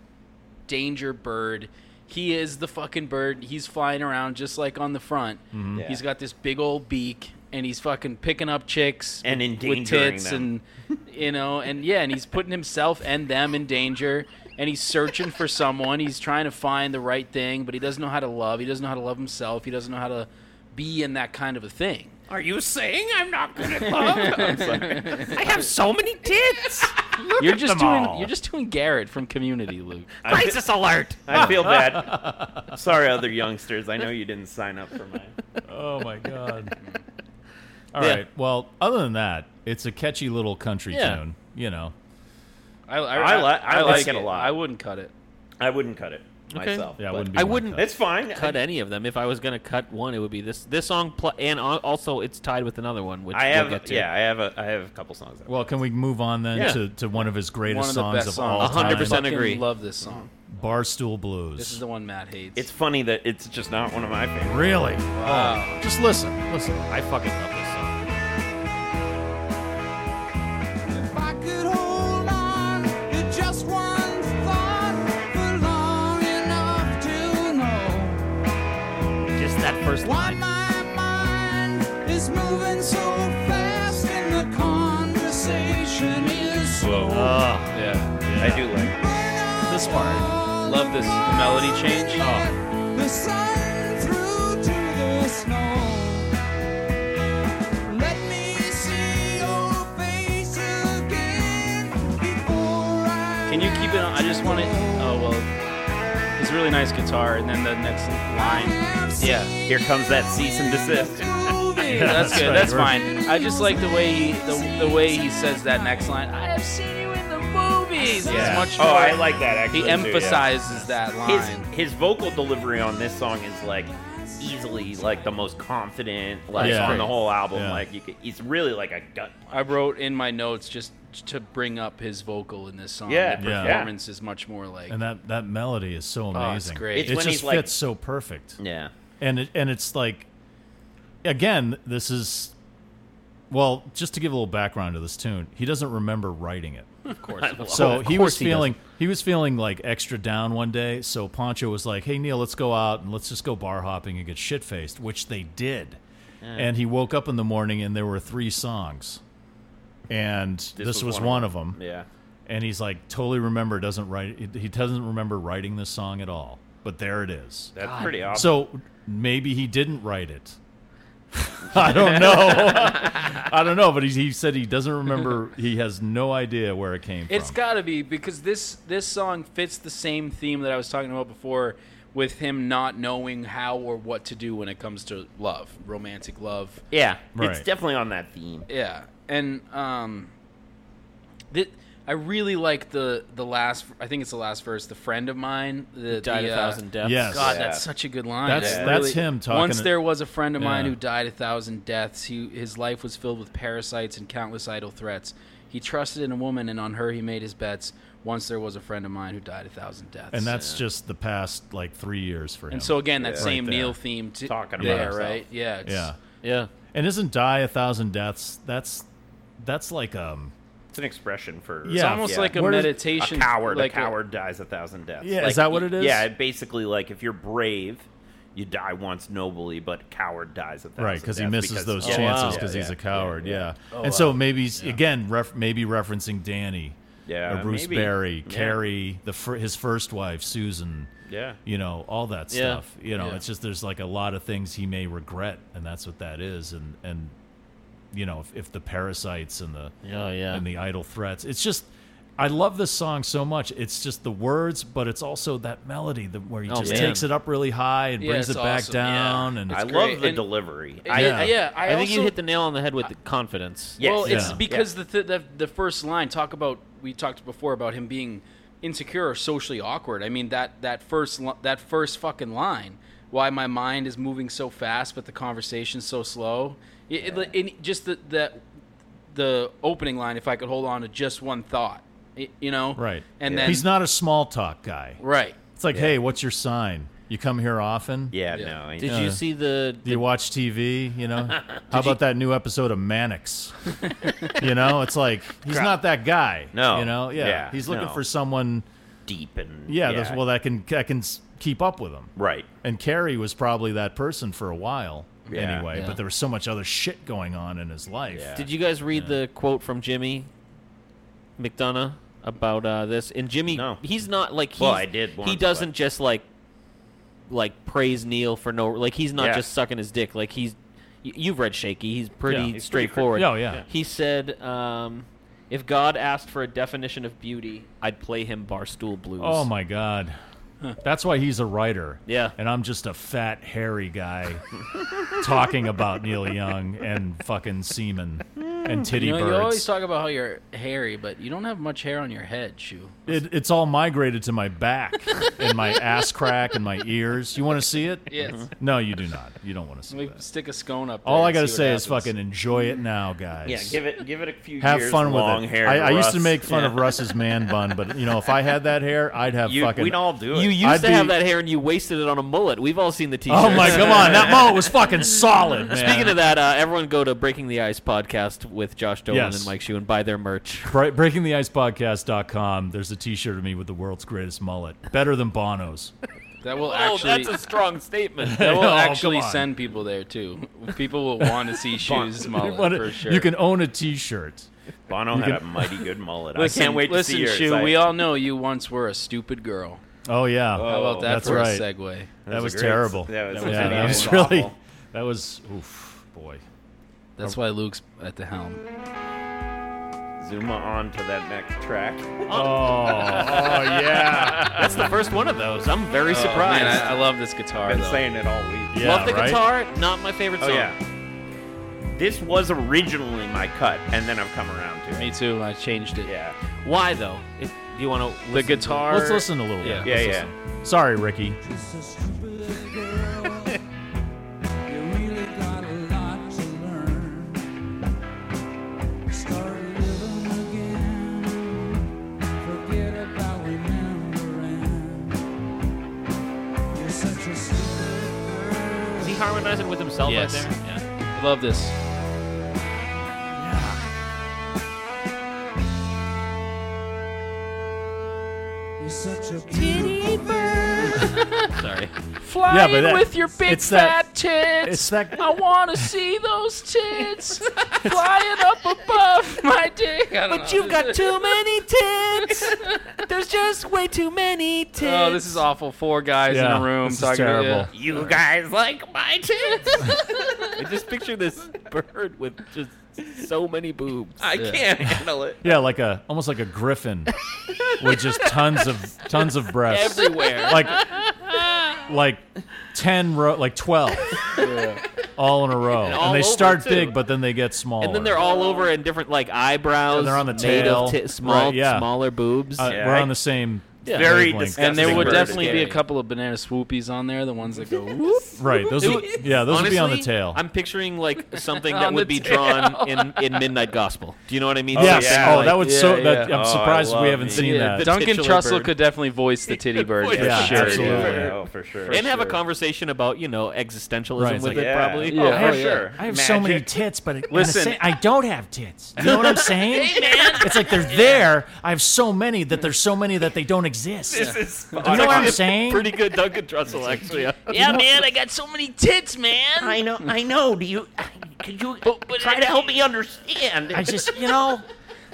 [SPEAKER 4] danger bird. He is the fucking bird. He's flying around just like on the front.
[SPEAKER 2] Mm-hmm.
[SPEAKER 1] Yeah.
[SPEAKER 4] He's got this big old beak, and he's fucking picking up chicks
[SPEAKER 1] And endangering
[SPEAKER 4] with tits,
[SPEAKER 1] them.
[SPEAKER 4] and you know, and yeah, and he's putting himself and them in danger. And he's searching for someone. He's trying to find the right thing, but he doesn't know how to love. He doesn't know how to love himself. He doesn't know how to be in that kind of a thing.
[SPEAKER 3] Are you saying I'm not good at love? I have so many tits.
[SPEAKER 4] You're
[SPEAKER 2] them
[SPEAKER 4] just doing.
[SPEAKER 2] all.
[SPEAKER 4] You're just doing Garrett from Community, Luke.
[SPEAKER 3] Crisis alert.
[SPEAKER 1] I feel bad. Sorry, other youngsters. I know you didn't sign up for mine.
[SPEAKER 2] Oh my god. All right.
[SPEAKER 3] Yeah.
[SPEAKER 2] Well, other than that, it's a catchy little country
[SPEAKER 3] Yeah.
[SPEAKER 2] tune. You know.
[SPEAKER 4] I,
[SPEAKER 1] I li- I like it a lot.
[SPEAKER 4] I wouldn't cut it.
[SPEAKER 1] I wouldn't cut it
[SPEAKER 3] Okay.
[SPEAKER 1] myself.
[SPEAKER 2] Yeah, I
[SPEAKER 1] but-
[SPEAKER 2] wouldn't be
[SPEAKER 3] I
[SPEAKER 2] my
[SPEAKER 3] wouldn't-
[SPEAKER 2] cut.
[SPEAKER 1] It's fine.
[SPEAKER 3] cut
[SPEAKER 1] I,
[SPEAKER 3] any of them. If I was gonna cut one, it would be this this song, pl- and al- also it's tied with another one, which
[SPEAKER 1] I
[SPEAKER 3] we'll
[SPEAKER 1] have.
[SPEAKER 3] get to.
[SPEAKER 1] yeah, I have a. I have a couple songs. Well,
[SPEAKER 2] Well, can we move on then
[SPEAKER 3] Yeah.
[SPEAKER 2] to, to one of his
[SPEAKER 4] One
[SPEAKER 2] greatest
[SPEAKER 4] of the
[SPEAKER 2] songs
[SPEAKER 4] best
[SPEAKER 2] of
[SPEAKER 4] songs.
[SPEAKER 2] all time?
[SPEAKER 3] 100%
[SPEAKER 4] Fucking
[SPEAKER 3] agree.
[SPEAKER 4] Love this song.
[SPEAKER 2] Barstool Blues.
[SPEAKER 4] This is the one Matt hates.
[SPEAKER 1] it's funny that it's just not one of my favorites.
[SPEAKER 2] really.
[SPEAKER 4] Wow.
[SPEAKER 2] Oh, just listen. Listen.
[SPEAKER 3] I fucking love this song. Just that first line.
[SPEAKER 4] yeah.
[SPEAKER 1] I do like. it.
[SPEAKER 4] This part. Love this melody change. Oh.
[SPEAKER 6] The sun through to the snow. Let me see your face again before I.
[SPEAKER 4] Can you keep it on? I just want it. Oh well. It's really nice guitar, and then the next line. Yeah.
[SPEAKER 1] Here comes that cease and desist.
[SPEAKER 4] Yeah, that's,
[SPEAKER 2] That's
[SPEAKER 4] good.
[SPEAKER 2] right.
[SPEAKER 4] That's
[SPEAKER 2] We're-
[SPEAKER 4] fine. I just like the way he the, the way he says that next line. I have seen you in the movies. It's much
[SPEAKER 1] Oh,
[SPEAKER 4] more-
[SPEAKER 1] I like that actually.
[SPEAKER 4] He
[SPEAKER 1] too, yeah.
[SPEAKER 4] emphasizes that
[SPEAKER 1] His
[SPEAKER 4] line.
[SPEAKER 1] his vocal delivery on this song is like easily like the most confident like
[SPEAKER 2] Yeah.
[SPEAKER 1] on the whole album.
[SPEAKER 2] Yeah.
[SPEAKER 1] Like you could, he's really like a gut.
[SPEAKER 4] I wrote in my notes just to bring up his vocal in this song.
[SPEAKER 1] Yeah,
[SPEAKER 4] the
[SPEAKER 2] yeah.
[SPEAKER 4] performance is much more like
[SPEAKER 2] And that, that melody is so amazing.
[SPEAKER 4] Oh, it's great. It's
[SPEAKER 2] it
[SPEAKER 1] when
[SPEAKER 2] just
[SPEAKER 1] he's like-
[SPEAKER 2] fits so perfect.
[SPEAKER 1] Yeah.
[SPEAKER 2] and it, and it's like again this is well just to give a little background to this tune he doesn't remember writing it
[SPEAKER 4] of course.
[SPEAKER 2] so
[SPEAKER 3] of
[SPEAKER 2] he
[SPEAKER 3] course
[SPEAKER 2] was
[SPEAKER 3] he
[SPEAKER 2] feeling he, was feeling like extra down one day so poncho was like hey neil let's go out and let's just go bar hopping and get shit faced which they did and he woke up in the morning and there were three songs and this, was, one, of them
[SPEAKER 1] Yeah.
[SPEAKER 2] and he's like totally remember doesn't write he- he doesn't remember writing this song at all but there it is
[SPEAKER 1] That's pretty awesome.
[SPEAKER 2] so maybe he didn't write it. I don't know. I don't know, but he, he said he doesn't remember. He has no idea where it came
[SPEAKER 4] It's
[SPEAKER 2] from.
[SPEAKER 4] got to be because this this song fits the same theme that I was talking about before with him not knowing how or what to do when it comes to love, romantic love.
[SPEAKER 1] yeah, it's
[SPEAKER 2] Right.
[SPEAKER 1] definitely on that theme.
[SPEAKER 4] Yeah. And um th- I really like the the last I think it's the last verse, the friend of mine, the
[SPEAKER 3] Died
[SPEAKER 4] the,
[SPEAKER 3] a
[SPEAKER 4] uh,
[SPEAKER 3] thousand deaths.
[SPEAKER 2] yes.
[SPEAKER 4] God,
[SPEAKER 1] Yeah.
[SPEAKER 4] that's such a good line.
[SPEAKER 2] That's-
[SPEAKER 4] It
[SPEAKER 2] that's him talking
[SPEAKER 4] Once
[SPEAKER 2] to-
[SPEAKER 4] there was a friend of mine
[SPEAKER 2] Yeah.
[SPEAKER 4] who died a thousand deaths. He, his life was filled with parasites and countless idle threats. He trusted in a woman, and on her he made his bets. Once there was a friend of mine who died a thousand deaths.
[SPEAKER 2] and that's just the past like three years for him.
[SPEAKER 4] and so again that
[SPEAKER 2] Right
[SPEAKER 4] same
[SPEAKER 2] there.
[SPEAKER 4] Neil theme to,
[SPEAKER 1] Talking about
[SPEAKER 4] there,
[SPEAKER 1] himself.
[SPEAKER 4] right? Yeah, it's,
[SPEAKER 2] yeah,
[SPEAKER 3] Yeah.
[SPEAKER 2] and isn't die a thousand deaths? That's that's like um
[SPEAKER 1] It's an expression for
[SPEAKER 2] Yeah.
[SPEAKER 4] It's almost
[SPEAKER 2] Yeah.
[SPEAKER 4] like a
[SPEAKER 2] Where does-
[SPEAKER 4] meditation.
[SPEAKER 1] a coward.
[SPEAKER 4] like
[SPEAKER 1] a coward dies a thousand deaths.
[SPEAKER 2] Yeah, is
[SPEAKER 1] Like,
[SPEAKER 2] that what it is?
[SPEAKER 1] Yeah, basically, like if you're brave, you die once nobly, but coward dies a thousand
[SPEAKER 2] Right, because he
[SPEAKER 1] deaths
[SPEAKER 2] misses those
[SPEAKER 1] yeah,
[SPEAKER 2] chances
[SPEAKER 3] wow.
[SPEAKER 2] because he's
[SPEAKER 1] yeah,
[SPEAKER 2] a coward. Yeah,
[SPEAKER 1] Oh,
[SPEAKER 2] and so
[SPEAKER 1] wow.
[SPEAKER 2] maybe he's- again, ref, maybe referencing Danny,
[SPEAKER 1] Yeah,
[SPEAKER 2] or Bruce
[SPEAKER 1] maybe.
[SPEAKER 2] Barry,
[SPEAKER 1] Yeah.
[SPEAKER 2] Carrie, the fir- his first wife Susan.
[SPEAKER 1] Yeah.
[SPEAKER 2] you know all that
[SPEAKER 3] Yeah.
[SPEAKER 2] stuff. You know,
[SPEAKER 4] Yeah.
[SPEAKER 2] it's just there's like a lot of things he may regret, and that's what that is. And and you know, if, if the parasites and the
[SPEAKER 3] Oh, yeah.
[SPEAKER 2] and the idle threats, it's just. I love this song so much. It's just the words, but it's also that melody that, where he
[SPEAKER 3] Oh,
[SPEAKER 2] just
[SPEAKER 3] man.
[SPEAKER 2] takes it up really high and
[SPEAKER 4] Yeah,
[SPEAKER 2] brings it
[SPEAKER 4] it's
[SPEAKER 2] back
[SPEAKER 4] awesome.
[SPEAKER 2] down.
[SPEAKER 4] Yeah.
[SPEAKER 2] And
[SPEAKER 1] I
[SPEAKER 4] It's
[SPEAKER 1] love
[SPEAKER 4] great.
[SPEAKER 1] the
[SPEAKER 4] And-
[SPEAKER 1] delivery.
[SPEAKER 4] I, yeah. I,
[SPEAKER 3] I, think you
[SPEAKER 4] also-
[SPEAKER 3] hit the nail on the head with the confidence.
[SPEAKER 1] Yes.
[SPEAKER 4] Well, it's
[SPEAKER 2] Yeah.
[SPEAKER 4] because the, th- the the first line talk about we talked before about him being insecure or socially awkward. I mean that that first li- that first fucking line. Why my mind is moving so fast, but the conversation's so slow. It, it- and just the, the the opening line. If I could hold on to just one thought, y- you know,
[SPEAKER 2] right,
[SPEAKER 4] And
[SPEAKER 1] Yeah.
[SPEAKER 4] then
[SPEAKER 2] he's not a small talk guy.
[SPEAKER 4] right.
[SPEAKER 2] It's like, hey, what's your sign? You come here often?
[SPEAKER 1] yeah,
[SPEAKER 4] Yeah.
[SPEAKER 1] no. I
[SPEAKER 3] Did
[SPEAKER 1] know.
[SPEAKER 3] you see the?
[SPEAKER 2] Do you watch TV? You know, how about that new episode of Mannix? you know, it's like he's not that guy.
[SPEAKER 1] No.
[SPEAKER 2] you know, yeah,
[SPEAKER 1] Yeah,
[SPEAKER 2] he's looking
[SPEAKER 1] no.
[SPEAKER 2] for someone.
[SPEAKER 1] deep and
[SPEAKER 2] Yeah, that's well that can that can s- keep up with him.
[SPEAKER 1] right.
[SPEAKER 2] And Carrie was probably that person for a while
[SPEAKER 1] Yeah.
[SPEAKER 2] anyway,
[SPEAKER 4] Yeah.
[SPEAKER 2] but there was so much other shit going on in his life.
[SPEAKER 1] Yeah.
[SPEAKER 3] Did you guys read the quote from Jimmy McDonough about uh, this? And Jimmy,
[SPEAKER 1] No.
[SPEAKER 3] he's not like he's,
[SPEAKER 1] Well, I did
[SPEAKER 3] he
[SPEAKER 1] once,
[SPEAKER 3] doesn't
[SPEAKER 1] but-
[SPEAKER 3] just like like praise Neil for no like he's not
[SPEAKER 1] Yeah.
[SPEAKER 3] just sucking his dick. Like he's y- you've read Shaky. He's pretty
[SPEAKER 2] Yeah, he's pretty
[SPEAKER 3] straightforward.
[SPEAKER 2] cr- Oh, yeah. Yeah.
[SPEAKER 3] He said, um, "If God asked for a definition of beauty, I'd play him barstool blues."
[SPEAKER 2] Oh my god. That's why he's a writer.
[SPEAKER 3] Yeah.
[SPEAKER 2] And I'm just a fat, hairy guy talking about Neil Young and fucking semen and titty
[SPEAKER 4] You, know,
[SPEAKER 2] birds.
[SPEAKER 4] you always talk about how you're hairy, but you don't have much hair on your head, Shu.
[SPEAKER 2] It, it's all migrated to my back and my ass crack and my ears. You want to see it?
[SPEAKER 4] Yes.
[SPEAKER 1] Mm-hmm.
[SPEAKER 2] No, you do not. You don't want to see
[SPEAKER 4] We
[SPEAKER 2] that.
[SPEAKER 4] stick a scone up.
[SPEAKER 2] All
[SPEAKER 4] there
[SPEAKER 2] I
[SPEAKER 4] and
[SPEAKER 2] gotta
[SPEAKER 4] see what
[SPEAKER 2] say is
[SPEAKER 4] happens.
[SPEAKER 2] fucking enjoy it now, guys.
[SPEAKER 1] Yeah, give it give it a few
[SPEAKER 2] have
[SPEAKER 1] years.
[SPEAKER 2] fun with
[SPEAKER 1] long
[SPEAKER 2] it.
[SPEAKER 1] hair.
[SPEAKER 2] I, I used to
[SPEAKER 1] Russ.
[SPEAKER 2] make fun of Russ's man bun, but you know, if I had that hair, I'd have
[SPEAKER 1] You-
[SPEAKER 2] fucking.
[SPEAKER 1] we'd all do it.
[SPEAKER 3] You used
[SPEAKER 2] I'd
[SPEAKER 3] to have
[SPEAKER 2] be-
[SPEAKER 3] that hair and you wasted it on a mullet. We've all seen the t
[SPEAKER 2] Oh my, come on! That mullet was fucking solid, man.
[SPEAKER 3] Speaking of that, uh, everyone go to Breaking the Ice podcast with Josh Dolan
[SPEAKER 2] Yes.
[SPEAKER 3] and Mike Shue and buy their merch.
[SPEAKER 2] Bre- breakingtheicepodcast.com. There's a T-shirt of me with the world's greatest mullet, better than Bono's.
[SPEAKER 4] That will actually.
[SPEAKER 3] Oh, strong statement.
[SPEAKER 4] That will
[SPEAKER 2] Oh, come
[SPEAKER 4] actually
[SPEAKER 2] on.
[SPEAKER 4] send people there too. People will want to see shoes mullet
[SPEAKER 2] What a-
[SPEAKER 4] for sure.
[SPEAKER 2] You can own a T-shirt.
[SPEAKER 1] Bono had a mighty good mullet.
[SPEAKER 4] listen,
[SPEAKER 1] I can't wait
[SPEAKER 4] listen,
[SPEAKER 1] to see yours.
[SPEAKER 4] Shu,
[SPEAKER 1] I-
[SPEAKER 4] we all know you once were a stupid girl.
[SPEAKER 2] Oh yeah,
[SPEAKER 4] How about that
[SPEAKER 2] that's
[SPEAKER 4] for
[SPEAKER 2] right.
[SPEAKER 4] a segue?
[SPEAKER 2] That was
[SPEAKER 1] a great-
[SPEAKER 2] terrible.
[SPEAKER 1] that was-
[SPEAKER 2] yeah,
[SPEAKER 1] that
[SPEAKER 2] that
[SPEAKER 1] was
[SPEAKER 2] was really.
[SPEAKER 1] awful.
[SPEAKER 2] That was oof, boy.
[SPEAKER 4] That's why Luke's at the helm.
[SPEAKER 1] Zuma on to that next track.
[SPEAKER 2] Oh, yeah,
[SPEAKER 3] That's the first one of those. I'm very surprised.
[SPEAKER 4] Man, I, I love this
[SPEAKER 1] I've
[SPEAKER 4] guitar.
[SPEAKER 1] been
[SPEAKER 4] though.
[SPEAKER 1] saying it all week.
[SPEAKER 2] Oh, yeah,
[SPEAKER 3] love the
[SPEAKER 2] right?
[SPEAKER 3] guitar. Not my favorite
[SPEAKER 1] Oh
[SPEAKER 3] song.
[SPEAKER 1] yeah. This was originally my cut, and then I've come around to it.
[SPEAKER 4] Me too. I changed it.
[SPEAKER 1] Yeah,
[SPEAKER 3] Why though? If do you want to
[SPEAKER 4] The guitar.
[SPEAKER 2] Let's listen a little bit.
[SPEAKER 4] Yeah.
[SPEAKER 1] yeah,
[SPEAKER 2] Let's
[SPEAKER 1] yeah.
[SPEAKER 2] listen. Sorry, Ricky.
[SPEAKER 3] Is he harmonizing with himself
[SPEAKER 4] Yes.
[SPEAKER 3] right there? Yeah.
[SPEAKER 4] I love this.
[SPEAKER 3] Sorry.
[SPEAKER 6] Flying
[SPEAKER 2] Yeah, but that-
[SPEAKER 6] with your big
[SPEAKER 2] it's that-
[SPEAKER 6] fat tits.
[SPEAKER 2] It's that.
[SPEAKER 6] I want to see those tits flying up above my dick.
[SPEAKER 3] But you've got too many tits. There's just way too many tits.
[SPEAKER 4] Oh, this is awful. Four guys
[SPEAKER 2] Yeah,
[SPEAKER 4] in a room
[SPEAKER 2] this is
[SPEAKER 4] talking.
[SPEAKER 2] terrible.
[SPEAKER 4] About, yeah.
[SPEAKER 1] You guys like my tits?
[SPEAKER 3] I just picture this bird with just so many boobs.
[SPEAKER 1] I can't handle it.
[SPEAKER 2] Yeah, like a almost like a griffin with just tons of tons of breasts.
[SPEAKER 3] Everywhere.
[SPEAKER 2] like like 10 row like 12 all in a row and,
[SPEAKER 3] all
[SPEAKER 2] they
[SPEAKER 3] over,
[SPEAKER 2] start
[SPEAKER 3] too.
[SPEAKER 2] big but then they get smaller
[SPEAKER 3] And then they're all over in different like eyebrows.
[SPEAKER 2] And they're on the
[SPEAKER 3] made
[SPEAKER 2] tail.
[SPEAKER 3] Of ti- small,
[SPEAKER 2] Right, yeah.
[SPEAKER 3] smaller boobs.
[SPEAKER 2] Uh,
[SPEAKER 1] Yeah,
[SPEAKER 2] we're
[SPEAKER 1] I-
[SPEAKER 2] on the same
[SPEAKER 3] Yeah.
[SPEAKER 1] Very
[SPEAKER 2] wavelength.
[SPEAKER 1] disgusting.
[SPEAKER 4] And there would
[SPEAKER 1] Bird
[SPEAKER 4] definitely be a
[SPEAKER 3] scary.
[SPEAKER 4] couple of banana swoopies on there, the ones that go whoop.
[SPEAKER 2] right those would, yeah those
[SPEAKER 3] Honestly,
[SPEAKER 2] would be on the tail
[SPEAKER 3] I'm picturing like something that
[SPEAKER 4] On
[SPEAKER 3] would be
[SPEAKER 4] the
[SPEAKER 3] drawn in, in Midnight Gospel. Do you know what I mean?
[SPEAKER 2] yes
[SPEAKER 1] yeah,
[SPEAKER 2] oh
[SPEAKER 3] like-
[SPEAKER 2] that would so
[SPEAKER 4] yeah,
[SPEAKER 2] that
[SPEAKER 4] yeah.
[SPEAKER 2] i'm
[SPEAKER 1] Oh, I
[SPEAKER 2] surprised we
[SPEAKER 1] love
[SPEAKER 2] haven't
[SPEAKER 1] the-
[SPEAKER 2] seen
[SPEAKER 4] Yeah,
[SPEAKER 2] that
[SPEAKER 4] Duncan
[SPEAKER 3] titular
[SPEAKER 4] Trussell
[SPEAKER 3] bird.
[SPEAKER 4] could definitely voice the titty bird.
[SPEAKER 3] For
[SPEAKER 4] for
[SPEAKER 2] Yeah,
[SPEAKER 4] sure.
[SPEAKER 2] absolutely.
[SPEAKER 1] Yeah, oh, for sure.
[SPEAKER 3] and have a conversation about you know existentialism
[SPEAKER 2] Right, it's
[SPEAKER 3] with
[SPEAKER 2] like,
[SPEAKER 3] it,
[SPEAKER 1] yeah.
[SPEAKER 3] probably.
[SPEAKER 1] Oh,
[SPEAKER 4] Yeah.
[SPEAKER 1] for
[SPEAKER 4] Oh, yeah.
[SPEAKER 1] sure.
[SPEAKER 8] I have so many
[SPEAKER 1] Magic.
[SPEAKER 8] tits, but it,
[SPEAKER 4] Listen.
[SPEAKER 8] listen, I don't have tits. You know what I'm saying? it's like they're there. I have so many that there's so many that they don't exist.
[SPEAKER 3] This is
[SPEAKER 8] You know what I'm saying?
[SPEAKER 3] pretty good Duncan Trussell, actually. Yeah.
[SPEAKER 9] Yeah, man, I got so many tits, man.
[SPEAKER 1] I know, I know. Do you? Could you
[SPEAKER 9] but
[SPEAKER 1] try
[SPEAKER 9] I-
[SPEAKER 1] to help me understand?
[SPEAKER 8] I just, you know,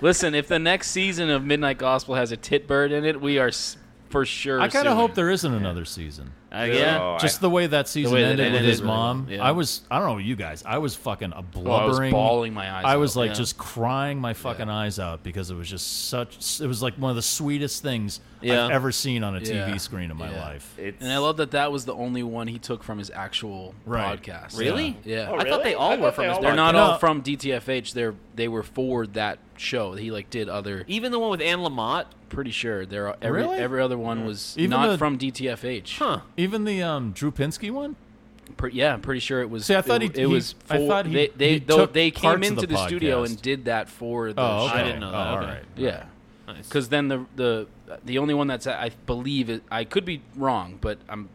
[SPEAKER 4] Listen, if the next season of Midnight Gospel has a tit bird in it, we are s- for sure.
[SPEAKER 2] I kind
[SPEAKER 4] suing.
[SPEAKER 2] of hope there isn't another season.
[SPEAKER 3] Uh, yeah.
[SPEAKER 1] Oh, I-
[SPEAKER 2] Just the way that season
[SPEAKER 4] way that
[SPEAKER 2] ended
[SPEAKER 4] it
[SPEAKER 2] with
[SPEAKER 4] ended
[SPEAKER 2] his
[SPEAKER 4] really
[SPEAKER 2] mom.
[SPEAKER 4] well, yeah.
[SPEAKER 2] I was, I don't know, you guys. I was fucking a blubbering,
[SPEAKER 4] Well, I was bawling my eyes.
[SPEAKER 2] I was
[SPEAKER 4] out.
[SPEAKER 2] like just crying my fucking eyes out because it was just such. It was like one of the sweetest things
[SPEAKER 3] Yeah.
[SPEAKER 2] I've ever seen on a TV
[SPEAKER 4] Yeah.
[SPEAKER 2] screen in my
[SPEAKER 4] Yeah.
[SPEAKER 2] life.
[SPEAKER 1] It's,
[SPEAKER 4] and I love that that was the only one he took from his actual
[SPEAKER 2] Right.
[SPEAKER 4] podcast.
[SPEAKER 3] Oh, Really?
[SPEAKER 4] Yeah.
[SPEAKER 3] I thought they all were from his.
[SPEAKER 4] They're
[SPEAKER 3] podcast.
[SPEAKER 4] not all
[SPEAKER 2] No.
[SPEAKER 4] from DTFH. They're they were for that show. He like did other.
[SPEAKER 3] Even the one with Anne Lamott.
[SPEAKER 4] Pretty sure they're all- every
[SPEAKER 2] Really?
[SPEAKER 4] every other one was
[SPEAKER 2] Even
[SPEAKER 4] not
[SPEAKER 2] the-
[SPEAKER 4] from DTFH.
[SPEAKER 3] Huh.
[SPEAKER 2] Even the um, Drew Pinsky one.
[SPEAKER 4] Pre- yeah, I'm pretty sure it was.
[SPEAKER 2] See, I thought
[SPEAKER 4] it,
[SPEAKER 2] he-
[SPEAKER 4] it
[SPEAKER 2] he-
[SPEAKER 4] was. For,
[SPEAKER 2] I thought he-
[SPEAKER 4] they they
[SPEAKER 2] he
[SPEAKER 4] though
[SPEAKER 2] took
[SPEAKER 4] they came
[SPEAKER 2] parts of
[SPEAKER 4] into the,
[SPEAKER 2] the
[SPEAKER 4] studio
[SPEAKER 2] podcast.
[SPEAKER 4] and did that for the
[SPEAKER 2] Oh,
[SPEAKER 4] show.
[SPEAKER 2] okay.
[SPEAKER 3] I didn't know
[SPEAKER 2] Oh,
[SPEAKER 3] that.
[SPEAKER 2] all
[SPEAKER 3] Okay.
[SPEAKER 2] right.
[SPEAKER 4] Yeah,
[SPEAKER 3] Nice.
[SPEAKER 4] because then the the the only one that's I believe it, I could be wrong, but I'm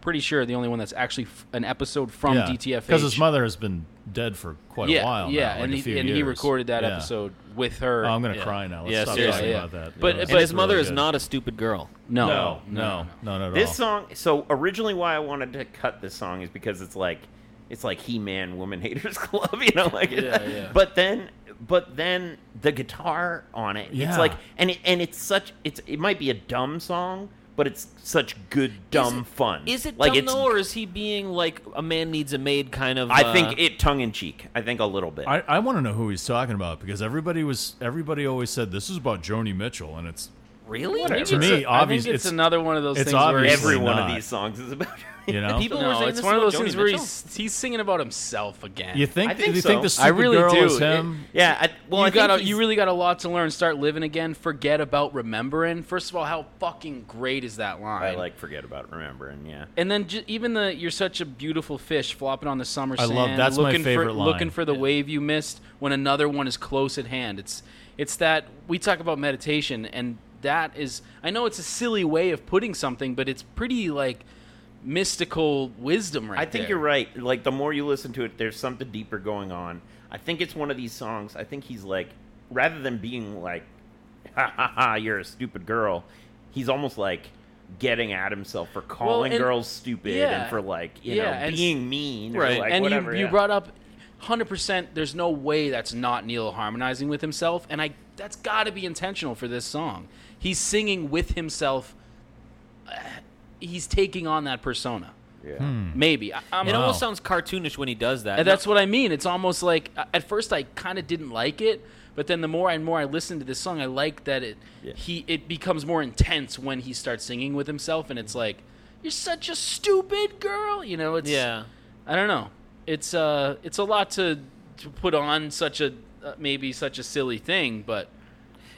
[SPEAKER 4] pretty sure the only one that's actually f- an episode from
[SPEAKER 2] yeah.
[SPEAKER 4] DTFH
[SPEAKER 2] because his mother has been dead for quite
[SPEAKER 4] yeah,
[SPEAKER 2] a while.
[SPEAKER 4] Yeah,
[SPEAKER 2] now, like
[SPEAKER 4] and
[SPEAKER 2] a
[SPEAKER 4] he
[SPEAKER 2] few
[SPEAKER 4] and he
[SPEAKER 2] years.
[SPEAKER 4] recorded that
[SPEAKER 2] Yeah.
[SPEAKER 4] episode with her.
[SPEAKER 2] Oh, I'm gonna
[SPEAKER 4] Yeah.
[SPEAKER 2] cry now. Let's
[SPEAKER 3] Yeah,
[SPEAKER 2] stop
[SPEAKER 3] seriously,
[SPEAKER 2] talking
[SPEAKER 4] yeah.
[SPEAKER 2] about that.
[SPEAKER 3] But
[SPEAKER 2] Yeah,
[SPEAKER 3] but
[SPEAKER 2] it's
[SPEAKER 3] his mother
[SPEAKER 2] really
[SPEAKER 3] is
[SPEAKER 2] good.
[SPEAKER 3] not a stupid girl.
[SPEAKER 4] No,
[SPEAKER 2] No, no, not at all.
[SPEAKER 1] This song. So originally, why I wanted to cut this song is because it's like, it's like He Man, Woman Haters Club, you know, like.
[SPEAKER 4] Yeah, yeah.
[SPEAKER 1] But then, but then the guitar on it,
[SPEAKER 2] Yeah.
[SPEAKER 1] it's like, and it, and it's such, it's it might be a dumb song, but it's such good dumb fun.
[SPEAKER 3] Is it
[SPEAKER 1] like
[SPEAKER 3] dumb
[SPEAKER 1] it's?
[SPEAKER 3] though, or is he being like a man needs a maid kind of?
[SPEAKER 1] I
[SPEAKER 3] uh,
[SPEAKER 1] think it tongue in cheek. I think a little bit.
[SPEAKER 2] I, I want to know who he's talking about because everybody was everybody always said this is about Joni Mitchell and it's
[SPEAKER 3] really.
[SPEAKER 4] I think
[SPEAKER 2] to
[SPEAKER 4] it's
[SPEAKER 2] me,
[SPEAKER 4] a- I think
[SPEAKER 2] obvious-
[SPEAKER 4] it's,
[SPEAKER 2] it's-
[SPEAKER 4] another one of those
[SPEAKER 2] it's
[SPEAKER 4] things where he's-
[SPEAKER 2] obviously
[SPEAKER 1] Every one of
[SPEAKER 2] not.
[SPEAKER 1] these songs is about.
[SPEAKER 2] you know
[SPEAKER 3] People were
[SPEAKER 4] no,
[SPEAKER 3] saying
[SPEAKER 4] it's
[SPEAKER 3] this
[SPEAKER 4] one of
[SPEAKER 3] about
[SPEAKER 4] those
[SPEAKER 3] Joni
[SPEAKER 4] things where
[SPEAKER 3] Mitchell.
[SPEAKER 4] he's he's singing about himself again.
[SPEAKER 2] you think,
[SPEAKER 1] I think
[SPEAKER 2] you
[SPEAKER 1] so.
[SPEAKER 2] think the
[SPEAKER 4] I
[SPEAKER 2] stupid
[SPEAKER 4] really
[SPEAKER 2] girl
[SPEAKER 4] do.
[SPEAKER 2] is him
[SPEAKER 1] Yeah. I, well, I
[SPEAKER 4] you
[SPEAKER 1] think
[SPEAKER 4] got a,
[SPEAKER 1] he's-
[SPEAKER 4] you really got a lot to learn. Start living again. Forget about remembering. First of all, how fucking great is that line?
[SPEAKER 1] I like forget about remembering. Yeah.
[SPEAKER 4] And then ju- even the you're such a beautiful fish flopping on the summer
[SPEAKER 2] I
[SPEAKER 4] sand.
[SPEAKER 2] love- that's my
[SPEAKER 4] looking for,
[SPEAKER 2] favorite line.
[SPEAKER 4] Looking for the wave you missed when another one is close at hand. It's it's that we talk about meditation, and that is I know it's a silly way of putting something, but it's pretty like mystical wisdom, right?
[SPEAKER 1] I think
[SPEAKER 4] there.
[SPEAKER 1] you're right. Like the more you listen to it, there's something deeper going on. I think it's one of these songs. I think he's like, rather than being like, "Ha ha ha, you're a stupid girl," he's almost like getting at himself for calling
[SPEAKER 4] and-
[SPEAKER 1] girls stupid
[SPEAKER 4] yeah.
[SPEAKER 1] and for like you
[SPEAKER 4] Yeah,
[SPEAKER 1] know
[SPEAKER 4] and-
[SPEAKER 1] being mean. or,
[SPEAKER 3] Right.
[SPEAKER 1] like,
[SPEAKER 4] and
[SPEAKER 1] whatever,
[SPEAKER 4] you, you
[SPEAKER 1] yeah.
[SPEAKER 4] brought up 100% there's no way that's not neil harmonizing with himself and i that's got to be intentional for this song he's singing with himself Uh, he's taking on that persona
[SPEAKER 1] Yeah.
[SPEAKER 4] maybe I, am
[SPEAKER 3] It almost
[SPEAKER 2] Wow.
[SPEAKER 3] sounds cartoonish when he does that.
[SPEAKER 4] and that's what i mean it's almost like a- at first i kind of didn't like it but then the more and more i listen to this song i like that it
[SPEAKER 1] Yeah.
[SPEAKER 4] he it becomes more intense when he starts singing with himself and it's like you're such a stupid girl you know it's
[SPEAKER 3] Yeah.
[SPEAKER 4] I don't know. It's uh, it's a lot to to put on such a uh, maybe such a silly thing, but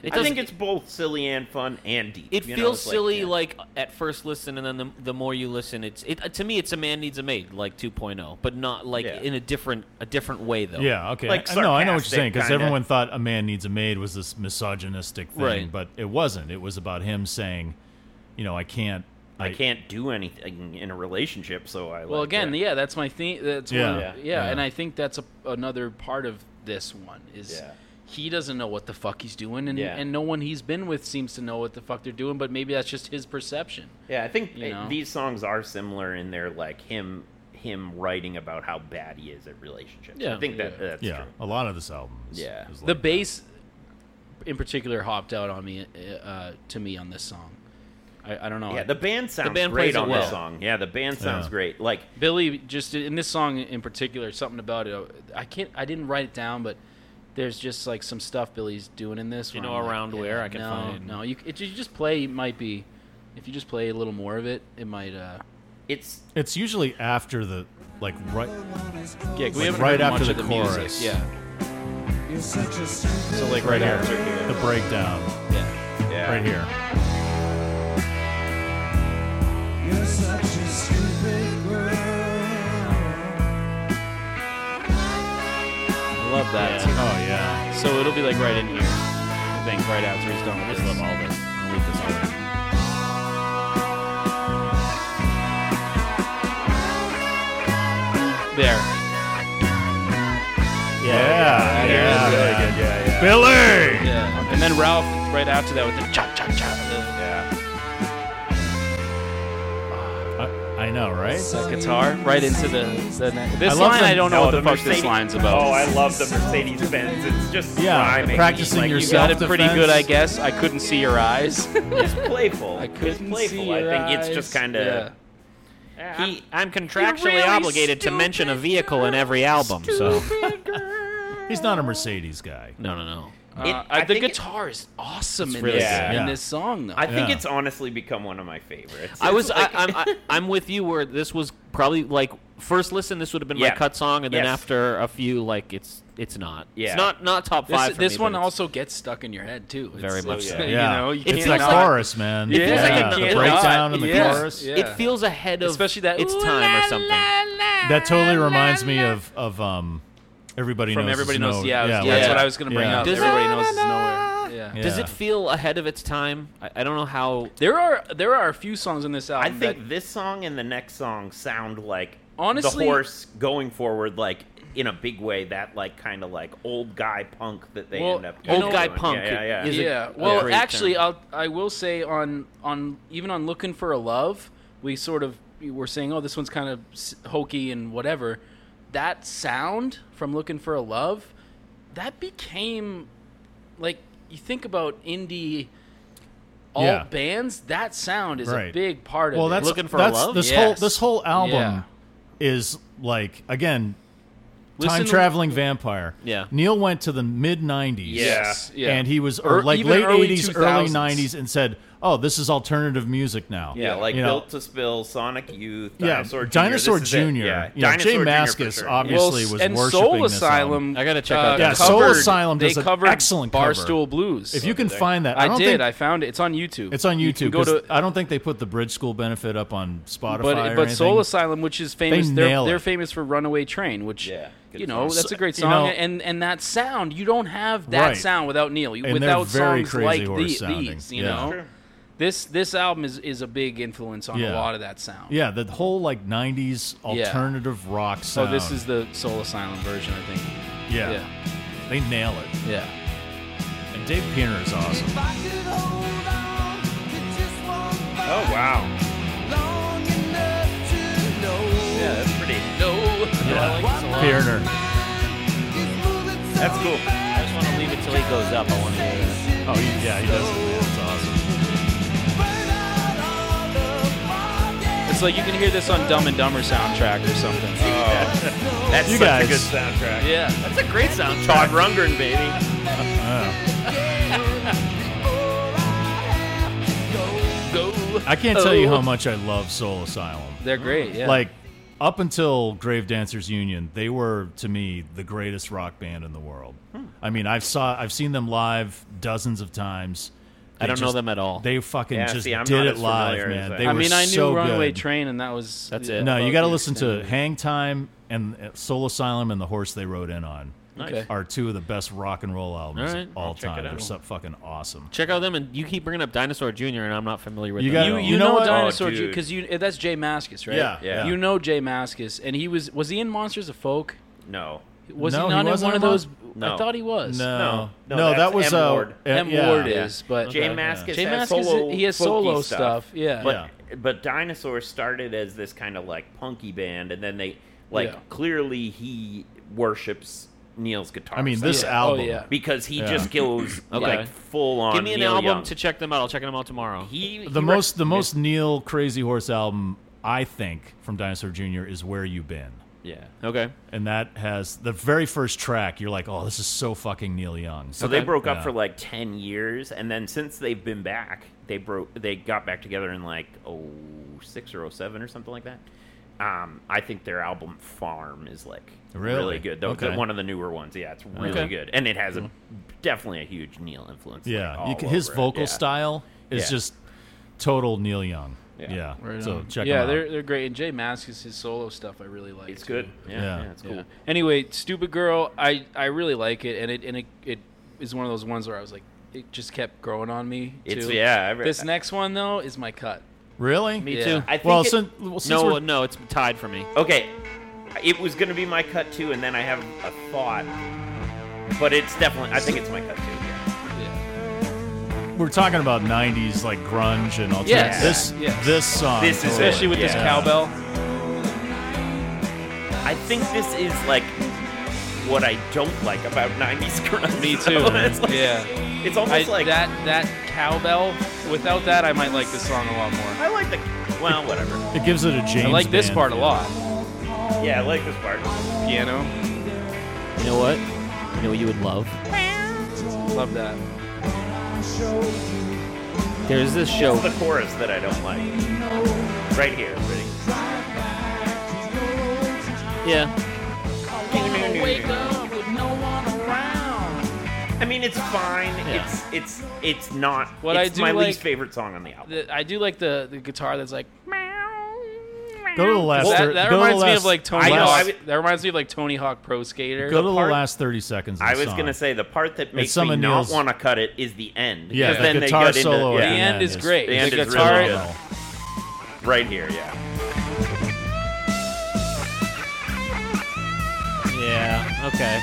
[SPEAKER 4] it
[SPEAKER 1] I think
[SPEAKER 4] doesn't-
[SPEAKER 1] it's both silly and fun and deep.
[SPEAKER 3] It
[SPEAKER 1] you know,
[SPEAKER 3] feels
[SPEAKER 1] it's like,
[SPEAKER 3] silly,
[SPEAKER 1] yeah.
[SPEAKER 3] like at first listen, and then the, the more you listen, it's it to me. It's a man needs a maid, like 2.0, but not like
[SPEAKER 1] Yeah.
[SPEAKER 3] in a different a different way though.
[SPEAKER 2] yeah okay
[SPEAKER 1] Like
[SPEAKER 2] I- no I know what you're
[SPEAKER 1] sarcastic
[SPEAKER 2] saying because
[SPEAKER 1] kinda.
[SPEAKER 2] everyone thought a man needs a maid was this misogynistic thing
[SPEAKER 3] Right.
[SPEAKER 2] but it wasn't it was about him saying you know I can't
[SPEAKER 1] I can't do anything in a relationship, so I.
[SPEAKER 4] well
[SPEAKER 1] like,
[SPEAKER 4] again,
[SPEAKER 1] yeah.
[SPEAKER 4] yeah, that's my thing. That's yeah.
[SPEAKER 2] Yeah.
[SPEAKER 4] yeah,
[SPEAKER 2] Yeah.
[SPEAKER 4] and I think that's a, another part of this one is
[SPEAKER 1] Yeah.
[SPEAKER 4] he doesn't know what the fuck he's doing, and
[SPEAKER 1] Yeah.
[SPEAKER 4] and no one he's been with seems to know what the fuck they're doing, but maybe that's just his perception.
[SPEAKER 1] Yeah, I think
[SPEAKER 4] You
[SPEAKER 1] it-
[SPEAKER 4] know?
[SPEAKER 1] these songs are similar in their like him him writing about how bad he is at relationships.
[SPEAKER 3] Yeah.
[SPEAKER 1] I think that that's
[SPEAKER 2] yeah
[SPEAKER 1] true.
[SPEAKER 2] a lot of this album is,
[SPEAKER 1] Yeah.
[SPEAKER 2] is
[SPEAKER 4] the
[SPEAKER 2] like
[SPEAKER 4] bass, in particular, hopped out on me uh, uh, to me on this song. I, I don't know.
[SPEAKER 1] Yeah, the band sounds
[SPEAKER 3] band plays
[SPEAKER 1] great
[SPEAKER 3] it
[SPEAKER 1] on
[SPEAKER 3] well.
[SPEAKER 1] this song. Yeah, the band sounds
[SPEAKER 2] Yeah.
[SPEAKER 1] great. Like
[SPEAKER 4] Billy just in this song in particular, something about it. I can't. I didn't write it down, but there's just like some stuff Billy's doing in this.
[SPEAKER 3] Do you
[SPEAKER 4] where
[SPEAKER 3] know
[SPEAKER 4] I'm like,
[SPEAKER 3] around
[SPEAKER 4] yeah,
[SPEAKER 3] where I can
[SPEAKER 4] no,
[SPEAKER 3] find-
[SPEAKER 4] No, you, if you just play, it might be. If you just play a little more of it, it might. uh
[SPEAKER 1] it's
[SPEAKER 2] it's usually after the like right
[SPEAKER 4] Yeah, we
[SPEAKER 2] Like
[SPEAKER 4] haven't
[SPEAKER 2] right
[SPEAKER 4] heard
[SPEAKER 2] after
[SPEAKER 4] much
[SPEAKER 2] the
[SPEAKER 4] of the
[SPEAKER 2] chorus.
[SPEAKER 4] Music. Yeah,
[SPEAKER 2] so like right here the breakdown
[SPEAKER 4] yeah.
[SPEAKER 1] yeah.
[SPEAKER 2] right here
[SPEAKER 4] I love that.
[SPEAKER 2] oh yeah.
[SPEAKER 4] So it'll be like right in here. I think right after he's done with this. I love all this. I'll leave this on. There.
[SPEAKER 2] Yeah, yeah, yeah, really good. yeah, Billy.
[SPEAKER 4] Yeah. And then Ralph right after that with the chop chop chop.
[SPEAKER 1] Yeah.
[SPEAKER 2] I know, right?
[SPEAKER 4] That guitar right into the. the neck. This
[SPEAKER 2] I love
[SPEAKER 4] line,
[SPEAKER 2] the-
[SPEAKER 4] I don't know
[SPEAKER 2] No,
[SPEAKER 4] what the,
[SPEAKER 2] the
[SPEAKER 4] fuck
[SPEAKER 1] Mercedes-
[SPEAKER 4] this line's about.
[SPEAKER 1] Oh, I love the Mercedes Benz. It's just
[SPEAKER 2] Yeah,
[SPEAKER 1] rhyming.
[SPEAKER 2] practicing
[SPEAKER 1] like,
[SPEAKER 2] your
[SPEAKER 4] you got it pretty
[SPEAKER 2] Self-defense.
[SPEAKER 4] good, I guess. I couldn't see your eyes.
[SPEAKER 1] It's playful.
[SPEAKER 4] I
[SPEAKER 1] it's
[SPEAKER 4] couldn't
[SPEAKER 1] playful.
[SPEAKER 4] see
[SPEAKER 1] I
[SPEAKER 4] your
[SPEAKER 1] think it's just
[SPEAKER 4] eyes.
[SPEAKER 1] kind of.
[SPEAKER 4] Yeah.
[SPEAKER 3] I'm, I'm contractually obligated to mention a vehicle in every album, so
[SPEAKER 2] He's not a Mercedes guy.
[SPEAKER 3] no, no, no.
[SPEAKER 4] Uh,
[SPEAKER 1] It-
[SPEAKER 4] I-
[SPEAKER 1] I
[SPEAKER 4] the
[SPEAKER 1] think it-
[SPEAKER 4] guitar is awesome in,
[SPEAKER 3] really
[SPEAKER 4] this,
[SPEAKER 1] good.
[SPEAKER 4] in
[SPEAKER 2] Yeah.
[SPEAKER 4] this song, though.
[SPEAKER 1] I think
[SPEAKER 2] Yeah.
[SPEAKER 1] it's honestly become one of my favorites.
[SPEAKER 3] I was,
[SPEAKER 1] It's
[SPEAKER 3] I,
[SPEAKER 1] like-
[SPEAKER 3] I'm, I, I'm with you where this was probably like first listen, this would have been
[SPEAKER 1] Yeah.
[SPEAKER 3] my cut song, and then
[SPEAKER 1] Yes.
[SPEAKER 3] after a few, like it's it's not.
[SPEAKER 1] Yeah.
[SPEAKER 3] It's not not top
[SPEAKER 4] this
[SPEAKER 3] five. for
[SPEAKER 4] this
[SPEAKER 3] me, but
[SPEAKER 4] one
[SPEAKER 3] it's-
[SPEAKER 4] also gets stuck in your head too. It's-
[SPEAKER 3] Very much so.
[SPEAKER 4] You
[SPEAKER 2] Yeah.
[SPEAKER 4] know, you
[SPEAKER 2] it's
[SPEAKER 4] can't
[SPEAKER 2] that
[SPEAKER 4] not-
[SPEAKER 2] chorus, man.
[SPEAKER 4] Yeah.
[SPEAKER 3] feels like
[SPEAKER 2] yeah.
[SPEAKER 3] it
[SPEAKER 2] the
[SPEAKER 3] can't
[SPEAKER 2] breakdown
[SPEAKER 4] not.
[SPEAKER 2] and the
[SPEAKER 4] Yeah.
[SPEAKER 2] chorus.
[SPEAKER 4] Yeah.
[SPEAKER 3] it feels ahead of
[SPEAKER 4] Especially that,
[SPEAKER 3] its
[SPEAKER 4] "Ooh,
[SPEAKER 3] time or something.
[SPEAKER 2] That totally reminds me of of um, everybody
[SPEAKER 4] From
[SPEAKER 2] knows.
[SPEAKER 4] everybody
[SPEAKER 2] It's
[SPEAKER 4] knows,
[SPEAKER 2] Nowhere.
[SPEAKER 4] yeah,
[SPEAKER 2] yeah,
[SPEAKER 4] yeah, that's
[SPEAKER 3] yeah.
[SPEAKER 4] what I was gonna bring
[SPEAKER 2] Yeah.
[SPEAKER 4] up.
[SPEAKER 3] Does-
[SPEAKER 4] everybody knows it's nowhere. Yeah.
[SPEAKER 2] Yeah.
[SPEAKER 3] Does it feel ahead of its time? I, I don't know how.
[SPEAKER 4] There are there are a few songs on this
[SPEAKER 1] I
[SPEAKER 4] album.
[SPEAKER 1] think
[SPEAKER 4] that-
[SPEAKER 1] this song and the next song sound like
[SPEAKER 4] Honestly-
[SPEAKER 1] the horse going forward, like in a big way. That like kind of like old guy punk that they
[SPEAKER 4] Well,
[SPEAKER 1] end up.
[SPEAKER 4] you know-
[SPEAKER 1] doing.
[SPEAKER 3] Old guy
[SPEAKER 1] Yeah,
[SPEAKER 3] punk
[SPEAKER 1] Yeah, yeah.
[SPEAKER 3] is a
[SPEAKER 4] yeah.
[SPEAKER 3] great
[SPEAKER 4] Well,
[SPEAKER 3] term.
[SPEAKER 4] actually, I'll, I will say on on even on looking for a love, we sort of we were saying, oh, this one's kind of s- hokey and whatever. That sound from looking for a love, that became like you think about indie alt
[SPEAKER 2] Yeah.
[SPEAKER 4] bands. That sound is a
[SPEAKER 2] Right.
[SPEAKER 4] big part of
[SPEAKER 2] well,
[SPEAKER 4] it.
[SPEAKER 2] that's
[SPEAKER 3] Looking for
[SPEAKER 2] that's,
[SPEAKER 3] Love?
[SPEAKER 2] This
[SPEAKER 4] Yes.
[SPEAKER 2] whole this whole album
[SPEAKER 4] Yeah.
[SPEAKER 2] is like again
[SPEAKER 4] Listen
[SPEAKER 2] time
[SPEAKER 4] to-
[SPEAKER 2] traveling vampire.
[SPEAKER 3] Yeah.
[SPEAKER 2] Neil went to the mid '90s.
[SPEAKER 4] Yes, yeah.
[SPEAKER 2] and he was or
[SPEAKER 4] Or
[SPEAKER 2] like
[SPEAKER 4] even
[SPEAKER 2] late
[SPEAKER 4] early
[SPEAKER 2] '80s, early
[SPEAKER 4] 2000s.
[SPEAKER 2] '90s, and said, "Oh, this is alternative music now."
[SPEAKER 1] Yeah, like
[SPEAKER 2] You know,
[SPEAKER 1] Built to Spill, Sonic Youth, Dinosaur
[SPEAKER 2] yeah,
[SPEAKER 1] Jr.
[SPEAKER 2] Dinosaur
[SPEAKER 1] this
[SPEAKER 2] Jr.
[SPEAKER 1] is it. Yeah,
[SPEAKER 2] You know,
[SPEAKER 1] Dinosaur
[SPEAKER 2] Jay
[SPEAKER 1] Jr. for
[SPEAKER 2] Maskus
[SPEAKER 1] sure.
[SPEAKER 2] obviously
[SPEAKER 4] s-
[SPEAKER 2] was
[SPEAKER 4] and
[SPEAKER 2] worshiping
[SPEAKER 4] Soul
[SPEAKER 2] this album. Uh,
[SPEAKER 4] Asylum.
[SPEAKER 3] I gotta check out that
[SPEAKER 2] Yeah, Soul
[SPEAKER 4] covered-
[SPEAKER 2] Asylum
[SPEAKER 4] they
[SPEAKER 2] does an
[SPEAKER 4] covered
[SPEAKER 2] excellent cover.
[SPEAKER 4] Barstool Blues.
[SPEAKER 2] If you can find that, I,
[SPEAKER 4] I,
[SPEAKER 2] don't
[SPEAKER 4] did.
[SPEAKER 2] Think,
[SPEAKER 4] I found it. It's on YouTube.
[SPEAKER 2] it's on
[SPEAKER 4] You can
[SPEAKER 2] YouTube.
[SPEAKER 4] Go
[SPEAKER 2] 'cause
[SPEAKER 4] to
[SPEAKER 2] I don't think they put the Bridge School benefit up on Spotify.
[SPEAKER 4] but
[SPEAKER 2] or
[SPEAKER 4] but Soul
[SPEAKER 2] anything.
[SPEAKER 4] Asylum, which is famous,
[SPEAKER 2] They
[SPEAKER 4] they
[SPEAKER 2] nail
[SPEAKER 4] are
[SPEAKER 2] it.
[SPEAKER 4] they're famous for Runaway Train, which
[SPEAKER 1] Yeah, good
[SPEAKER 4] you know
[SPEAKER 1] song.
[SPEAKER 4] that's a great
[SPEAKER 2] You
[SPEAKER 4] song,
[SPEAKER 2] know-
[SPEAKER 4] and and that sound you don't have that
[SPEAKER 2] Right.
[SPEAKER 4] sound without Neil, You-
[SPEAKER 2] And they're
[SPEAKER 4] without
[SPEAKER 2] very
[SPEAKER 4] songs
[SPEAKER 2] Crazy
[SPEAKER 4] like
[SPEAKER 2] Horse
[SPEAKER 4] the,
[SPEAKER 2] sounding.
[SPEAKER 4] these, you
[SPEAKER 2] Yeah.
[SPEAKER 4] know. This this album is is a big influence on
[SPEAKER 2] Yeah.
[SPEAKER 4] a lot of that sound.
[SPEAKER 2] Yeah, the whole like '90s
[SPEAKER 4] Yeah.
[SPEAKER 2] alternative rock
[SPEAKER 4] So
[SPEAKER 2] sound.
[SPEAKER 4] this is the Soul Asylum version, I think.
[SPEAKER 2] yeah, they nail it.
[SPEAKER 4] yeah. yeah.
[SPEAKER 2] And Dave Peener is awesome.
[SPEAKER 1] Oh wow. Yeah, that's pretty.
[SPEAKER 2] Peener.
[SPEAKER 1] That's cool.
[SPEAKER 3] I just want to leave it till he goes up. I want to.
[SPEAKER 2] Oh he, yeah, he does. it, man. It's awesome.
[SPEAKER 4] It's like you can hear this on Dumb and Dumber soundtrack or something.
[SPEAKER 2] Uh,
[SPEAKER 1] That's
[SPEAKER 2] You
[SPEAKER 1] such
[SPEAKER 2] guys.
[SPEAKER 1] a good soundtrack.
[SPEAKER 4] yeah.
[SPEAKER 1] That's a great soundtrack. Todd Rundgren, baby.
[SPEAKER 2] I can't tell you how much I love Soul Asylum.
[SPEAKER 4] They're great. Oh. Yeah.
[SPEAKER 2] Like up until Grave Dancers Union, they were to me the greatest rock band in the world.
[SPEAKER 4] Hmm.
[SPEAKER 2] I mean, I've saw I've seen them live dozens of times.
[SPEAKER 3] I
[SPEAKER 2] They
[SPEAKER 3] don't know
[SPEAKER 2] just-
[SPEAKER 3] them at all.
[SPEAKER 2] They fucking
[SPEAKER 1] Yeah,
[SPEAKER 2] just
[SPEAKER 1] see, I'm
[SPEAKER 2] did
[SPEAKER 1] not
[SPEAKER 2] it
[SPEAKER 1] as
[SPEAKER 2] live,
[SPEAKER 1] familiar as
[SPEAKER 2] man.
[SPEAKER 1] I
[SPEAKER 2] They
[SPEAKER 1] am.
[SPEAKER 4] I
[SPEAKER 2] were
[SPEAKER 4] mean, I knew
[SPEAKER 2] so
[SPEAKER 4] Runaway
[SPEAKER 2] good.
[SPEAKER 4] Train, and that was
[SPEAKER 3] That's
[SPEAKER 4] yeah,
[SPEAKER 3] it.
[SPEAKER 2] No, you
[SPEAKER 4] about
[SPEAKER 2] got to
[SPEAKER 4] the
[SPEAKER 2] listen
[SPEAKER 4] extent
[SPEAKER 2] to
[SPEAKER 4] of it.
[SPEAKER 2] Hang Time and uh, Soul Asylum and the horse they rode in on.
[SPEAKER 4] Okay.
[SPEAKER 2] Are two of the best rock and roll albums
[SPEAKER 3] All right,
[SPEAKER 2] of all
[SPEAKER 3] I'll check
[SPEAKER 2] time.
[SPEAKER 3] it
[SPEAKER 2] They're
[SPEAKER 3] out.
[SPEAKER 2] so fucking awesome.
[SPEAKER 3] Check out them, and you keep bringing up Dinosaur Jr., and I'm not familiar with
[SPEAKER 2] You
[SPEAKER 3] them.
[SPEAKER 2] got-
[SPEAKER 4] You,
[SPEAKER 2] Oh.
[SPEAKER 4] you,
[SPEAKER 2] You know
[SPEAKER 4] know,
[SPEAKER 2] what?
[SPEAKER 4] Dinosaur
[SPEAKER 1] Oh,
[SPEAKER 4] Jr.
[SPEAKER 1] dude.
[SPEAKER 4] because you eh, that's Jay Maskus, right?
[SPEAKER 2] Yeah, yeah.
[SPEAKER 4] You know Jay Maskus, and he was was he in Monsters of Folk?
[SPEAKER 1] No.
[SPEAKER 4] Was
[SPEAKER 2] No,
[SPEAKER 4] he
[SPEAKER 2] he
[SPEAKER 4] not in
[SPEAKER 2] wasn't
[SPEAKER 4] one of
[SPEAKER 2] in Mon-
[SPEAKER 4] those? I
[SPEAKER 1] No.
[SPEAKER 4] thought he was.
[SPEAKER 2] No,
[SPEAKER 1] No, no,
[SPEAKER 2] that
[SPEAKER 1] that's
[SPEAKER 2] was
[SPEAKER 1] M.
[SPEAKER 2] uh,
[SPEAKER 1] Ward.
[SPEAKER 2] uh,
[SPEAKER 4] M
[SPEAKER 2] yeah.
[SPEAKER 4] Ward is, but
[SPEAKER 1] Jay
[SPEAKER 2] Okay.
[SPEAKER 1] Maskus
[SPEAKER 4] Jay
[SPEAKER 1] has
[SPEAKER 4] Maskus,
[SPEAKER 1] solo,
[SPEAKER 4] he has
[SPEAKER 1] folky
[SPEAKER 4] solo
[SPEAKER 1] stuff.
[SPEAKER 4] stuff. Yeah.
[SPEAKER 1] But but Dinosaur started as this kind of like punky band, and then they like
[SPEAKER 4] Yeah.
[SPEAKER 1] clearly he worships Neil's guitar.
[SPEAKER 2] I mean,
[SPEAKER 1] style.
[SPEAKER 2] this
[SPEAKER 4] Yeah. Oh,
[SPEAKER 2] album.
[SPEAKER 4] yeah.
[SPEAKER 1] because he
[SPEAKER 2] Yeah.
[SPEAKER 1] just goes like full on.
[SPEAKER 3] Give me an
[SPEAKER 1] Neil
[SPEAKER 3] album
[SPEAKER 1] Young.
[SPEAKER 3] to check them out. I'll check them out tomorrow.
[SPEAKER 1] He,
[SPEAKER 2] the
[SPEAKER 1] he
[SPEAKER 2] most
[SPEAKER 1] rec-
[SPEAKER 2] the most Neil Crazy Horse album I think from Dinosaur Jr. is Where You Been.
[SPEAKER 1] yeah.
[SPEAKER 3] okay.
[SPEAKER 2] And that has the very first track, you're like, Oh, this is so fucking Neil Young.
[SPEAKER 1] So they broke
[SPEAKER 2] Yeah.
[SPEAKER 1] up for like ten years, and then since they've been back, they broke. They got back together in like oh six or oh seven or something like that. Um, I think their album Farm is like
[SPEAKER 2] Really?
[SPEAKER 1] good. The, the-
[SPEAKER 2] Okay. Mm-hmm.
[SPEAKER 1] one of the newer ones. Yeah, it's really
[SPEAKER 3] Okay.
[SPEAKER 1] good, and it has a definitely a huge Neil influence. like,
[SPEAKER 4] oh,
[SPEAKER 2] Yeah. you
[SPEAKER 1] all
[SPEAKER 2] ca- his
[SPEAKER 1] over it.
[SPEAKER 2] vocal
[SPEAKER 1] Yeah.
[SPEAKER 2] style is
[SPEAKER 1] Yeah.
[SPEAKER 2] just total Neil Young. Yeah.
[SPEAKER 1] Yeah.
[SPEAKER 4] Right
[SPEAKER 2] so
[SPEAKER 4] on.
[SPEAKER 2] check
[SPEAKER 4] Yeah,
[SPEAKER 2] him out.
[SPEAKER 4] they're they're great. And Jay Maskus, his solo stuff, I really like.
[SPEAKER 1] It's good. Yeah,
[SPEAKER 2] Yeah.
[SPEAKER 1] yeah. it's cool.
[SPEAKER 4] Yeah. Anyway, Stupid Girl, I, I really like it, and it and it, it is one of those ones where I was like, it just kept growing on me.
[SPEAKER 1] It's
[SPEAKER 4] too.
[SPEAKER 1] yeah. I re-
[SPEAKER 4] This next one though is my cut.
[SPEAKER 2] Really?
[SPEAKER 3] Me
[SPEAKER 4] Yeah.
[SPEAKER 3] too.
[SPEAKER 1] I think
[SPEAKER 2] well,
[SPEAKER 1] it-
[SPEAKER 2] since, well, since
[SPEAKER 3] no, uh,
[SPEAKER 2] we're-
[SPEAKER 3] no, it's tied for me.
[SPEAKER 1] Okay, it was gonna be my cut too, and then I have a thought, but it's definitely. I think it's my cut too. Yeah.
[SPEAKER 4] Yeah.
[SPEAKER 2] we're talking about '90s like grunge and all.
[SPEAKER 4] Yes.
[SPEAKER 2] This
[SPEAKER 4] Yes.
[SPEAKER 2] this song,
[SPEAKER 1] This is
[SPEAKER 4] especially
[SPEAKER 1] it,
[SPEAKER 4] with this
[SPEAKER 2] yeah.
[SPEAKER 4] cowbell.
[SPEAKER 1] I think this is like what I don't like about '90s grunge.
[SPEAKER 4] Me too.
[SPEAKER 1] though. it's like,
[SPEAKER 4] yeah.
[SPEAKER 1] it's almost
[SPEAKER 4] I-
[SPEAKER 1] like
[SPEAKER 4] that that cowbell. Without that, I might like this song a lot more.
[SPEAKER 1] I like the well, whatever.
[SPEAKER 2] It gives it a James.
[SPEAKER 4] I like this
[SPEAKER 2] Band
[SPEAKER 4] part a
[SPEAKER 2] feel.
[SPEAKER 4] lot.
[SPEAKER 1] Yeah, I like this part.
[SPEAKER 4] Piano,
[SPEAKER 3] You know what? You know what you would love?
[SPEAKER 4] love that.
[SPEAKER 3] There's this show.
[SPEAKER 1] It's the chorus that I don't like. Right here. Ready?
[SPEAKER 3] Yeah.
[SPEAKER 1] I mean, it's fine.
[SPEAKER 3] Yeah.
[SPEAKER 1] It's it's it's not.
[SPEAKER 4] What
[SPEAKER 1] it's
[SPEAKER 4] I do
[SPEAKER 1] my
[SPEAKER 4] like-
[SPEAKER 1] least favorite song on the album.
[SPEAKER 4] The, I do like the, the guitar that's like.
[SPEAKER 2] Go to the last.
[SPEAKER 4] Well,
[SPEAKER 2] thir-
[SPEAKER 4] that that
[SPEAKER 2] go to the
[SPEAKER 4] reminds me of
[SPEAKER 2] last-
[SPEAKER 4] like Tony
[SPEAKER 1] I know, I
[SPEAKER 4] Hawk.
[SPEAKER 1] would-
[SPEAKER 4] that reminds me of like Tony Hawk Pro Skater.
[SPEAKER 2] Go to the
[SPEAKER 4] part.
[SPEAKER 2] last 30 seconds. Of the
[SPEAKER 1] I was
[SPEAKER 2] song.
[SPEAKER 1] gonna say the part that makes
[SPEAKER 2] some
[SPEAKER 1] me
[SPEAKER 2] of
[SPEAKER 1] not
[SPEAKER 2] Neil's-
[SPEAKER 1] want to cut it is the end.
[SPEAKER 2] Yeah,
[SPEAKER 1] 'Cause
[SPEAKER 2] the
[SPEAKER 1] then
[SPEAKER 2] guitar
[SPEAKER 1] they got
[SPEAKER 2] solo
[SPEAKER 1] Into,
[SPEAKER 2] at
[SPEAKER 4] The
[SPEAKER 1] yeah,
[SPEAKER 2] Yeah,
[SPEAKER 4] end
[SPEAKER 2] it
[SPEAKER 4] is
[SPEAKER 2] is.
[SPEAKER 4] great.
[SPEAKER 1] The end
[SPEAKER 4] the
[SPEAKER 1] is
[SPEAKER 4] guitar.
[SPEAKER 1] really good. right here. Yeah.
[SPEAKER 3] Yeah. Okay.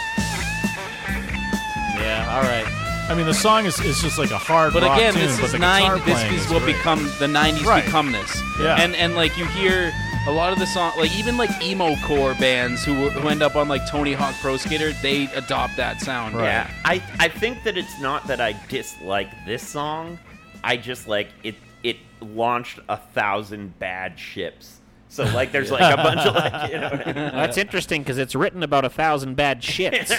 [SPEAKER 3] Yeah. All right.
[SPEAKER 2] I mean, the song is, is just like a hard
[SPEAKER 4] But
[SPEAKER 2] rock
[SPEAKER 4] again,
[SPEAKER 2] tune,
[SPEAKER 4] this
[SPEAKER 2] but
[SPEAKER 4] is
[SPEAKER 2] the guitar
[SPEAKER 4] nine. This
[SPEAKER 2] playing
[SPEAKER 4] is what
[SPEAKER 2] great.
[SPEAKER 4] become the '90s
[SPEAKER 2] Right.
[SPEAKER 4] become this.
[SPEAKER 2] Yeah.
[SPEAKER 4] And and like you hear a lot of the song, like even like emo core bands who who end up on like Tony Hawk Pro Skater, they adopt that sound.
[SPEAKER 2] Right.
[SPEAKER 1] Yeah. I I think that it's not that I dislike this song. I just like it. It launched a thousand bad ships. So like, there's like a bunch of like, you know. what I mean?
[SPEAKER 3] Well, that's interesting because it's written about a thousand bad shits.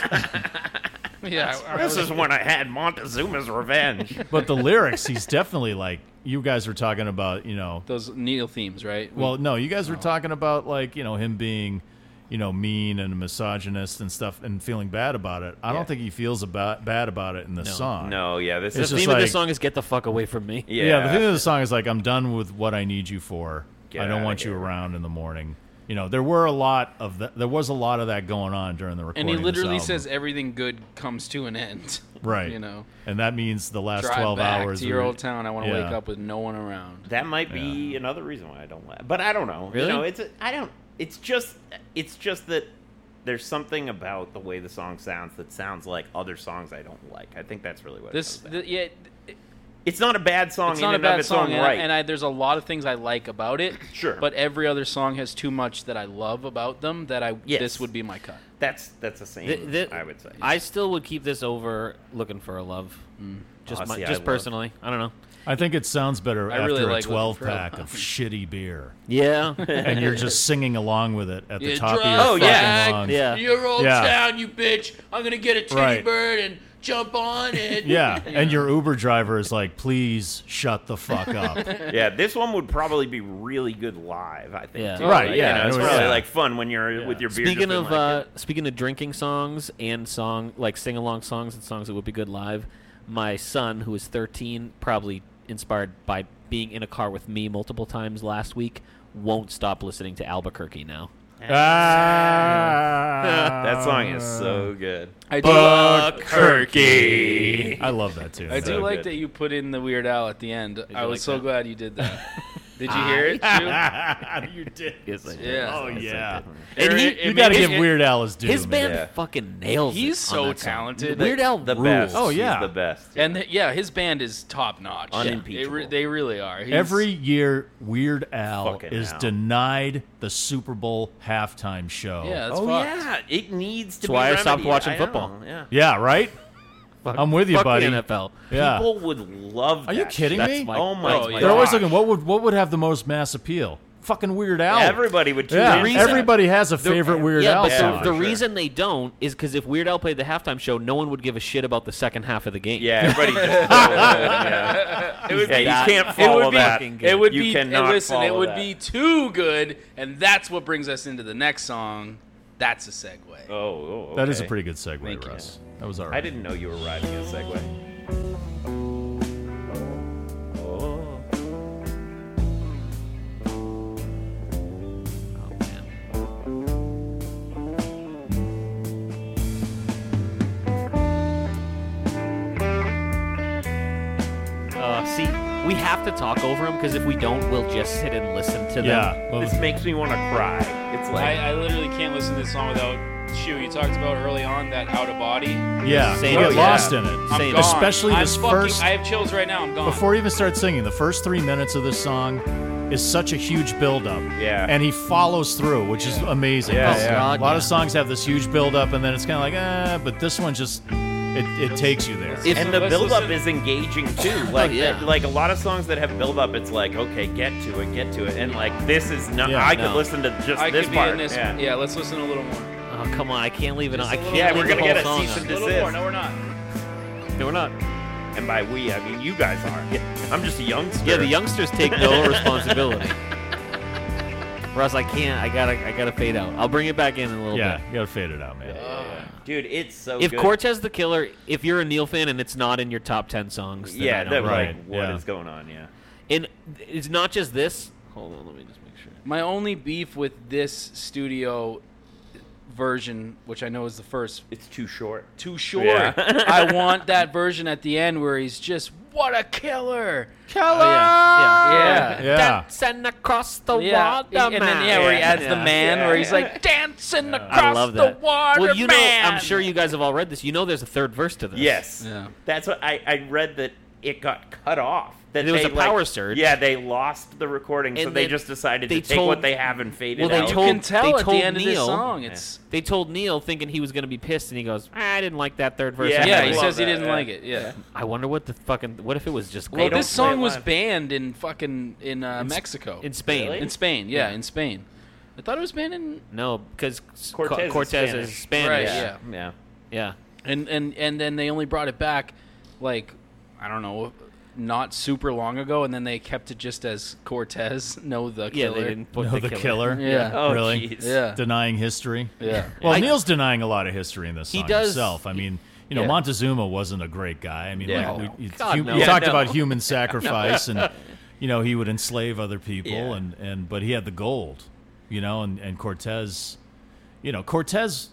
[SPEAKER 4] Yeah. I- I
[SPEAKER 1] This
[SPEAKER 4] was-
[SPEAKER 1] is when I had Montezuma's revenge.
[SPEAKER 2] But the lyrics, he's definitely like you guys were talking about. You know,
[SPEAKER 4] those Neil themes, right?
[SPEAKER 2] well, no, you guys were talking about like you know him being, you know, mean and misogynist and stuff, and feeling bad about it. I don't think he feels about bad about it in the song.
[SPEAKER 1] No, yeah, this
[SPEAKER 3] the
[SPEAKER 2] It's
[SPEAKER 1] is
[SPEAKER 2] just
[SPEAKER 3] theme of
[SPEAKER 2] like-
[SPEAKER 3] this song is "Get the fuck away from me."
[SPEAKER 1] yeah.
[SPEAKER 2] the thing of the song is like, I'm done with what I need you for.
[SPEAKER 1] Get
[SPEAKER 2] I don't
[SPEAKER 1] outta
[SPEAKER 2] want you
[SPEAKER 1] here.
[SPEAKER 2] around in the morning. You know, there were a lot of that. There was a lot of that going on during the recording.
[SPEAKER 4] and he
[SPEAKER 2] of this
[SPEAKER 4] literally
[SPEAKER 2] album.
[SPEAKER 4] says everything good comes to an end.
[SPEAKER 2] right,
[SPEAKER 4] You know,
[SPEAKER 2] and that means the last
[SPEAKER 4] drive
[SPEAKER 2] twelve
[SPEAKER 4] back
[SPEAKER 2] hours
[SPEAKER 4] to your
[SPEAKER 2] are-
[SPEAKER 4] old town. I want to
[SPEAKER 2] Yeah.
[SPEAKER 4] wake up with no one around.
[SPEAKER 1] that might be another reason why I don't laugh. But I don't know.
[SPEAKER 3] Really?
[SPEAKER 1] You know, it's a, I don't. It's just it's just that there's something about the way the song sounds that sounds like other songs I don't like. I think that's really what
[SPEAKER 4] This,
[SPEAKER 1] It comes down
[SPEAKER 4] th- yeah,
[SPEAKER 1] to. it's not a bad song.
[SPEAKER 4] it's
[SPEAKER 1] in
[SPEAKER 4] not a
[SPEAKER 1] and of
[SPEAKER 4] bad
[SPEAKER 1] its
[SPEAKER 4] song,
[SPEAKER 1] own
[SPEAKER 4] and, I-
[SPEAKER 1] right?
[SPEAKER 4] and I, there's a lot of things I like about it.
[SPEAKER 1] Sure.
[SPEAKER 4] but every other song has too much that I love about them that I
[SPEAKER 1] Yes.
[SPEAKER 4] this would be my cut.
[SPEAKER 1] that's that's the same.
[SPEAKER 3] Th- th-
[SPEAKER 1] I would say.
[SPEAKER 3] I still would keep this over "Looking for a Love." Just,
[SPEAKER 1] Oh,
[SPEAKER 3] my,
[SPEAKER 1] see, I
[SPEAKER 3] just
[SPEAKER 1] love-
[SPEAKER 3] personally, I don't know.
[SPEAKER 2] I think it sounds better
[SPEAKER 4] I
[SPEAKER 2] after
[SPEAKER 4] really
[SPEAKER 2] a
[SPEAKER 4] like looking
[SPEAKER 2] 12
[SPEAKER 4] for
[SPEAKER 2] pack
[SPEAKER 4] a-
[SPEAKER 2] of shitty beer.
[SPEAKER 3] Yeah,
[SPEAKER 2] And you're just singing along with it at the
[SPEAKER 4] You
[SPEAKER 2] top of your
[SPEAKER 4] drive
[SPEAKER 2] oh,
[SPEAKER 3] yeah.
[SPEAKER 2] lungs.
[SPEAKER 3] Yeah.
[SPEAKER 9] Your old
[SPEAKER 2] Yeah.
[SPEAKER 9] town, you bitch. I'm gonna get a titty
[SPEAKER 2] Right.
[SPEAKER 9] bird and jump on it.
[SPEAKER 2] Yeah. And your Uber driver is like, please shut the fuck up.
[SPEAKER 1] yeah, this one would probably be really good live. I think.
[SPEAKER 3] Yeah.
[SPEAKER 1] too.
[SPEAKER 2] Right,
[SPEAKER 1] Like,
[SPEAKER 2] yeah,
[SPEAKER 1] You know,
[SPEAKER 2] it
[SPEAKER 1] it's
[SPEAKER 2] was-
[SPEAKER 1] probably
[SPEAKER 2] yeah.
[SPEAKER 1] like fun when you're with your beer. just
[SPEAKER 3] Speaking
[SPEAKER 1] being
[SPEAKER 3] of
[SPEAKER 1] like,
[SPEAKER 3] uh, speaking of drinking songs and song like sing along songs and songs that would be good live, my son who is 13, probably inspired by being in a car with me multiple times last week, won't stop listening to Albuquerque now.
[SPEAKER 2] ah,
[SPEAKER 1] that song is so good.
[SPEAKER 4] I do, I
[SPEAKER 1] Buckirky.
[SPEAKER 2] I love that too.
[SPEAKER 4] do
[SPEAKER 1] so
[SPEAKER 4] like
[SPEAKER 1] good.
[SPEAKER 4] that you put in the Weird Al at the end. I
[SPEAKER 3] you
[SPEAKER 4] was
[SPEAKER 3] like
[SPEAKER 4] so
[SPEAKER 3] that?
[SPEAKER 4] glad you did that. did you hear it? Too?
[SPEAKER 2] you did.
[SPEAKER 3] Yes, I did.
[SPEAKER 4] Yeah.
[SPEAKER 2] Oh, yeah.
[SPEAKER 3] And he-
[SPEAKER 2] You got to
[SPEAKER 3] his-
[SPEAKER 2] give Weird Al his due.
[SPEAKER 3] His
[SPEAKER 2] man.
[SPEAKER 3] band
[SPEAKER 1] Yeah.
[SPEAKER 3] fucking nails. it
[SPEAKER 4] He's
[SPEAKER 3] on
[SPEAKER 4] so
[SPEAKER 3] that song.
[SPEAKER 4] talented.
[SPEAKER 3] Weird Al
[SPEAKER 1] The
[SPEAKER 3] rules.
[SPEAKER 1] best.
[SPEAKER 2] Oh,
[SPEAKER 1] He's
[SPEAKER 2] yeah.
[SPEAKER 1] the best.
[SPEAKER 4] And th- yeah, his band is top notch. They,
[SPEAKER 1] Unimpeachable.
[SPEAKER 4] re- they really are. He's-
[SPEAKER 2] Every year, Weird Al
[SPEAKER 1] Fucking
[SPEAKER 2] is
[SPEAKER 1] Al.
[SPEAKER 2] denied the Super Bowl halftime show.
[SPEAKER 4] yeah, that's
[SPEAKER 1] oh
[SPEAKER 4] fucked.
[SPEAKER 1] yeah, it needs to.
[SPEAKER 3] That's
[SPEAKER 1] be
[SPEAKER 3] why I stopped
[SPEAKER 1] remedied.
[SPEAKER 3] watching
[SPEAKER 1] I know,
[SPEAKER 3] football.
[SPEAKER 1] Yeah.
[SPEAKER 2] Yeah, right? I'm with you,
[SPEAKER 3] Fuck
[SPEAKER 2] buddy.
[SPEAKER 3] The NFL.
[SPEAKER 2] Yeah.
[SPEAKER 1] People would love.
[SPEAKER 2] Are you
[SPEAKER 1] that
[SPEAKER 2] kidding
[SPEAKER 1] shit.
[SPEAKER 2] me?
[SPEAKER 3] my-
[SPEAKER 1] oh my!
[SPEAKER 3] that's
[SPEAKER 1] god.
[SPEAKER 3] my
[SPEAKER 2] They're always looking. What would what would have the most mass appeal? Fucking Weird Al.
[SPEAKER 1] Everybody would choose.
[SPEAKER 2] yeah,
[SPEAKER 1] that.
[SPEAKER 2] everybody has a favorite Weird
[SPEAKER 3] yeah,
[SPEAKER 2] Al
[SPEAKER 3] but
[SPEAKER 2] song.
[SPEAKER 3] the, the
[SPEAKER 1] sure.
[SPEAKER 3] reason they don't is because if Weird Al played the halftime show, no one would give a shit about the second half of the game.
[SPEAKER 1] Yeah, everybody. Just, yeah.
[SPEAKER 4] It would
[SPEAKER 1] Yeah,
[SPEAKER 4] be-
[SPEAKER 1] you can't
[SPEAKER 4] it
[SPEAKER 1] follow
[SPEAKER 4] would be,
[SPEAKER 1] that.
[SPEAKER 4] It would
[SPEAKER 1] You
[SPEAKER 4] be.
[SPEAKER 1] cannot
[SPEAKER 4] and listen, it
[SPEAKER 1] follow
[SPEAKER 4] would
[SPEAKER 1] that.
[SPEAKER 4] be too good, and that's what brings us into the next song. That's a segue.
[SPEAKER 1] Oh, oh,
[SPEAKER 2] That is a
[SPEAKER 1] okay.
[SPEAKER 2] pretty good segue,
[SPEAKER 4] Thank you.
[SPEAKER 2] Russ. That was alright.
[SPEAKER 1] I didn't know you were riding a Segway. Oh.
[SPEAKER 3] Oh, Uh, see, we have to talk over them because if we don't, we'll just sit and listen to them.
[SPEAKER 2] Yeah. well,
[SPEAKER 1] This makes me want to cry. It's like
[SPEAKER 4] I, I literally can't listen to this song without shoe you talked about early on, that out of body.
[SPEAKER 2] Yeah,
[SPEAKER 1] Same
[SPEAKER 2] get
[SPEAKER 1] as-
[SPEAKER 2] lost
[SPEAKER 1] yeah.
[SPEAKER 2] in it.
[SPEAKER 4] I'm gone.
[SPEAKER 2] Especially
[SPEAKER 4] I'm
[SPEAKER 2] this
[SPEAKER 4] fucking-
[SPEAKER 2] first.
[SPEAKER 4] I have chills right now. I'm gone.
[SPEAKER 2] Before you even start singing, the first three minutes of this song is such a huge buildup.
[SPEAKER 1] Yeah.
[SPEAKER 2] And he follows through, which is amazing.
[SPEAKER 1] Yeah,
[SPEAKER 2] Because
[SPEAKER 1] yeah.
[SPEAKER 2] A lot of songs have this huge buildup, and then it's kind of like, ah, but this one just, it, it takes you there.
[SPEAKER 4] If-
[SPEAKER 1] and the
[SPEAKER 4] Let's
[SPEAKER 1] build up
[SPEAKER 4] listen-
[SPEAKER 1] is engaging too.
[SPEAKER 2] Oh,
[SPEAKER 1] Like
[SPEAKER 3] yeah.
[SPEAKER 1] like a lot of songs that have build up, it's like okay, get to it, get to it, and like this is not.
[SPEAKER 2] Yeah.
[SPEAKER 1] I could
[SPEAKER 3] No.
[SPEAKER 1] listen to just
[SPEAKER 4] I
[SPEAKER 1] this
[SPEAKER 4] could be
[SPEAKER 1] part.
[SPEAKER 4] in this.
[SPEAKER 1] yeah.
[SPEAKER 4] let's listen a little more.
[SPEAKER 3] Oh, come on, I can't leave it. on. I
[SPEAKER 4] a
[SPEAKER 3] can't.
[SPEAKER 4] little-
[SPEAKER 1] Yeah, we're
[SPEAKER 3] leave
[SPEAKER 1] gonna
[SPEAKER 3] the
[SPEAKER 1] get a
[SPEAKER 3] whole song
[SPEAKER 1] cease
[SPEAKER 3] on.
[SPEAKER 1] and
[SPEAKER 4] A little
[SPEAKER 1] desist.
[SPEAKER 4] more. No, we're not.
[SPEAKER 3] No, we're not.
[SPEAKER 1] And by we, I mean you guys are. I'm just a youngster.
[SPEAKER 3] Yeah, the youngsters take no responsibility. Russ, I can't. I gotta. I gotta fade out. I'll bring it back in in a little
[SPEAKER 2] yeah,
[SPEAKER 3] bit.
[SPEAKER 2] you gotta fade it out, man.
[SPEAKER 1] dude. It's so.
[SPEAKER 3] If
[SPEAKER 1] good.
[SPEAKER 3] Cortez the Killer, if you're a Neil fan and it's not in your top ten songs, then I
[SPEAKER 1] yeah,
[SPEAKER 3] don't
[SPEAKER 1] that
[SPEAKER 3] know.
[SPEAKER 2] right,
[SPEAKER 1] like what is
[SPEAKER 2] yeah.
[SPEAKER 1] going on? Yeah.
[SPEAKER 3] And it's not just this. Hold on, let me just make sure.
[SPEAKER 4] My only beef with this studio version, which I know is the first,
[SPEAKER 1] It's too short.
[SPEAKER 4] too short.
[SPEAKER 1] Yeah.
[SPEAKER 4] I want that version at the end where he's just what a killer. Killer.
[SPEAKER 3] yeah,
[SPEAKER 4] yeah.
[SPEAKER 2] Yeah.
[SPEAKER 3] Dancing across the
[SPEAKER 4] Yeah,
[SPEAKER 3] water,
[SPEAKER 4] and then yeah, where he adds the
[SPEAKER 3] Yeah.
[SPEAKER 4] man,
[SPEAKER 1] Yeah.
[SPEAKER 4] where he's like dancing across
[SPEAKER 3] I love that.
[SPEAKER 4] the water.
[SPEAKER 3] well, you
[SPEAKER 4] man.
[SPEAKER 3] know, I'm sure you guys have all read this. You know, there's a third verse to this.
[SPEAKER 1] Yes.
[SPEAKER 4] Yeah.
[SPEAKER 1] That's what I, I read that it got cut off. That
[SPEAKER 3] There was
[SPEAKER 1] they,
[SPEAKER 3] a power
[SPEAKER 1] like-
[SPEAKER 3] surge.
[SPEAKER 1] Yeah, they lost the recording, so
[SPEAKER 3] And
[SPEAKER 1] they
[SPEAKER 3] then
[SPEAKER 1] just decided
[SPEAKER 3] they
[SPEAKER 1] to take
[SPEAKER 3] told-
[SPEAKER 1] what they have and fade
[SPEAKER 3] Well,
[SPEAKER 1] it
[SPEAKER 3] they
[SPEAKER 1] out.
[SPEAKER 3] told-
[SPEAKER 4] you can
[SPEAKER 3] they
[SPEAKER 4] tell at
[SPEAKER 3] told
[SPEAKER 4] the end of this
[SPEAKER 3] Neil-
[SPEAKER 4] song, it's
[SPEAKER 3] They told Neil, thinking he was going to be pissed, and he goes, "Ah, "I didn't like that third verse."
[SPEAKER 1] Yeah,
[SPEAKER 4] yeah.
[SPEAKER 3] anyway."
[SPEAKER 4] he
[SPEAKER 1] love
[SPEAKER 4] says he
[SPEAKER 1] that,
[SPEAKER 4] didn't
[SPEAKER 1] yeah.
[SPEAKER 4] like it. Yeah.
[SPEAKER 3] I wonder what the fucking. What if it was just?
[SPEAKER 4] Well,
[SPEAKER 3] gold?
[SPEAKER 4] this
[SPEAKER 1] play
[SPEAKER 4] song
[SPEAKER 1] it
[SPEAKER 4] was
[SPEAKER 1] live.
[SPEAKER 4] banned in fucking in uh, Mexico,
[SPEAKER 3] in Spain.
[SPEAKER 1] Really?
[SPEAKER 4] in Spain. Yeah, in Spain. I thought it was banned in
[SPEAKER 3] No, because
[SPEAKER 1] Cortez is
[SPEAKER 3] Cortez, Cortez
[SPEAKER 1] Spanish.
[SPEAKER 3] is Spanish.
[SPEAKER 4] Right,
[SPEAKER 3] yeah.
[SPEAKER 4] yeah.
[SPEAKER 1] yeah.
[SPEAKER 3] yeah.
[SPEAKER 4] and and and then they only brought it back like i don't know not super long ago and then they kept it just as cortez no the
[SPEAKER 3] Yeah,
[SPEAKER 4] killer
[SPEAKER 3] they didn't put
[SPEAKER 2] No,
[SPEAKER 3] the,
[SPEAKER 2] the
[SPEAKER 3] killer.
[SPEAKER 2] killer.
[SPEAKER 4] Yeah.
[SPEAKER 1] Oh,
[SPEAKER 2] really?
[SPEAKER 1] jeez.
[SPEAKER 4] Yeah.
[SPEAKER 2] Denying history.
[SPEAKER 4] yeah
[SPEAKER 2] Well,
[SPEAKER 3] I-
[SPEAKER 2] Neil's denying a lot of history in this
[SPEAKER 3] He
[SPEAKER 2] song
[SPEAKER 3] does-
[SPEAKER 2] himself. I mean, you know,
[SPEAKER 4] Yeah.
[SPEAKER 2] Montezuma wasn't a great guy. I mean,
[SPEAKER 1] Yeah.
[SPEAKER 2] like, we, it's
[SPEAKER 3] God,
[SPEAKER 2] hu-
[SPEAKER 3] no.
[SPEAKER 2] we
[SPEAKER 3] Yeah,
[SPEAKER 2] talked
[SPEAKER 1] no.
[SPEAKER 2] about human sacrifice, and you know, he would enslave other people,
[SPEAKER 1] Yeah.
[SPEAKER 2] and and but he had the gold, you know, and and Cortez, you know, Cortez,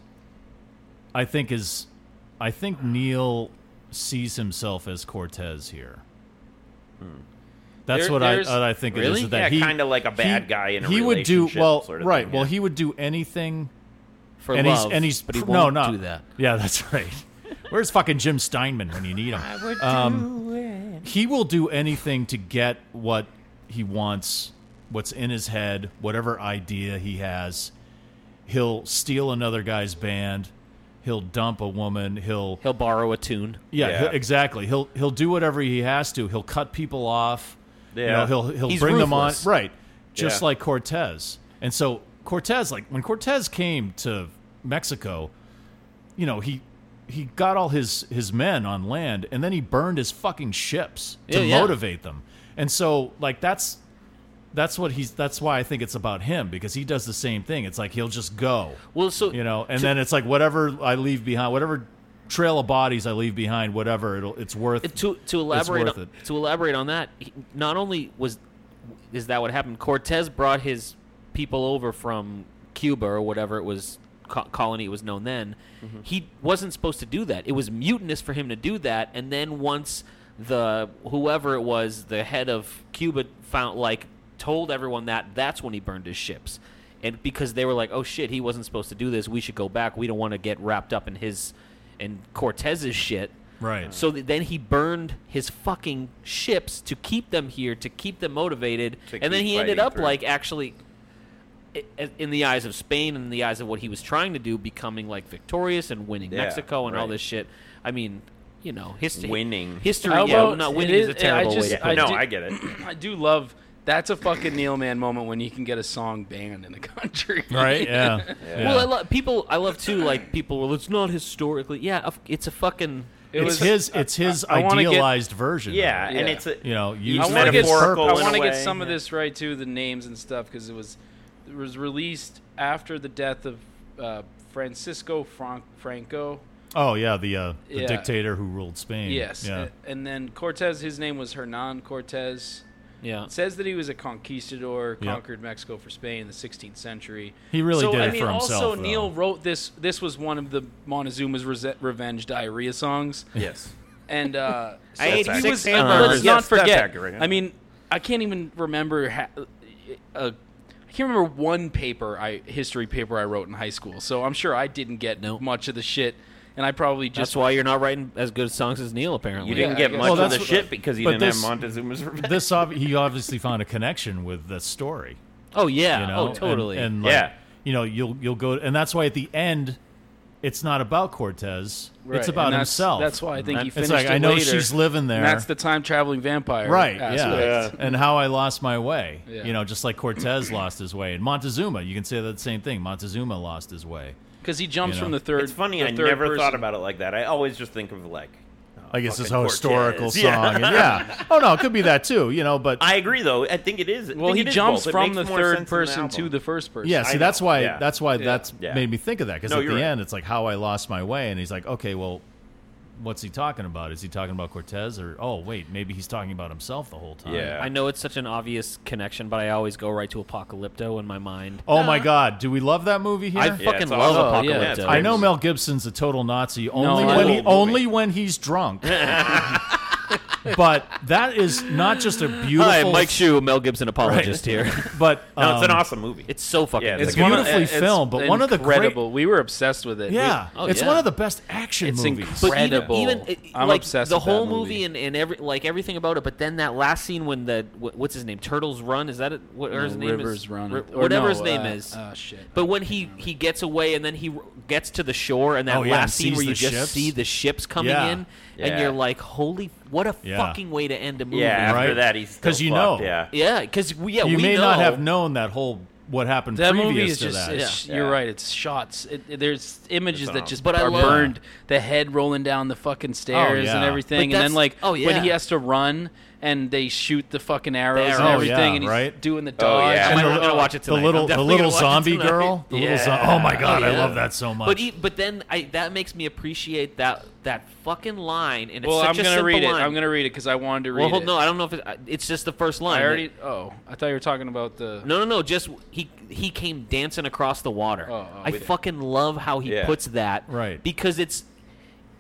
[SPEAKER 2] I think is, I think Neil sees himself as Cortez here. That's
[SPEAKER 4] There-
[SPEAKER 2] what I
[SPEAKER 4] there's-
[SPEAKER 2] what I think it
[SPEAKER 3] Really?
[SPEAKER 2] is. That
[SPEAKER 1] Yeah,
[SPEAKER 2] he
[SPEAKER 1] kinda like a bad
[SPEAKER 2] he-
[SPEAKER 1] guy in a
[SPEAKER 2] he would do
[SPEAKER 1] relationship
[SPEAKER 2] well,
[SPEAKER 1] sort of
[SPEAKER 2] right?
[SPEAKER 1] thing,
[SPEAKER 2] well,
[SPEAKER 1] yeah.
[SPEAKER 2] he would do anything
[SPEAKER 3] for
[SPEAKER 2] and
[SPEAKER 3] love.
[SPEAKER 2] he's and he's
[SPEAKER 3] but he
[SPEAKER 2] pr-
[SPEAKER 3] won't
[SPEAKER 2] no, no.
[SPEAKER 3] do that.
[SPEAKER 2] Yeah, that's right. Where's fucking Jim Steinman when you need him? Um, he will do anything to get what he wants, what's in his head, whatever idea he has. He'll steal another guy's band. He'll dump a woman. He'll
[SPEAKER 3] He'll borrow a tune.
[SPEAKER 2] yeah,
[SPEAKER 1] Yeah.
[SPEAKER 2] he'll- exactly. He'll he'll do whatever he has to. He'll cut people off. You
[SPEAKER 1] Yeah.
[SPEAKER 2] know, he'll he'll
[SPEAKER 3] He's
[SPEAKER 2] bring them on
[SPEAKER 3] ruthless.
[SPEAKER 2] right, just
[SPEAKER 1] Yeah.
[SPEAKER 2] like Cortez. And so Cortez, like when Cortez came to Mexico, you know he he got all his his men on land, and then he burned his fucking ships to
[SPEAKER 3] Yeah, yeah.
[SPEAKER 2] motivate them. And so like that's. That's what he's. That's why I think it's about him because he does the same thing. It's like he'll just go
[SPEAKER 3] Well, so
[SPEAKER 2] you know and
[SPEAKER 3] so-
[SPEAKER 2] then it's like whatever i leave behind whatever trail of bodies i leave behind whatever it'll, it's worth
[SPEAKER 3] to to elaborate
[SPEAKER 2] worth
[SPEAKER 3] on,
[SPEAKER 2] it.
[SPEAKER 3] to elaborate on that, he- not only was is that what happened? Cortez brought his people over from Cuba or whatever it was co- colony it was known then.
[SPEAKER 2] Mm-hmm.
[SPEAKER 3] He wasn't supposed to do that. It was mutinous for him to do that. And then once the whoever it was, the head of Cuba found like told everyone that that's when he burned his ships. And because they were like, "Oh shit, he wasn't supposed to do this. We should go back. We don't want to get wrapped up in his and Cortez's shit."
[SPEAKER 2] right
[SPEAKER 3] So th- then he burned his fucking ships to keep them here, to keep them motivated,
[SPEAKER 1] To
[SPEAKER 3] and then
[SPEAKER 1] keep
[SPEAKER 3] he ended
[SPEAKER 1] fighting
[SPEAKER 3] up
[SPEAKER 1] through.
[SPEAKER 3] like actually, i- i- in the eyes of Spain and in the eyes of what he was trying to do, becoming like victorious and winning
[SPEAKER 1] Yeah,
[SPEAKER 3] Mexico and all
[SPEAKER 1] right.
[SPEAKER 3] this shit. I mean, you know, history,
[SPEAKER 1] Winning.
[SPEAKER 3] history.
[SPEAKER 4] How
[SPEAKER 3] yeah,
[SPEAKER 4] about-
[SPEAKER 3] not
[SPEAKER 4] it
[SPEAKER 3] winning is,
[SPEAKER 4] is-
[SPEAKER 3] a terrible way.
[SPEAKER 4] I just-
[SPEAKER 3] To
[SPEAKER 1] Yeah,
[SPEAKER 3] put
[SPEAKER 4] I
[SPEAKER 3] it.
[SPEAKER 1] no,
[SPEAKER 4] do-
[SPEAKER 1] I get it.
[SPEAKER 4] i do love that's a fucking neil man moment when you can get a song banned in a country
[SPEAKER 2] right yeah, yeah.
[SPEAKER 3] Well, I love people. I love too. Like people. Well, it's not historically. Yeah, of- it's a fucking.
[SPEAKER 4] it
[SPEAKER 2] it's
[SPEAKER 4] was
[SPEAKER 2] his it's his
[SPEAKER 4] I- I wanna get-
[SPEAKER 2] idealized version of
[SPEAKER 1] Yeah,
[SPEAKER 2] it.
[SPEAKER 1] and
[SPEAKER 4] Yeah.
[SPEAKER 1] it's a,
[SPEAKER 2] you know
[SPEAKER 4] I
[SPEAKER 2] use
[SPEAKER 1] It's
[SPEAKER 4] want to get
[SPEAKER 1] metaphorical
[SPEAKER 4] I
[SPEAKER 1] in a
[SPEAKER 4] want to get
[SPEAKER 1] way,
[SPEAKER 4] some of
[SPEAKER 1] yeah.
[SPEAKER 4] this right too, the names and stuff, because it was it was released after the death of uh, Francisco Fran- Franco.
[SPEAKER 2] oh yeah the uh the
[SPEAKER 4] Yeah.
[SPEAKER 2] dictator who ruled spain
[SPEAKER 4] Yes,
[SPEAKER 2] yeah
[SPEAKER 4] a- and then Cortez. His name was Hernan Cortez.
[SPEAKER 3] Yeah.
[SPEAKER 4] It says that he was a conquistador,
[SPEAKER 2] Yeah.
[SPEAKER 4] conquered Mexico for Spain in the 16th century.
[SPEAKER 2] He really
[SPEAKER 4] so,
[SPEAKER 2] did
[SPEAKER 4] I
[SPEAKER 2] it
[SPEAKER 4] mean,
[SPEAKER 2] for
[SPEAKER 4] Also,
[SPEAKER 2] himself, though.
[SPEAKER 4] Neil wrote this. This was one of the Montezuma's Rese- Revenge diarrhea songs.
[SPEAKER 1] yes.
[SPEAKER 4] And uh, so
[SPEAKER 1] I ate
[SPEAKER 4] he
[SPEAKER 1] six
[SPEAKER 4] was-
[SPEAKER 1] hamburgers.
[SPEAKER 4] Let's not
[SPEAKER 1] Yes, that's
[SPEAKER 4] forget.
[SPEAKER 1] accurate, yeah.
[SPEAKER 4] I mean, I can't even remember ha- a uh, I can't remember one paper I history paper I wrote in high school. So I'm sure I didn't get much of the shit, and I probably just
[SPEAKER 3] That's why you're not writing as good songs as Neil. Apparently,
[SPEAKER 1] You didn't
[SPEAKER 4] Yeah, I
[SPEAKER 1] get
[SPEAKER 4] guess-
[SPEAKER 1] much
[SPEAKER 4] Well,
[SPEAKER 1] of
[SPEAKER 4] that's
[SPEAKER 1] the
[SPEAKER 4] what-
[SPEAKER 1] shit because you
[SPEAKER 2] but
[SPEAKER 1] didn't
[SPEAKER 2] this-
[SPEAKER 1] have Montezuma's revenge.
[SPEAKER 2] This ob- he obviously found a connection with the story.
[SPEAKER 3] Oh yeah.
[SPEAKER 2] you know?
[SPEAKER 3] oh totally.
[SPEAKER 2] And, and, like,
[SPEAKER 1] Yeah.
[SPEAKER 2] you know, you'll you'll go, and that's why at the end, it's not about Cortez.
[SPEAKER 4] Right,
[SPEAKER 2] It's
[SPEAKER 4] and
[SPEAKER 2] about
[SPEAKER 4] that's-
[SPEAKER 2] himself.
[SPEAKER 4] That's why I think he
[SPEAKER 2] It's
[SPEAKER 4] finished
[SPEAKER 2] like,
[SPEAKER 4] it
[SPEAKER 2] I know
[SPEAKER 4] later,
[SPEAKER 2] she's living there.
[SPEAKER 4] And that's the time traveling vampire.
[SPEAKER 2] right.
[SPEAKER 4] aspect.
[SPEAKER 2] Yeah. And how I lost my way.
[SPEAKER 4] Yeah.
[SPEAKER 2] You know, just like Cortez lost his way, and Montezuma. You can say that same thing. Montezuma lost his way.
[SPEAKER 4] Because he jumps
[SPEAKER 2] You know.
[SPEAKER 4] from the third.
[SPEAKER 1] it's funny.
[SPEAKER 4] the
[SPEAKER 1] I
[SPEAKER 4] third
[SPEAKER 1] never
[SPEAKER 4] person.
[SPEAKER 1] thought about it like that. I always just think of like. oh,
[SPEAKER 2] I guess it's a
[SPEAKER 1] fucking
[SPEAKER 2] historical
[SPEAKER 1] Cortez.
[SPEAKER 2] song.
[SPEAKER 1] Yeah.
[SPEAKER 2] and yeah. Oh no, it could be that too. You know, but
[SPEAKER 1] I agree, though. I think it is. I
[SPEAKER 4] Well,
[SPEAKER 1] think
[SPEAKER 4] he
[SPEAKER 1] it is
[SPEAKER 4] jumps
[SPEAKER 1] both. It
[SPEAKER 4] from
[SPEAKER 1] makes
[SPEAKER 4] the
[SPEAKER 1] more
[SPEAKER 4] third
[SPEAKER 1] sense in
[SPEAKER 4] person to
[SPEAKER 1] album.
[SPEAKER 4] the first person.
[SPEAKER 2] Yeah, see,
[SPEAKER 1] know.
[SPEAKER 2] that's why
[SPEAKER 1] Yeah.
[SPEAKER 2] that's why that's
[SPEAKER 1] Yeah.
[SPEAKER 2] made me think of that because
[SPEAKER 1] No,
[SPEAKER 2] at the
[SPEAKER 1] you're right.
[SPEAKER 2] end it's like how I lost my way, and he's like, okay, well, what's he talking about? Is he talking about Cortez or oh wait, maybe he's talking about himself the whole time?
[SPEAKER 1] Yeah.
[SPEAKER 3] I know it's such an obvious connection, but I always go right to Apocalypto in my mind.
[SPEAKER 2] Oh my God, do we love that movie here?
[SPEAKER 3] I
[SPEAKER 1] Yeah,
[SPEAKER 3] fucking
[SPEAKER 1] it's
[SPEAKER 3] love
[SPEAKER 1] awesome.
[SPEAKER 4] Oh, yeah,
[SPEAKER 3] Apocalypto.
[SPEAKER 4] it's
[SPEAKER 2] I know Mel Gibson's a total Nazi only when
[SPEAKER 4] I love
[SPEAKER 2] he
[SPEAKER 4] the movie.
[SPEAKER 2] only when he's drunk. but that is not just a beautiful.
[SPEAKER 3] Hi, Mike Shu, Mel Gibson apologist here.
[SPEAKER 2] But
[SPEAKER 1] No, it's an
[SPEAKER 2] um,
[SPEAKER 1] awesome movie.
[SPEAKER 3] It's so fucking.
[SPEAKER 1] Yeah,
[SPEAKER 3] good.
[SPEAKER 1] it's
[SPEAKER 2] It's beautifully
[SPEAKER 4] it's
[SPEAKER 2] filmed, but one of the great.
[SPEAKER 4] incredible. We were obsessed with it.
[SPEAKER 2] Yeah,
[SPEAKER 3] Oh,
[SPEAKER 2] it's
[SPEAKER 3] yeah.
[SPEAKER 2] one of the best action
[SPEAKER 4] It's
[SPEAKER 2] movies.
[SPEAKER 4] incredible.
[SPEAKER 3] But even-
[SPEAKER 4] Incredible.
[SPEAKER 3] Even, it-
[SPEAKER 4] I'm
[SPEAKER 3] like,
[SPEAKER 4] obsessed
[SPEAKER 3] The
[SPEAKER 4] with that
[SPEAKER 3] whole
[SPEAKER 4] movie.
[SPEAKER 3] movie and, and every like everything about it. But then that last scene when the wh- what's his name Turtles Run is that it? What or
[SPEAKER 4] No,
[SPEAKER 3] his name
[SPEAKER 4] Rivers
[SPEAKER 3] is
[SPEAKER 4] Run,
[SPEAKER 3] Ri-
[SPEAKER 4] or
[SPEAKER 3] whatever
[SPEAKER 4] no,
[SPEAKER 3] his name
[SPEAKER 4] uh,
[SPEAKER 3] is.
[SPEAKER 4] uh, shit.
[SPEAKER 3] But when he he gets away and then he r- gets to the shore and that
[SPEAKER 2] Oh, yeah,
[SPEAKER 3] last
[SPEAKER 2] and
[SPEAKER 3] scene where
[SPEAKER 2] sees
[SPEAKER 3] you
[SPEAKER 2] the
[SPEAKER 3] just
[SPEAKER 2] ships.
[SPEAKER 3] see the ships coming
[SPEAKER 2] Yeah.
[SPEAKER 3] in and
[SPEAKER 1] Yeah.
[SPEAKER 3] you're like, holy, what a
[SPEAKER 2] Yeah.
[SPEAKER 3] fucking way to end a movie.
[SPEAKER 1] yeah, after
[SPEAKER 2] Right?
[SPEAKER 1] that he's because
[SPEAKER 2] you know.
[SPEAKER 1] Yeah,
[SPEAKER 3] Yeah, because yeah,
[SPEAKER 2] you
[SPEAKER 3] we
[SPEAKER 2] may
[SPEAKER 3] know.
[SPEAKER 2] not have known that whole what happened
[SPEAKER 4] That
[SPEAKER 2] previous
[SPEAKER 4] movie is
[SPEAKER 2] to
[SPEAKER 4] just,
[SPEAKER 2] that.
[SPEAKER 4] it's-
[SPEAKER 1] Yeah.
[SPEAKER 4] you're
[SPEAKER 1] Yeah.
[SPEAKER 4] right. It's shots. It, it- there's images that just
[SPEAKER 3] But I
[SPEAKER 4] are
[SPEAKER 3] love-
[SPEAKER 4] burned. The head rolling down the fucking stairs
[SPEAKER 2] Oh, yeah.
[SPEAKER 4] and everything.
[SPEAKER 3] But
[SPEAKER 4] And then,
[SPEAKER 3] that's-
[SPEAKER 4] like,
[SPEAKER 3] oh, yeah.
[SPEAKER 4] when he has to run and they shoot the fucking arrows
[SPEAKER 3] arrows.
[SPEAKER 4] and
[SPEAKER 3] Oh,
[SPEAKER 4] everything,
[SPEAKER 2] yeah,
[SPEAKER 4] and he's
[SPEAKER 2] right?
[SPEAKER 4] doing the
[SPEAKER 1] Oh,
[SPEAKER 4] dodge.
[SPEAKER 1] yeah.
[SPEAKER 3] Am I
[SPEAKER 2] And
[SPEAKER 3] not
[SPEAKER 2] the-
[SPEAKER 3] gonna watch it
[SPEAKER 2] the
[SPEAKER 3] tonight?
[SPEAKER 2] little
[SPEAKER 3] I'm
[SPEAKER 2] the
[SPEAKER 3] definitely
[SPEAKER 2] little
[SPEAKER 3] gonna watch it
[SPEAKER 2] zombie
[SPEAKER 3] tonight.
[SPEAKER 2] girl. The little zo-
[SPEAKER 4] Yeah.
[SPEAKER 2] oh my god, I
[SPEAKER 3] Yeah.
[SPEAKER 2] love that so much.
[SPEAKER 3] But e- but then I that makes me appreciate that that fucking line and it's
[SPEAKER 4] Well,
[SPEAKER 3] such
[SPEAKER 4] I'm
[SPEAKER 3] a
[SPEAKER 4] gonna
[SPEAKER 3] simple
[SPEAKER 4] read it.
[SPEAKER 3] line.
[SPEAKER 4] I'm gonna read it because I wanted to read
[SPEAKER 3] well, hold,
[SPEAKER 4] it.
[SPEAKER 3] no, I don't know if it, I- it's just the first line.
[SPEAKER 4] I already. Oh, I thought you were talking about the.
[SPEAKER 3] No, no, no. Just he he came dancing across the water.
[SPEAKER 4] Oh, oh.
[SPEAKER 3] I fucking love how he
[SPEAKER 1] Yeah.
[SPEAKER 3] puts that.
[SPEAKER 2] Right.
[SPEAKER 3] Because it's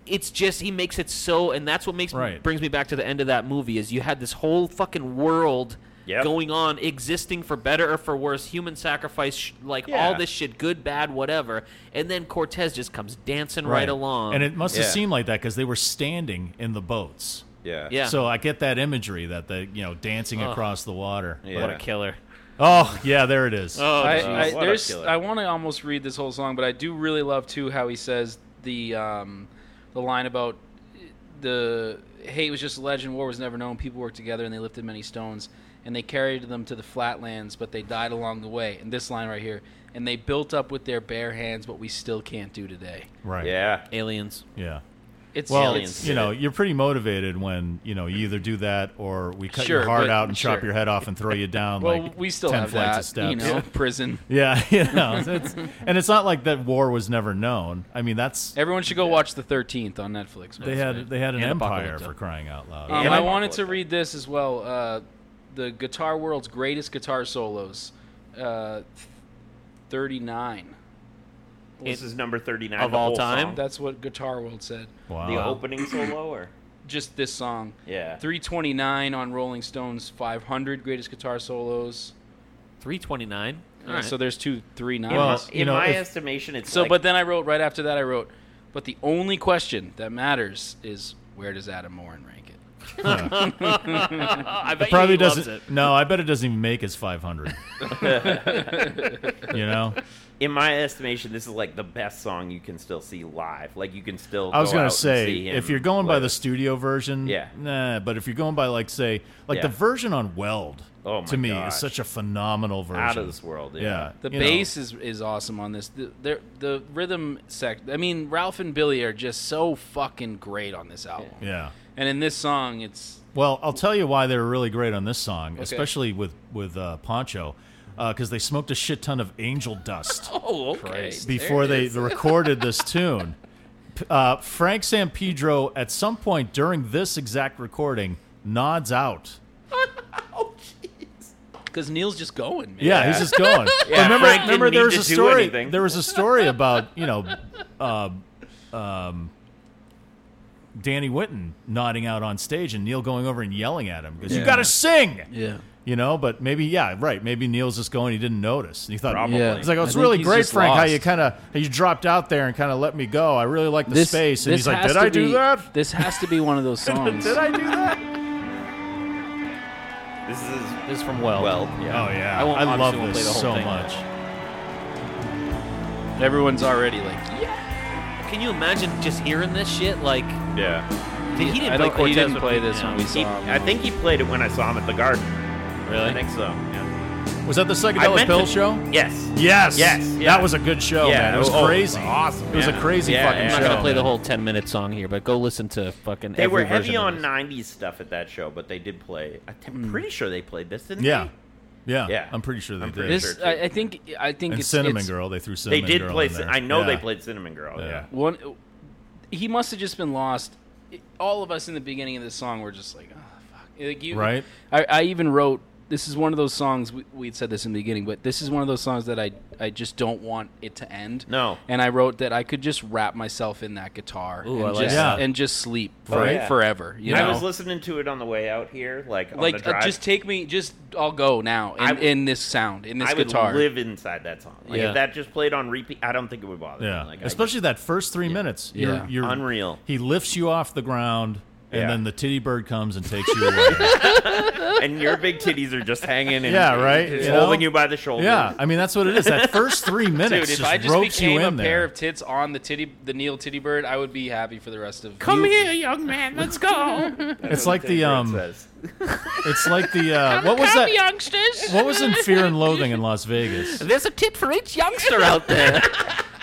[SPEAKER 3] it's just he makes it so, and that's what makes me,
[SPEAKER 2] Right.
[SPEAKER 3] brings me back to the end of that movie is you had this whole fucking world.
[SPEAKER 1] Yep.
[SPEAKER 3] Going on, existing for better or for worse, human sacrifice, sh- like
[SPEAKER 1] Yeah.
[SPEAKER 3] all this shit, good, bad, whatever. And then Cortez just comes dancing right, along.
[SPEAKER 2] and it must have
[SPEAKER 1] Yeah.
[SPEAKER 2] seemed like that because they were standing in the boats.
[SPEAKER 1] yeah,
[SPEAKER 3] yeah,
[SPEAKER 2] So I get that imagery that the you know dancing across the water.
[SPEAKER 1] Yeah.
[SPEAKER 3] what a killer.
[SPEAKER 2] Oh yeah, there it is.
[SPEAKER 4] I, I,
[SPEAKER 1] What a
[SPEAKER 4] there's,
[SPEAKER 1] killer.
[SPEAKER 4] I want to almost read this whole song, but I do really love too how he says the um, the line about the hate was just a legend, war was never known. People worked together and they lifted many stones and they carried them to the flatlands, but they died along the way. And this line right here, and they built up with their bare hands what we still can't do today.
[SPEAKER 2] right.
[SPEAKER 1] yeah.
[SPEAKER 3] Aliens.
[SPEAKER 2] Yeah.
[SPEAKER 4] It's
[SPEAKER 2] Well,
[SPEAKER 4] it's-
[SPEAKER 2] you know, you're pretty motivated when you know you either do that or we cut
[SPEAKER 4] Sure,
[SPEAKER 2] your heart
[SPEAKER 4] but-
[SPEAKER 2] out and chop
[SPEAKER 4] sure.
[SPEAKER 2] your head off and throw you down.
[SPEAKER 4] well,
[SPEAKER 2] like
[SPEAKER 4] we still
[SPEAKER 2] 10
[SPEAKER 4] have
[SPEAKER 2] flights
[SPEAKER 4] that,
[SPEAKER 2] of steps.
[SPEAKER 4] you know, prison.
[SPEAKER 2] Yeah, you know, it's, and it's not like that war was never known. I mean, that's
[SPEAKER 4] Everyone should go watch the 13th on Netflix.
[SPEAKER 2] they had they had an
[SPEAKER 3] And
[SPEAKER 2] empire
[SPEAKER 3] Apocalypto.
[SPEAKER 2] for crying out loud.
[SPEAKER 4] Um,
[SPEAKER 1] And
[SPEAKER 4] I
[SPEAKER 1] I'm-
[SPEAKER 4] wanted to read this as well. Uh, the guitar world's greatest guitar solos, uh, thirty-nine.
[SPEAKER 1] This is number thirty-nine
[SPEAKER 3] Of
[SPEAKER 1] the
[SPEAKER 3] all
[SPEAKER 1] whole
[SPEAKER 3] time?
[SPEAKER 1] song.
[SPEAKER 4] That's what Guitar World said.
[SPEAKER 2] wow.
[SPEAKER 1] the opening solo, or
[SPEAKER 4] Just this song.
[SPEAKER 1] yeah,
[SPEAKER 4] Three twenty-nine on Rolling Stones 500 greatest guitar solos.
[SPEAKER 3] 329. All right.
[SPEAKER 4] So there's two three nines.
[SPEAKER 2] Well,
[SPEAKER 1] in
[SPEAKER 2] you know,
[SPEAKER 1] my
[SPEAKER 2] if-
[SPEAKER 1] estimation, it's
[SPEAKER 4] so,
[SPEAKER 1] like,
[SPEAKER 4] but then I wrote right after that. I wrote, but the only question that matters is where does Adam Morin rank it?
[SPEAKER 3] Oh, I bet
[SPEAKER 2] probably
[SPEAKER 3] he loves
[SPEAKER 2] doesn't.
[SPEAKER 3] it.
[SPEAKER 2] No, I bet it doesn't even make his 500. you know,
[SPEAKER 1] in my estimation, this is like the best song you can still see live. Like you can still.
[SPEAKER 2] I was
[SPEAKER 1] go out
[SPEAKER 2] gonna
[SPEAKER 1] and
[SPEAKER 2] say
[SPEAKER 1] see him
[SPEAKER 2] if you're going by
[SPEAKER 1] play.
[SPEAKER 2] the studio version,
[SPEAKER 1] Yeah.
[SPEAKER 2] nah. But if you're going by like say like
[SPEAKER 1] Yeah.
[SPEAKER 2] the version on Weld,
[SPEAKER 1] Oh my
[SPEAKER 2] to me
[SPEAKER 1] gosh.
[SPEAKER 2] is such a phenomenal version.
[SPEAKER 1] out of this world, yeah.
[SPEAKER 2] Yeah,
[SPEAKER 4] The
[SPEAKER 2] you know.
[SPEAKER 4] bass is, is awesome on this. The, the the rhythm sec. I mean, Ralph and Billy are just so fucking great on this album.
[SPEAKER 2] Yeah.
[SPEAKER 4] And in this song, it's
[SPEAKER 2] Well, I'll tell you why they were really great on this song, especially with with uh, Poncho, because they smoked a shit ton of angel dust
[SPEAKER 4] oh okay.
[SPEAKER 2] before they recorded this tune. P- Uh, Frank San Pedro, at some point during this exact recording, nods out.
[SPEAKER 4] because Neil's just going, man.
[SPEAKER 2] Yeah, he's just going. But remember,
[SPEAKER 1] Frank didn't
[SPEAKER 2] remember
[SPEAKER 1] need
[SPEAKER 2] there was
[SPEAKER 1] to
[SPEAKER 2] a
[SPEAKER 1] do
[SPEAKER 2] story.
[SPEAKER 1] anything.
[SPEAKER 2] There was a story about you know, um, um, Danny Whitten nodding out on stage and Neil going over and yelling at him because you
[SPEAKER 4] Yeah.
[SPEAKER 2] got to sing.
[SPEAKER 4] Yeah.
[SPEAKER 2] You know, but maybe yeah, right. Maybe Neil's just going. He didn't notice. And he thought
[SPEAKER 1] Probably.
[SPEAKER 4] Yeah.
[SPEAKER 2] It's like oh,
[SPEAKER 4] I
[SPEAKER 2] it's
[SPEAKER 4] think
[SPEAKER 2] really
[SPEAKER 4] he's
[SPEAKER 2] great,
[SPEAKER 4] just
[SPEAKER 2] Frank. How
[SPEAKER 4] lost.
[SPEAKER 2] you kind of you dropped out there and kind of let me go. I really like the
[SPEAKER 4] This
[SPEAKER 2] space. And
[SPEAKER 4] this
[SPEAKER 2] he's like,
[SPEAKER 4] has
[SPEAKER 2] did
[SPEAKER 4] to
[SPEAKER 2] I do
[SPEAKER 4] be-
[SPEAKER 2] that?
[SPEAKER 4] This has to be one of those songs.
[SPEAKER 2] Did I do that?
[SPEAKER 1] This is
[SPEAKER 3] This is from Well.
[SPEAKER 1] well, yeah.
[SPEAKER 2] Oh yeah,
[SPEAKER 3] I won't-
[SPEAKER 2] I
[SPEAKER 3] obviously
[SPEAKER 2] love
[SPEAKER 3] won't play the
[SPEAKER 2] this
[SPEAKER 3] whole
[SPEAKER 2] so
[SPEAKER 3] thing.
[SPEAKER 2] much.
[SPEAKER 4] Everyone's already like,
[SPEAKER 3] Can you imagine just hearing this shit? Like,
[SPEAKER 1] Yeah.
[SPEAKER 3] did, he didn't
[SPEAKER 4] I
[SPEAKER 3] play
[SPEAKER 4] don't-
[SPEAKER 3] Cortez.
[SPEAKER 4] he didn't
[SPEAKER 3] with
[SPEAKER 4] play
[SPEAKER 3] me,
[SPEAKER 4] this
[SPEAKER 3] yeah.
[SPEAKER 4] one. We
[SPEAKER 1] He,
[SPEAKER 4] saw. him.
[SPEAKER 1] I think he played it when I saw him at the Garden.
[SPEAKER 3] Really?
[SPEAKER 1] I think so. Yeah.
[SPEAKER 2] Was that the
[SPEAKER 1] I
[SPEAKER 2] psychedelic
[SPEAKER 1] meant
[SPEAKER 2] pill
[SPEAKER 1] to-
[SPEAKER 2] show?
[SPEAKER 1] Yes.
[SPEAKER 2] Yes,
[SPEAKER 1] Yes, yeah.
[SPEAKER 2] That was a good show,
[SPEAKER 1] Yeah,
[SPEAKER 2] man. It was
[SPEAKER 1] oh,
[SPEAKER 2] crazy.
[SPEAKER 1] awesome,
[SPEAKER 2] It was
[SPEAKER 1] yeah.
[SPEAKER 2] a crazy
[SPEAKER 1] Yeah,
[SPEAKER 2] fucking
[SPEAKER 1] yeah.
[SPEAKER 3] I'm
[SPEAKER 2] show.
[SPEAKER 3] not gonna play the
[SPEAKER 2] man.
[SPEAKER 3] whole 10 minute song here, but go listen to fucking.
[SPEAKER 1] They
[SPEAKER 3] every
[SPEAKER 1] were heavy
[SPEAKER 3] version of
[SPEAKER 1] on
[SPEAKER 3] this.
[SPEAKER 1] 90s stuff at that show, but they did play. I'm pretty sure they played this, didn't
[SPEAKER 2] Hmm. Yeah,
[SPEAKER 1] they?
[SPEAKER 2] yeah,
[SPEAKER 1] Yeah.
[SPEAKER 2] I'm pretty sure they
[SPEAKER 1] I'm
[SPEAKER 2] did.
[SPEAKER 1] pretty sure.
[SPEAKER 4] this. I, I think. I think
[SPEAKER 2] and
[SPEAKER 4] it's
[SPEAKER 2] Cinnamon
[SPEAKER 4] it's-
[SPEAKER 2] Girl, they threw
[SPEAKER 1] They
[SPEAKER 2] Cinnamon
[SPEAKER 1] did
[SPEAKER 2] Girl
[SPEAKER 1] play.
[SPEAKER 2] in
[SPEAKER 1] Cin-
[SPEAKER 2] there.
[SPEAKER 1] I know
[SPEAKER 2] Yeah.
[SPEAKER 1] they played Cinnamon Girl.
[SPEAKER 2] Yeah.
[SPEAKER 1] Yeah.
[SPEAKER 4] One, he must have just been lost. All of us in the beginning of this song were just like, oh, fuck. Like you,
[SPEAKER 2] Right.
[SPEAKER 4] I, I even wrote. This is one of those songs we, we'd said this in the beginning, but this is one of those songs that I I just don't want it to end.
[SPEAKER 1] No.
[SPEAKER 4] And I wrote that I could just wrap myself in that guitar
[SPEAKER 3] Ooh,
[SPEAKER 4] and,
[SPEAKER 3] I like
[SPEAKER 4] just,
[SPEAKER 2] that.
[SPEAKER 4] and just sleep
[SPEAKER 2] Oh,
[SPEAKER 4] for,
[SPEAKER 1] yeah.
[SPEAKER 4] forever. You
[SPEAKER 1] I
[SPEAKER 4] know?
[SPEAKER 1] was listening to it on the way out here, like on the
[SPEAKER 4] like uh,
[SPEAKER 1] drive.
[SPEAKER 4] just take me, just I'll go now in,
[SPEAKER 1] I-
[SPEAKER 4] in this sound in this
[SPEAKER 1] I would
[SPEAKER 4] guitar.
[SPEAKER 1] live inside that song. Like
[SPEAKER 3] Yeah.
[SPEAKER 1] if that just played on repeat, I don't think it would bother
[SPEAKER 2] Yeah,
[SPEAKER 1] me. Like, I-
[SPEAKER 2] especially that first three minutes. You're,
[SPEAKER 4] Yeah.
[SPEAKER 2] you're
[SPEAKER 1] Unreal.
[SPEAKER 2] He lifts you off the ground, and
[SPEAKER 1] Yeah.
[SPEAKER 2] then the titty bird comes and takes you away.
[SPEAKER 1] and your big titties are just hanging and
[SPEAKER 2] yeah, right.
[SPEAKER 1] and
[SPEAKER 2] You know?
[SPEAKER 1] holding you by the shoulder.
[SPEAKER 2] Yeah, I mean that's what it is. That first three minutes
[SPEAKER 4] Dude, if
[SPEAKER 2] just
[SPEAKER 4] I just
[SPEAKER 2] ropes you
[SPEAKER 4] became
[SPEAKER 2] in
[SPEAKER 4] a
[SPEAKER 2] there.
[SPEAKER 4] pair of tits on the titty, the Neil Titty Bird, I would be happy for the rest of.
[SPEAKER 3] Come
[SPEAKER 4] you,
[SPEAKER 3] here, young man. Let's go.
[SPEAKER 2] it's like the um,
[SPEAKER 1] says.
[SPEAKER 2] it's like the uh, what was that?
[SPEAKER 3] youngsters?
[SPEAKER 2] What was in Fear and Loathing in Las Vegas?
[SPEAKER 3] There's a tip for each youngster out there.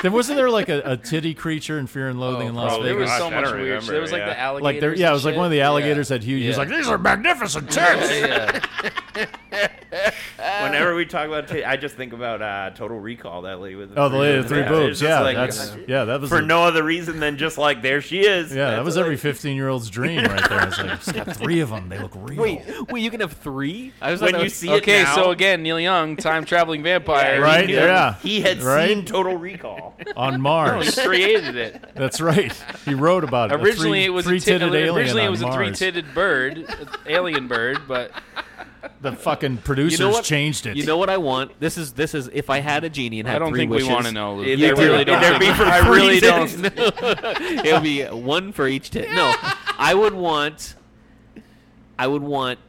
[SPEAKER 2] There wasn't there like a, a titty creature in Fear and Loathing in Las
[SPEAKER 1] Oh, probably.
[SPEAKER 4] Oh, There
[SPEAKER 2] Vegas?
[SPEAKER 1] Gosh,
[SPEAKER 4] was so
[SPEAKER 1] I
[SPEAKER 4] much
[SPEAKER 1] don't
[SPEAKER 4] weird.
[SPEAKER 1] remember,
[SPEAKER 4] there was like
[SPEAKER 1] yeah.
[SPEAKER 4] the alligators.
[SPEAKER 2] like there, yeah, it was like
[SPEAKER 4] and
[SPEAKER 2] one of the
[SPEAKER 4] shit.
[SPEAKER 2] alligators
[SPEAKER 4] Yeah.
[SPEAKER 2] had huge. He was
[SPEAKER 4] Yeah.
[SPEAKER 2] like, "These are magnificent tits."
[SPEAKER 4] yeah,
[SPEAKER 1] Whenever we talk about, titty, I just think about uh, Total Recall. That lady with the
[SPEAKER 2] Oh, the lady
[SPEAKER 1] boobs.
[SPEAKER 2] with three
[SPEAKER 1] Yeah, it's
[SPEAKER 2] boobs.
[SPEAKER 1] just
[SPEAKER 2] Yeah,
[SPEAKER 1] like- uh,
[SPEAKER 2] that's yeah. That was
[SPEAKER 1] for
[SPEAKER 2] a-
[SPEAKER 1] no other reason than just like there she is.
[SPEAKER 2] Yeah, that
[SPEAKER 1] That's
[SPEAKER 2] was
[SPEAKER 1] like-
[SPEAKER 2] every 15 year old's dream right there. It's like, it's got three of them. They look real.
[SPEAKER 3] wait, you can have three? I was
[SPEAKER 1] when
[SPEAKER 3] like,
[SPEAKER 1] you see it.
[SPEAKER 4] Okay,
[SPEAKER 1] now,
[SPEAKER 4] so again, Neil Young, time traveling vampire, uh,
[SPEAKER 2] Right?
[SPEAKER 1] he-
[SPEAKER 2] Yeah.
[SPEAKER 1] he had
[SPEAKER 2] Right?
[SPEAKER 1] seen Total Recall.
[SPEAKER 2] On
[SPEAKER 4] He
[SPEAKER 2] Mars.
[SPEAKER 4] created it.
[SPEAKER 2] That's right. He wrote about it. A
[SPEAKER 4] Originally,
[SPEAKER 2] three,
[SPEAKER 4] it was a tit-
[SPEAKER 2] three-titted alien
[SPEAKER 4] originally it
[SPEAKER 2] on
[SPEAKER 4] was a
[SPEAKER 2] Mars.
[SPEAKER 4] three-titted bird, alien bird, but
[SPEAKER 2] The fucking producers
[SPEAKER 3] what?
[SPEAKER 2] changed it.
[SPEAKER 3] You know what I want? This is this is if I had a genie and had
[SPEAKER 4] I don't
[SPEAKER 3] three
[SPEAKER 4] think
[SPEAKER 3] wishes,
[SPEAKER 4] we want to know. Luke.
[SPEAKER 1] If
[SPEAKER 4] I
[SPEAKER 1] there were-
[SPEAKER 4] really
[SPEAKER 1] if
[SPEAKER 4] don't.
[SPEAKER 1] there
[SPEAKER 4] think-
[SPEAKER 1] be for
[SPEAKER 4] I really
[SPEAKER 1] reason-
[SPEAKER 4] don't.
[SPEAKER 3] It'll be one for each tit. No, I would want. I would want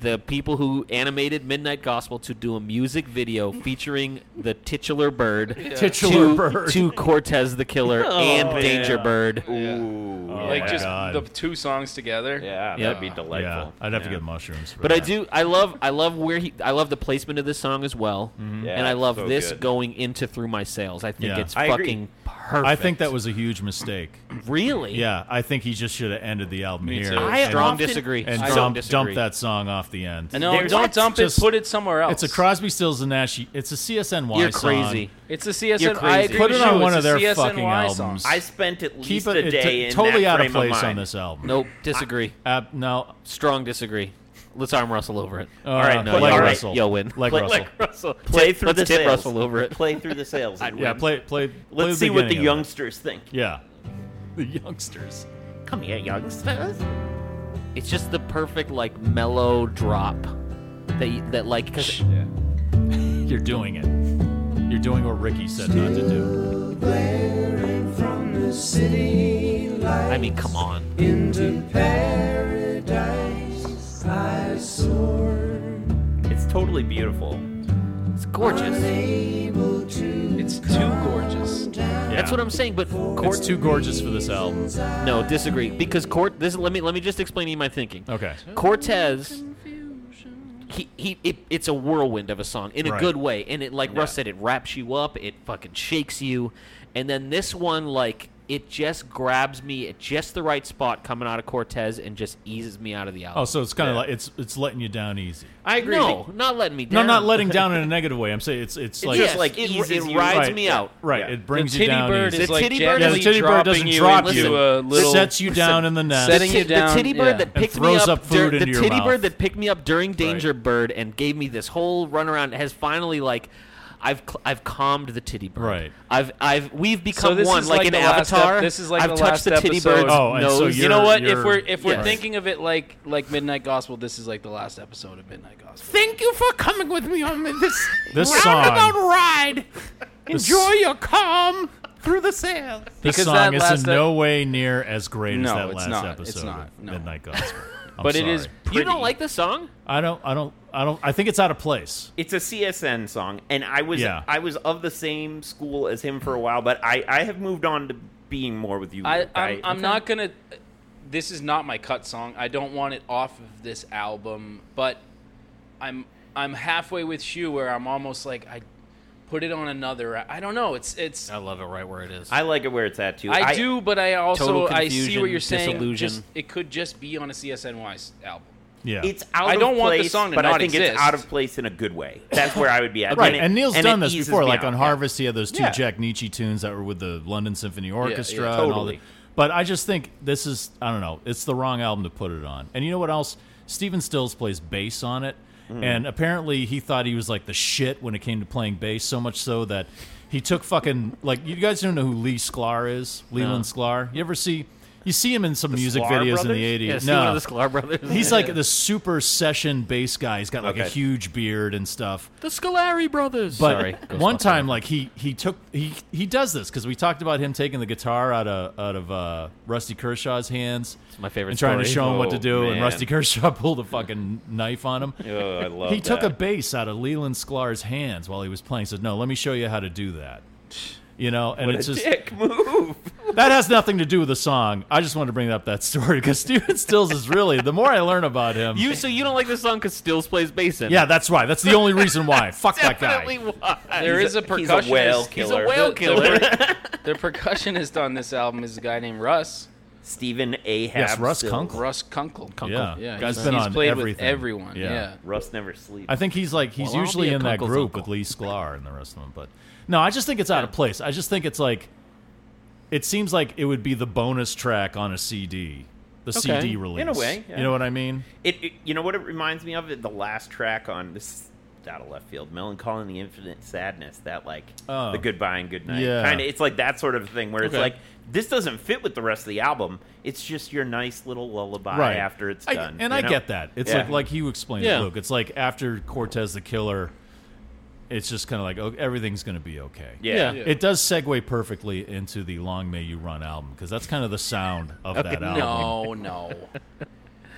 [SPEAKER 3] the people who animated Midnight Gospel to do a music video featuring the titular bird,
[SPEAKER 2] Titular
[SPEAKER 3] to,
[SPEAKER 2] bird.
[SPEAKER 3] to Cortez the Killer and
[SPEAKER 1] Oh,
[SPEAKER 3] Danger
[SPEAKER 1] yeah. Oh,
[SPEAKER 3] Bird.
[SPEAKER 1] Ooh,
[SPEAKER 4] Like
[SPEAKER 2] Oh my
[SPEAKER 4] just
[SPEAKER 2] God.
[SPEAKER 4] the two songs together.
[SPEAKER 1] yeah,
[SPEAKER 3] Yep.
[SPEAKER 1] that'd be delightful.
[SPEAKER 2] yeah, I'd have to get mushrooms. for
[SPEAKER 3] But I
[SPEAKER 2] that.
[SPEAKER 3] do. I love. I love where he. I love the placement of this song as well,
[SPEAKER 1] Yeah,
[SPEAKER 3] and I love
[SPEAKER 1] so
[SPEAKER 3] this
[SPEAKER 1] good.
[SPEAKER 3] going into through my sails. I think
[SPEAKER 2] Mm-hmm. Yeah.
[SPEAKER 3] it's
[SPEAKER 1] I agree.
[SPEAKER 3] fucking perfect.
[SPEAKER 2] I think that was a huge mistake.
[SPEAKER 3] really.
[SPEAKER 2] Yeah, I think he just should have ended the album here
[SPEAKER 4] too.
[SPEAKER 3] I
[SPEAKER 2] and,
[SPEAKER 3] strong disagree.
[SPEAKER 2] and
[SPEAKER 3] strong
[SPEAKER 2] dump,
[SPEAKER 3] disagree.
[SPEAKER 2] dump that song off the end.
[SPEAKER 4] No,
[SPEAKER 1] There's-
[SPEAKER 4] don't
[SPEAKER 1] What?
[SPEAKER 4] dump it.
[SPEAKER 2] Just-
[SPEAKER 4] Put it somewhere else.
[SPEAKER 2] It's a Crosby, Stills, and Nash. It's a CSNY
[SPEAKER 3] You're
[SPEAKER 2] song.
[SPEAKER 3] crazy.
[SPEAKER 4] It's a CSN.
[SPEAKER 3] You're
[SPEAKER 4] I
[SPEAKER 3] crazy.
[SPEAKER 4] agree
[SPEAKER 2] Put
[SPEAKER 4] with
[SPEAKER 2] it on
[SPEAKER 4] you,
[SPEAKER 2] one
[SPEAKER 4] it's
[SPEAKER 2] of
[SPEAKER 4] a
[SPEAKER 2] their
[SPEAKER 4] CSNY
[SPEAKER 2] fucking
[SPEAKER 4] Song.
[SPEAKER 2] albums.
[SPEAKER 1] I spent at least
[SPEAKER 2] Keep it,
[SPEAKER 1] a
[SPEAKER 2] it t-
[SPEAKER 1] day in
[SPEAKER 2] totally
[SPEAKER 1] that
[SPEAKER 2] out of
[SPEAKER 1] frame
[SPEAKER 2] place on
[SPEAKER 1] mind.
[SPEAKER 2] this album.
[SPEAKER 3] Nope. Disagree.
[SPEAKER 2] Uh, no,
[SPEAKER 3] strong disagree. Let's arm Russell over it.
[SPEAKER 4] Uh,
[SPEAKER 2] All right,
[SPEAKER 3] no,
[SPEAKER 2] play
[SPEAKER 3] you'll,
[SPEAKER 1] all
[SPEAKER 3] win.
[SPEAKER 1] right.
[SPEAKER 2] Russell.
[SPEAKER 3] You'll win.
[SPEAKER 2] Leg
[SPEAKER 1] Play-
[SPEAKER 2] Russell.
[SPEAKER 1] Leg Play through
[SPEAKER 3] let's
[SPEAKER 1] the
[SPEAKER 3] tip
[SPEAKER 1] sales.
[SPEAKER 3] Russell over it.
[SPEAKER 1] Play through the sales. and
[SPEAKER 2] yeah,
[SPEAKER 1] win.
[SPEAKER 2] play, play. play
[SPEAKER 1] Let's see what the
[SPEAKER 2] beginning of it.
[SPEAKER 1] youngsters think.
[SPEAKER 2] Yeah, the youngsters.
[SPEAKER 1] Come here, youngsters.
[SPEAKER 3] It's just the perfect like mellow drop. That, you- that like 'cause
[SPEAKER 2] You're doing it. You're doing what Ricky said not to do.
[SPEAKER 3] I mean come on
[SPEAKER 1] It's totally beautiful.
[SPEAKER 3] it's gorgeous
[SPEAKER 4] It's too gorgeous.
[SPEAKER 3] that's what I'm saying but Cort
[SPEAKER 2] It's too gorgeous for this album.
[SPEAKER 3] no disagree because Cort this let me let me just explain to you my thinking
[SPEAKER 2] Okay.
[SPEAKER 3] Cortez. He, he it, it's a whirlwind of a song in a
[SPEAKER 2] Right.
[SPEAKER 3] good way and it like Russ said it wraps you up it fucking shakes you and then this one like it just grabs me at just the right spot coming out of Cortez and just eases me out of the album.
[SPEAKER 2] Oh, so it's kind of like it's it's letting you down easy.
[SPEAKER 1] I agree.
[SPEAKER 3] no, not letting me
[SPEAKER 2] No,
[SPEAKER 3] down.
[SPEAKER 2] not letting down in a negative way. I'm saying it's it's like
[SPEAKER 3] yes,
[SPEAKER 1] just, like,
[SPEAKER 3] it,
[SPEAKER 1] eases
[SPEAKER 3] it
[SPEAKER 1] you.
[SPEAKER 3] rides
[SPEAKER 2] Right.
[SPEAKER 3] me out.
[SPEAKER 2] Right,
[SPEAKER 1] Yeah.
[SPEAKER 2] it brings
[SPEAKER 4] the
[SPEAKER 2] you
[SPEAKER 4] titty
[SPEAKER 2] down.
[SPEAKER 4] bird
[SPEAKER 2] easy.
[SPEAKER 4] is
[SPEAKER 3] The
[SPEAKER 4] like
[SPEAKER 3] titty bird is-
[SPEAKER 4] gently
[SPEAKER 3] Yeah, the
[SPEAKER 2] titty bird
[SPEAKER 4] dropping
[SPEAKER 2] doesn't
[SPEAKER 4] you
[SPEAKER 2] drop
[SPEAKER 4] into
[SPEAKER 3] you.
[SPEAKER 4] a little.
[SPEAKER 2] sets you down in the nest.
[SPEAKER 4] setting
[SPEAKER 3] The
[SPEAKER 4] you
[SPEAKER 3] ti-
[SPEAKER 4] down,
[SPEAKER 3] The titty bird
[SPEAKER 4] yeah.
[SPEAKER 3] that
[SPEAKER 4] And
[SPEAKER 3] picked me
[SPEAKER 2] throws
[SPEAKER 3] up,
[SPEAKER 2] up food
[SPEAKER 3] dur-
[SPEAKER 2] into
[SPEAKER 3] the
[SPEAKER 2] your
[SPEAKER 3] titty
[SPEAKER 2] mouth.
[SPEAKER 3] bird that picked me up during Danger Bird and gave me this whole runaround has finally like I've cl- I've calmed the titty bird.
[SPEAKER 2] Right.
[SPEAKER 3] I've I've we've become
[SPEAKER 4] this
[SPEAKER 3] one
[SPEAKER 4] is
[SPEAKER 3] like,
[SPEAKER 4] like
[SPEAKER 3] an
[SPEAKER 4] the last ep-
[SPEAKER 3] avatar.
[SPEAKER 4] this is like
[SPEAKER 3] I've
[SPEAKER 4] the
[SPEAKER 3] touched
[SPEAKER 4] last
[SPEAKER 3] the titty
[SPEAKER 4] episode.
[SPEAKER 3] bird's
[SPEAKER 2] Oh, and
[SPEAKER 3] nose.
[SPEAKER 2] so
[SPEAKER 4] you know
[SPEAKER 2] You're-
[SPEAKER 4] what?
[SPEAKER 2] you're-
[SPEAKER 4] If we're if we're
[SPEAKER 2] Yes.
[SPEAKER 4] thinking of it like like Midnight Gospel, this is like the last episode of Midnight Gospel.
[SPEAKER 9] Thank you for coming with me on this,
[SPEAKER 2] This
[SPEAKER 9] roundabout
[SPEAKER 2] song-
[SPEAKER 9] ride.
[SPEAKER 2] This-
[SPEAKER 9] Enjoy your calm through the sails.
[SPEAKER 2] This
[SPEAKER 4] Because
[SPEAKER 2] song
[SPEAKER 4] that
[SPEAKER 2] is
[SPEAKER 4] last
[SPEAKER 2] in
[SPEAKER 4] ep-
[SPEAKER 2] no way near as great as
[SPEAKER 4] No,
[SPEAKER 2] that
[SPEAKER 4] it's
[SPEAKER 2] last
[SPEAKER 4] not.
[SPEAKER 2] episode
[SPEAKER 4] It's not.
[SPEAKER 2] of
[SPEAKER 4] No.
[SPEAKER 2] Midnight Gospel. I'm
[SPEAKER 4] But it is
[SPEAKER 2] sorry.
[SPEAKER 3] You don't like this song?
[SPEAKER 2] I don't. I don't. I don't. I think it's out of place.
[SPEAKER 1] It's a CSN song, and I was
[SPEAKER 2] Yeah.
[SPEAKER 1] I was of the same school as him for a while, but I I have moved on to being more with you.
[SPEAKER 4] I
[SPEAKER 1] Luke.
[SPEAKER 4] I'm, I'm not gonna. This is not my cut song. I don't want it off of this album, but I'm I'm halfway with Shu where I'm almost like I put it on another. I don't know. It's it's.
[SPEAKER 3] I love it right where it is.
[SPEAKER 1] I like it where it's at too.
[SPEAKER 4] I, do, but I also
[SPEAKER 3] Total
[SPEAKER 4] I see what
[SPEAKER 3] confusion,
[SPEAKER 4] you're saying.
[SPEAKER 3] disillusion.
[SPEAKER 4] Just, it could just be on a CSNY 's album.
[SPEAKER 2] Yeah.
[SPEAKER 1] It's out.
[SPEAKER 4] I don't
[SPEAKER 1] of
[SPEAKER 4] want the
[SPEAKER 1] place,
[SPEAKER 4] song to
[SPEAKER 1] but I
[SPEAKER 4] not
[SPEAKER 1] think it's
[SPEAKER 4] exist.
[SPEAKER 1] out of place in a good way. That's where I would be at.
[SPEAKER 2] Right,
[SPEAKER 1] it-
[SPEAKER 2] and Neil's
[SPEAKER 1] and
[SPEAKER 2] done
[SPEAKER 1] it
[SPEAKER 2] this
[SPEAKER 1] eases
[SPEAKER 2] before.
[SPEAKER 1] me
[SPEAKER 2] Like
[SPEAKER 1] out.
[SPEAKER 2] on Harvest, he had those two
[SPEAKER 1] Yeah.
[SPEAKER 2] Jack Nietzsche tunes that were with the London Symphony Orchestra.
[SPEAKER 4] yeah,
[SPEAKER 2] and all
[SPEAKER 1] totally.
[SPEAKER 2] that. But I just think this is, I don't know, it's the wrong album to put it on. And you know what else? Steven Stills plays bass on it.
[SPEAKER 1] Mm.
[SPEAKER 2] And apparently he thought he was like the shit when it came to playing bass, so much so that he took fucking, like, you guys don't know who Lee Sklar is? Leland Sklar? You ever see, you see him in some music
[SPEAKER 1] Sklar
[SPEAKER 2] videos in
[SPEAKER 1] brothers?
[SPEAKER 2] the 80s.
[SPEAKER 3] yeah, see
[SPEAKER 2] no.
[SPEAKER 3] one of the Sklar brothers.
[SPEAKER 2] He's like the super session bass guy. He's got like a
[SPEAKER 1] Okay.
[SPEAKER 2] huge beard and stuff.
[SPEAKER 3] the Scolari brothers.
[SPEAKER 2] But
[SPEAKER 3] Sorry,
[SPEAKER 2] one
[SPEAKER 3] Ghostbusters.
[SPEAKER 2] time, like he he took he he does this because we talked about him taking the guitar out of out of uh, Rusty Kershaw's hands. It's
[SPEAKER 3] my favorite
[SPEAKER 2] And trying to
[SPEAKER 3] story.
[SPEAKER 2] show him what to
[SPEAKER 1] Oh,
[SPEAKER 2] do, and
[SPEAKER 1] man.
[SPEAKER 2] Rusty Kershaw pulled a fucking knife on him.
[SPEAKER 1] Oh, I love
[SPEAKER 2] he took a
[SPEAKER 1] that.
[SPEAKER 2] bass out of Leland Sklar's hands while he was playing. He said, "No, let me show you how to do that." You know, and it's just
[SPEAKER 1] dick move.
[SPEAKER 2] that has nothing to do with the song. I just wanted to bring up that story because Steven Stills is really the more I learn about him.
[SPEAKER 3] You so you don't like this song because Stills plays bass in. it.
[SPEAKER 2] yeah, that's right. That's the only reason why. Fuck that guy.
[SPEAKER 3] definitely why.
[SPEAKER 4] There is a,
[SPEAKER 1] He's a
[SPEAKER 4] percussionist.
[SPEAKER 1] whale
[SPEAKER 3] He's a
[SPEAKER 1] killer.
[SPEAKER 3] whale
[SPEAKER 4] The-
[SPEAKER 3] killer.
[SPEAKER 4] The, the percussionist on this album is a guy named Russ.
[SPEAKER 1] Stephen Ahab.
[SPEAKER 2] Yes, Russ
[SPEAKER 1] Stills.
[SPEAKER 2] Kunkel.
[SPEAKER 4] Russ Kunkel.
[SPEAKER 2] Yeah,
[SPEAKER 4] yeah.
[SPEAKER 2] guy's
[SPEAKER 4] he's,
[SPEAKER 2] been
[SPEAKER 4] he's
[SPEAKER 2] on
[SPEAKER 4] played with
[SPEAKER 2] everything.
[SPEAKER 4] everyone.
[SPEAKER 2] Yeah.
[SPEAKER 4] Yeah.
[SPEAKER 1] Russ never sleeps.
[SPEAKER 2] I think he's like he's
[SPEAKER 3] Well, I'll
[SPEAKER 2] usually
[SPEAKER 3] be a
[SPEAKER 2] in that
[SPEAKER 3] Kunkel's
[SPEAKER 2] group
[SPEAKER 3] uncle.
[SPEAKER 2] with Lee Sklar and the rest of them. But no, I just think it's out of place. I just think it's like it seems like it would be the bonus track on a CD, the CD release.
[SPEAKER 1] In a way, yeah.
[SPEAKER 2] you know what I mean?
[SPEAKER 1] It, it- you know what it reminds me of the last track on this is out of left field melancholy and the infinite sadness that like
[SPEAKER 2] Oh.
[SPEAKER 1] the goodbye and goodnight
[SPEAKER 2] Yeah.
[SPEAKER 1] kind of it's like that sort of thing where it's
[SPEAKER 2] Okay.
[SPEAKER 1] like this doesn't fit with the rest of the album it's just your nice little lullaby
[SPEAKER 2] right
[SPEAKER 1] after it's
[SPEAKER 2] I-
[SPEAKER 1] done
[SPEAKER 2] and
[SPEAKER 1] you
[SPEAKER 2] I
[SPEAKER 1] know?
[SPEAKER 2] get that. It's
[SPEAKER 1] Yeah.
[SPEAKER 2] like like you explained,
[SPEAKER 3] Yeah.
[SPEAKER 2] Luke. It's like after Cortez the Killer, it's just kind of like oh, everything's going to be okay.
[SPEAKER 1] yeah,
[SPEAKER 3] Yeah.
[SPEAKER 2] It does segue perfectly into the Long May You Run album because that's kind of the sound of that album.
[SPEAKER 4] No, no.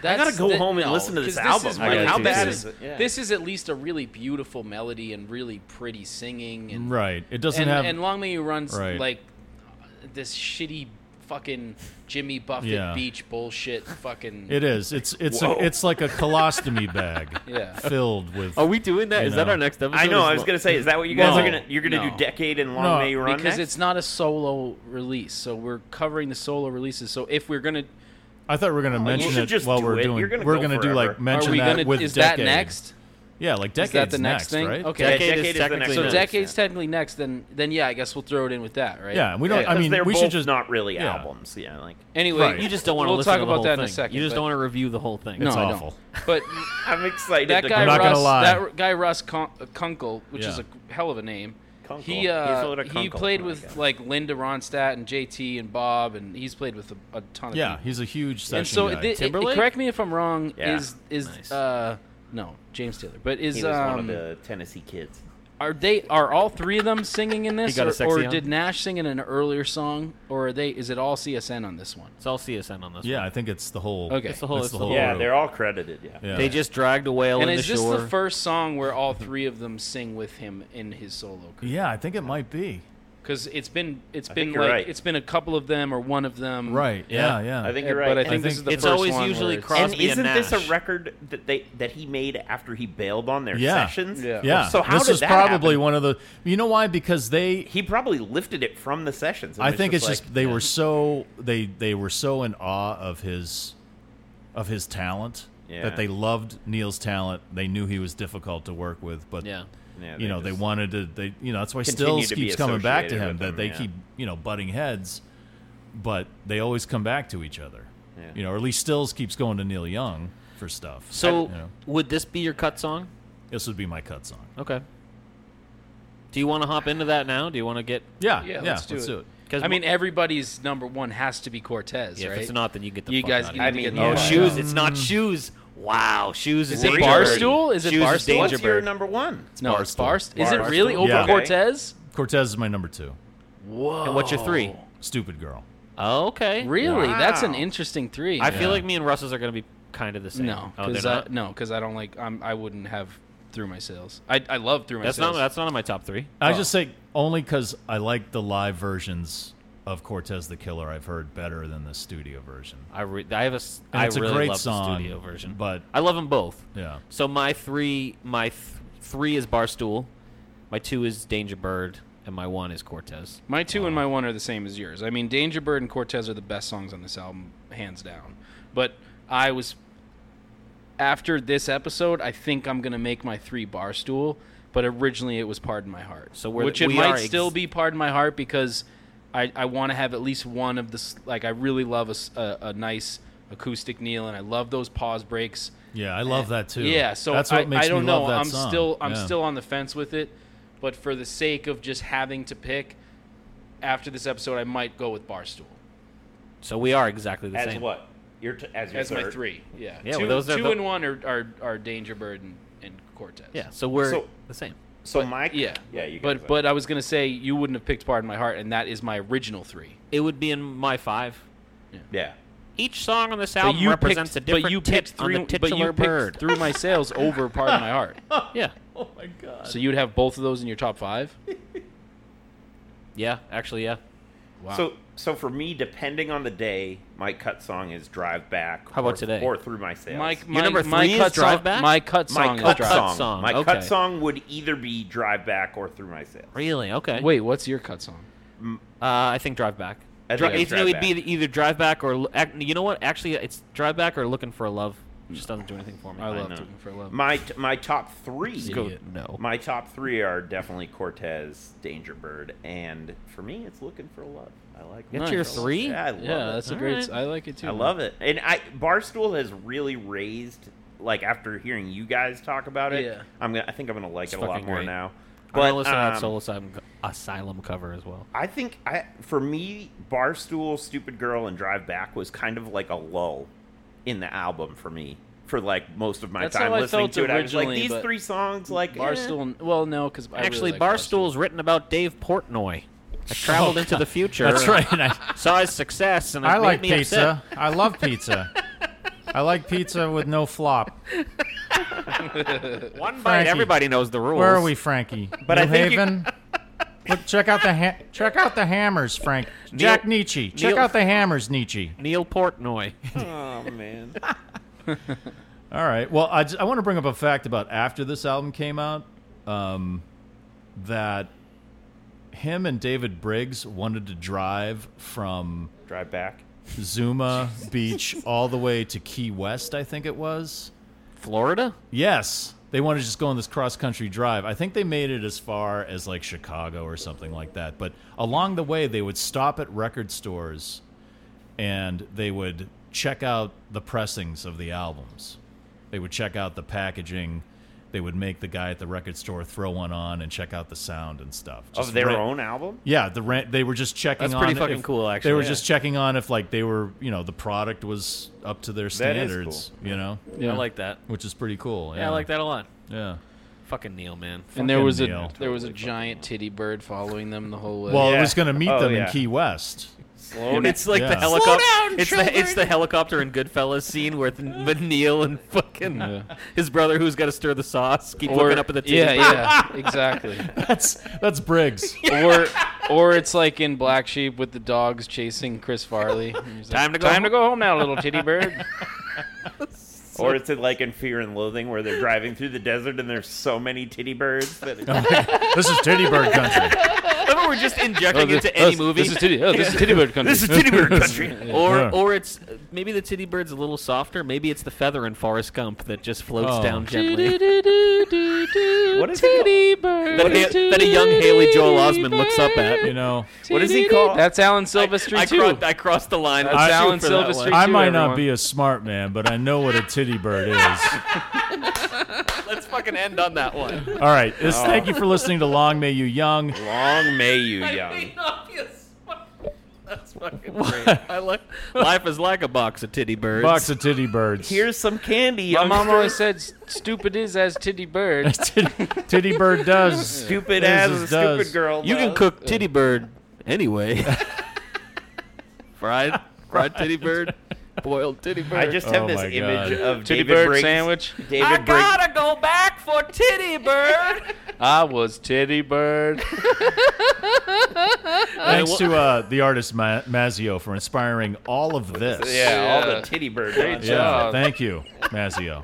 [SPEAKER 4] That's
[SPEAKER 1] gotta go home and
[SPEAKER 4] no,
[SPEAKER 1] listen to this
[SPEAKER 4] 'cause
[SPEAKER 1] album.
[SPEAKER 4] Is
[SPEAKER 1] I
[SPEAKER 4] like-
[SPEAKER 1] gotta
[SPEAKER 4] how
[SPEAKER 1] do
[SPEAKER 4] bad
[SPEAKER 1] this.
[SPEAKER 4] is
[SPEAKER 1] Yeah.
[SPEAKER 4] this? Is at least a really beautiful melody and really pretty singing and
[SPEAKER 2] Right. It doesn't
[SPEAKER 4] and,
[SPEAKER 2] have
[SPEAKER 4] and Long May You Run's
[SPEAKER 2] Right.
[SPEAKER 4] like this shitty fucking Jimmy Buffett
[SPEAKER 2] Yeah.
[SPEAKER 4] beach bullshit fucking.
[SPEAKER 2] It is. It's it's a, it's like a colostomy bag
[SPEAKER 4] Yeah.
[SPEAKER 2] filled with.
[SPEAKER 3] Are we doing that?
[SPEAKER 2] You
[SPEAKER 3] Is that
[SPEAKER 2] know.
[SPEAKER 3] our next episode?
[SPEAKER 1] i know
[SPEAKER 3] as
[SPEAKER 1] i was
[SPEAKER 3] well?
[SPEAKER 1] gonna say is that what you guys
[SPEAKER 2] No.
[SPEAKER 1] are gonna you're gonna
[SPEAKER 4] No.
[SPEAKER 1] do decade and long
[SPEAKER 2] No.
[SPEAKER 1] may you run
[SPEAKER 4] because
[SPEAKER 1] next?
[SPEAKER 4] it's not a solo release, so we're covering the solo releases. So if we're gonna,
[SPEAKER 2] I thought we were gonna mention
[SPEAKER 1] should
[SPEAKER 2] it
[SPEAKER 1] just
[SPEAKER 2] while
[SPEAKER 1] do
[SPEAKER 2] we're
[SPEAKER 1] it.
[SPEAKER 2] doing.
[SPEAKER 1] You're gonna
[SPEAKER 2] we're
[SPEAKER 1] go
[SPEAKER 2] gonna do
[SPEAKER 1] forever.
[SPEAKER 2] like mention
[SPEAKER 4] are we
[SPEAKER 2] that
[SPEAKER 4] gonna?
[SPEAKER 2] with
[SPEAKER 4] is
[SPEAKER 2] decades.
[SPEAKER 4] that next?
[SPEAKER 2] Yeah, like
[SPEAKER 4] Is
[SPEAKER 2] decades.
[SPEAKER 4] that the next, thing?
[SPEAKER 2] right?
[SPEAKER 4] Okay.
[SPEAKER 1] Yeah,
[SPEAKER 3] Decade is
[SPEAKER 1] decade is the
[SPEAKER 3] technically
[SPEAKER 1] next
[SPEAKER 4] So
[SPEAKER 1] one.
[SPEAKER 3] next.
[SPEAKER 4] decades technically next, then then yeah, I guess we'll throw it in with that, right?
[SPEAKER 2] Yeah, and we don't. I
[SPEAKER 1] Because
[SPEAKER 2] mean,
[SPEAKER 1] they're
[SPEAKER 2] we
[SPEAKER 1] both
[SPEAKER 2] should just
[SPEAKER 1] not really
[SPEAKER 2] yeah.
[SPEAKER 1] albums yeah like
[SPEAKER 4] Anyway,
[SPEAKER 2] Right.
[SPEAKER 3] You just don't want to
[SPEAKER 4] we'll
[SPEAKER 3] listen
[SPEAKER 4] talk
[SPEAKER 3] to the
[SPEAKER 4] about
[SPEAKER 3] whole
[SPEAKER 4] that
[SPEAKER 3] thing.
[SPEAKER 4] in a second.
[SPEAKER 3] You just
[SPEAKER 4] but-
[SPEAKER 3] don't want to review the whole thing.
[SPEAKER 4] No,
[SPEAKER 2] It's
[SPEAKER 4] I don't.
[SPEAKER 2] awful.
[SPEAKER 4] But
[SPEAKER 1] i'm excited
[SPEAKER 4] that
[SPEAKER 1] to
[SPEAKER 4] guy,
[SPEAKER 2] I'm
[SPEAKER 1] go
[SPEAKER 2] not
[SPEAKER 4] Russ,
[SPEAKER 2] gonna lie.
[SPEAKER 4] that guy Russ Kun- uh, Kunkel, which is
[SPEAKER 2] Yeah.
[SPEAKER 4] a hell of a name.
[SPEAKER 1] Kunkel.
[SPEAKER 4] He
[SPEAKER 1] He's a
[SPEAKER 4] uh,
[SPEAKER 1] little
[SPEAKER 4] he
[SPEAKER 1] Kunkel,
[SPEAKER 4] played
[SPEAKER 1] my
[SPEAKER 4] with
[SPEAKER 1] guy.
[SPEAKER 4] like Linda Ronstadt and JT and Bob, and he's played with a, a ton of
[SPEAKER 2] Yeah,
[SPEAKER 4] people.
[SPEAKER 2] he's a huge session
[SPEAKER 4] and so
[SPEAKER 2] guy.
[SPEAKER 4] it- it-
[SPEAKER 3] uh, Timberlake?
[SPEAKER 4] correct me if I'm wrong.
[SPEAKER 1] Yeah.
[SPEAKER 4] Is is
[SPEAKER 3] Nice.
[SPEAKER 4] uh no James Taylor, but is
[SPEAKER 1] he was one of
[SPEAKER 4] um,
[SPEAKER 1] the tennessee kids
[SPEAKER 4] Are they are all three of them singing in this,
[SPEAKER 3] got a
[SPEAKER 4] or,
[SPEAKER 3] sexy
[SPEAKER 4] or
[SPEAKER 3] on.
[SPEAKER 4] did Nash sing in an earlier song, or are they? Is it all CSN on this one?
[SPEAKER 3] It's all CSN on this.
[SPEAKER 2] yeah, I think it's the whole.
[SPEAKER 4] Okay.
[SPEAKER 3] It's the whole-
[SPEAKER 2] It's
[SPEAKER 3] it's
[SPEAKER 2] the
[SPEAKER 3] the
[SPEAKER 2] whole.
[SPEAKER 3] whole-
[SPEAKER 1] yeah
[SPEAKER 2] group.
[SPEAKER 1] they're all credited yeah
[SPEAKER 2] Yeah.
[SPEAKER 3] one. They just dragged a whale
[SPEAKER 4] And
[SPEAKER 3] in the
[SPEAKER 4] is this
[SPEAKER 3] shore.
[SPEAKER 4] the first song where all three of them sing with him in his solo career?
[SPEAKER 2] Yeah, I think it might be.
[SPEAKER 4] Because it's been it's
[SPEAKER 1] I
[SPEAKER 4] been
[SPEAKER 1] think you're
[SPEAKER 4] like
[SPEAKER 1] right.
[SPEAKER 4] it's been a couple of them or one of them.
[SPEAKER 2] Right. Yeah. Yeah.
[SPEAKER 1] i think
[SPEAKER 4] Yeah,
[SPEAKER 1] you're
[SPEAKER 4] but
[SPEAKER 1] right
[SPEAKER 4] I think, this
[SPEAKER 2] think-
[SPEAKER 4] is the
[SPEAKER 3] It's
[SPEAKER 4] first
[SPEAKER 3] always
[SPEAKER 4] one
[SPEAKER 3] usually
[SPEAKER 4] where it's-
[SPEAKER 3] cross-
[SPEAKER 1] and
[SPEAKER 3] Crosby and
[SPEAKER 1] isn't this
[SPEAKER 3] Nash.
[SPEAKER 1] a record that they that he made after he bailed on their
[SPEAKER 2] Yeah.
[SPEAKER 1] sessions?
[SPEAKER 4] Yeah.
[SPEAKER 2] Yeah.
[SPEAKER 1] So how
[SPEAKER 2] this
[SPEAKER 1] did
[SPEAKER 2] is
[SPEAKER 1] that
[SPEAKER 2] probably
[SPEAKER 1] happen?
[SPEAKER 2] one of the. You know why? Because they
[SPEAKER 1] He probably lifted it from the sessions. and
[SPEAKER 2] I
[SPEAKER 1] was
[SPEAKER 2] think it's
[SPEAKER 1] like-
[SPEAKER 2] just they were so they they were so in awe of his of his talent
[SPEAKER 1] Yeah.
[SPEAKER 2] that they loved Neil's talent. They knew he was difficult to work with, but
[SPEAKER 3] Yeah.
[SPEAKER 1] Yeah,
[SPEAKER 2] you know they
[SPEAKER 1] just-
[SPEAKER 2] wanted to. They you know that's why
[SPEAKER 1] Continue
[SPEAKER 2] Stills
[SPEAKER 1] to be
[SPEAKER 2] keeps coming back to
[SPEAKER 1] associated
[SPEAKER 2] him.
[SPEAKER 1] with
[SPEAKER 2] That
[SPEAKER 1] him,
[SPEAKER 2] they
[SPEAKER 1] yeah.
[SPEAKER 2] keep you know butting heads, but they always come back to each other.
[SPEAKER 1] Yeah.
[SPEAKER 2] You know, or at least Stills keeps going to Neil Young for stuff.
[SPEAKER 3] So
[SPEAKER 2] you know,
[SPEAKER 3] would this be your cut song?
[SPEAKER 2] this would be my cut song.
[SPEAKER 3] Okay. Do you want to hop into that now? Do you want to get?
[SPEAKER 2] Yeah, yeah, let's do it.
[SPEAKER 3] 'Cause
[SPEAKER 4] I mean,
[SPEAKER 3] mo-
[SPEAKER 4] everybody's number one has to be Cortez,
[SPEAKER 3] Yeah,
[SPEAKER 4] right?
[SPEAKER 3] if it's not, then you get the.
[SPEAKER 4] You
[SPEAKER 3] fuck
[SPEAKER 4] guys
[SPEAKER 3] out of
[SPEAKER 4] need
[SPEAKER 3] here.
[SPEAKER 4] to get the
[SPEAKER 3] oh,
[SPEAKER 4] fuck out.
[SPEAKER 3] shoes. It's not
[SPEAKER 2] Mm.
[SPEAKER 3] shoes. Wow, shoes
[SPEAKER 4] Is
[SPEAKER 3] is,
[SPEAKER 4] it
[SPEAKER 3] danger
[SPEAKER 4] Barstool?
[SPEAKER 3] bird.
[SPEAKER 4] Is it
[SPEAKER 3] shoes
[SPEAKER 4] Barstool?
[SPEAKER 3] danger
[SPEAKER 1] What's your
[SPEAKER 3] bird.
[SPEAKER 1] number one?
[SPEAKER 4] no, it's Barst. Is
[SPEAKER 3] Barstool.
[SPEAKER 4] it really over
[SPEAKER 2] Yeah.
[SPEAKER 4] Cortez?
[SPEAKER 2] Cortez is my number two.
[SPEAKER 4] Whoa!
[SPEAKER 3] And what's your three?
[SPEAKER 2] Stupid girl.
[SPEAKER 3] Oh, okay.
[SPEAKER 4] Really? That's an interesting three.
[SPEAKER 3] I feel like me and Russell's are going to be kind of the same.
[SPEAKER 4] no,
[SPEAKER 3] oh, they're
[SPEAKER 4] because I,
[SPEAKER 3] not?
[SPEAKER 4] no, 'cause I don't like. I'm, I wouldn't have through my sales. I, I love through my
[SPEAKER 3] That's not.
[SPEAKER 4] sales.
[SPEAKER 3] That's not in my top three.
[SPEAKER 2] I just say only because I like the live versions of Cortez the Killer. I've heard better than the studio version.
[SPEAKER 3] I re- I have a. s-
[SPEAKER 2] And
[SPEAKER 3] I
[SPEAKER 2] it's a
[SPEAKER 3] really
[SPEAKER 2] great
[SPEAKER 3] love
[SPEAKER 2] song,
[SPEAKER 3] the studio version,
[SPEAKER 2] but-
[SPEAKER 3] I love them both.
[SPEAKER 2] Yeah.
[SPEAKER 3] So my three, my th- three is Barstool, my two is Danger Bird, and my one is Cortez.
[SPEAKER 4] My two and my one are the same as yours. I mean, Danger Bird and Cortez are the best songs on this album, hands down. But I was after this episode, I think I'm gonna make my three Barstool. But originally, it was Pardon My Heart.
[SPEAKER 3] So we're-
[SPEAKER 4] which it
[SPEAKER 3] we
[SPEAKER 4] might
[SPEAKER 3] are ex-
[SPEAKER 4] still be Pardon My Heart because I, I want to have at least one of the s- like I really love a s- a, a nice acoustic Neil, and I love those pause breaks.
[SPEAKER 2] Yeah, I love that too.
[SPEAKER 4] Eh, Yeah, so
[SPEAKER 2] that's
[SPEAKER 4] I,
[SPEAKER 2] what makes
[SPEAKER 4] I don't
[SPEAKER 2] me
[SPEAKER 4] know.
[SPEAKER 2] love that
[SPEAKER 4] I'm
[SPEAKER 2] song.
[SPEAKER 4] still I'm
[SPEAKER 2] Yeah.
[SPEAKER 4] still on the fence with it, but for the sake of just having to pick after this episode, I might go with Barstool
[SPEAKER 3] So we are exactly the
[SPEAKER 1] As
[SPEAKER 3] same.
[SPEAKER 1] what? Your t- as your
[SPEAKER 4] as my
[SPEAKER 1] third.
[SPEAKER 4] three. Yeah,
[SPEAKER 3] Yeah,
[SPEAKER 4] two,
[SPEAKER 3] well, those are
[SPEAKER 4] two
[SPEAKER 3] the-
[SPEAKER 4] and one are, are are Danger Bird and, and Cortez.
[SPEAKER 3] Yeah. So we're
[SPEAKER 1] So-
[SPEAKER 3] the same.
[SPEAKER 1] So my
[SPEAKER 4] yeah,
[SPEAKER 1] yeah. You guys
[SPEAKER 4] but
[SPEAKER 1] are-
[SPEAKER 4] but I was gonna say you wouldn't have picked Pardon My Heart, and that is my original three.
[SPEAKER 3] It would be in my five.
[SPEAKER 1] yeah.
[SPEAKER 3] Each song on this
[SPEAKER 4] But
[SPEAKER 3] album
[SPEAKER 4] you
[SPEAKER 3] represents
[SPEAKER 4] picked,
[SPEAKER 3] a different
[SPEAKER 4] but you
[SPEAKER 3] tit
[SPEAKER 4] picked three,
[SPEAKER 3] on the
[SPEAKER 4] but you
[SPEAKER 3] titular
[SPEAKER 4] picked
[SPEAKER 3] bird.
[SPEAKER 4] through my sales over Pardon My Heart.
[SPEAKER 3] yeah.
[SPEAKER 4] So you'd have both of those in your top five.
[SPEAKER 3] Yeah. Actually, yeah.
[SPEAKER 4] Wow.
[SPEAKER 1] So so for me, depending on the day, my cut song is "Drive Back."
[SPEAKER 3] How about
[SPEAKER 1] or,
[SPEAKER 3] today?
[SPEAKER 1] or "Through My Sales."
[SPEAKER 4] My, my,
[SPEAKER 3] number
[SPEAKER 4] my
[SPEAKER 3] three is
[SPEAKER 4] cut
[SPEAKER 3] Drive
[SPEAKER 4] song,
[SPEAKER 3] Back?
[SPEAKER 4] My cut
[SPEAKER 1] my
[SPEAKER 4] song
[SPEAKER 1] cut
[SPEAKER 4] is Drive Back.
[SPEAKER 1] song.
[SPEAKER 3] song,
[SPEAKER 1] My
[SPEAKER 3] okay.
[SPEAKER 1] cut song would either be "Drive Back" or "Through My Sales."
[SPEAKER 3] Really? Okay.
[SPEAKER 4] Wait, what's your cut song?
[SPEAKER 3] Uh, I think drive back.
[SPEAKER 1] I
[SPEAKER 3] Dri-
[SPEAKER 1] think it's
[SPEAKER 3] it would
[SPEAKER 1] Drive
[SPEAKER 3] be
[SPEAKER 1] Back.
[SPEAKER 3] either drive back or ac- you know what? Actually, it's drive back or looking for love. It
[SPEAKER 1] Hmm.
[SPEAKER 3] just doesn't do anything for me.
[SPEAKER 4] I love
[SPEAKER 1] know.
[SPEAKER 4] Looking for Love.
[SPEAKER 1] My t- my top three.
[SPEAKER 3] Go, no.
[SPEAKER 1] My top three are definitely Cortez, Danger Bird, and for me, it's Looking for Love. I like
[SPEAKER 3] That's
[SPEAKER 1] Looking
[SPEAKER 3] your
[SPEAKER 1] for Love.
[SPEAKER 3] three?
[SPEAKER 1] Yeah, I love
[SPEAKER 4] yeah,
[SPEAKER 1] it.
[SPEAKER 4] that's a
[SPEAKER 3] All
[SPEAKER 4] great.
[SPEAKER 3] right.
[SPEAKER 4] I like it too.
[SPEAKER 1] I love it. And I Barstool has really raised like after hearing you guys talk about it.
[SPEAKER 4] Yeah.
[SPEAKER 1] I'm gonna, I think I'm gonna like
[SPEAKER 3] It's
[SPEAKER 1] it a lot
[SPEAKER 3] fucking
[SPEAKER 1] more
[SPEAKER 3] great.
[SPEAKER 1] now.
[SPEAKER 3] I'm
[SPEAKER 1] But
[SPEAKER 3] gonna listen to
[SPEAKER 1] um,
[SPEAKER 3] that Soul Asylum, Asylum cover as well.
[SPEAKER 1] I think I for me Barstool, Stupid Girl, and Drive Back was kind of like a lull in the album for me for like most of my
[SPEAKER 4] That's
[SPEAKER 1] time
[SPEAKER 4] how I
[SPEAKER 1] listening
[SPEAKER 4] felt
[SPEAKER 1] to it. I was like
[SPEAKER 4] originally,
[SPEAKER 1] these
[SPEAKER 4] but
[SPEAKER 1] three songs like eh.
[SPEAKER 4] Barstool. Well, no, because
[SPEAKER 3] Actually,
[SPEAKER 4] really like
[SPEAKER 3] Barstool's written about Dave Portnoy. I traveled into the future.
[SPEAKER 2] That's right. I,
[SPEAKER 3] Saw his success, and it
[SPEAKER 2] Oh, I
[SPEAKER 3] made
[SPEAKER 2] like
[SPEAKER 3] me upset.
[SPEAKER 2] pizza. I love pizza. I like pizza with no flop.
[SPEAKER 3] One bite.
[SPEAKER 2] Frankie.
[SPEAKER 3] Everybody knows the rules.
[SPEAKER 2] Where are we, Frankie?
[SPEAKER 1] But
[SPEAKER 2] New
[SPEAKER 1] I think you-
[SPEAKER 2] Haven. Look, check out the ha- check out the hammers, Frank. Jack Nietzsche. Check
[SPEAKER 3] Neil-
[SPEAKER 2] out the hammers, Nietzsche.
[SPEAKER 3] Neil Portnoy.
[SPEAKER 1] Oh man.
[SPEAKER 2] All right. Well, I, just, I want to bring up a fact about after this album came out um, that him and David Briggs wanted to drive from
[SPEAKER 1] Drive Back.
[SPEAKER 2] Zuma Beach all the way to Key West, I think it was.
[SPEAKER 3] Florida?
[SPEAKER 2] Yes. They wanted to just go on this cross country drive. I think they made it as far as like Chicago or something like that. But along the way, they would stop at record stores and they would check out the pressings of the albums. They would check out the packaging. They would make the guy at the record store throw one on and check out the sound and stuff.
[SPEAKER 1] Of
[SPEAKER 2] Just
[SPEAKER 1] their
[SPEAKER 2] ra-
[SPEAKER 1] own album?
[SPEAKER 2] yeah, the rent. They were just checking.
[SPEAKER 3] That's
[SPEAKER 2] on
[SPEAKER 3] pretty
[SPEAKER 2] if-
[SPEAKER 3] fucking cool,
[SPEAKER 2] they
[SPEAKER 3] actually,
[SPEAKER 2] were
[SPEAKER 3] yeah.
[SPEAKER 2] just checking on if like they were, you know, the product was up to their
[SPEAKER 1] is
[SPEAKER 2] standards. You know,
[SPEAKER 3] I like that.
[SPEAKER 2] which is pretty cool. Yeah,
[SPEAKER 3] Yeah, I like that a lot.
[SPEAKER 2] Yeah.
[SPEAKER 3] Fucking Neil, man.
[SPEAKER 4] And there was a
[SPEAKER 2] Fucking Neil.
[SPEAKER 4] there was a giant titty bird following them the whole way.
[SPEAKER 2] Well,
[SPEAKER 1] Yeah.
[SPEAKER 2] it was going to meet
[SPEAKER 1] Oh,
[SPEAKER 2] them
[SPEAKER 1] yeah.
[SPEAKER 2] in Key West.
[SPEAKER 1] Slow down.
[SPEAKER 3] It's like
[SPEAKER 2] Yeah.
[SPEAKER 3] the helicopter.
[SPEAKER 9] Slow down,
[SPEAKER 3] it's the it's the
[SPEAKER 9] children.
[SPEAKER 3] helicopter in Goodfellas scene where the, but Neil and fucking his brother who's got to stir the sauce keep
[SPEAKER 4] or,
[SPEAKER 3] looking up at the TV.
[SPEAKER 4] yeah, yeah, exactly.
[SPEAKER 2] That's that's Briggs.
[SPEAKER 4] or or it's like in Black Sheep with the dogs chasing Chris Farley. And he's like,
[SPEAKER 3] Time to go
[SPEAKER 4] Time
[SPEAKER 3] home."
[SPEAKER 4] to go home now, little titty bird.
[SPEAKER 1] Or it's like in Fear and Loathing where they're driving through the desert and there's so many titty birds that it's
[SPEAKER 2] this is Teddy Bird country.
[SPEAKER 3] Remember, we're just injecting into any
[SPEAKER 4] Oh, this,
[SPEAKER 3] movie.
[SPEAKER 4] This is titty. Oh, this is titty bird country.
[SPEAKER 1] This is titty bird country.
[SPEAKER 3] or
[SPEAKER 2] Yeah.
[SPEAKER 3] or it's uh, maybe the titty bird's a little softer. Maybe it's the feather in Forrest Gump that just floats
[SPEAKER 2] Oh.
[SPEAKER 3] down gently.
[SPEAKER 1] What is it?
[SPEAKER 3] that, a, that a young Haley Joel Osment looks up at.
[SPEAKER 2] You know,
[SPEAKER 1] What is he called?
[SPEAKER 4] That's Alan Silvestri
[SPEAKER 3] I,
[SPEAKER 4] too.
[SPEAKER 3] crossed, I crossed the line.
[SPEAKER 4] That's
[SPEAKER 3] I shoot
[SPEAKER 4] Alan
[SPEAKER 3] for that one.
[SPEAKER 4] Silvestri.
[SPEAKER 2] I
[SPEAKER 4] too,
[SPEAKER 2] might
[SPEAKER 4] everyone.
[SPEAKER 2] not be a smart man, but I know what a titty bird is.
[SPEAKER 3] Let's fucking end on that one.
[SPEAKER 2] All right. This,
[SPEAKER 1] Oh.
[SPEAKER 2] Thank you for listening to Long May You Young.
[SPEAKER 1] Long may you, young.
[SPEAKER 3] That's fucking great. I like life is like a box of titty birds.
[SPEAKER 2] Box of titty birds.
[SPEAKER 1] Here's some candy.
[SPEAKER 4] My mom
[SPEAKER 1] youngster.
[SPEAKER 4] always said, "S- "Stupid is as titty bird."
[SPEAKER 2] titty, titty bird does.
[SPEAKER 1] stupid ass,
[SPEAKER 2] Theirs is
[SPEAKER 1] a
[SPEAKER 2] does.
[SPEAKER 1] stupid girl.
[SPEAKER 3] you can
[SPEAKER 1] does.
[SPEAKER 3] cook titty bird anyway. fried, fried titty bird, boiled titty bird.
[SPEAKER 1] I just have
[SPEAKER 2] Oh
[SPEAKER 1] this
[SPEAKER 2] my
[SPEAKER 1] image
[SPEAKER 2] God.
[SPEAKER 1] of
[SPEAKER 4] Titty
[SPEAKER 1] David
[SPEAKER 4] bird
[SPEAKER 1] Briggs-
[SPEAKER 4] sandwich.
[SPEAKER 1] David Briggs-
[SPEAKER 3] go back for titty bird.
[SPEAKER 4] I was titty bird.
[SPEAKER 2] Thanks to uh, the artist Ma- Mazio for inspiring all of this.
[SPEAKER 1] Yeah, all
[SPEAKER 4] Yeah.
[SPEAKER 1] the titty bird. Great
[SPEAKER 2] Yeah,
[SPEAKER 4] job.
[SPEAKER 2] thank you, Mazio.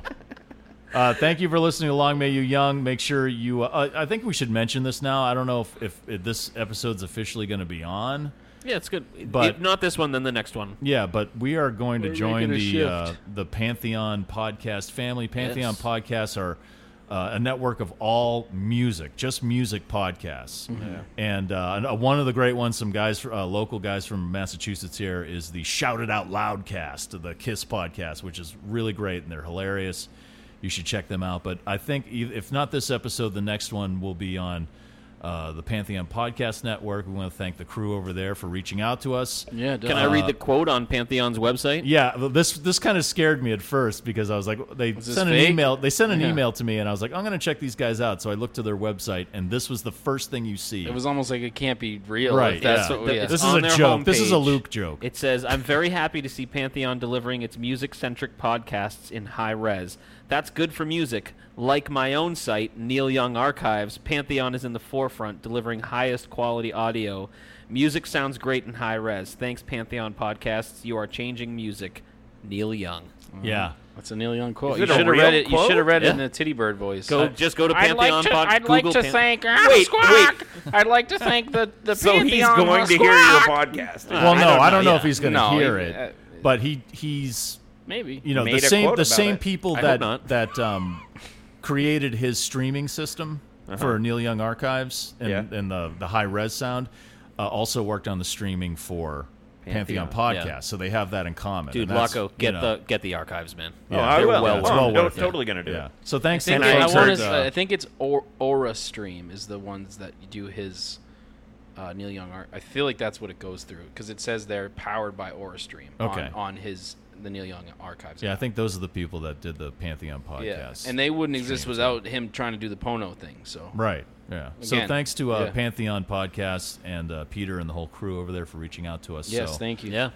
[SPEAKER 2] Uh, thank you for listening to Long May You Young. Make sure you. Uh, I I think we should mention this now. I don't know if, if, if this episode's officially going to be on.
[SPEAKER 3] Yeah, it's good.
[SPEAKER 2] But-
[SPEAKER 3] if not this one, then the next one.
[SPEAKER 2] Yeah, but we are going to
[SPEAKER 4] We're
[SPEAKER 2] join
[SPEAKER 4] making a
[SPEAKER 2] the
[SPEAKER 4] shift.
[SPEAKER 2] uh, the Pantheon podcast family. Pantheon
[SPEAKER 3] Yes.
[SPEAKER 2] podcasts are uh, a network of all music, just music podcasts. And, uh, and, uh, one of the great ones, some guys, uh, local guys from Massachusetts here, is the Shout It Out Loudcast, the Kiss podcast, which is really great and they're hilarious. You should check them out. But I think e- if not this episode, the next one will be on. Uh, the Pantheon Podcast Network. We want to thank the crew over there for reaching out to us.
[SPEAKER 4] Yeah.
[SPEAKER 3] Can I read the quote on Pantheon's website?
[SPEAKER 2] Yeah, well, this this kind of scared me at first because I was like, they
[SPEAKER 4] this
[SPEAKER 2] sent an
[SPEAKER 4] fake?
[SPEAKER 2] email. They sent an
[SPEAKER 4] Yeah.
[SPEAKER 2] email to me, and I was like, I'm gonna check these guys out. So I looked to their website, and this was the first thing you see.
[SPEAKER 4] It was almost like it can't be real.
[SPEAKER 2] Right,
[SPEAKER 4] If that's
[SPEAKER 2] yeah.
[SPEAKER 4] what we.
[SPEAKER 3] It's
[SPEAKER 2] this is
[SPEAKER 3] on
[SPEAKER 2] a
[SPEAKER 3] their
[SPEAKER 2] joke. This is a
[SPEAKER 3] homepage.
[SPEAKER 2] Luke joke.
[SPEAKER 3] It says, I'm very happy to see Pantheon delivering its music centric podcasts in high res. That's good for music. Like my own site, Neil Young Archives, Pantheon is in the forefront, delivering highest quality audio. Music sounds great in high res. Thanks, Pantheon Podcasts. You are changing music. Neil Young.
[SPEAKER 2] yeah.
[SPEAKER 4] That's a Neil Young quote.
[SPEAKER 1] Is
[SPEAKER 4] You
[SPEAKER 1] it a
[SPEAKER 4] should have
[SPEAKER 1] real
[SPEAKER 4] read it. You
[SPEAKER 1] quote?
[SPEAKER 4] should have read it in
[SPEAKER 3] Yeah.
[SPEAKER 4] a titty bird voice.
[SPEAKER 3] Go,
[SPEAKER 4] I-
[SPEAKER 3] just go to
[SPEAKER 9] I'd
[SPEAKER 3] Pantheon
[SPEAKER 9] like to,
[SPEAKER 3] Pod-
[SPEAKER 9] I'd like
[SPEAKER 3] Google
[SPEAKER 9] to
[SPEAKER 3] Pan-
[SPEAKER 9] thank
[SPEAKER 1] Wait,
[SPEAKER 9] Squawk. I'd like to thank the the
[SPEAKER 1] So he's
[SPEAKER 9] Pantheon
[SPEAKER 1] going to hear your
[SPEAKER 9] Squawk.
[SPEAKER 1] podcast.
[SPEAKER 2] well, no, I don't know,
[SPEAKER 3] yeah.
[SPEAKER 2] if he's gonna
[SPEAKER 4] No,
[SPEAKER 2] hear
[SPEAKER 4] he-
[SPEAKER 2] it,
[SPEAKER 4] uh,
[SPEAKER 2] but he he's
[SPEAKER 4] Maybe.
[SPEAKER 2] you know the
[SPEAKER 1] Made a
[SPEAKER 2] same
[SPEAKER 1] quote
[SPEAKER 2] the
[SPEAKER 1] about
[SPEAKER 2] same
[SPEAKER 1] it.
[SPEAKER 2] people
[SPEAKER 3] I hope
[SPEAKER 2] that
[SPEAKER 3] not.
[SPEAKER 2] that um, created his streaming system for Neil Young Archives and,
[SPEAKER 1] Yeah.
[SPEAKER 2] and the the high res sound uh, also worked on the streaming for. Pantheon,
[SPEAKER 3] Pantheon,
[SPEAKER 2] podcast,
[SPEAKER 3] yeah.
[SPEAKER 2] so they have that in common.
[SPEAKER 3] Dude,
[SPEAKER 2] and that's,
[SPEAKER 3] Laco,
[SPEAKER 2] you
[SPEAKER 3] get
[SPEAKER 2] know,
[SPEAKER 3] the get the archives, man.
[SPEAKER 1] Oh,
[SPEAKER 2] Yeah,
[SPEAKER 1] I
[SPEAKER 2] they're
[SPEAKER 1] will.
[SPEAKER 2] well
[SPEAKER 1] Oh,
[SPEAKER 2] worth it.
[SPEAKER 1] no,
[SPEAKER 2] Worth it.
[SPEAKER 1] totally gonna do
[SPEAKER 2] Yeah.
[SPEAKER 1] it.
[SPEAKER 2] So thanks to
[SPEAKER 4] think
[SPEAKER 2] the
[SPEAKER 4] it- I,
[SPEAKER 2] folks
[SPEAKER 4] wanna
[SPEAKER 2] at,
[SPEAKER 4] s-
[SPEAKER 2] uh,
[SPEAKER 4] I think it's or- Aura Stream is the ones that you do his uh, Neil Young art. I feel like that's what it goes through because it says they're powered by Aura Stream
[SPEAKER 2] Okay.
[SPEAKER 4] on, on his the Neil Young archives.
[SPEAKER 2] yeah, I think those are the people that did the Pantheon podcast.
[SPEAKER 4] yeah, and they wouldn't exist without him trying to do the Pono thing. So
[SPEAKER 2] right. Yeah. so
[SPEAKER 4] Again,
[SPEAKER 2] thanks to uh,
[SPEAKER 4] yeah.
[SPEAKER 2] Pantheon podcast and uh, Peter and the whole crew over there for reaching out to us.
[SPEAKER 4] yes,
[SPEAKER 2] so,
[SPEAKER 4] thank you.
[SPEAKER 3] Yeah.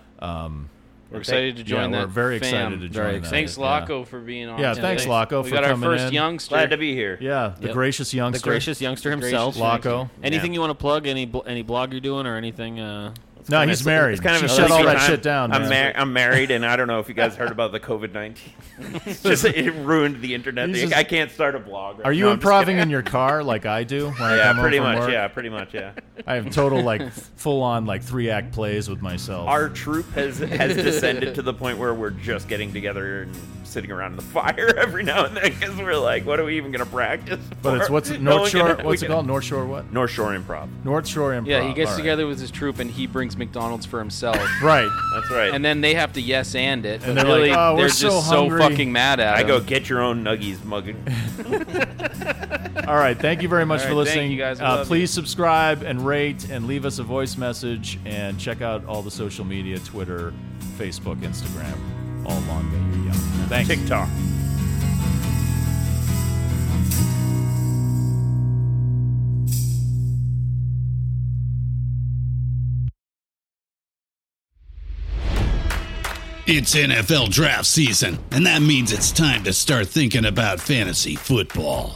[SPEAKER 4] we're excited to join
[SPEAKER 2] yeah,
[SPEAKER 4] that.
[SPEAKER 2] we're very
[SPEAKER 4] fam.
[SPEAKER 2] excited to join
[SPEAKER 3] Very
[SPEAKER 2] that,
[SPEAKER 3] excited.
[SPEAKER 4] Thanks,
[SPEAKER 2] yeah.
[SPEAKER 4] Laco, for being on.
[SPEAKER 2] Yeah,
[SPEAKER 4] today.
[SPEAKER 2] thanks, Laco,
[SPEAKER 4] We
[SPEAKER 2] for
[SPEAKER 4] got our
[SPEAKER 2] coming
[SPEAKER 4] first
[SPEAKER 2] in.
[SPEAKER 4] youngster.
[SPEAKER 1] Glad to be here.
[SPEAKER 2] Yeah, the
[SPEAKER 3] Yep.
[SPEAKER 2] gracious youngster,
[SPEAKER 3] The gracious youngster
[SPEAKER 4] gracious
[SPEAKER 3] himself.
[SPEAKER 4] youngster.
[SPEAKER 2] Laco.
[SPEAKER 3] Anything
[SPEAKER 1] Yeah.
[SPEAKER 3] you want to plug? Any bl- any blog you're doing or anything? Uh,
[SPEAKER 2] No,
[SPEAKER 1] Kinda-
[SPEAKER 2] he's married.
[SPEAKER 1] It's kind of
[SPEAKER 2] she
[SPEAKER 1] a
[SPEAKER 2] shut all
[SPEAKER 1] secret.
[SPEAKER 2] that
[SPEAKER 1] I'm-
[SPEAKER 2] shit down.
[SPEAKER 1] I'm,
[SPEAKER 2] man.
[SPEAKER 1] mar- I'm married, and I don't know if you guys heard about the COVID nineteen. just it ruined the internet.
[SPEAKER 2] He's
[SPEAKER 1] The-
[SPEAKER 2] just-
[SPEAKER 1] I can't start a blog. Right
[SPEAKER 2] Are you
[SPEAKER 1] now. I'm just
[SPEAKER 2] improving in
[SPEAKER 1] kidding.
[SPEAKER 2] your car like I do when I
[SPEAKER 1] Yeah,
[SPEAKER 2] come home
[SPEAKER 1] pretty
[SPEAKER 2] from
[SPEAKER 1] much.
[SPEAKER 2] work?
[SPEAKER 1] Yeah, pretty much. Yeah.
[SPEAKER 2] I have total like full on like three act plays with myself.
[SPEAKER 1] Our troop has has descended to the point where we're just getting together and sitting around the fire every now and then because we're like, what are we even going to practice?
[SPEAKER 2] but it's
[SPEAKER 1] for?
[SPEAKER 2] what's
[SPEAKER 1] No
[SPEAKER 2] North
[SPEAKER 1] one
[SPEAKER 2] Shore?
[SPEAKER 1] can- we
[SPEAKER 2] What's it
[SPEAKER 1] can-
[SPEAKER 2] called? North Shore what?
[SPEAKER 1] North Shore Improv.
[SPEAKER 2] North Shore Improv.
[SPEAKER 4] Yeah, he gets
[SPEAKER 2] all right.
[SPEAKER 4] together with his troop and he brings McDonald's for himself.
[SPEAKER 2] Right.
[SPEAKER 1] That's right.
[SPEAKER 4] and then they have to yes and it.
[SPEAKER 2] And they're
[SPEAKER 4] but
[SPEAKER 2] like,
[SPEAKER 4] really,
[SPEAKER 2] "Oh, we're
[SPEAKER 4] they're
[SPEAKER 2] so
[SPEAKER 4] just so
[SPEAKER 2] hungry."
[SPEAKER 4] fucking mad at
[SPEAKER 1] I
[SPEAKER 4] him.
[SPEAKER 1] go get your own nuggies, mugging.
[SPEAKER 2] All right. Thank you very much
[SPEAKER 4] All
[SPEAKER 2] for
[SPEAKER 4] right, thank
[SPEAKER 2] listening.
[SPEAKER 4] you guys. We
[SPEAKER 2] Uh,
[SPEAKER 4] love
[SPEAKER 2] please subscribe and rate and leave us a voice message and check out all the social media Twitter, Facebook, Instagram, all long may you young. Thanks.
[SPEAKER 1] TikTok.
[SPEAKER 8] It's NFL draft season, and that means it's time to start thinking about fantasy football.